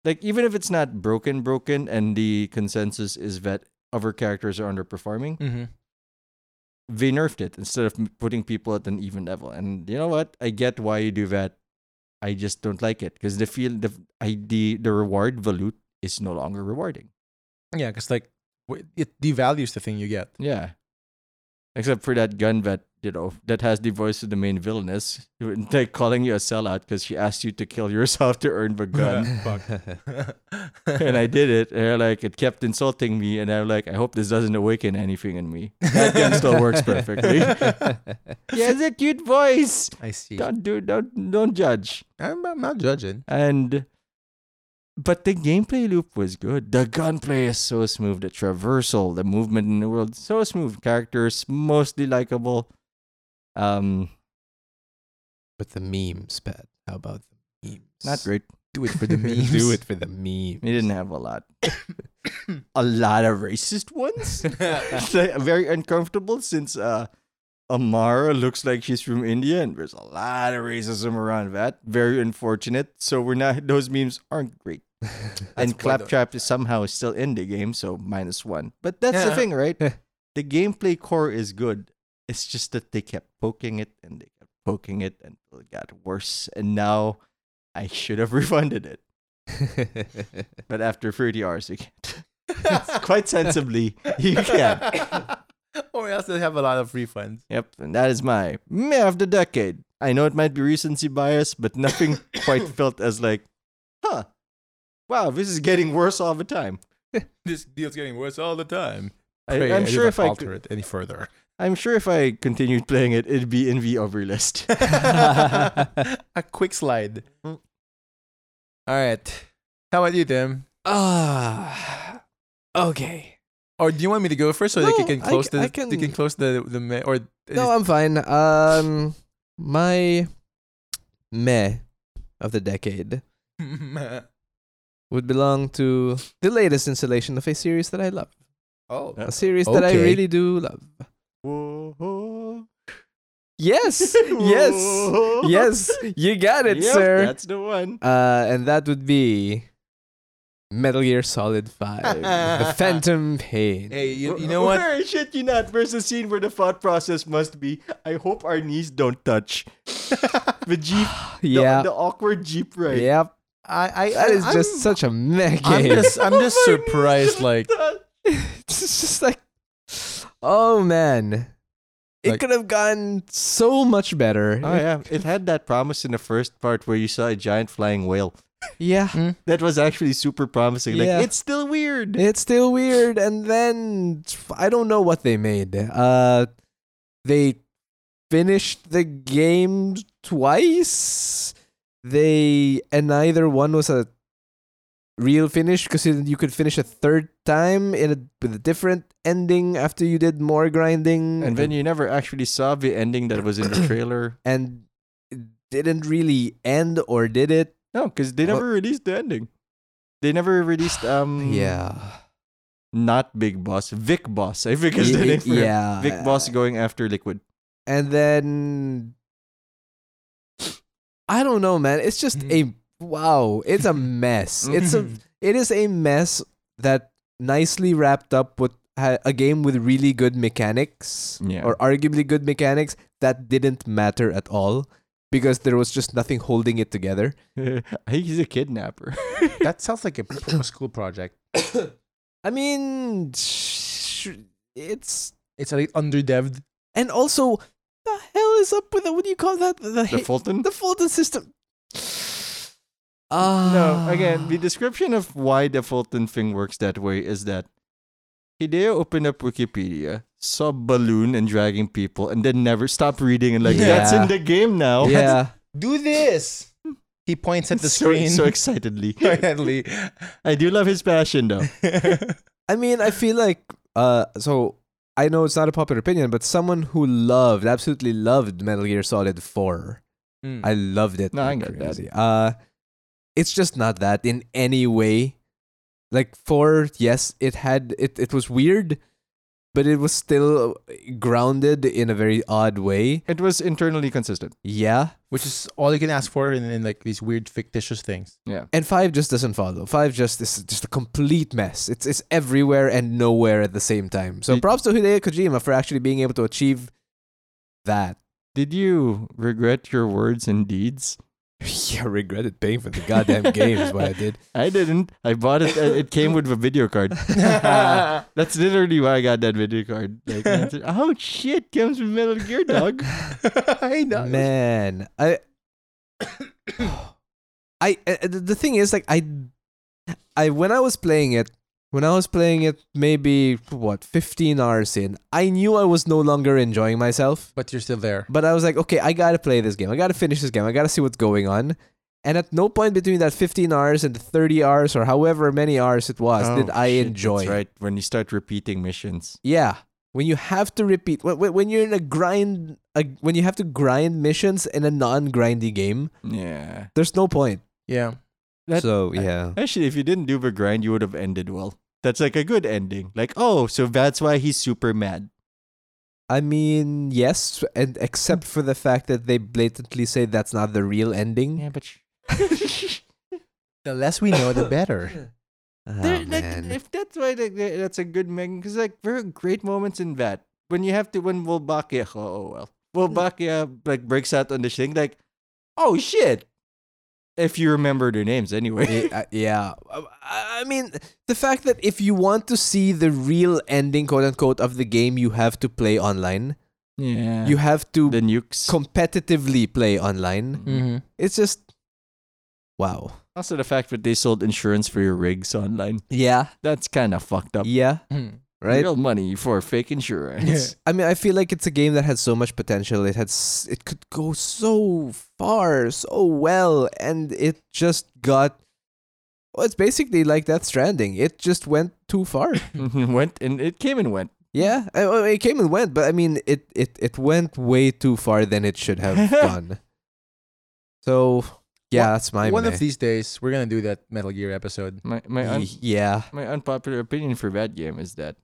Speaker 1: Like even if it's not broken, broken, and the consensus is that other characters are underperforming,
Speaker 2: Mm-hmm.
Speaker 1: they nerfed it instead of m- putting people at an even level. And you know what? I get why you do that. I just don't like it because the feel the I, the the reward the loot is no longer rewarding.
Speaker 2: Yeah, because like w- it devalues the thing you get. <laughs>
Speaker 1: Yeah. Except for that gun that, you know, that has the voice of the main villainess. <laughs> Like calling you a sellout because she asked you to kill yourself <laughs> to earn the gun.
Speaker 3: <laughs>
Speaker 2: Fuck.
Speaker 4: <laughs>
Speaker 1: and I did it. And like it kept insulting me. And I'm like, I hope this doesn't awaken anything in me. That gun still works perfectly. <laughs> yeah, it's a cute voice.
Speaker 2: I see.
Speaker 1: Don't do don't don't judge.
Speaker 2: I'm, I'm
Speaker 1: <laughs>
Speaker 2: not judging. <laughs>
Speaker 1: And but the gameplay loop was good. The gunplay is so smooth. The traversal, the movement in the world, so smooth. Characters mostly likable. Um,
Speaker 4: But the memes, Pat. How about the memes?
Speaker 1: not
Speaker 3: <laughs>
Speaker 1: great.
Speaker 2: Do it for the memes.
Speaker 4: Do it for the meme.
Speaker 1: We didn't have a lot. a lot of racist ones. <laughs> It's, like, very uncomfortable since uh, Amara looks like she's from India, and there's a lot of racism around that. Very unfortunate. So we're not; <laughs> those memes aren't
Speaker 2: <laughs>
Speaker 1: great. and
Speaker 2: quite the-
Speaker 1: Claptrap is somehow still in the game, so minus one. But that's the
Speaker 2: Yeah.
Speaker 1: thing,
Speaker 2: <laughs>
Speaker 1: right? the gameplay core is good. It's just that they kept poking it and they kept poking it until it got worse. And now I should have <laughs> refunded it.
Speaker 3: <laughs>
Speaker 1: But after 30 hours, you can't.
Speaker 2: <laughs>
Speaker 1: It's Quite sensibly, you can.
Speaker 2: or else they have a lot of refunds.
Speaker 1: Yep, and that is my meh of the decade. I know it might be recency bias, but nothing quite felt as like, huh, wow, this is getting worse all the time.
Speaker 2: <laughs> This deal's getting worse all the time.
Speaker 1: I, I'm sure if I
Speaker 2: alter
Speaker 1: could,
Speaker 2: it any further.
Speaker 1: I'm sure if I continued playing it, it'd be in the over list.
Speaker 2: <laughs>
Speaker 1: <laughs>
Speaker 2: a quick slide.
Speaker 1: Mm.
Speaker 2: All right. How about you, Tim?
Speaker 3: Ah. okay.
Speaker 2: Or do you want me to go first so they
Speaker 3: No,
Speaker 2: can
Speaker 3: I
Speaker 2: close
Speaker 3: c-
Speaker 2: the
Speaker 3: I can-
Speaker 2: they can close the the ma- or
Speaker 3: No, I'm fine. Um, my meh of the decade would belong to the latest installation of a series that I love.
Speaker 2: <laughs> oh
Speaker 1: Uh,
Speaker 3: A series that I
Speaker 2: Okay.
Speaker 3: really do love.
Speaker 1: Whoa. <laughs>
Speaker 3: Yes, <laughs> yes,
Speaker 1: Whoa.
Speaker 3: yes. You got it,
Speaker 1: Yep,
Speaker 3: sir.
Speaker 1: That's the one.
Speaker 3: Uh, and that would be Metal Gear Solid Five:
Speaker 2: <laughs>
Speaker 3: The Phantom Pain.
Speaker 2: hey you, you know what
Speaker 1: Where should you not? There's a scene where the thought process must be I hope our knees don't touch. <laughs> the Jeep, the,
Speaker 3: yeah,
Speaker 1: the awkward Jeep ride.
Speaker 3: yep.
Speaker 2: I I
Speaker 3: That is
Speaker 2: I'm, <laughs>
Speaker 3: just such a meh
Speaker 2: I'm
Speaker 3: game.
Speaker 2: just I'm
Speaker 1: My
Speaker 2: just
Speaker 1: knees
Speaker 2: surprised
Speaker 1: don't
Speaker 2: like
Speaker 1: touch.
Speaker 3: <laughs> it's just like, oh man, it
Speaker 2: Like-
Speaker 3: could have gone so much better.
Speaker 1: Oh yeah, it had that promise in the first part where you saw a giant flying whale.
Speaker 3: yeah.
Speaker 1: That was actually super promising. Like
Speaker 3: Yeah.
Speaker 1: it's still weird.
Speaker 3: It's still weird. And then I don't know what they made. Uh, they finished the game twice. They and neither one was a real finish because you could finish a third time in a, with a different ending after you did more grinding.
Speaker 1: And then you never actually saw the ending that was in the trailer.
Speaker 3: and it didn't really end or did it?
Speaker 1: No, because they
Speaker 3: Well-
Speaker 1: never released the ending. They never released um
Speaker 3: Yeah.
Speaker 1: not Big Boss. Vic Boss, I think is the
Speaker 3: Y-
Speaker 1: name for him.
Speaker 3: yeah.
Speaker 1: Vic Boss going after Liquid.
Speaker 3: and then I don't know, man. It's just a wow. It's a mess. It's a it is a mess that nicely wrapped up with ha- a game with really good mechanics
Speaker 1: Yeah.
Speaker 3: or arguably good mechanics that didn't matter at all because there was just nothing holding it together.
Speaker 1: I think <laughs> he's a kidnapper.
Speaker 2: that sounds like a school project.
Speaker 3: I mean, sh- it's
Speaker 2: It's like underdevved.
Speaker 3: and also the hell is up with the what do you call that the
Speaker 1: the
Speaker 3: hi-
Speaker 1: Fulton?
Speaker 3: the Fulton system.
Speaker 1: no,
Speaker 3: Ah.
Speaker 1: again, the description of why the Fulton thing works that way is that Hideo opened up Wikipedia, saw balloon and dragging people, and then never stopped reading and like that's
Speaker 3: Yeah.
Speaker 1: in the game now. <laughs>
Speaker 3: yeah,
Speaker 2: Do this. He points
Speaker 3: <laughs>
Speaker 2: at the
Speaker 1: so,
Speaker 2: screen. <laughs>
Speaker 1: so excitedly.
Speaker 3: Oh,
Speaker 2: Apparently. <laughs>
Speaker 1: I do love his passion though.
Speaker 3: I mean, I feel like uh, so I know it's not a popular opinion, but someone who loved, absolutely loved Metal Gear Solid Four, I loved it.
Speaker 1: Hmm. No, I
Speaker 3: like
Speaker 1: get that.
Speaker 3: crazy. Uh, it's just not that in any way. Like four, yes, it had it. It was weird, but it was still grounded in a very odd way.
Speaker 1: It was internally consistent.
Speaker 3: Yeah,
Speaker 2: Which is all you can ask for in, in like these weird fictitious <laughs> things.
Speaker 3: And five just doesn't follow. Five just is just a complete mess. It's it's everywhere and nowhere at the same time. So
Speaker 1: Did-
Speaker 3: props to Hideo Kojima for actually being able to achieve that. <laughs>
Speaker 1: Did you regret your words and deeds?
Speaker 3: yeah, I regretted paying for the goddamn game is what I did.
Speaker 1: I didn't. I bought it. and It came with a video
Speaker 3: <laughs>
Speaker 1: card. That's literally why I got that video card. Like, I said, oh shit, comes with Metal Gear Dog.
Speaker 2: <laughs> I know.
Speaker 3: Man, I, I uh, the the thing is like I, I when I was playing it, when I was playing it, maybe what fifteen hours in, I knew I was no longer enjoying myself.
Speaker 2: But you're still there.
Speaker 3: But I was like, okay, I gotta play this game. I gotta finish this game. I gotta see what's going on. And at no point between that 15 hours and the 30 hours or however many hours it was
Speaker 1: Oh,
Speaker 3: did I
Speaker 1: shit,
Speaker 3: enjoy.
Speaker 1: That's right. When you start repeating missions.
Speaker 3: Yeah. When you have to repeat, when, when when you're in a grind, a, when you have to grind missions in a non-grindy game,
Speaker 1: Yeah.
Speaker 3: there's no point.
Speaker 2: Yeah.
Speaker 1: That-
Speaker 3: so yeah,
Speaker 1: Actually, if you didn't do the grind, you would have ended well. That's like a good ending. Like, oh, so that's why he's super mad.
Speaker 3: I mean yes, and except for the fact that they blatantly say that's not the real ending.
Speaker 1: but.
Speaker 2: The less we know, the
Speaker 3: <laughs>
Speaker 2: better.
Speaker 3: Oh, man.
Speaker 1: if that's why they, they- that's a good megan because like there are great moments in that when you have to when Wolbakia oh, oh well Wolbakia like breaks out on this thing like oh shit if you remember their names <laughs> anyway
Speaker 3: yeah, I- yeah. Um, I I mean, the fact that if you want to see the real ending, quote unquote, of the game, you have to play online.
Speaker 1: Yeah.
Speaker 3: You have to
Speaker 1: the nukes.
Speaker 3: competitively play online.
Speaker 2: Mm-hmm.
Speaker 3: It's just wow.
Speaker 1: also, the fact that they sold insurance for your rigs online.
Speaker 3: Yeah.
Speaker 1: That's kind of fucked up.
Speaker 3: Yeah. Right.
Speaker 1: Real money for fake insurance.
Speaker 3: <laughs> I mean, I feel like it's a game that had so much potential. It had, s- it could go so far, so well, and it just got. Well, it's basically like that Stranding. It just went too far.
Speaker 1: went and <laughs> it came and went.
Speaker 3: yeah, I- I- it came and went, but I mean, it it it went way too far than it should
Speaker 2: <laughs>
Speaker 3: have gone. So yeah, that's my
Speaker 2: One
Speaker 3: meh.
Speaker 2: of um, these days, we're gonna do that Metal Gear episode.
Speaker 1: My my un-
Speaker 3: yeah.
Speaker 1: my unpopular opinion for that game is that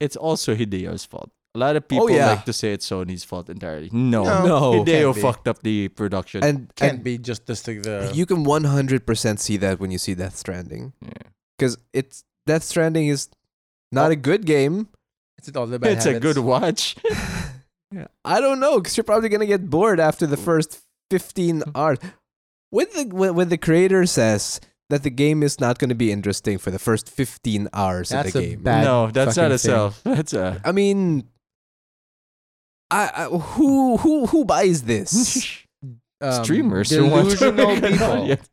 Speaker 1: it's also Hideo's fault. A lot of people
Speaker 3: yeah.
Speaker 1: like to say it's Sony's fault entirely. No,
Speaker 2: No.
Speaker 3: No.
Speaker 1: Hideo
Speaker 2: Can't be.
Speaker 1: fucked up the production.
Speaker 3: And
Speaker 2: Can't be uh, just just like the.
Speaker 3: and you can one hundred percent see that when you see Death Stranding,
Speaker 1: yeah.
Speaker 3: because it's Death Stranding is
Speaker 2: Oh.
Speaker 3: not a good game.
Speaker 2: it's all the bad
Speaker 1: It's a good
Speaker 2: habits.
Speaker 1: watch. <laughs>
Speaker 3: I don't know because you're probably gonna get bored after the first
Speaker 2: <laughs>
Speaker 3: fifteen hours. When the when, when the creator says that the game is not gonna be interesting for the first fifteen hours
Speaker 2: That's
Speaker 3: of the
Speaker 2: a
Speaker 3: game,
Speaker 2: bad
Speaker 1: no, that's
Speaker 2: fucking
Speaker 1: not a
Speaker 2: thing.
Speaker 1: self. That's a
Speaker 3: I mean, I, I who who who buys <laughs> this?
Speaker 2: Um,
Speaker 1: streamers who want to
Speaker 2: Delusional
Speaker 1: make <laughs> an
Speaker 2: people.
Speaker 1: audience.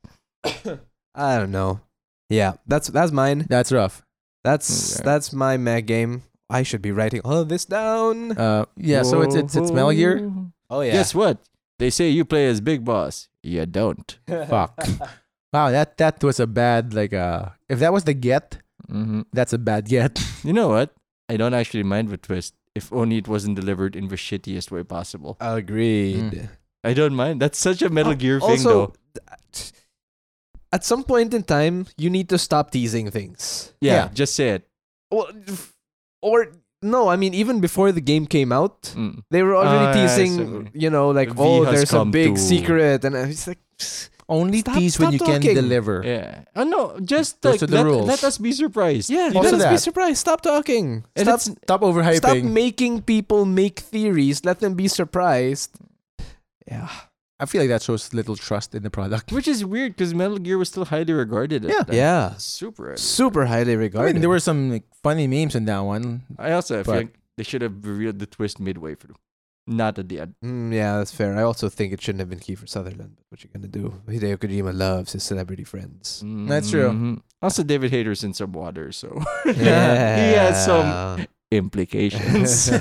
Speaker 3: I don't know. Yeah, Mm, that's that's mine.
Speaker 2: That's rough.
Speaker 3: That's
Speaker 1: Okay.
Speaker 3: that's my mech game. I should be writing all of this down.
Speaker 2: Uh, yeah. So it's it's it's Metal
Speaker 1: <laughs>
Speaker 2: Gear.
Speaker 1: Whoa.
Speaker 3: <laughs> Oh yeah.
Speaker 1: Guess what? They say you play as Big Boss. You don't.
Speaker 2: Fuck. Wow, that that was a bad like uh. If that was the get,
Speaker 1: Mm-hmm.
Speaker 2: that's a bad get.
Speaker 1: You know what? I don't actually mind the twist if only it wasn't delivered in the shittiest way possible.
Speaker 3: Agreed.
Speaker 1: I don't mind. That's such a Metal
Speaker 2: Oh,
Speaker 3: Al-
Speaker 1: Gear thing,
Speaker 3: also,
Speaker 1: though.
Speaker 3: th- at some point in time, you need to stop teasing things.
Speaker 1: Yeah,
Speaker 2: yeah.
Speaker 1: just say it.
Speaker 3: Well, f- or no, I mean, even before the game came out,
Speaker 1: Mm.
Speaker 3: they were
Speaker 1: Ah,
Speaker 3: already
Speaker 1: yeah,
Speaker 3: teasing,
Speaker 1: certainly.
Speaker 3: you know, like,
Speaker 1: V
Speaker 3: oh,
Speaker 1: has
Speaker 3: there's a
Speaker 1: come
Speaker 3: big
Speaker 1: to-
Speaker 3: secret. And I was like, "Psst,
Speaker 2: Only
Speaker 3: Stop-
Speaker 2: tease when
Speaker 3: stop
Speaker 2: you
Speaker 3: talking.
Speaker 2: can deliver.
Speaker 1: Yeah. Oh, no, just
Speaker 2: Those
Speaker 1: like,
Speaker 2: are the
Speaker 1: let,
Speaker 2: rules.
Speaker 1: let us be surprised.
Speaker 3: yeah,
Speaker 2: Also
Speaker 3: let us be
Speaker 2: that.
Speaker 3: surprised. Stop talking.
Speaker 2: And
Speaker 3: Stop,
Speaker 2: it's- stop overhyping.
Speaker 3: stop making people make theories. Let them be surprised. Yeah.
Speaker 2: I feel like that shows little trust in the product.
Speaker 1: Which is weird because Metal Gear was still highly regarded. At
Speaker 2: Yeah.
Speaker 1: that-
Speaker 3: Yeah.
Speaker 1: Super.
Speaker 3: Super highly
Speaker 2: I
Speaker 3: regarded.
Speaker 2: mean, there were some like, funny memes in that one.
Speaker 1: I also
Speaker 2: But-
Speaker 1: think they should have revealed the twist midway through, not at the end.
Speaker 3: Mm, yeah, that's fair. I also think it shouldn't have been Kiefer Sutherland, but what you gonna do? Hideo Kojima loves his
Speaker 1: <laughs>
Speaker 3: celebrity friends.
Speaker 2: That's true.
Speaker 1: Mhm. Also, David Hayter's in some water, so <laughs>
Speaker 3: Yeah.
Speaker 1: he has some
Speaker 2: <laughs>
Speaker 1: implications.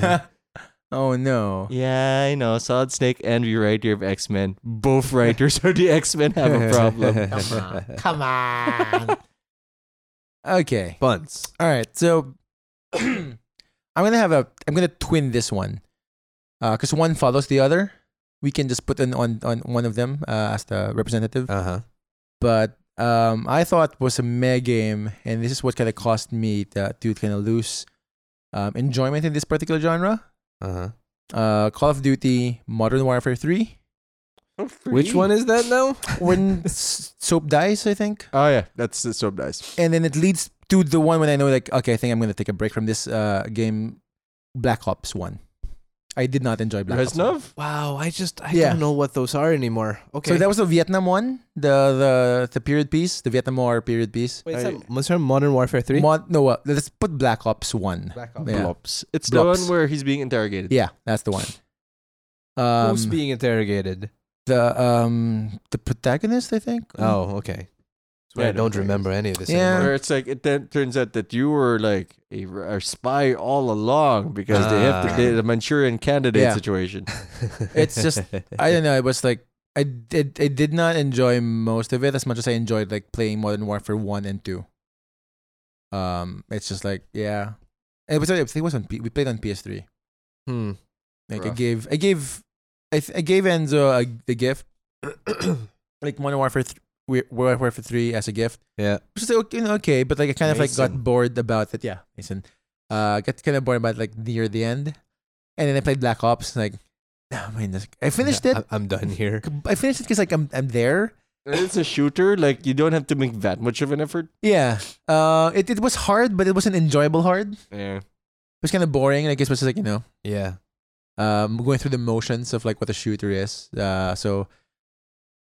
Speaker 2: oh no.
Speaker 1: Yeah, I know. Solid Snake and the writer of X Men. Both writers of the X Men have a problem.
Speaker 2: <laughs> Come on. <laughs> okay.
Speaker 3: Buns.
Speaker 2: All right. So <clears throat> I'm gonna have a. I'm gonna twin this one, because one follows the other. We can just put an on on one of them uh, as the representative.
Speaker 3: Uh huh.
Speaker 2: but um, I thought was a meh game, and this is what kind of caused me to, to kind of lose um, enjoyment in this particular genre.
Speaker 3: Uh huh.
Speaker 2: Uh, Call of Duty Modern Warfare 3.
Speaker 3: Which one is that now?
Speaker 2: When s- Soap dies, I think.
Speaker 1: Oh yeah, that's the sub dice.
Speaker 2: And then it leads to the one when I know, like, okay, I think I'm going to take a break from this uh, game, Black Ops 1. I did not enjoy Black Ops 1.
Speaker 1: Reznov?
Speaker 3: Wow, I just I
Speaker 2: Yeah.
Speaker 3: don't know what those are anymore. Okay.
Speaker 2: So that was the Vietnam one, the, the, the period piece, the Vietnam War period piece.
Speaker 3: Wait, is
Speaker 1: I-
Speaker 3: that, was there Modern Warfare Three?
Speaker 2: Mod, no, uh, let's put Black Ops 1.
Speaker 3: Black
Speaker 2: Yeah.
Speaker 1: Blops. It's
Speaker 2: Blops.
Speaker 1: the one where he's being interrogated.
Speaker 2: Yeah, that's the one. Um,
Speaker 3: Who's being interrogated?
Speaker 2: the um the protagonist, I think.
Speaker 3: Oh, okay.
Speaker 1: Yeah,
Speaker 3: I don't remember any of this
Speaker 2: Yeah.
Speaker 3: anymore.
Speaker 1: Where it's like it then turns out that you were like a, a spy all along because they have to,
Speaker 3: Ah.
Speaker 1: they, the Manchurian candidate
Speaker 2: Yeah.
Speaker 1: situation.
Speaker 3: <laughs>
Speaker 2: It's just- I don't know. It was like I did. I did not enjoy most of it as much as I enjoyed like playing Modern Warfare one and two. Um, it's just like yeah, it was. I think it was on. P- we played on PS3.
Speaker 3: Hmm.
Speaker 2: Like I
Speaker 1: Rough.
Speaker 2: gave. I gave. I, th- I gave Enzo a, the gift, like Modern Warfare, th- Wa- World Warfare three as a gift.
Speaker 3: <laughs> Yeah.
Speaker 2: Which is okay, you know, okay, but like I kind of like
Speaker 3: Mason.
Speaker 2: got bored about it. Yeah, Mason. Uh, got kind of bored about like near the end, and then I played Black Ops. Like, oh man, this- I finished it.
Speaker 3: I- I'm done here.
Speaker 2: I finished it because like I'm I'm there.
Speaker 1: And it's a shooter. Like you don't have to make that much of an effort.
Speaker 2: Yeah. Uh, it, it was hard, but it wasn't enjoyable hard. It
Speaker 1: Yeah.
Speaker 2: was kind of boring. I guess it was just like you know,
Speaker 3: Yeah.
Speaker 2: um, going through the motions of like what a shooter is. Uh, so,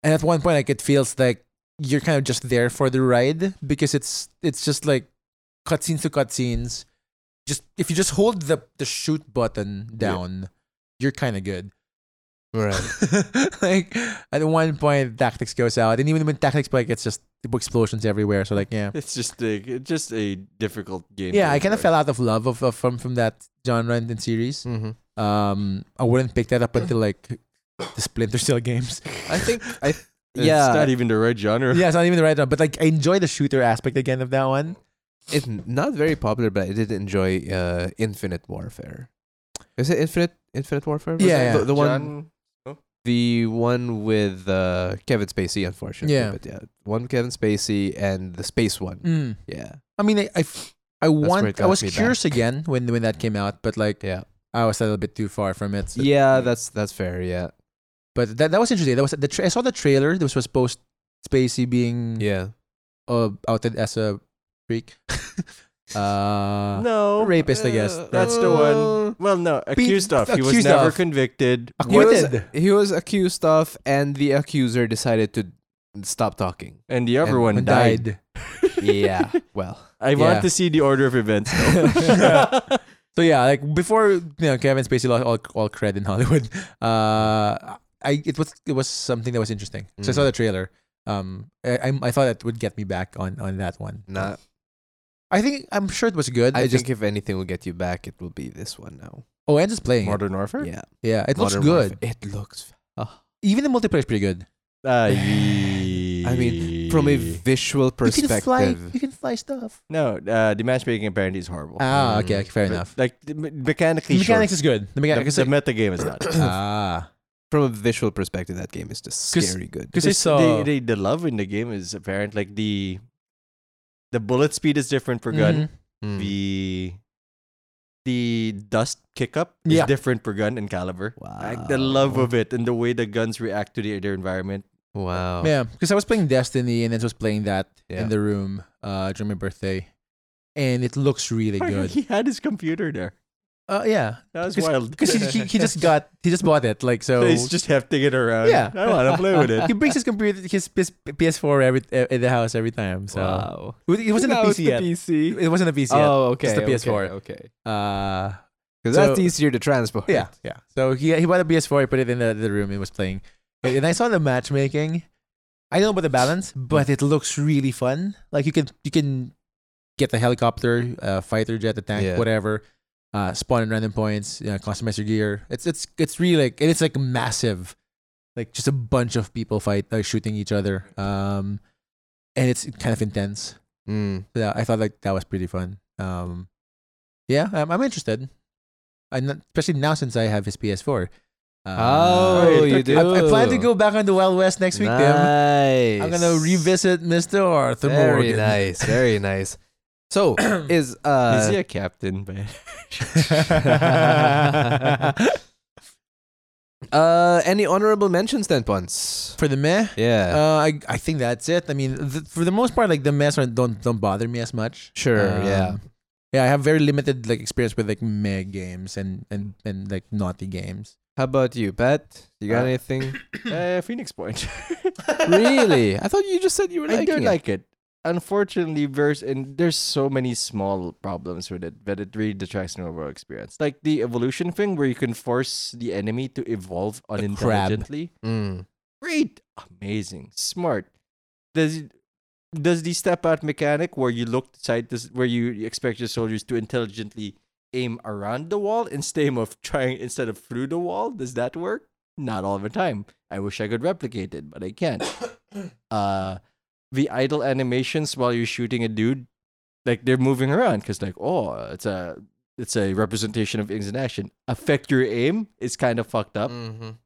Speaker 2: and at one point, like it feels like you're kind of just there for the ride because it's it's just like cutscenes to cutscenes. Just if you just hold the the shoot button down, you're kind of good.
Speaker 3: Right.
Speaker 2: like at one point, tactics goes out, and even when tactics like it's just explosions everywhere. So like, yeah,
Speaker 1: It's just a it's just a difficult game.
Speaker 2: yeah,
Speaker 1: to
Speaker 2: I kind of
Speaker 1: enjoy.
Speaker 2: fell out of love of, of from from that genre and, and series.
Speaker 3: <laughs> Mm-hmm.
Speaker 2: Um, I wouldn't pick that up until like the Splinter Cell
Speaker 3: <laughs>
Speaker 2: games.
Speaker 3: I think I
Speaker 1: It's
Speaker 3: yeah.
Speaker 1: not even the right genre.
Speaker 2: yeah, it's not even the right one, but like I enjoy the shooter aspect again of that one.
Speaker 3: it's not very popular, but I did enjoy uh, Infinite Warfare. Is it Infinite Infinite Warfare? Was
Speaker 2: Yeah,
Speaker 3: it
Speaker 2: yeah.
Speaker 3: The, the one,
Speaker 1: John-
Speaker 3: the one with uh, Kevin Spacey, unfortunately.
Speaker 2: Yeah. Mm.
Speaker 3: but yeah, one with Kevin Spacey and the space one. Yeah,
Speaker 2: I mean, I I, f- I
Speaker 3: Mm. where it
Speaker 2: want. I
Speaker 3: got
Speaker 2: was
Speaker 3: me back.
Speaker 2: curious again when when that came out, but like
Speaker 3: yeah,
Speaker 2: I was a little bit too far from it. so-
Speaker 3: yeah. That's that's fair. Yeah,
Speaker 2: But that that was interesting. That was the tra- I saw the trailer. This was post Spacey being
Speaker 3: yeah.
Speaker 2: uh, outed as a freak. <laughs> uh,
Speaker 1: no
Speaker 2: rapist, I guess.
Speaker 1: That's the
Speaker 3: Uh,
Speaker 1: one. Well, no, accused of. He was
Speaker 2: accused
Speaker 1: never
Speaker 2: of.
Speaker 1: convicted.
Speaker 3: He was,
Speaker 2: Acquitted.
Speaker 3: he was accused of, and the accuser decided to stop talking.
Speaker 1: And the other
Speaker 3: And
Speaker 1: one
Speaker 2: and
Speaker 1: died.
Speaker 2: died.
Speaker 3: Yeah, <laughs> well,
Speaker 1: I want
Speaker 2: Yeah.
Speaker 1: to see the order of
Speaker 2: <laughs>
Speaker 1: events.
Speaker 2: so yeah, like before, you know, Kevin Spacey lost all all cred in Hollywood. <laughs> Uh, I it was it was something that was interesting. So I saw
Speaker 3: Mm.
Speaker 2: the trailer. Um, I I'm- I thought that would get me back on on that one.
Speaker 3: nah.
Speaker 2: I think I'm sure it was good.
Speaker 3: I
Speaker 2: I just
Speaker 3: think if anything will get you back, it will be this one now.
Speaker 2: oh, and just playing. it.
Speaker 1: Modern Warfare.
Speaker 3: Yeah,
Speaker 2: Yeah, it oh. looks
Speaker 3: Modern
Speaker 2: good.
Speaker 3: Warfare. It looks
Speaker 2: Even the multiplayer is pretty good. <laughs>
Speaker 1: I
Speaker 3: I mean, from a visual perspective.
Speaker 2: You can fly. You can fly stuff.
Speaker 1: no, uh, the matchmaking apparently is horrible.
Speaker 2: Ah,
Speaker 3: Mm.
Speaker 2: okay, fair
Speaker 1: But,
Speaker 2: enough.
Speaker 1: Like the me- mechanically,
Speaker 2: The mechanics
Speaker 1: sure.
Speaker 2: is good. The
Speaker 1: the,
Speaker 2: mechanics.
Speaker 1: the meta game is
Speaker 2: <coughs>
Speaker 1: not.
Speaker 2: ah,
Speaker 3: from a visual perspective, that game is just
Speaker 2: 'Cause-
Speaker 3: scary good.
Speaker 2: because I
Speaker 1: It's-
Speaker 2: saw.
Speaker 1: the, the, the love in the game is apparent. Like the the bullet speed is different per gun.
Speaker 2: Mhm.
Speaker 3: Mm.
Speaker 1: The the dust kickup is
Speaker 2: Yeah.
Speaker 1: different per gun and caliber. Like the
Speaker 3: Wow.
Speaker 1: love of it and the way the guns react to the, their environment.
Speaker 3: Wow.
Speaker 2: Yeah, because I was playing Destiny and then was playing that
Speaker 3: Oh. Yeah.
Speaker 2: in the room uh, during my birthday, and it looks really
Speaker 1: <laughs>
Speaker 2: good.
Speaker 1: He had his computer there.
Speaker 2: Uh, yeah,
Speaker 1: That was
Speaker 2: Cause-
Speaker 1: wild.
Speaker 2: because he,
Speaker 1: <laughs>
Speaker 2: he, he just got he just bought it like so.
Speaker 1: So he's just hefting it around.
Speaker 2: Yeah.
Speaker 1: I want to play with it. <laughs>
Speaker 2: he brings his computer, his, PS PS4 every uh, in the house every time. So
Speaker 3: Wow.
Speaker 2: it it wasn't a
Speaker 3: Now
Speaker 2: PC
Speaker 3: it's the
Speaker 2: yet.
Speaker 3: PC.
Speaker 2: It wasn't a PC
Speaker 3: Oh, okay.
Speaker 2: Just the
Speaker 3: okay,
Speaker 2: PS4.
Speaker 3: Okay.
Speaker 2: yet. Uh,
Speaker 3: Because
Speaker 2: So-
Speaker 3: that's easier to transport.
Speaker 2: yeah, yeah. So he he bought a PS4, he put it in the, the room, and was playing. And and I saw the matchmaking. I don't know about the balance, but it looks really fun. Like you can you can get the helicopter, uh, fighter jet, the tank,
Speaker 3: Yeah.
Speaker 2: whatever. Uh, spawn in random points, you know, customize your gear. It's it's it's really like and it's like massive, like just a bunch of people fight like shooting each other. Um, and it's kind of intense.
Speaker 3: Mm.
Speaker 2: So that, I thought like that was pretty fun. Um, yeah, I'm, I'm interested, and that- especially now since I have his PS4. Uh,
Speaker 3: Oh,
Speaker 1: Oh,
Speaker 3: you
Speaker 1: you
Speaker 3: do.
Speaker 2: I, I plan to go back on the Wild West next week. Tim.
Speaker 3: Nice.
Speaker 2: I'm gonna revisit Mr. Arthur Morgan.
Speaker 3: Very nice. Very nice. So is uh.
Speaker 1: Is he a captain? <laughs> But
Speaker 3: Uh, any honorable mentions then, Punts?
Speaker 2: For the meh, uh,
Speaker 3: Yeah.
Speaker 2: I I think that's it. I mean, th- for the most part, like the mess aren't- don't don't bother me as much.
Speaker 3: sure. yeah.
Speaker 2: Um, yeah. I have very limited like experience with like meh games and and and like naughty games.
Speaker 3: How about you, Pat? You got
Speaker 1: Uh,
Speaker 3: anything?
Speaker 1: <laughs> uh, Phoenix Point.
Speaker 3: really? I thought you just said you were
Speaker 1: I
Speaker 3: liking
Speaker 1: don't
Speaker 3: it.
Speaker 1: like it. Unfortunately, there's and there's so many small problems with it that it really detracts from the overall experience. Like the evolution thing, where you can force the enemy to evolve
Speaker 2: crab.
Speaker 1: unintelligently.
Speaker 3: Mm.
Speaker 1: Great, amazing, smart. Does does the step out mechanic where you look side to s- where you you expect your soldiers to intelligently aim around the wall instead of <laughs> trying instead of through the wall? Does that work? Not all the time. I wish I could replicate it, but I can't. uh, the idle animations while you're shooting a dude, like they're moving around because like oh it's a it's a representation of things in action. Affect your aim is kind of fucked up
Speaker 3: Mm-hmm.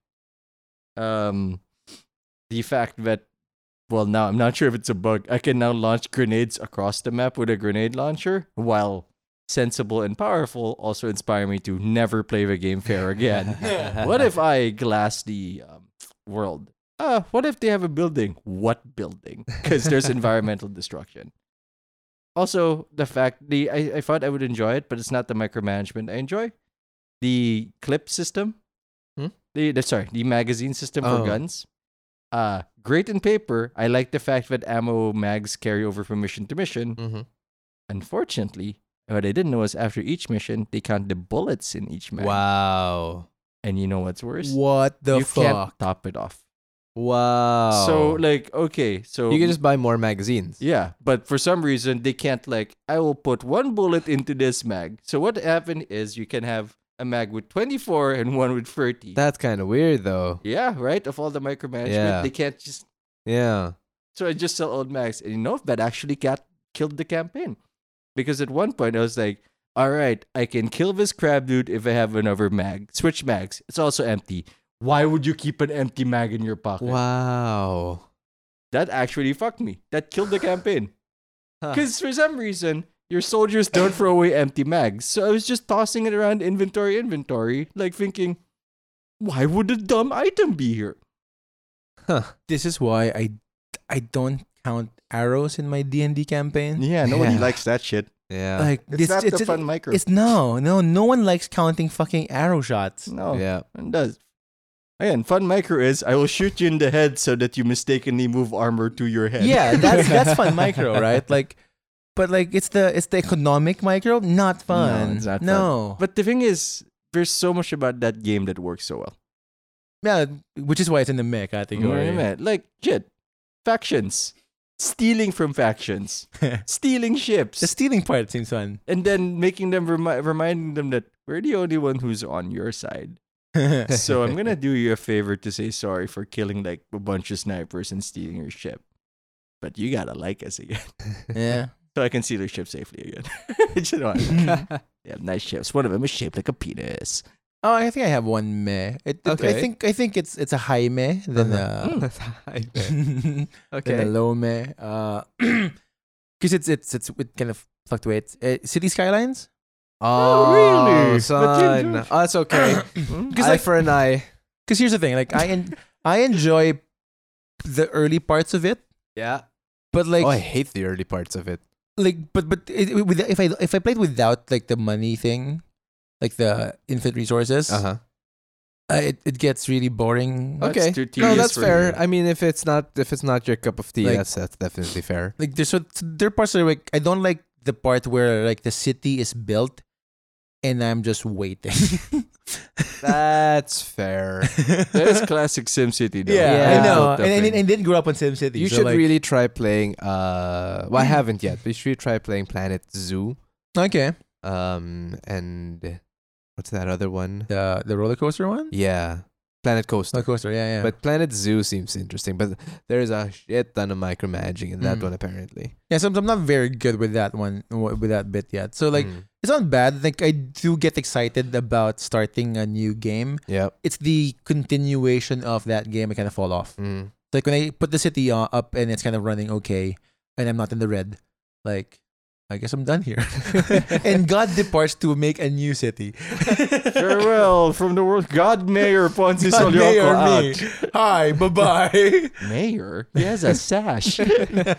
Speaker 1: um, the fact that well now I'm not sure if it's a bug. I can now launch grenades across the map with a grenade launcher, while sensible and powerful also inspire me to never play the game fair
Speaker 3: <laughs>
Speaker 1: again. <laughs> what if I glass the um, world? Uh, what if they have a building? What building? Because
Speaker 3: <laughs>
Speaker 1: there's environmental destruction. Also, the fact the I, I thought I would enjoy it, but it's not the micromanagement I enjoy. The clip system,
Speaker 3: Hmm?
Speaker 1: the, the sorry, the magazine system
Speaker 3: Oh.
Speaker 1: for guns. Uh, great in paper. I like the fact that ammo mags carry over from mission to mission.
Speaker 3: Mm-hmm.
Speaker 1: Unfortunately, what I didn't know is after each mission, they count the bullets in each mag.
Speaker 3: Wow.
Speaker 1: And you know what's worse?
Speaker 2: What the
Speaker 1: you
Speaker 2: fuck?
Speaker 1: can't top it off. Oh.
Speaker 3: Wow.
Speaker 1: So like okay, so
Speaker 3: you can just buy more magazines.
Speaker 1: yeah, but for some reason they can't like I will put one bullet into this mag. So what happened is you can have a mag with 24 and one with 30.
Speaker 3: That's kind of weird, though.
Speaker 1: yeah, right? Of all the micromanagement,
Speaker 3: Yeah.
Speaker 1: they can't just
Speaker 3: Yeah.
Speaker 1: so I just sell old mags. And you know that actually got killed the campaign. Because at one point I was like, all right, I can kill this crab dude if I have another mag. Switch mags. It's also empty. Why would you keep an empty mag in your pocket?
Speaker 3: Wow.
Speaker 1: that actually fucked me. That killed <laughs> the campaign. Because for some reason, your soldiers don't throw away empty mags. So I was just tossing it around inventory, inventory, like thinking, why would a dumb item be here?
Speaker 2: This is why I I don't count arrows in my D and D campaign.
Speaker 1: Yeah,
Speaker 3: nobody
Speaker 1: likes that shit.
Speaker 3: Yeah.
Speaker 2: Like
Speaker 1: It's,
Speaker 2: this,
Speaker 1: not
Speaker 2: it's,
Speaker 1: the fun micro.
Speaker 2: it's no, no, no one likes counting fucking
Speaker 1: <laughs>
Speaker 2: arrow shots.
Speaker 1: no,
Speaker 3: yeah.
Speaker 1: it does. Again, fun micro is I will shoot you in the head so that you mistakenly move armor to your head. <laughs>
Speaker 2: Yeah, that's that's fun micro, right? Like, but like it's the it's the economic micro, not fun.
Speaker 1: it's not fun.
Speaker 2: No.
Speaker 1: But the thing is, there's so much about that game that works so well.
Speaker 2: yeah, which is why it's in the mech
Speaker 1: You know what
Speaker 2: category.
Speaker 1: I meant? Like, shit. Factions. Stealing from
Speaker 2: <laughs>
Speaker 1: factions. Stealing ships.
Speaker 2: The stealing part seems fun.
Speaker 1: and then making them remi- reminding them that we're the only one who's on your side. <laughs> So I'm gonna do you a favor to say sorry for killing like a bunch of snipers and stealing your ship, but you gotta like us again <laughs>
Speaker 2: <laughs> yeah.
Speaker 1: so I can steal your ship safely again. <laughs> you know,
Speaker 2: <laughs>
Speaker 1: they have nice ships. One of them is shaped like a penis.
Speaker 2: Oh, I think I have one meh. It, it- I
Speaker 3: Okay.
Speaker 2: think I think it's it's a high meh than
Speaker 3: <laughs>
Speaker 1: Uh-huh.
Speaker 2: uh
Speaker 1: Mm.
Speaker 2: <laughs> than a
Speaker 3: okay.
Speaker 2: low meh. <clears throat> Because uh, it's it's it's it kind of fluctuates. Uh, city skylines.
Speaker 1: Oh, really? But you
Speaker 3: Son.
Speaker 1: do-
Speaker 3: Oh, it's
Speaker 1: <coughs>
Speaker 3: okay.
Speaker 2: Because
Speaker 3: eye
Speaker 2: like,
Speaker 3: for an eye.
Speaker 2: cause here's the thing. Like I en- <laughs> I enjoy the early parts of it,
Speaker 3: Yeah.
Speaker 2: but like
Speaker 3: oh, I hate the early parts of it.
Speaker 2: like but but it, it- with, if I if I played without like the money thing, like the infinite resources, uh
Speaker 3: huh.
Speaker 2: it it gets really boring.
Speaker 1: That's
Speaker 3: Uh-huh. Okay.
Speaker 1: too
Speaker 3: No,
Speaker 1: tedious
Speaker 3: that's
Speaker 1: for
Speaker 3: fair.
Speaker 1: me.
Speaker 3: I mean, if it's not if it's not your cup of tea,
Speaker 2: Like-
Speaker 3: that's that's
Speaker 1: <laughs>
Speaker 3: definitely fair.
Speaker 2: like there's so there are parts that are like I don't like the part where like the city is built and I'm just waiting. <laughs>
Speaker 1: <laughs>
Speaker 3: That's fair.
Speaker 1: <laughs> That is classic SimCity. Though.
Speaker 2: yeah,
Speaker 3: Yeah.
Speaker 2: I know.
Speaker 1: Built that
Speaker 2: And, and,
Speaker 1: thing.
Speaker 2: and didn't grow up on SimCity.
Speaker 3: you
Speaker 2: so,
Speaker 3: should
Speaker 2: like,
Speaker 3: really try playing. Uh, well, I haven't yet, but you should try playing Planet Zoo.
Speaker 2: okay
Speaker 3: Um, and what's that other one?
Speaker 2: the the roller coaster one.
Speaker 3: Yeah, Planet Coaster.
Speaker 2: Roller coaster, yeah, yeah. But
Speaker 3: But Planet Zoo seems interesting. But there is a shit ton of micromanaging in that
Speaker 2: Mm.
Speaker 3: one apparently.
Speaker 2: yeah, so I'm, I'm not very good with that one with that bit yet. So like
Speaker 3: Mm.
Speaker 2: it's not bad. Like I do get excited about starting a new game.
Speaker 3: yep.
Speaker 2: It's the continuation of that game. I kind of fall off.
Speaker 3: Mm.
Speaker 2: Like when I put the city uh, up and it's kind of running okay, and I'm not in the red, like I guess I'm done here. <laughs> and God departs to make a new city.
Speaker 1: Farewell from the world. God Mayor Ponzi
Speaker 2: God,
Speaker 1: Solioko
Speaker 2: mayor me.
Speaker 1: out.
Speaker 2: Hi, bye <laughs> bye.
Speaker 1: Mayor? He has a sash.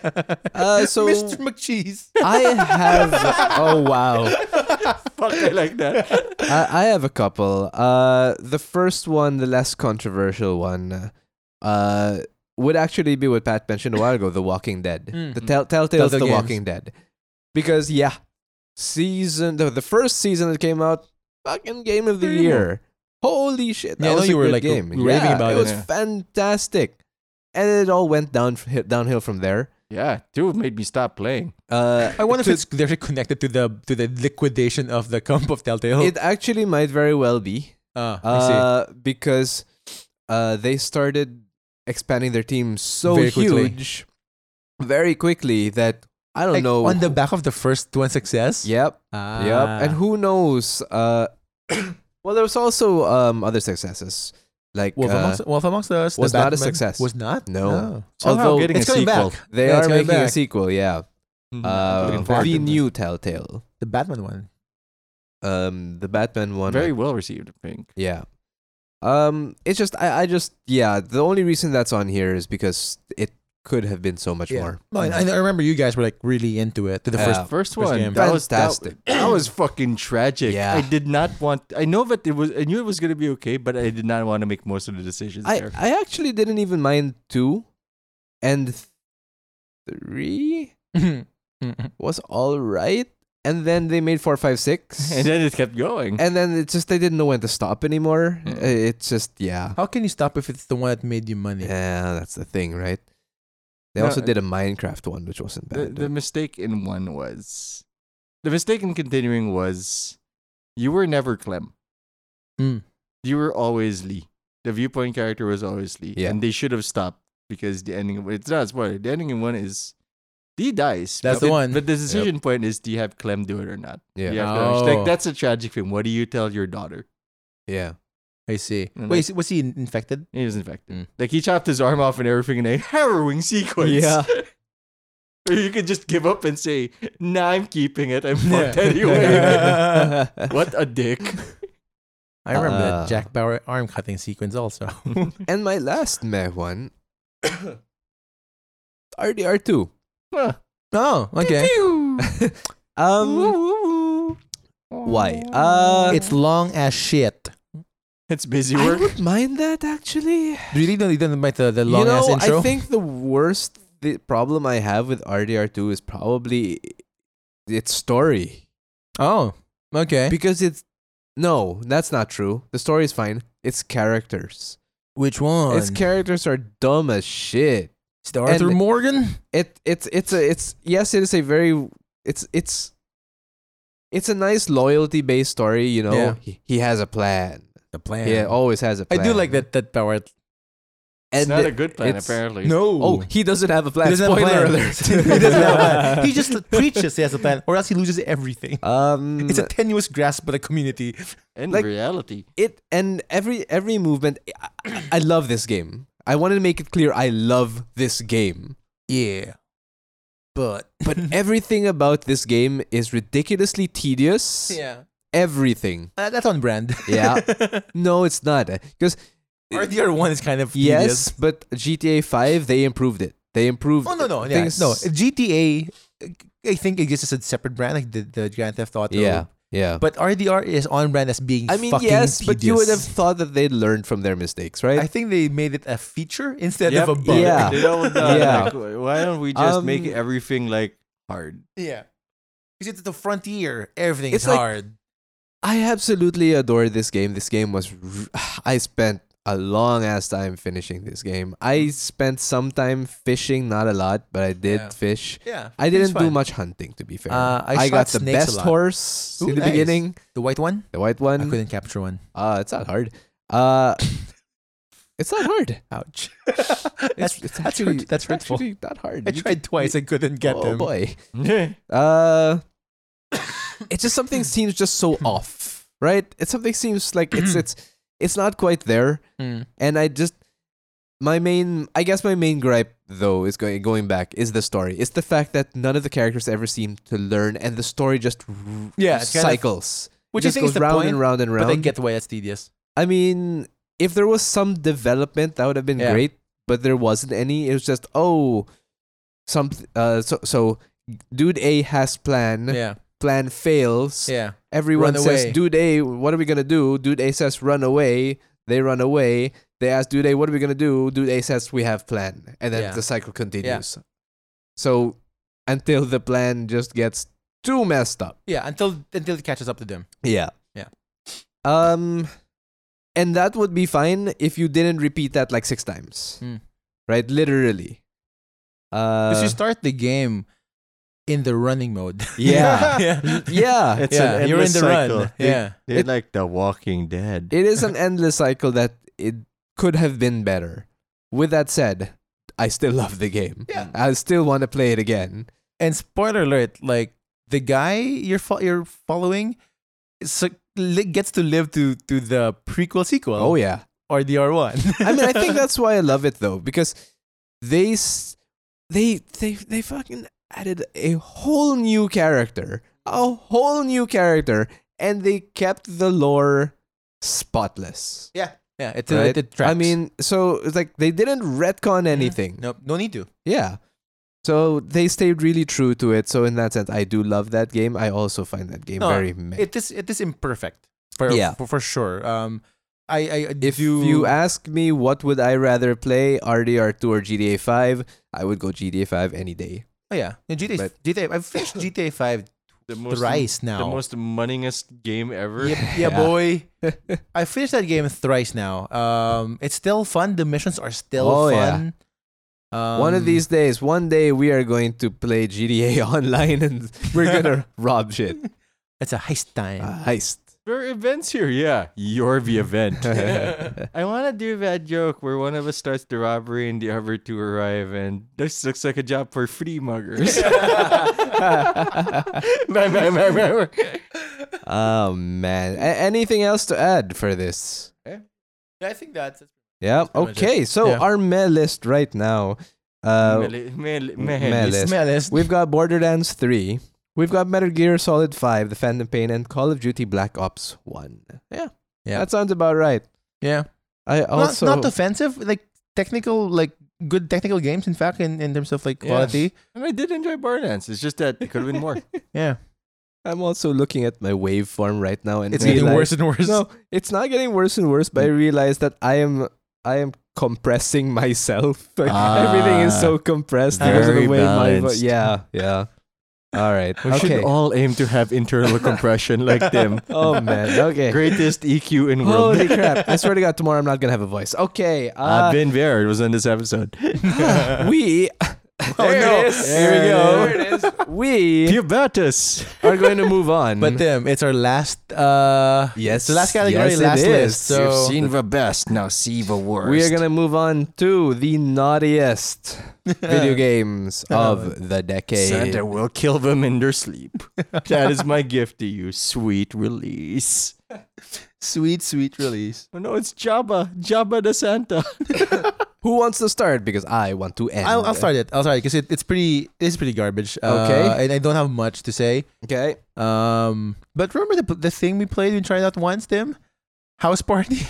Speaker 2: <laughs>
Speaker 3: Uh, so
Speaker 2: Mr. McCheese.
Speaker 3: I
Speaker 2: <laughs>
Speaker 3: have. Oh wow.
Speaker 1: <laughs> Fuck, I like that.
Speaker 3: I, I have a couple. Uh, the first one, the less controversial one, uh, would actually be what Pat mentioned a while ago: The Walking Dead,
Speaker 2: Mm.
Speaker 3: the tell- Telltale's The
Speaker 2: Telltale games.
Speaker 3: Walking Dead, because yeah, season the, the first season that came out, fucking game of the
Speaker 1: Primo.
Speaker 3: year. Holy shit! That
Speaker 2: Yeah, I know
Speaker 3: was a
Speaker 2: you were,
Speaker 3: good
Speaker 2: like,
Speaker 3: game.
Speaker 2: r- raving
Speaker 3: Yeah,
Speaker 2: about
Speaker 3: it.
Speaker 2: it.
Speaker 3: was
Speaker 1: Yeah.
Speaker 3: fantastic, and it all went down downhill from there.
Speaker 1: Yeah, dude made me stop playing.
Speaker 3: Uh,
Speaker 2: I wonder if
Speaker 3: to-
Speaker 2: it's they're connected to the to the liquidation of the comp of Telltale.
Speaker 3: it actually might very well be.
Speaker 2: Ah, I see.
Speaker 3: uh, because uh, they started expanding their team so
Speaker 2: Very quickly.
Speaker 3: huge very quickly that I don't
Speaker 2: Like,
Speaker 3: know.
Speaker 2: on the
Speaker 3: who-
Speaker 2: back of the first one success.
Speaker 3: yep, yep,
Speaker 2: Ah.
Speaker 3: and who knows? Uh, <coughs> well, there was also um, other successes like
Speaker 2: Wolf,
Speaker 3: uh,
Speaker 2: amongst, Wolf Amongst Us the
Speaker 3: was not a
Speaker 2: Batman
Speaker 3: success.
Speaker 2: Was not.
Speaker 3: No.
Speaker 2: Oh.
Speaker 1: Somehow
Speaker 3: although
Speaker 1: getting
Speaker 2: it's
Speaker 1: a
Speaker 2: coming
Speaker 1: sequel.
Speaker 2: back.
Speaker 3: they
Speaker 2: Yeah, it's
Speaker 3: are
Speaker 2: coming
Speaker 3: making a
Speaker 2: back. Mm,
Speaker 3: sequel. Yeah,
Speaker 1: I'm
Speaker 3: uh,
Speaker 1: looking forward
Speaker 3: the
Speaker 1: to this.
Speaker 3: new Telltale,
Speaker 2: The Batman one.
Speaker 3: um, the Batman one.
Speaker 1: Very well received, I think.
Speaker 3: Yeah. Um, it's just I, I just yeah. The only reason that's on here is because it could have been so much more.
Speaker 2: No, and and I remember you guys were like really into it to the first.
Speaker 3: Yeah.
Speaker 1: First
Speaker 2: First
Speaker 1: one,
Speaker 2: game.
Speaker 1: that was that-
Speaker 3: Fantastic.
Speaker 1: That, was fucking tragic.
Speaker 3: Yeah.
Speaker 1: I did not want. I know that it was. I knew it was gonna be okay, but I did not want to make most of the decisions
Speaker 3: <clears throat> I,
Speaker 1: there. <laughs>
Speaker 3: I actually didn't even mind two and th- three was all right. and then they made four, five, six,
Speaker 1: <laughs> and then it kept going.
Speaker 3: and then it's just they didn't know when to stop anymore.
Speaker 1: Yeah.
Speaker 3: Uh, It's just yeah,
Speaker 2: <laughs> How can you stop if it's the one that made you money?
Speaker 3: yeah, that's the thing, right? They
Speaker 1: No,
Speaker 3: also
Speaker 1: uh,
Speaker 3: did a Minecraft one, which wasn't
Speaker 1: the,
Speaker 3: bad.
Speaker 1: the mistake in one was the mistake in continuing was you were never Clem.
Speaker 2: Mm.
Speaker 1: You were always Lee. The viewpoint character was always Lee.
Speaker 3: Yeah.
Speaker 1: And they should have stopped because the ending of it's not a spoiler. The ending in one is Lee dies.
Speaker 2: That's
Speaker 1: but
Speaker 2: the one.
Speaker 1: But the decision point is do you have Clem do it or not?
Speaker 3: yeah,
Speaker 1: You
Speaker 3: yeah,
Speaker 1: have to-
Speaker 2: Oh.
Speaker 1: like, that's a tragic thing. What do you tell your daughter? <laughs>
Speaker 2: I see.
Speaker 3: Mm-hmm.
Speaker 1: And
Speaker 2: Wait,
Speaker 1: like-
Speaker 2: is- was he in-
Speaker 3: <laughs>
Speaker 2: infected?
Speaker 1: He was infected.
Speaker 2: Mm.
Speaker 1: Like he chopped his arm off and everything in a <laughs> harrowing sequence.
Speaker 2: Yeah.
Speaker 1: Or <laughs> you could just give up and say, nah, I'm keeping it.
Speaker 3: <laughs>
Speaker 1: I'm fucked anyway. what a dick.
Speaker 2: <laughs> I remember
Speaker 3: Uh.
Speaker 2: that Jack Bauer arm cutting sequence also. <laughs>
Speaker 3: and my last meh
Speaker 1: <coughs>
Speaker 3: one, RDR two.
Speaker 1: Huh.
Speaker 2: oh, okay.
Speaker 3: Um, why? Uh,
Speaker 2: it's long as shit.
Speaker 1: It's busy
Speaker 3: I
Speaker 1: work.
Speaker 3: would mind that actually.
Speaker 2: Really don't, you don't like the, the long
Speaker 3: you know,
Speaker 2: ass intro?
Speaker 3: I think the worst th- problem I have with RDR2 is probably its story.
Speaker 2: oh, okay.
Speaker 3: Because it's. No, that's not true. The story is fine. It's characters.
Speaker 2: Which one?
Speaker 3: Its characters are dumb as shit.
Speaker 2: It's the Arthur
Speaker 3: and-
Speaker 2: Morgan?
Speaker 3: It it's it's a it's yes, it is a very it's it's it's a nice loyalty based story, you know.
Speaker 2: Yeah.
Speaker 3: He, he has a plan.
Speaker 2: The plan.
Speaker 3: Yeah, always has a
Speaker 2: I
Speaker 3: plan.
Speaker 2: do like that that Bauer.
Speaker 1: It's
Speaker 3: And
Speaker 1: not
Speaker 3: the-
Speaker 1: a good plan,
Speaker 3: it's-
Speaker 1: apparently.
Speaker 2: No.
Speaker 3: Oh, he doesn't have a plan.
Speaker 2: He doesn't have a
Speaker 3: Spoiler
Speaker 2: plan.
Speaker 3: <laughs>
Speaker 2: <laughs>
Speaker 3: alert.
Speaker 2: he doesn't have a <laughs>
Speaker 3: <laughs>
Speaker 2: plan. He just preaches he has a plan, or else he loses everything.
Speaker 3: Um
Speaker 2: It's a tenuous grasp of the community.
Speaker 1: In
Speaker 3: like-
Speaker 1: reality.
Speaker 3: it and every every movement I, I- I love this game i want to make it clear i love this game
Speaker 2: Yeah. But <laughs>
Speaker 3: but everything about this game is ridiculously tedious
Speaker 2: yeah,
Speaker 3: everything
Speaker 2: Uh, that's on brand. <laughs>
Speaker 3: Yeah. no it's not because
Speaker 2: RDR one is kind of
Speaker 3: yes
Speaker 2: tedious.
Speaker 3: but gta 5 they improved it they improved
Speaker 2: Oh no no yeah,
Speaker 3: things.
Speaker 2: no GTA. uh, I think it just as a separate brand, like the, the Grand Theft Auto.
Speaker 3: yeah yeah
Speaker 2: But RDR is on brand as being.
Speaker 3: i mean
Speaker 2: fucking
Speaker 3: yes but you would have
Speaker 2: tedious.
Speaker 3: thought that they'd learned from their mistakes right
Speaker 2: I think they made it a feature instead
Speaker 1: Yep.
Speaker 2: of a bug.
Speaker 3: Yeah.
Speaker 1: They don't, uh,
Speaker 3: Yeah.
Speaker 1: like, why don't we just make
Speaker 3: Um,
Speaker 1: everything like hard?
Speaker 2: Yeah. Because it's the frontier. Everything
Speaker 3: It's
Speaker 2: is
Speaker 3: like-
Speaker 2: hard.
Speaker 3: I absolutely adore this game. This game was. r- <sighs> I spent a long ass time finishing this game. I spent some time fishing, not a lot, but I did
Speaker 2: Hmm. Yeah.
Speaker 3: fish.
Speaker 2: Yeah.
Speaker 3: I
Speaker 2: it's
Speaker 3: didn't do
Speaker 2: fine.
Speaker 3: much hunting, to be fair.
Speaker 2: Uh, I shot
Speaker 3: got the
Speaker 2: snakes a
Speaker 3: best
Speaker 2: lot.
Speaker 3: horse
Speaker 2: Ooh,
Speaker 3: in the
Speaker 2: nice.
Speaker 3: beginning,
Speaker 2: The white one?
Speaker 3: the white
Speaker 2: I
Speaker 3: one.
Speaker 2: couldn't capture
Speaker 3: <laughs>
Speaker 2: one.
Speaker 3: Uh, it's not hard. Uh, <laughs> it's not hard.
Speaker 2: Ouch. that's
Speaker 3: It's, it's actually,
Speaker 2: hurt- that's
Speaker 3: it's
Speaker 2: hurtful.
Speaker 3: actually not
Speaker 2: <laughs>
Speaker 3: hard.
Speaker 2: I
Speaker 3: You
Speaker 2: tried twice. I couldn't get
Speaker 3: oh
Speaker 2: them. <laughs> Hmm.
Speaker 3: boy.
Speaker 1: yeah.
Speaker 2: <coughs>
Speaker 3: Uh, it's just something seems just so off, right? It's something seems
Speaker 2: <coughs>
Speaker 3: like it's it's it's not quite there.
Speaker 2: Mm.
Speaker 3: and I just my main I guess my main gripe though is going going back is the story. It's the fact that none of the characters ever seem to learn, and the story just r-
Speaker 2: Yeah, it's kind of-
Speaker 3: cycles,
Speaker 2: Which I
Speaker 3: It just
Speaker 2: think is
Speaker 3: goes
Speaker 2: the
Speaker 3: round
Speaker 2: point.
Speaker 3: and round and
Speaker 2: but
Speaker 3: round.
Speaker 2: I get why that's
Speaker 3: <laughs>
Speaker 2: tedious.
Speaker 3: I mean, if there was some development, that would have been
Speaker 2: Yeah.
Speaker 3: great, but there wasn't any. It was just oh, some uh, so so dude A has plan,
Speaker 2: Yeah.
Speaker 3: plan fails,
Speaker 2: Yeah.
Speaker 3: Everyone
Speaker 2: Run
Speaker 3: says,
Speaker 2: away.
Speaker 3: Dude A, what are we going to do? Dude A says, run away. They run away. They ask Dude A, what are we going to do? Dude A says, we have plan. And then
Speaker 2: Yeah.
Speaker 3: the cycle continues. So until the plan just gets too messed up.
Speaker 2: Yeah. Until until it catches up to them.
Speaker 3: Yeah.
Speaker 2: Yeah.
Speaker 3: Um, and that would be fine if you didn't repeat that like six times.
Speaker 2: Mm.
Speaker 3: Right? Literally. Uh,
Speaker 2: Because you start the game in the running mode. <laughs>
Speaker 3: Yeah. <laughs>
Speaker 2: yeah.
Speaker 3: yeah.
Speaker 1: <laughs> It's
Speaker 2: yeah.
Speaker 1: an
Speaker 2: You're in
Speaker 1: endless
Speaker 2: the
Speaker 1: cycle.
Speaker 2: run.
Speaker 1: They-
Speaker 2: Yeah.
Speaker 1: They're
Speaker 3: It-
Speaker 1: like The Walking Dead.
Speaker 3: it is an endless cycle that it could have been better. With that said, I still love the game.
Speaker 2: Yeah.
Speaker 3: I still want to play it again.
Speaker 2: And spoiler alert, like the guy you're fo- you're following so, li- gets to live to to the prequel sequel
Speaker 3: Oh yeah.
Speaker 2: or the R1.
Speaker 3: I mean, I
Speaker 2: <laughs>
Speaker 3: think that's why I love it though because they s- they they they fucking added a whole new character, a whole new character and they kept the lore spotless.
Speaker 2: yeah, it's
Speaker 3: Right?
Speaker 2: it, it tracks.
Speaker 3: I mean, so it's like they didn't retcon anything.
Speaker 2: nope, no need to.
Speaker 3: Yeah. So they stayed really true to it. So in that sense, I do love that game. I also find that game
Speaker 2: No,
Speaker 3: very meh.
Speaker 2: It is it is imperfect for
Speaker 3: Yeah.
Speaker 2: for, for sure. Um, I I I
Speaker 3: if
Speaker 2: do, Oh,
Speaker 3: you ask me what would I rather play, RDR2 or GTA 5, I would go GTA 5 any day.
Speaker 2: oh yeah, no, GTA
Speaker 3: but- <laughs>
Speaker 2: GTA I've finished GTA Five
Speaker 1: the most
Speaker 2: thrice now.
Speaker 1: the most moneyest game
Speaker 3: <laughs>
Speaker 1: ever.
Speaker 2: Yep, yeah, boy. I finished that game thrice now. Um, it's still fun. The missions are still
Speaker 3: Oh, yeah.
Speaker 2: fun. Um,
Speaker 3: one of these days, one day we are going to play GTA <laughs> online and we're
Speaker 2: <laughs>
Speaker 3: gonna rob shit.
Speaker 2: It's a heist time.
Speaker 3: A heist. <laughs>
Speaker 1: There are events here, yeah. You're the event. I want to do that joke where one of us starts the robbery and the other two arrive, and this looks like a job for free
Speaker 3: <laughs>
Speaker 1: muggers. Bah, bah, bah, bah, bah.
Speaker 3: oh man. A- anything else to add for this?
Speaker 2: I think that's
Speaker 3: Yeah.
Speaker 2: pretty much it.
Speaker 3: Okay. So
Speaker 2: Yeah.
Speaker 3: our meh list right now. Uh,
Speaker 1: Mele- mele-
Speaker 3: mele-
Speaker 1: mele-
Speaker 3: List.
Speaker 2: smallest.
Speaker 3: We've got Borderlands 3. We've got Metal Gear Solid 5, The Phantom Pain, and Call of Duty Black Ops 1. Yeah.
Speaker 2: Yeah.
Speaker 3: That sounds about right.
Speaker 2: yeah.
Speaker 3: I also.
Speaker 2: not, not offensive. Like technical, like good technical games. In fact, in, in terms of like
Speaker 1: Yeah.
Speaker 2: quality.
Speaker 1: And I did enjoy Borderlands. It's just that it could have been more.
Speaker 2: Yeah,
Speaker 3: I'm also looking at my waveform right now and
Speaker 2: it's getting
Speaker 3: realize-
Speaker 2: worse and worse. Mm.
Speaker 3: No, it's not getting worse and worse, but I realize that I am I am compressing myself. <laughs> Like, everything
Speaker 2: Ah.
Speaker 3: is so compressed because of
Speaker 1: very
Speaker 3: the way my vo-
Speaker 1: balanced.
Speaker 3: Yeah, yeah. All right.
Speaker 1: We
Speaker 3: okay.
Speaker 1: should all aim to have
Speaker 3: <laughs>
Speaker 1: internal compression like them.
Speaker 2: <laughs>
Speaker 3: oh man. Okay.
Speaker 1: Greatest EQ in world.
Speaker 3: Holy crap! I swear to God, tomorrow I'm not gonna have a voice. Okay.
Speaker 1: I've
Speaker 3: Uh,
Speaker 1: been there. It was on this episode.
Speaker 3: <laughs> we.
Speaker 2: Oh,
Speaker 3: There it
Speaker 2: no.
Speaker 3: is.
Speaker 2: Here we go.
Speaker 3: There it is. We
Speaker 1: Diabetes.
Speaker 3: are going to move on.
Speaker 2: But damn, it's our last. Uh,
Speaker 3: yes,
Speaker 2: the last category,
Speaker 3: yes, it
Speaker 2: last
Speaker 3: is.
Speaker 2: list. So
Speaker 1: You've seen the best. Now see the worst.
Speaker 3: We are gonna move on to the <laughs> naughtiest video games of the decade.
Speaker 1: Santa will kill them in their sleep. that is my gift to you. Sweet release.
Speaker 2: sweet, sweet release.
Speaker 1: Oh no, it's Jabba. Jabba the Santa.
Speaker 2: <laughs>
Speaker 3: Who wants to start? Because I want to end.
Speaker 2: I'll, I'll start it. I'll start it because it, it's pretty. It's pretty garbage. Uh,
Speaker 3: Okay.
Speaker 2: and I don't have much to say.
Speaker 3: Okay.
Speaker 2: Um, but remember the the thing we played and tried out once, Tim. House party.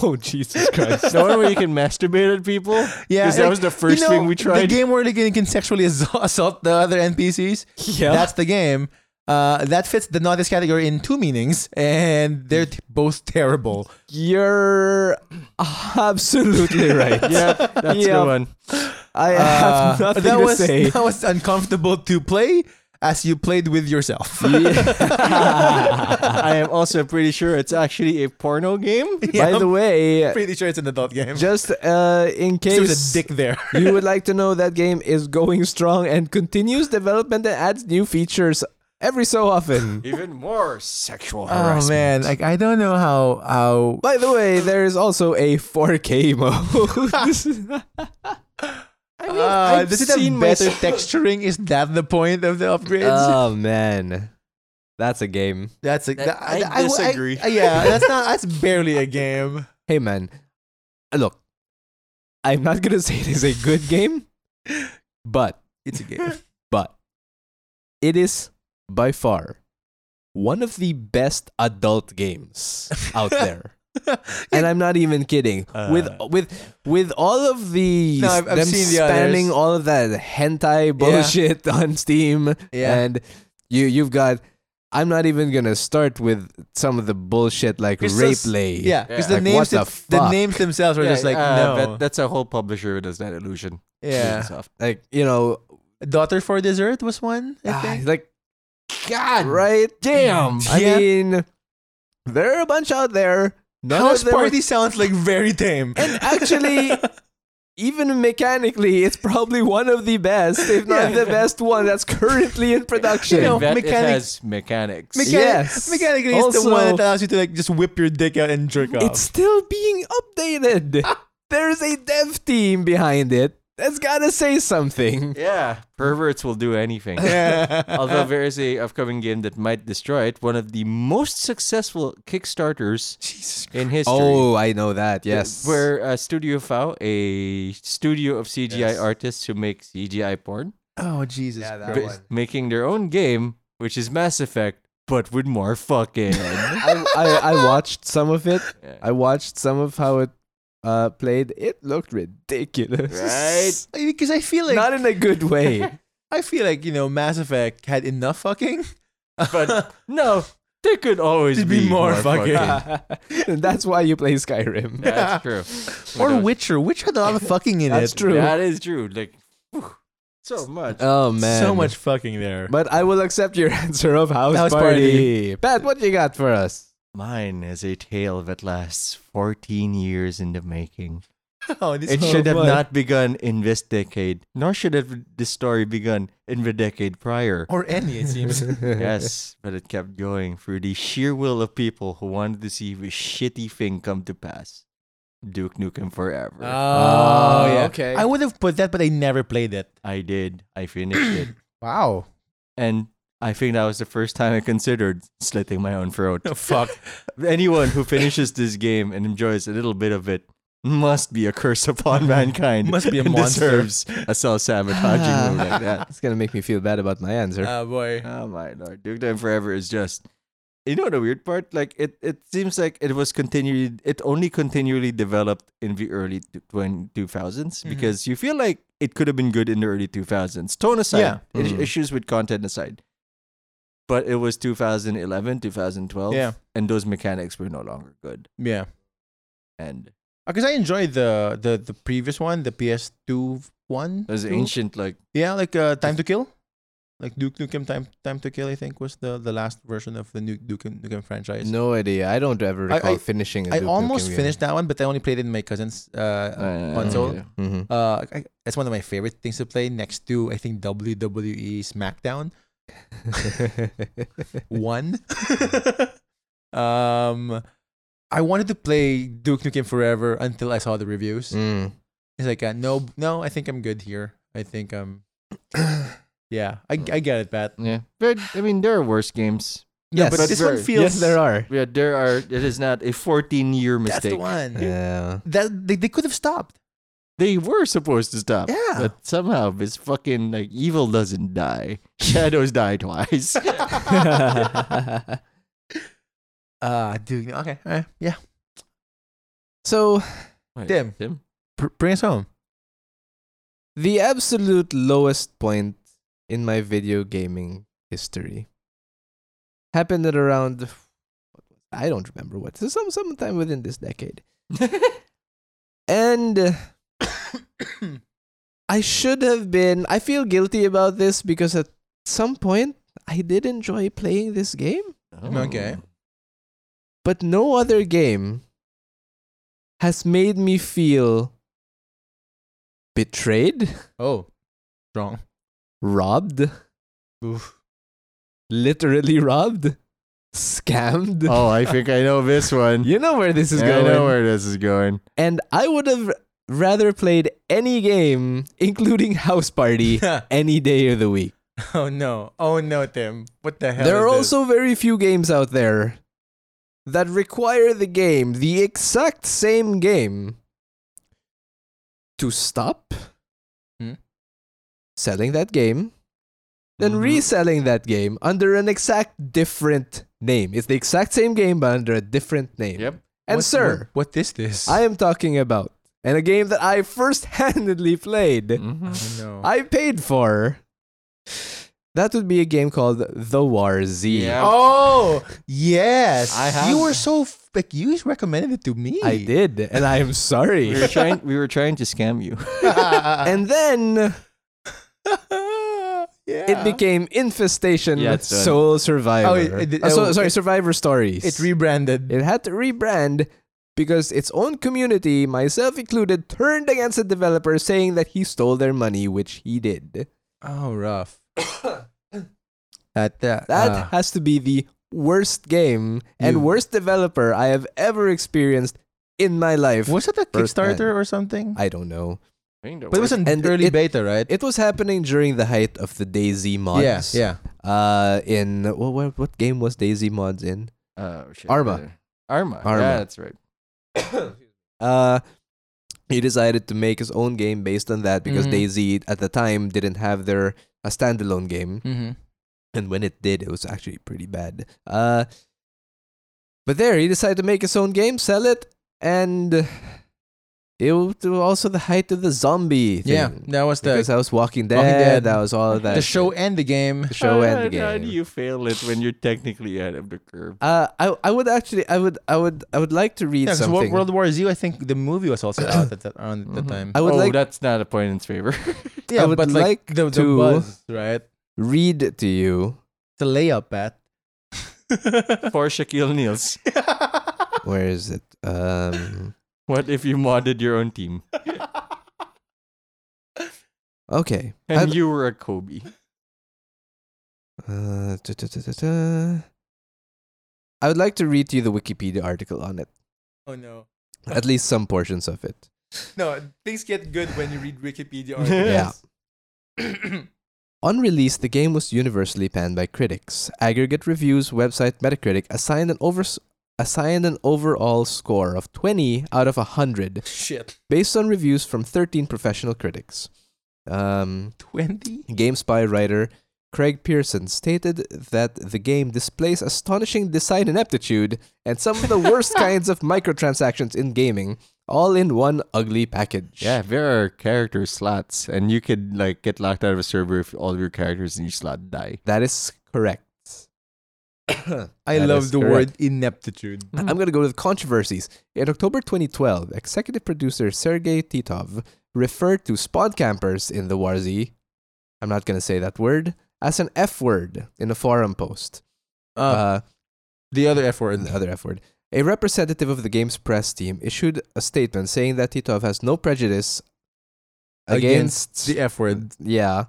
Speaker 3: Oh Jesus Christ!
Speaker 1: the one where you can masturbate at people.
Speaker 2: Yeah,
Speaker 1: 'Cause that
Speaker 2: like,
Speaker 1: was the first
Speaker 2: you know,
Speaker 1: thing we
Speaker 2: The
Speaker 1: tried.
Speaker 2: game where they can, can sexually <laughs> assault, assault the other NPCs.
Speaker 3: yeah.
Speaker 2: That's the game. Uh, that fits the naughtiest category in two meanings, and they're t-
Speaker 1: <laughs>
Speaker 2: both terrible.
Speaker 3: You're <laughs> absolutely right.
Speaker 1: <laughs> yeah, that's
Speaker 3: Yeah.
Speaker 1: the one. <laughs>
Speaker 3: I
Speaker 2: Uh,
Speaker 3: have nothing
Speaker 2: that
Speaker 3: to
Speaker 2: was,
Speaker 3: <laughs> say.
Speaker 2: That was uncomfortable to play as you played with
Speaker 1: <laughs>
Speaker 2: yourself. <laughs>
Speaker 1: I am also pretty sure it's actually a porno game.
Speaker 3: By the way,
Speaker 2: Pretty sure it's an adult game.
Speaker 3: just uh, in
Speaker 2: there was a
Speaker 3: case
Speaker 1: <laughs>
Speaker 2: dick there.
Speaker 3: you would like to know, that game is going strong and continues development and adds new features every so often.
Speaker 1: <laughs> Even more sexual
Speaker 2: Oh man, like I don't know how how
Speaker 3: By the way, there is also a 4K <laughs> mode.
Speaker 1: I mean,
Speaker 2: uh,
Speaker 1: I've
Speaker 2: does it have
Speaker 1: seen
Speaker 2: better
Speaker 1: myself- Uh,
Speaker 2: texturing? Is that the point of the upgrades?
Speaker 3: <laughs> oh man, that's a game.
Speaker 2: that's a,
Speaker 1: that- I disagree.
Speaker 2: uh, yeah, that's not that's barely a game.
Speaker 3: Hey man, uh, look, I'm not gonna <laughs> say it is a good game, but
Speaker 2: It's a game.
Speaker 3: but it is by far one of the best adult games out
Speaker 2: <laughs>
Speaker 3: there. and I'm not even kidding. with
Speaker 1: Uh.
Speaker 3: with with all of the
Speaker 2: No, I've- I've
Speaker 3: them
Speaker 2: seen the
Speaker 3: spamming
Speaker 2: others.
Speaker 3: all of that hentai bullshit <laughs> on Steam,
Speaker 2: <laughs> Yeah.
Speaker 3: and you you've got. I'm not even gonna start with some of the bullshit like
Speaker 2: It's
Speaker 3: rape
Speaker 2: just-
Speaker 3: lay.
Speaker 2: Yeah, because the
Speaker 3: Like,
Speaker 2: names
Speaker 3: what the
Speaker 2: the, the
Speaker 3: fuck?
Speaker 2: names themselves were just like
Speaker 1: uh,
Speaker 2: no.
Speaker 1: that- that's a whole publisher who does that illusion.
Speaker 2: yeah,
Speaker 1: Ubisoft.
Speaker 3: like you know,
Speaker 2: daughter for dessert was one. I
Speaker 3: ah,
Speaker 2: think.
Speaker 3: like God, right? Damn. I
Speaker 2: Yeah.
Speaker 3: mean, there are a bunch out there. None
Speaker 2: House
Speaker 3: of them are
Speaker 2: party sounds like very tame.
Speaker 3: And actually, even mechanically, it's probably one of the best, if not
Speaker 2: Yeah.
Speaker 3: the best one that's currently in production.
Speaker 2: You know,
Speaker 1: That it
Speaker 2: mechanic-
Speaker 1: has mechanics.
Speaker 2: Mechanic- <laughs>
Speaker 3: yes.
Speaker 2: mechanically, it's the
Speaker 3: Also-
Speaker 2: one that allows you to like just whip your dick out and jerk off.
Speaker 3: It's
Speaker 2: <laughs>
Speaker 3: still being <laughs> updated. There's a dev team behind it that's gotta say something.
Speaker 1: yeah, perverts will do
Speaker 2: <laughs>
Speaker 1: anything.
Speaker 3: <laughs>
Speaker 1: Although there is a upcoming game that might destroy it, one of the most successful Kickstarters
Speaker 2: Jesus
Speaker 1: in history.
Speaker 3: Oh, I know that. Yes.
Speaker 1: Where uh, Studio Fow, a studio of CGI
Speaker 2: Yes.
Speaker 1: artists who make CGI porn,
Speaker 2: Oh Jesus!
Speaker 3: Yeah, that
Speaker 1: but
Speaker 3: one.
Speaker 1: making their own game, which is Mass Effect, but with more
Speaker 2: <laughs>
Speaker 1: fucking.
Speaker 3: <laughs> I, I, I watched some of it.
Speaker 1: Yeah.
Speaker 3: I watched some of how it uh, played. It looked ridiculous. <laughs>
Speaker 1: Right?
Speaker 2: Because I feel like
Speaker 3: Not in a good <laughs> way.
Speaker 2: I feel like you know Mass Effect had enough fucking.
Speaker 1: But no, there could always
Speaker 2: It'd be more fucking.
Speaker 3: and <laughs> that's why you play <laughs> Skyrim.
Speaker 1: That's true.
Speaker 2: or
Speaker 1: Windows.
Speaker 2: <laughs> Witcher. Witcher had a lot of fucking in it.
Speaker 3: That's true.
Speaker 1: That is true. Like, whew, So much.
Speaker 3: Oh man,
Speaker 2: So much fucking there.
Speaker 3: <laughs> But I will accept your answer of house,
Speaker 2: House
Speaker 3: party. Pat, what you got for us?
Speaker 1: Mine is a tale that lasts 14 years in the making.
Speaker 2: Oh, this
Speaker 1: It
Speaker 2: is
Speaker 1: should have
Speaker 2: fun.
Speaker 1: not begun in this decade, nor should have this story begun in the decade
Speaker 2: <laughs>
Speaker 1: prior.
Speaker 2: Or any, it
Speaker 3: <laughs>
Speaker 2: seems.
Speaker 3: Oh,
Speaker 1: yes, but it kept going through the sheer will of people who wanted to see this shitty thing come to pass. Duke Nukem Forever.
Speaker 2: Oh, yeah.
Speaker 3: okay.
Speaker 2: I would have put that, but I never played it.
Speaker 1: I did. I finished it.
Speaker 2: <laughs> Wow.
Speaker 1: And I think that was the first time I considered slitting my own throat.
Speaker 2: Oh, Fuck.
Speaker 1: Anyone who finishes this game and enjoys a little bit of it must be a curse
Speaker 2: <laughs>
Speaker 1: upon mankind.
Speaker 2: Must be a
Speaker 1: and
Speaker 2: monster.
Speaker 1: deserves a
Speaker 2: <laughs>
Speaker 1: self-sabotaging move like that.
Speaker 3: It's gonna make me feel bad about my answer.
Speaker 2: Oh, boy.
Speaker 1: Oh my lord, Duke Time Forever is just. You know the weird part? Like it, it seems like it was continued. It only continually developed in the early t- 20 2000s
Speaker 2: Mm-hmm.
Speaker 1: because you feel like it could have been good in the early two thousands. Tone aside,
Speaker 2: Yeah. Mm-hmm.
Speaker 1: i-
Speaker 3: Mhm.
Speaker 1: issues with content aside. But it was 2011, 2012,
Speaker 2: Yeah.
Speaker 1: and those mechanics were no longer good.
Speaker 2: Yeah.
Speaker 1: And
Speaker 2: Because I enjoyed the, the, the previous one, the PS2 one.
Speaker 1: it was
Speaker 2: two?
Speaker 1: ancient, like
Speaker 2: Yeah, like uh, Time to Kill. Like Duke Nukem Time Time to Kill, I think, was the, the last version of the Nu- Duke Nukem franchise.
Speaker 3: No idea. I don't ever
Speaker 2: I-
Speaker 3: recall
Speaker 2: I-
Speaker 3: finishing. I
Speaker 2: I almost finished that one, but I only played it in my cousin's uh, uh,
Speaker 1: Uh,
Speaker 2: console.
Speaker 1: okay.
Speaker 2: <laughs>
Speaker 3: Mm-hmm. <laughs>
Speaker 2: Uh, I, that's one of my favorite things to play next to I think WWE SmackDown
Speaker 3: <laughs>
Speaker 2: one. um, I wanted to play Duke Nukem Forever until I saw the reviews.
Speaker 3: mm.
Speaker 2: It's like uh, no, no, I think I'm good here. I think
Speaker 3: <coughs>
Speaker 2: um, yeah, I, I get it, Pat.
Speaker 1: yeah. But I mean, there are worse games.
Speaker 2: No,
Speaker 3: Yes,
Speaker 2: but this one
Speaker 1: very-
Speaker 2: feels
Speaker 3: yes, there are.
Speaker 1: Yeah, there are. It is not a fourteen-year mistake.
Speaker 2: that's the one.
Speaker 3: Yeah. <laughs>
Speaker 2: That they, they could have stopped.
Speaker 1: They were supposed to stop.
Speaker 2: Yeah.
Speaker 1: But somehow this fucking like evil doesn't die. <laughs> Shadows die twice.
Speaker 2: Uh, Duke. Okay, all right, yeah.
Speaker 3: so
Speaker 1: Wait,
Speaker 2: <laughs> Tim.
Speaker 1: Tim.
Speaker 2: Br- bring us home.
Speaker 3: the absolute lowest point in my video gaming history happened at around I don't remember what so some sometime within this decade. and uh, I should have been I feel guilty about this because at some point I did enjoy playing this game,
Speaker 2: Okay.
Speaker 3: but no other game has made me feel betrayed.
Speaker 2: Oh, strong.
Speaker 3: robbed, literally robbed, scammed.
Speaker 1: Oh, I think I know this
Speaker 2: <laughs>
Speaker 1: one.
Speaker 3: You know where this is
Speaker 1: I
Speaker 3: going.
Speaker 1: know where this is going.
Speaker 3: And I would have rather played any game, including House Party,
Speaker 1: <laughs>
Speaker 3: any day of the week.
Speaker 2: <laughs> Oh no! Oh no, Tim! What the hell?
Speaker 3: there are
Speaker 2: is this?
Speaker 3: also very few games out there that require the game, the exact same game, to stop
Speaker 2: Hmm?
Speaker 3: selling that game, then
Speaker 1: Mhm.
Speaker 3: reselling that game under an exact different name. It's the exact same game, but under a different name.
Speaker 1: Yep.
Speaker 3: And,
Speaker 2: What-
Speaker 3: sir,
Speaker 2: what, what is this?
Speaker 3: I am talking about, and a game that I first handedly played.
Speaker 1: Mm. Mm-hmm.
Speaker 2: Oh, no.
Speaker 3: I paid for. That would be a game called The War Z.
Speaker 1: Yeah.
Speaker 2: oh yes,
Speaker 1: I have-
Speaker 2: You were so f- like you recommended it to me.
Speaker 3: I did, and I am
Speaker 1: We
Speaker 3: sorry.
Speaker 1: were trying we were trying to scam <laughs> you.
Speaker 2: <laughs> yeah.
Speaker 3: and then it became Infestation
Speaker 1: Yeah, it's done.
Speaker 3: Soul Survivor.
Speaker 2: Oh, it- it-
Speaker 3: Uh, so-
Speaker 2: oh,
Speaker 3: sorry,
Speaker 2: it-
Speaker 3: Survivor Stories.
Speaker 2: it rebranded.
Speaker 3: It had to rebrand because its own community, myself included, turned against the developer saying that he stole their money, which he did.
Speaker 2: oh,
Speaker 3: <coughs>
Speaker 2: rough. that that,
Speaker 3: That
Speaker 2: ah.
Speaker 3: has to be the worst game
Speaker 2: You-
Speaker 3: and worst developer I have ever experienced in my life.
Speaker 2: was it a
Speaker 3: First hand.
Speaker 2: Kickstarter or something?
Speaker 3: I don't know.
Speaker 2: but it was an
Speaker 3: And
Speaker 2: early
Speaker 3: it-
Speaker 2: beta, right?
Speaker 3: It was happening during the height of the Daisy mods.
Speaker 2: Yeah,
Speaker 3: yeah. Uh, in what what, what game was Daisy mods in?
Speaker 1: Oh, shit.
Speaker 3: Arma.
Speaker 1: Arma.
Speaker 3: Arma.
Speaker 1: Yeah, that's right.
Speaker 3: Uh, he decided to make his own game based on that because
Speaker 2: Mhm.
Speaker 3: Daisy at the time didn't have their a standalone game,
Speaker 2: yeah. Mm-hmm.
Speaker 3: and when it did, it was actually pretty bad. Uh, but there, he decided to make his own game, sell it, and it was also the height of the zombie thing.
Speaker 2: Yeah, that was
Speaker 3: because
Speaker 2: the
Speaker 3: I was Walking Dead,
Speaker 2: Walking Dead.
Speaker 3: that was all of that.
Speaker 2: the show and the game.
Speaker 1: <laughs>
Speaker 3: the show and the game.
Speaker 1: How do you fail it when you're technically ahead of the curve?
Speaker 3: Uh, I I would actually I would I would I would like to read
Speaker 2: Yeah, 'cause Wor-
Speaker 3: something.
Speaker 2: World War Z. I think the movie was also out at that, around the
Speaker 1: Mhm.
Speaker 2: time.
Speaker 3: Mm-hmm. I would
Speaker 1: oh,
Speaker 3: like
Speaker 1: that's not a point in its favor. <laughs>
Speaker 2: Yeah,
Speaker 3: I would
Speaker 2: but
Speaker 3: like
Speaker 2: the, the
Speaker 3: to-
Speaker 2: buzz, right?
Speaker 3: read to you
Speaker 2: It's a layup,
Speaker 3: <laughs>
Speaker 2: Pat.
Speaker 1: For Shaquille Niels.
Speaker 3: where is it? Um
Speaker 1: What if you modded your own team
Speaker 3: okay.
Speaker 1: and
Speaker 3: I'd-
Speaker 1: you were a Kobe?
Speaker 3: uh, da, da, da, da, da. I would like to read to you the Wikipedia article on it.
Speaker 2: <laughs> oh no,
Speaker 3: At least some portions of it.
Speaker 2: no, things get good when you read Wikipedia
Speaker 1: articles.
Speaker 2: <laughs> Yeah.
Speaker 3: On release, the game was universally panned by critics. Aggregate reviews website Metacritic assigned an over assigned an overall score of 20 out of 100
Speaker 2: <clears throat> Shit,
Speaker 3: based on reviews from 13 professional critics. Um,
Speaker 2: twenty.
Speaker 3: GameSpy writer Craig Pearson stated that the game displays astonishing design ineptitude and some of the worst kinds of microtransactions in gaming, all in one ugly package.
Speaker 1: Yeah, there are character slots, and you could like get locked out of a server if all of your characters in each slot die.
Speaker 3: That is correct.
Speaker 2: <coughs> I
Speaker 3: That
Speaker 2: love
Speaker 3: is
Speaker 2: the
Speaker 3: correct.
Speaker 2: word ineptitude.
Speaker 3: I'm going to go with controversies. In October 2012, executive producer Sergei Titov referred to spawn campers in the Warzy, I'm not going to say that word, as an F word in a forum post. Uh,
Speaker 2: the other F word.
Speaker 3: and the other F word. A representative of the game's press team issued a statement saying that Titov has no prejudice
Speaker 2: Against
Speaker 3: against.
Speaker 2: The F <laughs> word.
Speaker 3: yeah.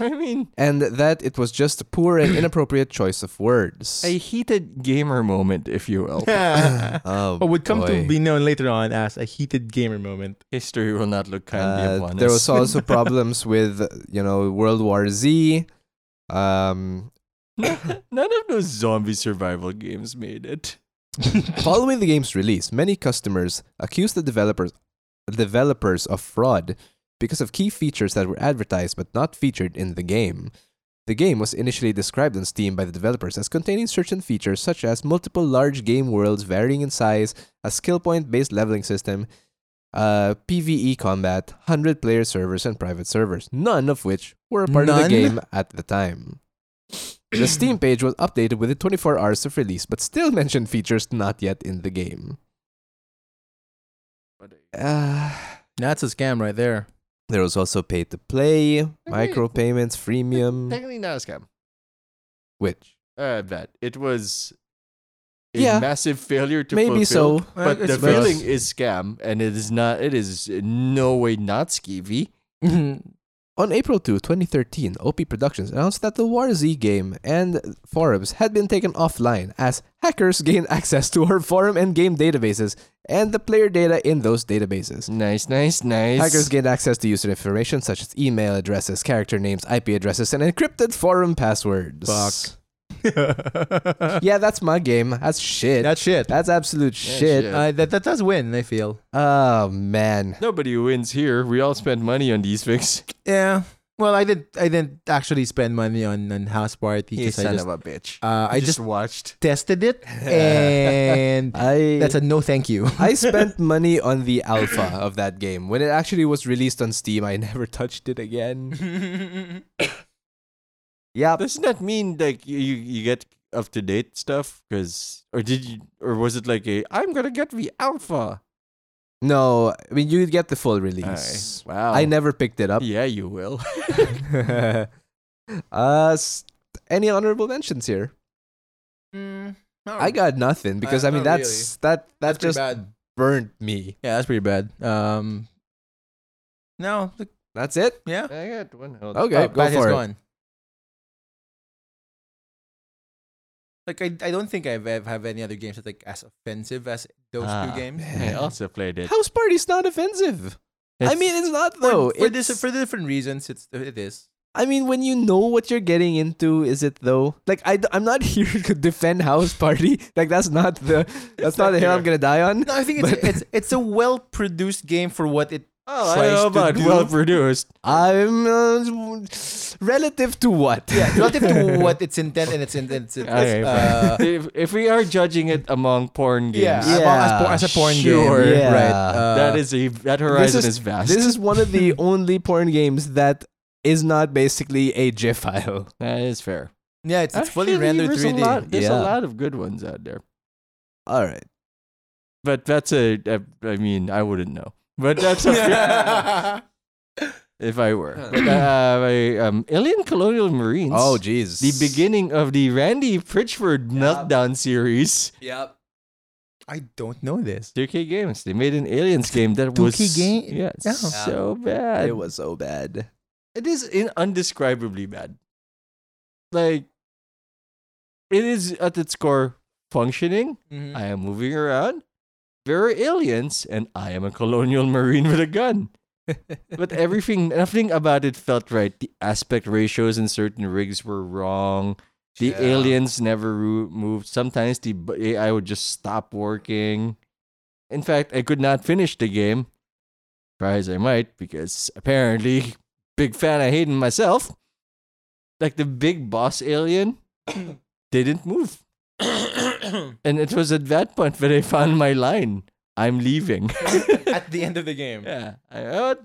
Speaker 1: I mean,
Speaker 3: And that it was just a poor and inappropriate choice of words. <coughs>
Speaker 1: a heated gamer moment, if you <laughs> will.
Speaker 2: <laughs> what
Speaker 3: Oh,
Speaker 2: would come
Speaker 3: boy.
Speaker 2: to be known later on as a heated gamer moment.
Speaker 1: History will not look kindly
Speaker 3: Uh,
Speaker 1: upon
Speaker 3: there
Speaker 1: us. <laughs>
Speaker 3: was also problems with you know World War Z. Um,
Speaker 1: None of those zombie survival games made it.
Speaker 3: following the game's release, many customers accused the developers developers of fraud because of key features that were advertised but not featured in the game. The game was initially described on Steam by the developers as containing certain features such as multiple large game worlds varying in size, a skill point based leveling system, uh, PvE combat, 100 player servers, and private servers, none of which were a part of the
Speaker 2: None?
Speaker 3: game at the time. The Steam page was updated within 24 hours of release, but still <laughs> mentioned features not yet in the game. Uh,
Speaker 2: <laughs> That's a scam right there.
Speaker 3: there was also pay to play, micropayments, freemium,
Speaker 1: Technically not a scam.
Speaker 3: which
Speaker 1: Uh, I bet. It was a
Speaker 3: Yeah.
Speaker 1: massive failure to
Speaker 3: maybe
Speaker 1: fulfill,
Speaker 3: so.
Speaker 1: But
Speaker 2: It's
Speaker 1: the
Speaker 2: both.
Speaker 1: feeling is scam, and it is not. It is in no way not skeevy.
Speaker 2: <laughs>
Speaker 3: On April 2, 2013, OP Productions announced that the War Z game and forums had been taken offline as hackers gained <laughs> access to our forum and game databases and the player data in those databases.
Speaker 1: Nice, nice, nice.
Speaker 3: Hackers gained access to user information such as email addresses, character names, IP addresses, and encrypted forum passwords.
Speaker 2: Fuck.
Speaker 3: <laughs> Yeah, that's my game. That's shit. That's,
Speaker 2: That's shit.
Speaker 3: absolute
Speaker 1: Yeah,
Speaker 3: shit.
Speaker 1: shit.
Speaker 2: Uh, that, that does win, I feel.
Speaker 3: Oh, man.
Speaker 1: Nobody wins here. We all spend money on these <laughs> fix.
Speaker 2: Yeah. Well, I didn't. I didn't actually spend money on on house party because I just,
Speaker 1: a bitch.
Speaker 2: uh, I just
Speaker 1: watched.
Speaker 2: tested it, <laughs> and
Speaker 3: I,
Speaker 2: that's a no, thank <laughs> you.
Speaker 3: I spent money on the alpha of that game. When it actually was released on Steam, I <laughs> never touched it again. Yep.
Speaker 1: Doesn't that mean like you you- you get up to date stuff? Because or did you or was it like a I'm gonna get the alpha?
Speaker 3: No, I mean you get the full
Speaker 1: Alright.
Speaker 3: release.
Speaker 1: Wow.
Speaker 2: Oh.
Speaker 3: I never picked it up.
Speaker 1: Yeah, you <laughs> will.
Speaker 3: <laughs> uh, s- any honorable mentions here? I got nothing because
Speaker 2: Uh,
Speaker 3: I mean
Speaker 2: not
Speaker 3: that's that that just
Speaker 2: bad.
Speaker 3: burned me.
Speaker 2: Yeah, that's pretty bad. Um, no, the-
Speaker 3: That's it.
Speaker 2: yeah.
Speaker 1: I got one. Hold
Speaker 3: Okay,
Speaker 2: Oh,
Speaker 3: go
Speaker 2: Pat has
Speaker 3: for it.
Speaker 2: gone. Like I, I don't think I've ever have any other games that like as offensive as those two games.
Speaker 1: I also played it.
Speaker 3: House party's not offensive. I
Speaker 1: It's-
Speaker 3: mean, it's not
Speaker 2: For,
Speaker 3: though.
Speaker 2: for,
Speaker 3: It's-
Speaker 2: dis- for different reasons, it's it is.
Speaker 3: I mean, when you know what you're getting into, is it though? Like, I, am not <laughs> here to defend House Party. Like, that's not the that's not,
Speaker 2: not
Speaker 3: the hill I'm
Speaker 2: here.
Speaker 3: gonna die on.
Speaker 2: No, I think it's
Speaker 3: But-
Speaker 2: <laughs> it's it's a well produced game for what it.
Speaker 1: Oh, I don't know
Speaker 2: tries to
Speaker 1: about
Speaker 2: do-
Speaker 1: well produced.
Speaker 3: I'm uh, relative to what?
Speaker 2: Yeah, relative <laughs> to what its intent and its intent. Its, its,
Speaker 1: Okay,
Speaker 2: uh,
Speaker 1: fine. if, if we are judging it among porn games,
Speaker 2: yeah,
Speaker 3: Yeah,
Speaker 2: among- as, por- as a porn
Speaker 1: sure.
Speaker 2: game,
Speaker 3: Yeah.
Speaker 2: right? Uh,
Speaker 1: that is a that horizon
Speaker 3: is-
Speaker 1: is, vast.
Speaker 3: This is one of the <laughs> only porn games that is not basically a GIF file.
Speaker 1: that is fair.
Speaker 2: yeah, it's, it's fully
Speaker 1: Actually,
Speaker 2: rendered
Speaker 1: there's
Speaker 2: three
Speaker 1: A lot,
Speaker 2: D.
Speaker 1: there's
Speaker 2: <laughs>
Speaker 3: Yeah.
Speaker 1: a lot of good ones out there.
Speaker 3: All right.
Speaker 2: <laughs>
Speaker 1: But that's a. <laughs> a- I mean, I wouldn't know. But that's a. if I were. But, uh, my, um, Alien Colonial Marines.
Speaker 3: Oh, jeez.
Speaker 1: the beginning of the Randy Pritchford Meltdown series.
Speaker 3: Yep.
Speaker 2: I don't know this.
Speaker 1: 2K Games. They made an Aliens game that
Speaker 2: 2K
Speaker 1: was
Speaker 2: game?
Speaker 1: yeah,
Speaker 2: Yeah.
Speaker 1: so bad.
Speaker 3: It was so bad.
Speaker 1: it is in undescribably bad. Like it is at its core functioning.
Speaker 2: Mm-hmm.
Speaker 1: I am moving around. There are aliens, and I am a colonial marine with a gun. but everything, nothing about it felt right. The aspect ratios in certain rigs were wrong. The
Speaker 3: Yeah.
Speaker 1: aliens never ru- moved. Sometimes the b- AI would just stop working. In fact, I could not finish the game, try as I might, because apparently, <laughs> big fan of Hayden myself. Like the big boss alien didn't move. <coughs> And it was at that point that I found my line. I'm leaving.
Speaker 2: <coughs>
Speaker 1: <laughs>
Speaker 2: At the end of the game.
Speaker 1: yeah. I, I would,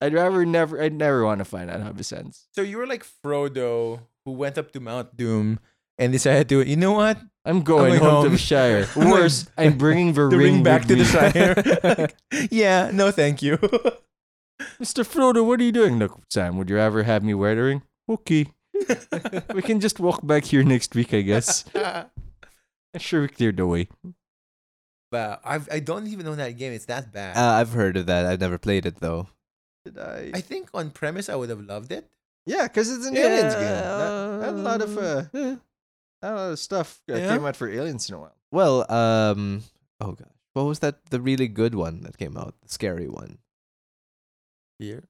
Speaker 1: I'd rather never, I'd never want to find out how this ends.
Speaker 2: So you were like Frodo who went up to Mount Doom and decided to, you know what?
Speaker 1: I'm going,
Speaker 2: going
Speaker 1: home, to
Speaker 2: home.
Speaker 1: the <laughs> Shire. Worse, I'm bringing <laughs> the,
Speaker 2: The ring, back
Speaker 1: with
Speaker 2: to the
Speaker 1: me. <laughs>
Speaker 2: Shire. <laughs> yeah, no, thank you.
Speaker 1: Mr. Frodo, what are you doing? Look, Sam, would you ever have me wear the ring? <laughs> Okay. we can just walk back here next week, I <laughs> guess. I'm sure we cleared the way.
Speaker 2: wow, I've, I don't even know that game. It's that bad.
Speaker 3: Uh, I've heard of that. I've never played it though. Did
Speaker 2: I think on premise I would have loved it.
Speaker 1: Yeah, because it's an
Speaker 2: Aliens game. Not-
Speaker 1: a lot of, uh, a lot of stuff
Speaker 2: uh, Yeah. came
Speaker 1: out for aliens in a while.
Speaker 3: Well, um, oh gosh, what was that? The really good one that came out, the scary one,
Speaker 2: Here.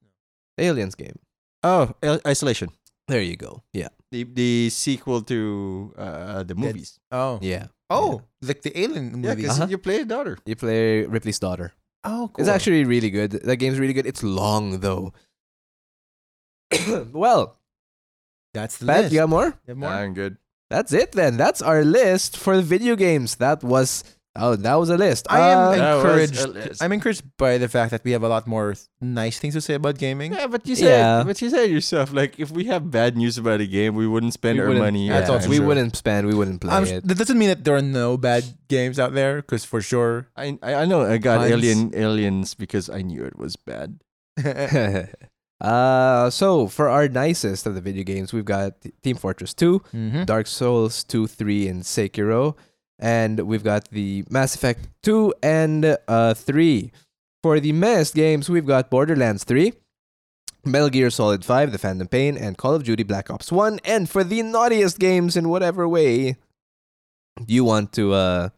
Speaker 3: Aliens game.
Speaker 1: Oh, I- Isolation.
Speaker 3: There you go. Yeah,
Speaker 1: the the sequel to uh, the movies.
Speaker 2: Oh.
Speaker 3: yeah.
Speaker 2: Oh, like the alien
Speaker 1: Yeah,
Speaker 2: movie.
Speaker 1: because
Speaker 3: Uh-huh.
Speaker 1: you play a daughter.
Speaker 3: You play Ripley's daughter.
Speaker 2: Oh, cool.
Speaker 3: It's actually really good. That game's really good. It's long though. <coughs> well,
Speaker 2: that's the
Speaker 3: Pat,
Speaker 2: list.
Speaker 3: you got more?
Speaker 2: You have more?
Speaker 1: good.
Speaker 3: That's it then. That's our list for video games. That was oh, that was a list.
Speaker 2: I am
Speaker 3: Uh,
Speaker 2: encouraged.
Speaker 1: That was a list.
Speaker 2: I'm encouraged by the fact that we have a lot more nice things to say about gaming.
Speaker 1: Yeah, but you said,
Speaker 3: Yeah.
Speaker 1: but you said yourself, like if we have bad news about a game, we wouldn't spend
Speaker 3: we
Speaker 1: our
Speaker 3: wouldn't-
Speaker 1: money.
Speaker 3: yeah,
Speaker 1: on
Speaker 2: That's also
Speaker 1: it.
Speaker 3: we
Speaker 2: true.
Speaker 3: wouldn't spend. We wouldn't play
Speaker 2: I'm s-
Speaker 3: it.
Speaker 2: that doesn't mean that there are no bad games out there, because for sure.
Speaker 1: I I I know I got
Speaker 2: Mine's-
Speaker 1: alien aliens because I knew it was bad.
Speaker 3: <laughs> uh, so for our nicest of the video games, we've got Team Fortress 2,
Speaker 2: Mhm.
Speaker 3: Dark Souls 2, 3, and Sekiro, and we've got the Mass Effect 2 and uh 3. For the mess games, we've got Borderlands 3, Metal Gear Solid 5, The Phantom Pain, and Call of Duty Black Ops 1. And for the naughtiest games, in whatever way you want to, uh,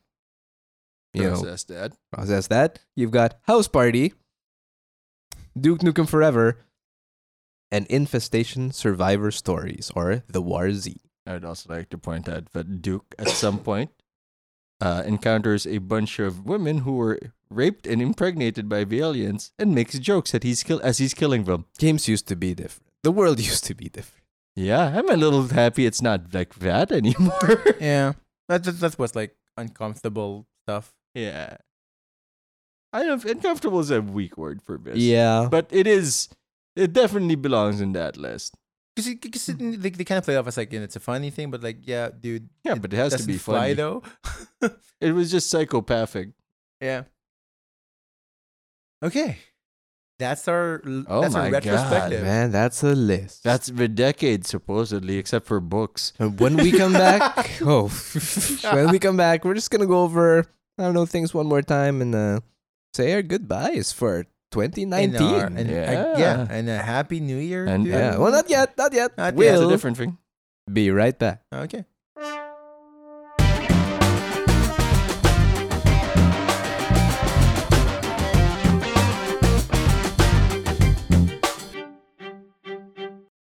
Speaker 3: you know,
Speaker 1: Process that.
Speaker 3: process that. You've got House Party, Duke Nukem Forever, and Infestation Survivor Stories, or The War Z.
Speaker 1: I'd also like to point out that Duke at some point uh, encounters a bunch of women who were raped and impregnated by the aliens and makes jokes that he's kill as he's killing them.
Speaker 3: Games used to be different. The world <laughs> used to be different.
Speaker 1: Yeah, I'm a little happy it's not like that
Speaker 2: <laughs>
Speaker 1: anymore.
Speaker 2: Yeah, that, that that was like uncomfortable stuff.
Speaker 1: yeah. I don't uncomfortable is a weak word for this.
Speaker 3: Yeah.
Speaker 1: But it is it definitely belongs in that list.
Speaker 2: Because because they, they kind of play it off as like you know, it's a funny thing, but like yeah, dude,
Speaker 1: Yeah, but it has to
Speaker 2: doesn't
Speaker 1: be
Speaker 2: fly
Speaker 1: funny.
Speaker 2: though.
Speaker 1: It was just psychopathic.
Speaker 2: Yeah. Okay, that's our l-
Speaker 1: Oh
Speaker 2: that's
Speaker 1: my
Speaker 2: our
Speaker 1: God,
Speaker 2: retrospective.
Speaker 3: Man, that's a list.
Speaker 1: That's the decade supposedly, except for books.
Speaker 3: And when we come back, <laughs> oh, when we come back, we're just gonna go over I don't know things one more time and uh, say our goodbyes
Speaker 2: And
Speaker 3: for 2019.
Speaker 2: our- and yeah.
Speaker 1: Yeah.
Speaker 2: yeah, and a happy new year.
Speaker 1: And-
Speaker 2: dude.
Speaker 3: yeah, well, not yet, not yet.
Speaker 2: Not yet.
Speaker 1: That's a
Speaker 3: we'll
Speaker 1: different thing.
Speaker 3: be right back.
Speaker 2: Okay.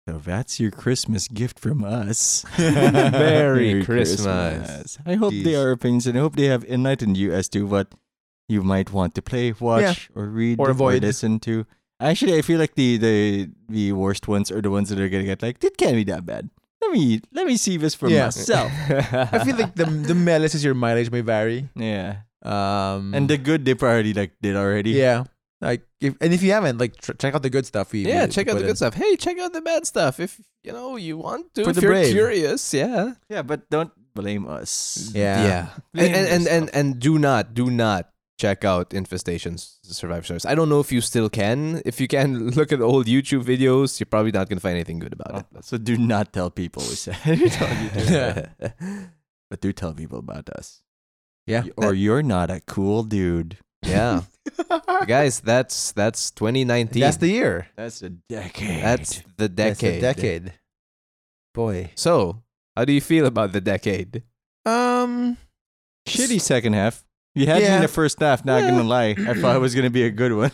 Speaker 1: So that's your Christmas gift from us.
Speaker 2: <laughs>
Speaker 3: Merry
Speaker 1: <laughs>
Speaker 3: Christmas.
Speaker 1: I hope they
Speaker 2: Jeez.
Speaker 1: are opinions and I hope they have enlightened you as to what you might want to play, watch, or read,
Speaker 2: Or avoid.
Speaker 1: listen to. Actually, I feel like the, the the worst ones are the ones that are gonna get like, it can't be that bad. Let me let me see this for
Speaker 2: Yeah. <laughs>
Speaker 1: myself.
Speaker 2: I feel like the <laughs> the malice is your mileage may vary.
Speaker 1: yeah,
Speaker 2: Um,
Speaker 1: and the good they probably like did already.
Speaker 2: yeah, like if and if you haven't, like tr- check out the good stuff. We
Speaker 3: yeah,
Speaker 2: we-
Speaker 3: check
Speaker 2: we
Speaker 3: out the
Speaker 2: put in.
Speaker 3: good stuff. Hey, check out the bad stuff if you know you want to.
Speaker 2: For
Speaker 3: if
Speaker 2: the
Speaker 3: you're
Speaker 2: brave.
Speaker 3: curious, yeah,
Speaker 1: yeah, but don't blame us.
Speaker 2: Yeah,
Speaker 3: And and and, and and do not do not check out Infestation's Survivor Series. I don't know if you still can. If you can <laughs> look at old YouTube videos, you're probably not gonna find anything good about it.
Speaker 1: So do not tell people we said. <laughs> we told you to. <laughs> But do tell people about <laughs> us.
Speaker 2: Yeah.
Speaker 1: Y- Or you're not a cool dude.
Speaker 3: <laughs> yeah, guys, that's that's 2019.
Speaker 2: That's the year.
Speaker 1: That's a decade.
Speaker 3: That's the
Speaker 2: That's the
Speaker 3: decade.
Speaker 2: decade. Boy.
Speaker 3: So, how do you feel about the decade?
Speaker 2: Um.
Speaker 1: <laughs> shitty second half. You had me
Speaker 2: Yeah.
Speaker 1: in the first half, not
Speaker 2: Yeah.
Speaker 1: gonna lie. I thought it was gonna be a good <laughs> one.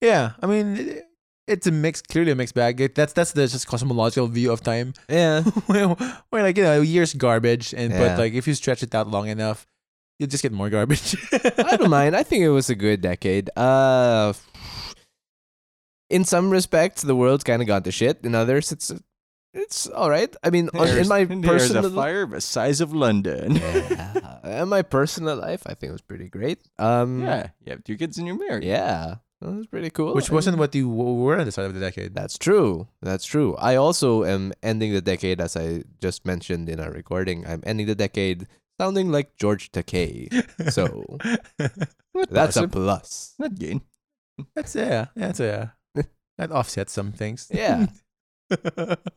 Speaker 2: Yeah. I mean, it- it's a mix. Clearly a mixed bag. It, that's that's the just cosmological view of time.
Speaker 3: <laughs>
Speaker 2: <laughs>
Speaker 3: Yeah,
Speaker 2: where, where like you know, a year's garbage, and
Speaker 3: Yeah.
Speaker 2: but like if you stretch it out long enough, you'll just get more garbage.
Speaker 3: <laughs> I don't mind. I think it was a good decade. Uh, in some respects, the world's kind of gone to shit. In others, it's it's all right. I
Speaker 1: Oh,
Speaker 3: mean, on, in
Speaker 1: <laughs>
Speaker 3: my
Speaker 1: there's a
Speaker 3: personal
Speaker 1: fire the size of London.
Speaker 3: yeah. in my personal life, I think it was pretty great. Um, yeah,
Speaker 1: <laughs> Yeah, you have two kids and you're married.
Speaker 3: yeah, that was pretty cool.
Speaker 2: Which
Speaker 3: I
Speaker 2: wasn't
Speaker 3: mean,
Speaker 2: what you w- were at the start of the decade.
Speaker 3: That's true. That's true. I also am ending the decade, as I just mentioned in our recording. I'm ending the decade sounding like George Takei.
Speaker 1: <laughs>
Speaker 3: So that's a plus.
Speaker 1: Not <laughs> gain.
Speaker 2: that's yeah, that's
Speaker 3: <laughs>
Speaker 2: yeah. That offsets some things. <laughs>
Speaker 3: Yeah.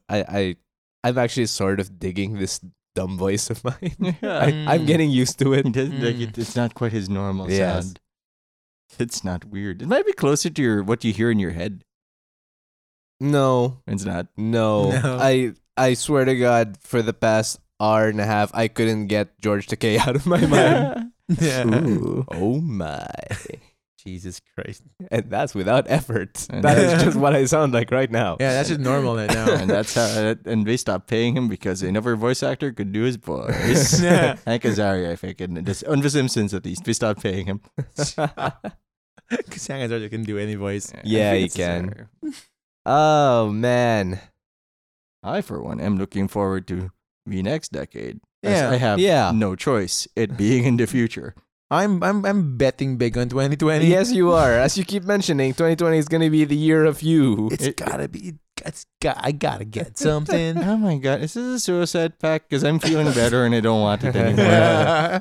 Speaker 3: I, I I'm actually sort of digging this dumb voice of <laughs> mine. I, I'm
Speaker 2: Mm.
Speaker 3: getting used to it.
Speaker 1: He doesn't like it, it's not quite his normal
Speaker 3: Yes.
Speaker 1: sound. It's not weird. It might be closer to your what you hear in your head.
Speaker 3: No,
Speaker 1: It's not. <laughs>
Speaker 3: no,
Speaker 2: No.
Speaker 3: I I swear to God, for the past hour and a half, I couldn't get George Takei <laughs> out of my
Speaker 1: <laughs>
Speaker 3: mind.
Speaker 2: yeah.
Speaker 3: oh my!
Speaker 2: Jesus Christ.
Speaker 3: And that's without effort.
Speaker 1: And
Speaker 3: That
Speaker 2: that's-
Speaker 3: is just what I sound like right now.
Speaker 2: Yeah, that's just normal right
Speaker 3: <laughs>
Speaker 2: now.
Speaker 1: and that's how. and they stopped paying him because another voice actor could do his
Speaker 3: <laughs>
Speaker 1: voice.
Speaker 2: Yeah.
Speaker 1: Hank Azaria, I think, and this, on The Simpsons at least, they stopped paying him.
Speaker 2: Because Sangazario can do any voice.
Speaker 3: Yeah,
Speaker 1: I think
Speaker 3: he
Speaker 1: it's
Speaker 3: can.
Speaker 1: Azaria.
Speaker 3: <laughs> Oh man.
Speaker 1: I, for one, am looking forward to the next decade. as
Speaker 2: Yeah,
Speaker 1: I have
Speaker 3: yeah.
Speaker 1: no choice. It being in the
Speaker 3: <laughs>
Speaker 1: future.
Speaker 2: I'm I'm I'm betting big on 2020.
Speaker 3: Yes, you are. As you keep mentioning, 2020 is going to be the year of
Speaker 2: <laughs>
Speaker 3: you.
Speaker 2: it's gotta be. It's got. I gotta get something.
Speaker 3: <laughs>
Speaker 2: <laughs>
Speaker 1: Oh my god, is this a suicide pact? Because I'm feeling better and I don't want it
Speaker 3: <laughs>
Speaker 1: anymore.
Speaker 2: Yeah.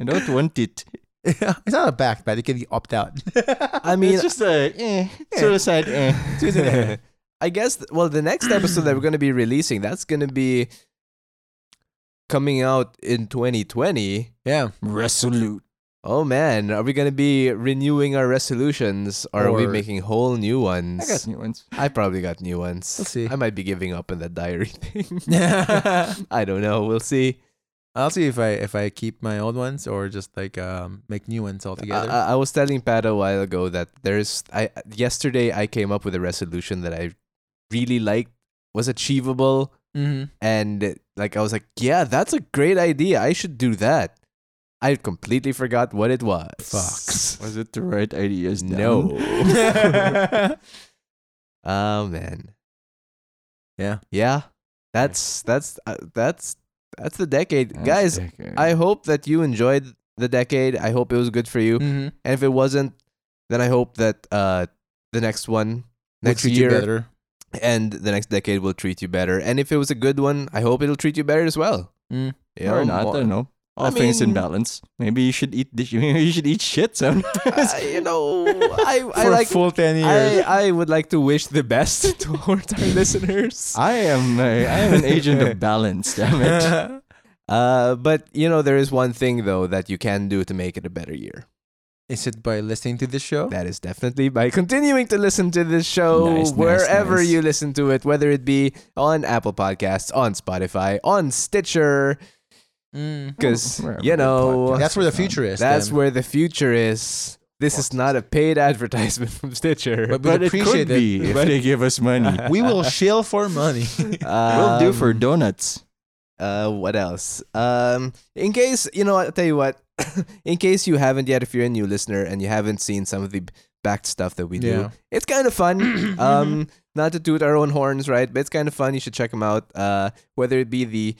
Speaker 1: I don't want it.
Speaker 2: it's not a back, but you can opt out. <laughs>
Speaker 3: I mean,
Speaker 1: it's just a eh, suicide.
Speaker 3: <laughs>
Speaker 1: Eh.
Speaker 3: I guess th- well the next episode that we're going to be releasing that's going to be coming out in 2020.
Speaker 2: yeah.
Speaker 1: Resolute.
Speaker 3: Oh man, are we going to be renewing our resolutions or, are we
Speaker 2: Or-
Speaker 3: making whole new ones?
Speaker 1: I got new
Speaker 3: <laughs>
Speaker 1: ones.
Speaker 3: I probably got new ones.
Speaker 2: We'll see.
Speaker 3: I might be giving up on that diary <laughs> thing. I don't know. We'll see.
Speaker 2: I'll see if I if I keep my old ones or just like um make new ones
Speaker 3: I,
Speaker 2: altogether.
Speaker 3: I- I was telling Pat a while ago that there's I yesterday I came up with a resolution that I really liked was achievable
Speaker 2: mm-hmm.
Speaker 3: and like I was like yeah that's a great idea I should do that I completely forgot what it was
Speaker 2: Fuck.
Speaker 1: Was it the right ideas? down?
Speaker 3: no uh. oh man
Speaker 2: Yeah.
Speaker 3: yeah that's that's uh, that's that's the decade
Speaker 1: That's eh?
Speaker 3: guys
Speaker 1: okay.
Speaker 3: I hope that you enjoyed the decade I hope it was good for
Speaker 2: <laughs>
Speaker 3: you
Speaker 2: mm-hmm.
Speaker 3: And if it wasn't, then I hope that uh, the next one, next
Speaker 2: treat you
Speaker 3: year,
Speaker 2: better.
Speaker 3: and the next decade will treat you better. And if it was a good one, I hope it'll treat you better as well.
Speaker 2: Mm.
Speaker 3: You
Speaker 1: or
Speaker 3: know,
Speaker 1: not?
Speaker 3: more- <laughs>
Speaker 1: I don't know. All
Speaker 3: I
Speaker 1: things in
Speaker 3: mean-
Speaker 1: balance. Maybe you should eat. Dish- <laughs> maybe you should eat shit <laughs> sometimes.
Speaker 3: Uh, you know, I, I
Speaker 2: For
Speaker 3: like.
Speaker 2: full ten years.
Speaker 3: I, I would like to wish the best towards our listeners.
Speaker 1: I am. A, I am an agent <laughs> of balance. Damn it.
Speaker 3: <laughs>
Speaker 1: <laughs>
Speaker 3: Uh, but you know, there is one thing though that you can do to make it a better year.
Speaker 2: Is it by listening to this show?
Speaker 3: That is definitely by continuing to listen to this show
Speaker 1: Nice, nice,
Speaker 3: wherever
Speaker 1: nice.
Speaker 3: you listen to it, whether it be on Apple Podcasts, on Spotify, on Stitcher,
Speaker 2: Mm.
Speaker 3: because
Speaker 1: Oh, wherever
Speaker 3: you
Speaker 1: good
Speaker 3: know
Speaker 1: podcasts
Speaker 2: That's where
Speaker 1: are
Speaker 2: the
Speaker 1: found.
Speaker 2: future is.
Speaker 3: that's
Speaker 2: then.
Speaker 3: where the future is. This is not a paid <laughs> advertisement from Stitcher,
Speaker 2: But we
Speaker 1: But it
Speaker 2: appreciate
Speaker 1: could be if they give us <laughs> money.
Speaker 2: we will shill for money.
Speaker 1: <laughs>
Speaker 3: <laughs>
Speaker 1: we'll do for
Speaker 3: Um,
Speaker 1: donuts.
Speaker 3: Uh, what else? Um, in case you know, I'll tell you what. <coughs> in case you haven't yet, if you're a new listener and you haven't seen some of the backed stuff that we do,
Speaker 2: Yeah. Mm-hmm.
Speaker 3: it's kind
Speaker 2: <coughs>
Speaker 3: of fun. um, not to toot our own horns, right? But it's kind of fun. You should check them out. Uh, whether it be the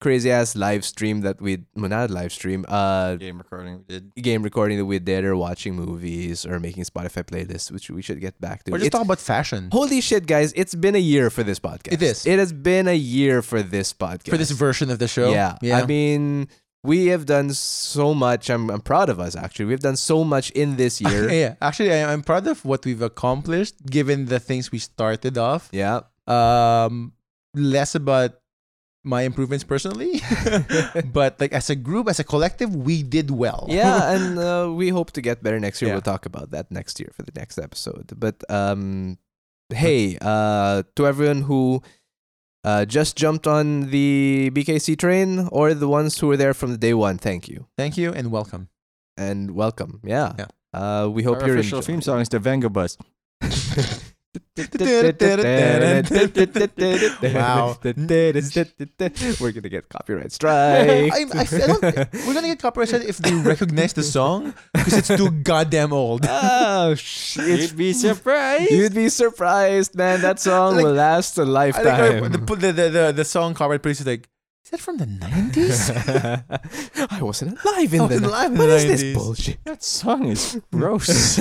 Speaker 3: crazy ass live stream that we, well, not live stream, uh,
Speaker 1: Game recording we did.
Speaker 3: game recording that we did, or watching movies, or making Spotify playlists, which we should get back to.
Speaker 2: We're just
Speaker 3: It's-
Speaker 2: talking about fashion
Speaker 3: holy shit, guys! It's been a year for this podcast.
Speaker 2: It is.
Speaker 3: It has been a year for this podcast.
Speaker 2: for this version of the show. <laughs>
Speaker 3: Yeah.
Speaker 2: yeah.
Speaker 3: I mean, we have done so much. I'm, I'm proud of us, actually. We've done so much
Speaker 1: <laughs>
Speaker 3: in this year.
Speaker 2: yeah, actually, I, I'm proud of what we've accomplished given the things we started off.
Speaker 1: <laughs>
Speaker 3: yeah.
Speaker 2: Um, less about my improvements
Speaker 3: <laughs>
Speaker 2: personally, <laughs> but like as a group, as a collective, we did well.
Speaker 3: yeah and uh, we hope to get better next year
Speaker 2: Yeah.
Speaker 3: we'll talk about that next year for the next episode but um hey uh to everyone who uh, just jumped on the BKC train or the ones who were there from the day one. Thank you
Speaker 2: <laughs> Thank you and
Speaker 3: <laughs>
Speaker 2: welcome.
Speaker 3: and welcome. Yeah.
Speaker 2: Yeah.
Speaker 3: Uh, we hope
Speaker 1: Our
Speaker 3: you're
Speaker 1: official theme
Speaker 3: enjoying.
Speaker 1: song is the Venga Bus.
Speaker 2: <laughs> Wow.
Speaker 3: We're going to get copyright strike.
Speaker 2: I, I, I don't, we're gonna get copyrighted if they recognize the song because it's
Speaker 3: <laughs>
Speaker 2: too goddamn old.
Speaker 3: <laughs> oh, shit.
Speaker 1: You'd be surprised.
Speaker 3: You'd be surprised, man. That song
Speaker 2: Like-
Speaker 3: will last a
Speaker 2: I think our-
Speaker 3: lifetime.
Speaker 2: the, the, the, the, the song copyright police is like, is that from the
Speaker 3: <laughs>
Speaker 2: nineties?
Speaker 3: I wasn't alive
Speaker 2: <laughs>
Speaker 3: in
Speaker 2: I
Speaker 3: the.
Speaker 2: wasn't alive in
Speaker 3: What
Speaker 2: the
Speaker 3: is this
Speaker 2: 90s.
Speaker 3: bullshit?
Speaker 1: that song <laughs> is gross.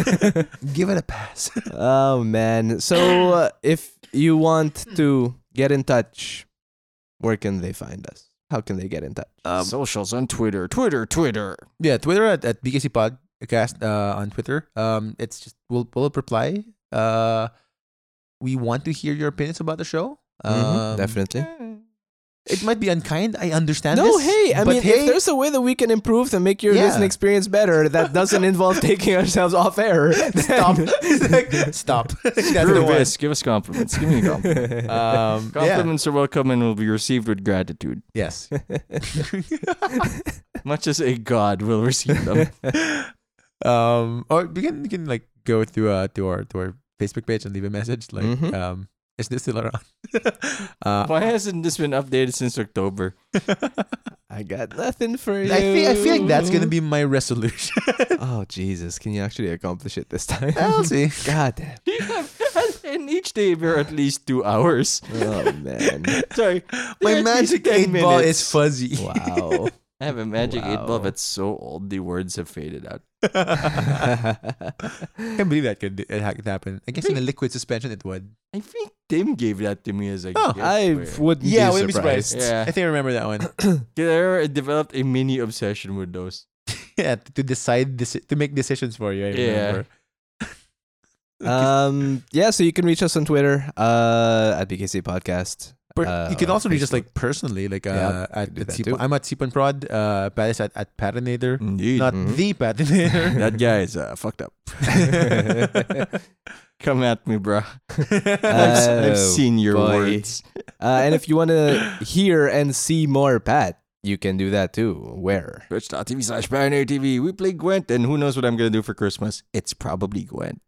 Speaker 2: Give it a
Speaker 3: <laughs>
Speaker 2: pass.
Speaker 3: Oh man! So uh, if you want
Speaker 2: Hmm.
Speaker 3: to get in touch, where can they find us? How can they get in touch?
Speaker 1: Um,
Speaker 2: Um,
Speaker 1: Socials on Twitter, Twitter, Twitter.
Speaker 2: Yeah, Twitter at, at BKC Podcast uh, on Twitter. Um, it's just we'll we'll reply. Uh, we want to hear your opinions about the show.
Speaker 1: Mm-hmm.
Speaker 2: Um,
Speaker 3: uh, Mm-hmm, Definitely.
Speaker 2: It might be unkind. I understand.
Speaker 3: No,
Speaker 2: this,
Speaker 3: hey! I
Speaker 2: but
Speaker 3: mean, if
Speaker 2: hey,
Speaker 3: there's a way that we can improve to make your
Speaker 2: Yeah.
Speaker 3: listening experience better, that doesn't involve <laughs> taking ourselves
Speaker 2: <laughs>
Speaker 3: off air. <laughs>
Speaker 2: stop, stop. <laughs> That's the
Speaker 1: Brew
Speaker 2: one.
Speaker 1: this. Give us compliments. Give me a compliment.
Speaker 3: Uh,
Speaker 2: Um, yeah.
Speaker 1: Compliments are welcome and will be received with gratitude,
Speaker 2: Yes.
Speaker 1: much as a god will receive
Speaker 2: <laughs>
Speaker 1: them.
Speaker 2: um, or you can you can like go through uh to our to our Facebook page and leave a message like
Speaker 3: Mhm.
Speaker 2: um is this still around? uh,
Speaker 1: Why hasn't this been updated since October? <laughs>
Speaker 3: I got nothing for
Speaker 2: <laughs>
Speaker 3: you.
Speaker 2: I think I feel like that's gonna be my resolution. <laughs>
Speaker 3: Oh Jesus! Can you actually accomplish it this time?
Speaker 2: I'll see.
Speaker 3: <laughs> God damn!
Speaker 1: and each day we're at least two hours.
Speaker 3: Oh man!
Speaker 1: Sorry,
Speaker 2: My
Speaker 1: they're at least
Speaker 2: magic
Speaker 1: 10
Speaker 2: eight ball
Speaker 1: minutes.
Speaker 2: is fuzzy. <laughs>
Speaker 3: Wow.
Speaker 1: I have a magic eight ball
Speaker 3: Wow.
Speaker 1: that's so old the words have faded out.
Speaker 2: I can't believe that could it ha- could happen. I guess in a liquid suspension it would.
Speaker 1: I think Tim gave that to me as a
Speaker 2: Oh,
Speaker 1: gift.
Speaker 3: I
Speaker 1: where-
Speaker 3: wouldn't
Speaker 2: Yeah,
Speaker 3: be
Speaker 2: we'd be
Speaker 3: surprised.
Speaker 2: surprised. <laughs>
Speaker 1: Yeah.
Speaker 2: I think I remember <coughs> that one.
Speaker 1: Claire developed a mini obsession with those.
Speaker 2: yeah, to decide this to make decisions for you. I
Speaker 1: Yeah.
Speaker 2: remember.
Speaker 3: um yeah so you can reach us on twitter uh at bkc
Speaker 2: <laughs>
Speaker 3: podcast
Speaker 2: But
Speaker 3: uh,
Speaker 2: you can
Speaker 3: or
Speaker 2: also reach us like
Speaker 3: Facebook.
Speaker 2: personally, like uh,
Speaker 3: Yeah,
Speaker 2: at at
Speaker 3: could do that
Speaker 2: Sipon-
Speaker 3: too.
Speaker 2: I'm at Sipon Prod. Uh, Pat is at at Patinator,
Speaker 1: Indeed.
Speaker 2: not
Speaker 3: Mhm.
Speaker 2: the Patinator.
Speaker 1: <laughs>
Speaker 2: <laughs>
Speaker 1: that guy is uh, fucked up. <laughs> Come at me, bro. I've,
Speaker 3: Oh,
Speaker 1: I've seen your
Speaker 3: boy.
Speaker 1: words.
Speaker 3: uh and if you want to hear and see more pat you can do that too
Speaker 2: <laughs>
Speaker 3: where
Speaker 1: Twitch.tv slash Pioneer TV. We play Gwent, and who knows what I'm going to do for Christmas? It's probably
Speaker 2: <laughs>
Speaker 1: Gwent.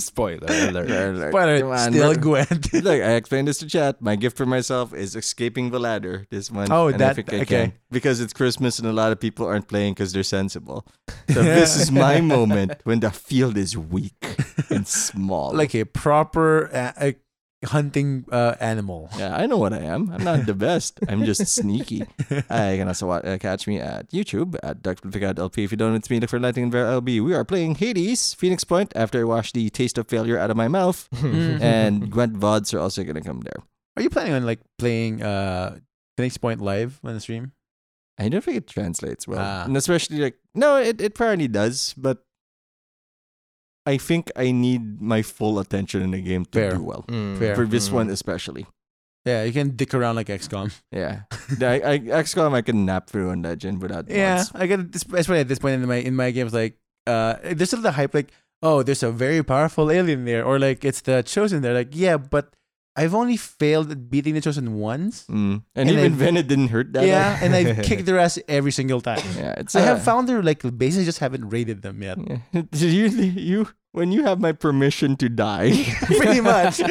Speaker 3: spoiler alert
Speaker 2: Spoiler,
Speaker 1: Come on,
Speaker 2: uh, still
Speaker 1: bro.
Speaker 2: Gwent.
Speaker 1: Look, I explained this to chat. My gift for myself is escaping the ladder this month.
Speaker 2: Oh,
Speaker 1: and I
Speaker 2: that-
Speaker 1: think I
Speaker 2: okay.
Speaker 1: can. Because it's Christmas and a lot of people aren't playing because they're
Speaker 2: <laughs>
Speaker 1: sensible. So this is my moment when the field is weak and small.
Speaker 2: like a proper uh, uh, hunting uh, <laughs> animal.
Speaker 1: Yeah, I know what I am. I'm not the best. I'm just sneaky. <laughs> Uh, you can also watch, uh, catch me at YouTube at Duckplificad LP. If you don't, it's me. Look for Lightning and Bear LB. We are playing Hades, Phoenix Point, after I wash the taste of failure out of my
Speaker 2: <laughs>
Speaker 1: mouth.
Speaker 3: <laughs>
Speaker 1: and Gwent VODs are also going to come there.
Speaker 2: Are you planning on like playing uh, Phoenix Point live on the stream?
Speaker 1: I don't think it translates well.
Speaker 2: Ah.
Speaker 1: And especially like, no, it, it probably does, but I think I need my full attention in the game to
Speaker 2: Fair.
Speaker 1: do well.
Speaker 3: Mm.
Speaker 2: Fair.
Speaker 1: For this
Speaker 3: Mm.
Speaker 1: one especially.
Speaker 2: Yeah, you can dick around like XCOM. <laughs>
Speaker 1: Yeah. The- I, I, XCOM, I can nap through on Legend without
Speaker 2: Yeah,
Speaker 1: mods.
Speaker 2: I get this, especially at this point in my in my games like uh, there's still the hype like oh there's a very powerful alien there or like it's the chosen there like yeah but I've only failed at beating the chosen once.
Speaker 1: Mm. And,
Speaker 2: And
Speaker 1: even
Speaker 2: I-
Speaker 1: then, it didn't hurt that
Speaker 2: Yeah, and <laughs> I've kicked their ass every single <laughs> time.
Speaker 1: much. Yeah, it's
Speaker 2: I have
Speaker 1: uh,
Speaker 2: found their like bases, just haven't raided them yet.
Speaker 1: Yeah. <laughs> Did you, you when you have my permission to die?
Speaker 2: <laughs>
Speaker 1: <laughs>
Speaker 2: pretty much.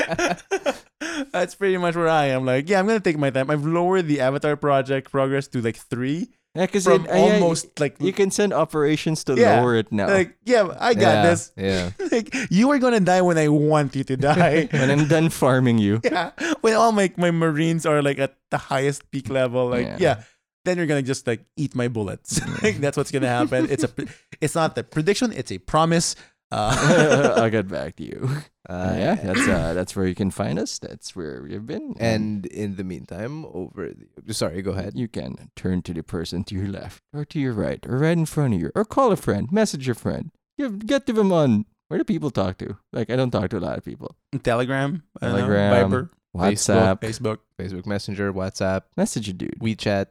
Speaker 2: That's pretty much where I am. Like, yeah, I'm gonna take my time. I've lowered the Avatar project progress to like three
Speaker 1: uh, Yeah, because
Speaker 2: from almost like
Speaker 1: you can send operations to
Speaker 2: Yeah,
Speaker 1: lower it now. <laughs>
Speaker 2: like yeah, I got
Speaker 3: Hmm. yeah,
Speaker 2: this. <laughs>
Speaker 3: yeah
Speaker 2: Like you are gonna die when I want you to die.
Speaker 1: <laughs> when I'm done farming you,
Speaker 2: <laughs> yeah, when all my my marines are like at the highest peak level. Like
Speaker 1: Yeah.
Speaker 2: yeah. Then you're gonna just <laughs> like eat my bullets. like that's what's gonna happen. It's a, pre- it's not the prediction. It's a promise. Uh,
Speaker 1: <laughs>
Speaker 2: <laughs>
Speaker 1: I'll get back to you. Uh, yeah, that's uh, that's where you can find us. That's where we've been.
Speaker 3: And in the meantime, over the sorry, go ahead.
Speaker 1: you can turn to the person to your left or to your right or right in front of you or call a friend, message a friend. Give, get to them on where do people talk to? Like I don't talk to a lot of people.
Speaker 2: Telegram, I don't know,
Speaker 1: Telegram,
Speaker 2: Viber,
Speaker 1: WhatsApp,
Speaker 2: Facebook,
Speaker 3: Facebook Messenger, WhatsApp,
Speaker 1: message a dude.
Speaker 3: WeChat,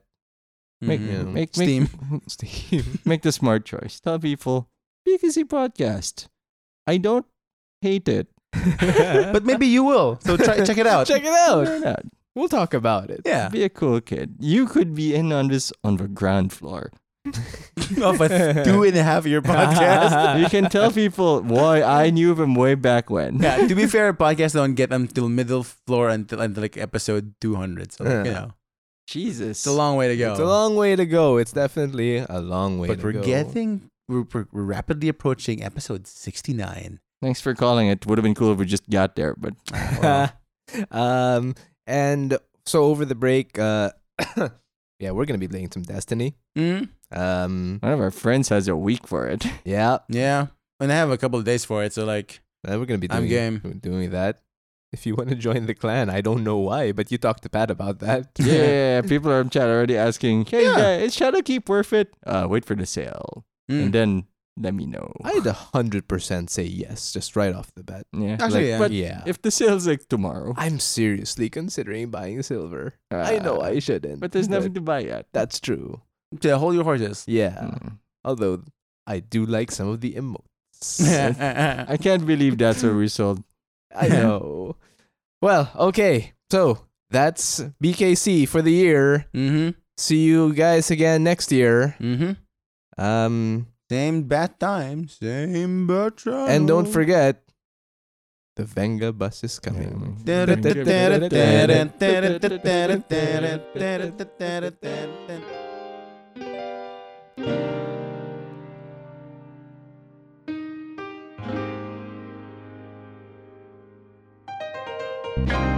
Speaker 1: Make- make-
Speaker 2: Mhm.
Speaker 1: make-
Speaker 2: Steam. <laughs>
Speaker 3: Steam.
Speaker 1: Make the smart choice. Tell people BKC podcast. I don't hate it.
Speaker 2: but maybe you will. So
Speaker 3: <laughs>
Speaker 2: try, check it out.
Speaker 3: Check it out.
Speaker 1: Why not?
Speaker 3: We'll talk about it.
Speaker 2: yeah,
Speaker 1: Be a cool kid. You could be in on this on the ground floor.
Speaker 2: of a two
Speaker 3: <laughs>
Speaker 2: and a half year podcast.
Speaker 1: you
Speaker 2: <laughs>
Speaker 1: can tell people why I knew them way back when.
Speaker 2: yeah, to be fair, podcasts don't get them till middle floor until, until like episode two hundred. So like, you
Speaker 3: Yeah.
Speaker 2: know,
Speaker 1: Jesus.
Speaker 2: it's a long way to go.
Speaker 3: It's a long way to go. It's definitely a long way
Speaker 2: but
Speaker 3: to
Speaker 2: we're
Speaker 3: go.
Speaker 2: getting we're, we're we're rapidly approaching episode sixty
Speaker 3: <laughs>
Speaker 2: nine.
Speaker 1: Thanks for calling it. Would have been cool if we just got there, but
Speaker 3: <laughs>
Speaker 2: Hmm?
Speaker 3: um, and so over the break, uh, <coughs> yeah, we're gonna be playing some Destiny.
Speaker 2: Mm,
Speaker 1: <laughs>
Speaker 3: Um,
Speaker 1: one of our friends has a week for
Speaker 2: <laughs>
Speaker 1: it.
Speaker 3: yeah,
Speaker 2: yeah, and I have a couple of days for it. So like,
Speaker 3: uh, we're gonna be doing
Speaker 2: I'm game.
Speaker 3: doing that. If you want to join the clan, I don't know why, but you talked to Pat about that.
Speaker 1: <laughs> Yeah, yeah, yeah. people are in chat already asking, "Hey,
Speaker 2: Yeah.
Speaker 1: guy, is Shadowkeep worth it?" Uh, wait for the sale,
Speaker 2: mm.
Speaker 1: and then let me know.
Speaker 3: I'd a hundred percent say yes, just right off the bat.
Speaker 1: yeah,
Speaker 2: Actually, yeah.
Speaker 1: but
Speaker 3: yeah,
Speaker 1: if the sale's like tomorrow,
Speaker 3: I'm seriously considering buying silver. I know
Speaker 1: Uh,
Speaker 3: I shouldn't,
Speaker 1: but there's nothing to buy yet.
Speaker 3: That's true.
Speaker 2: yeah, hold your
Speaker 3: <laughs>
Speaker 2: horses.
Speaker 3: Yeah.
Speaker 1: Mm.
Speaker 3: Although I do like some of the
Speaker 1: <laughs>
Speaker 3: emotes.
Speaker 2: yeah,
Speaker 1: I can't believe that's a result.
Speaker 3: I know. well, okay. So that's BKC for the year.
Speaker 2: <laughs> mm-hmm.
Speaker 3: See you guys again next year.
Speaker 2: Mm-hmm.
Speaker 3: Um,
Speaker 2: Same bad time, same bad time.
Speaker 3: and don't forget, the Venga bus is coming.
Speaker 2: forget.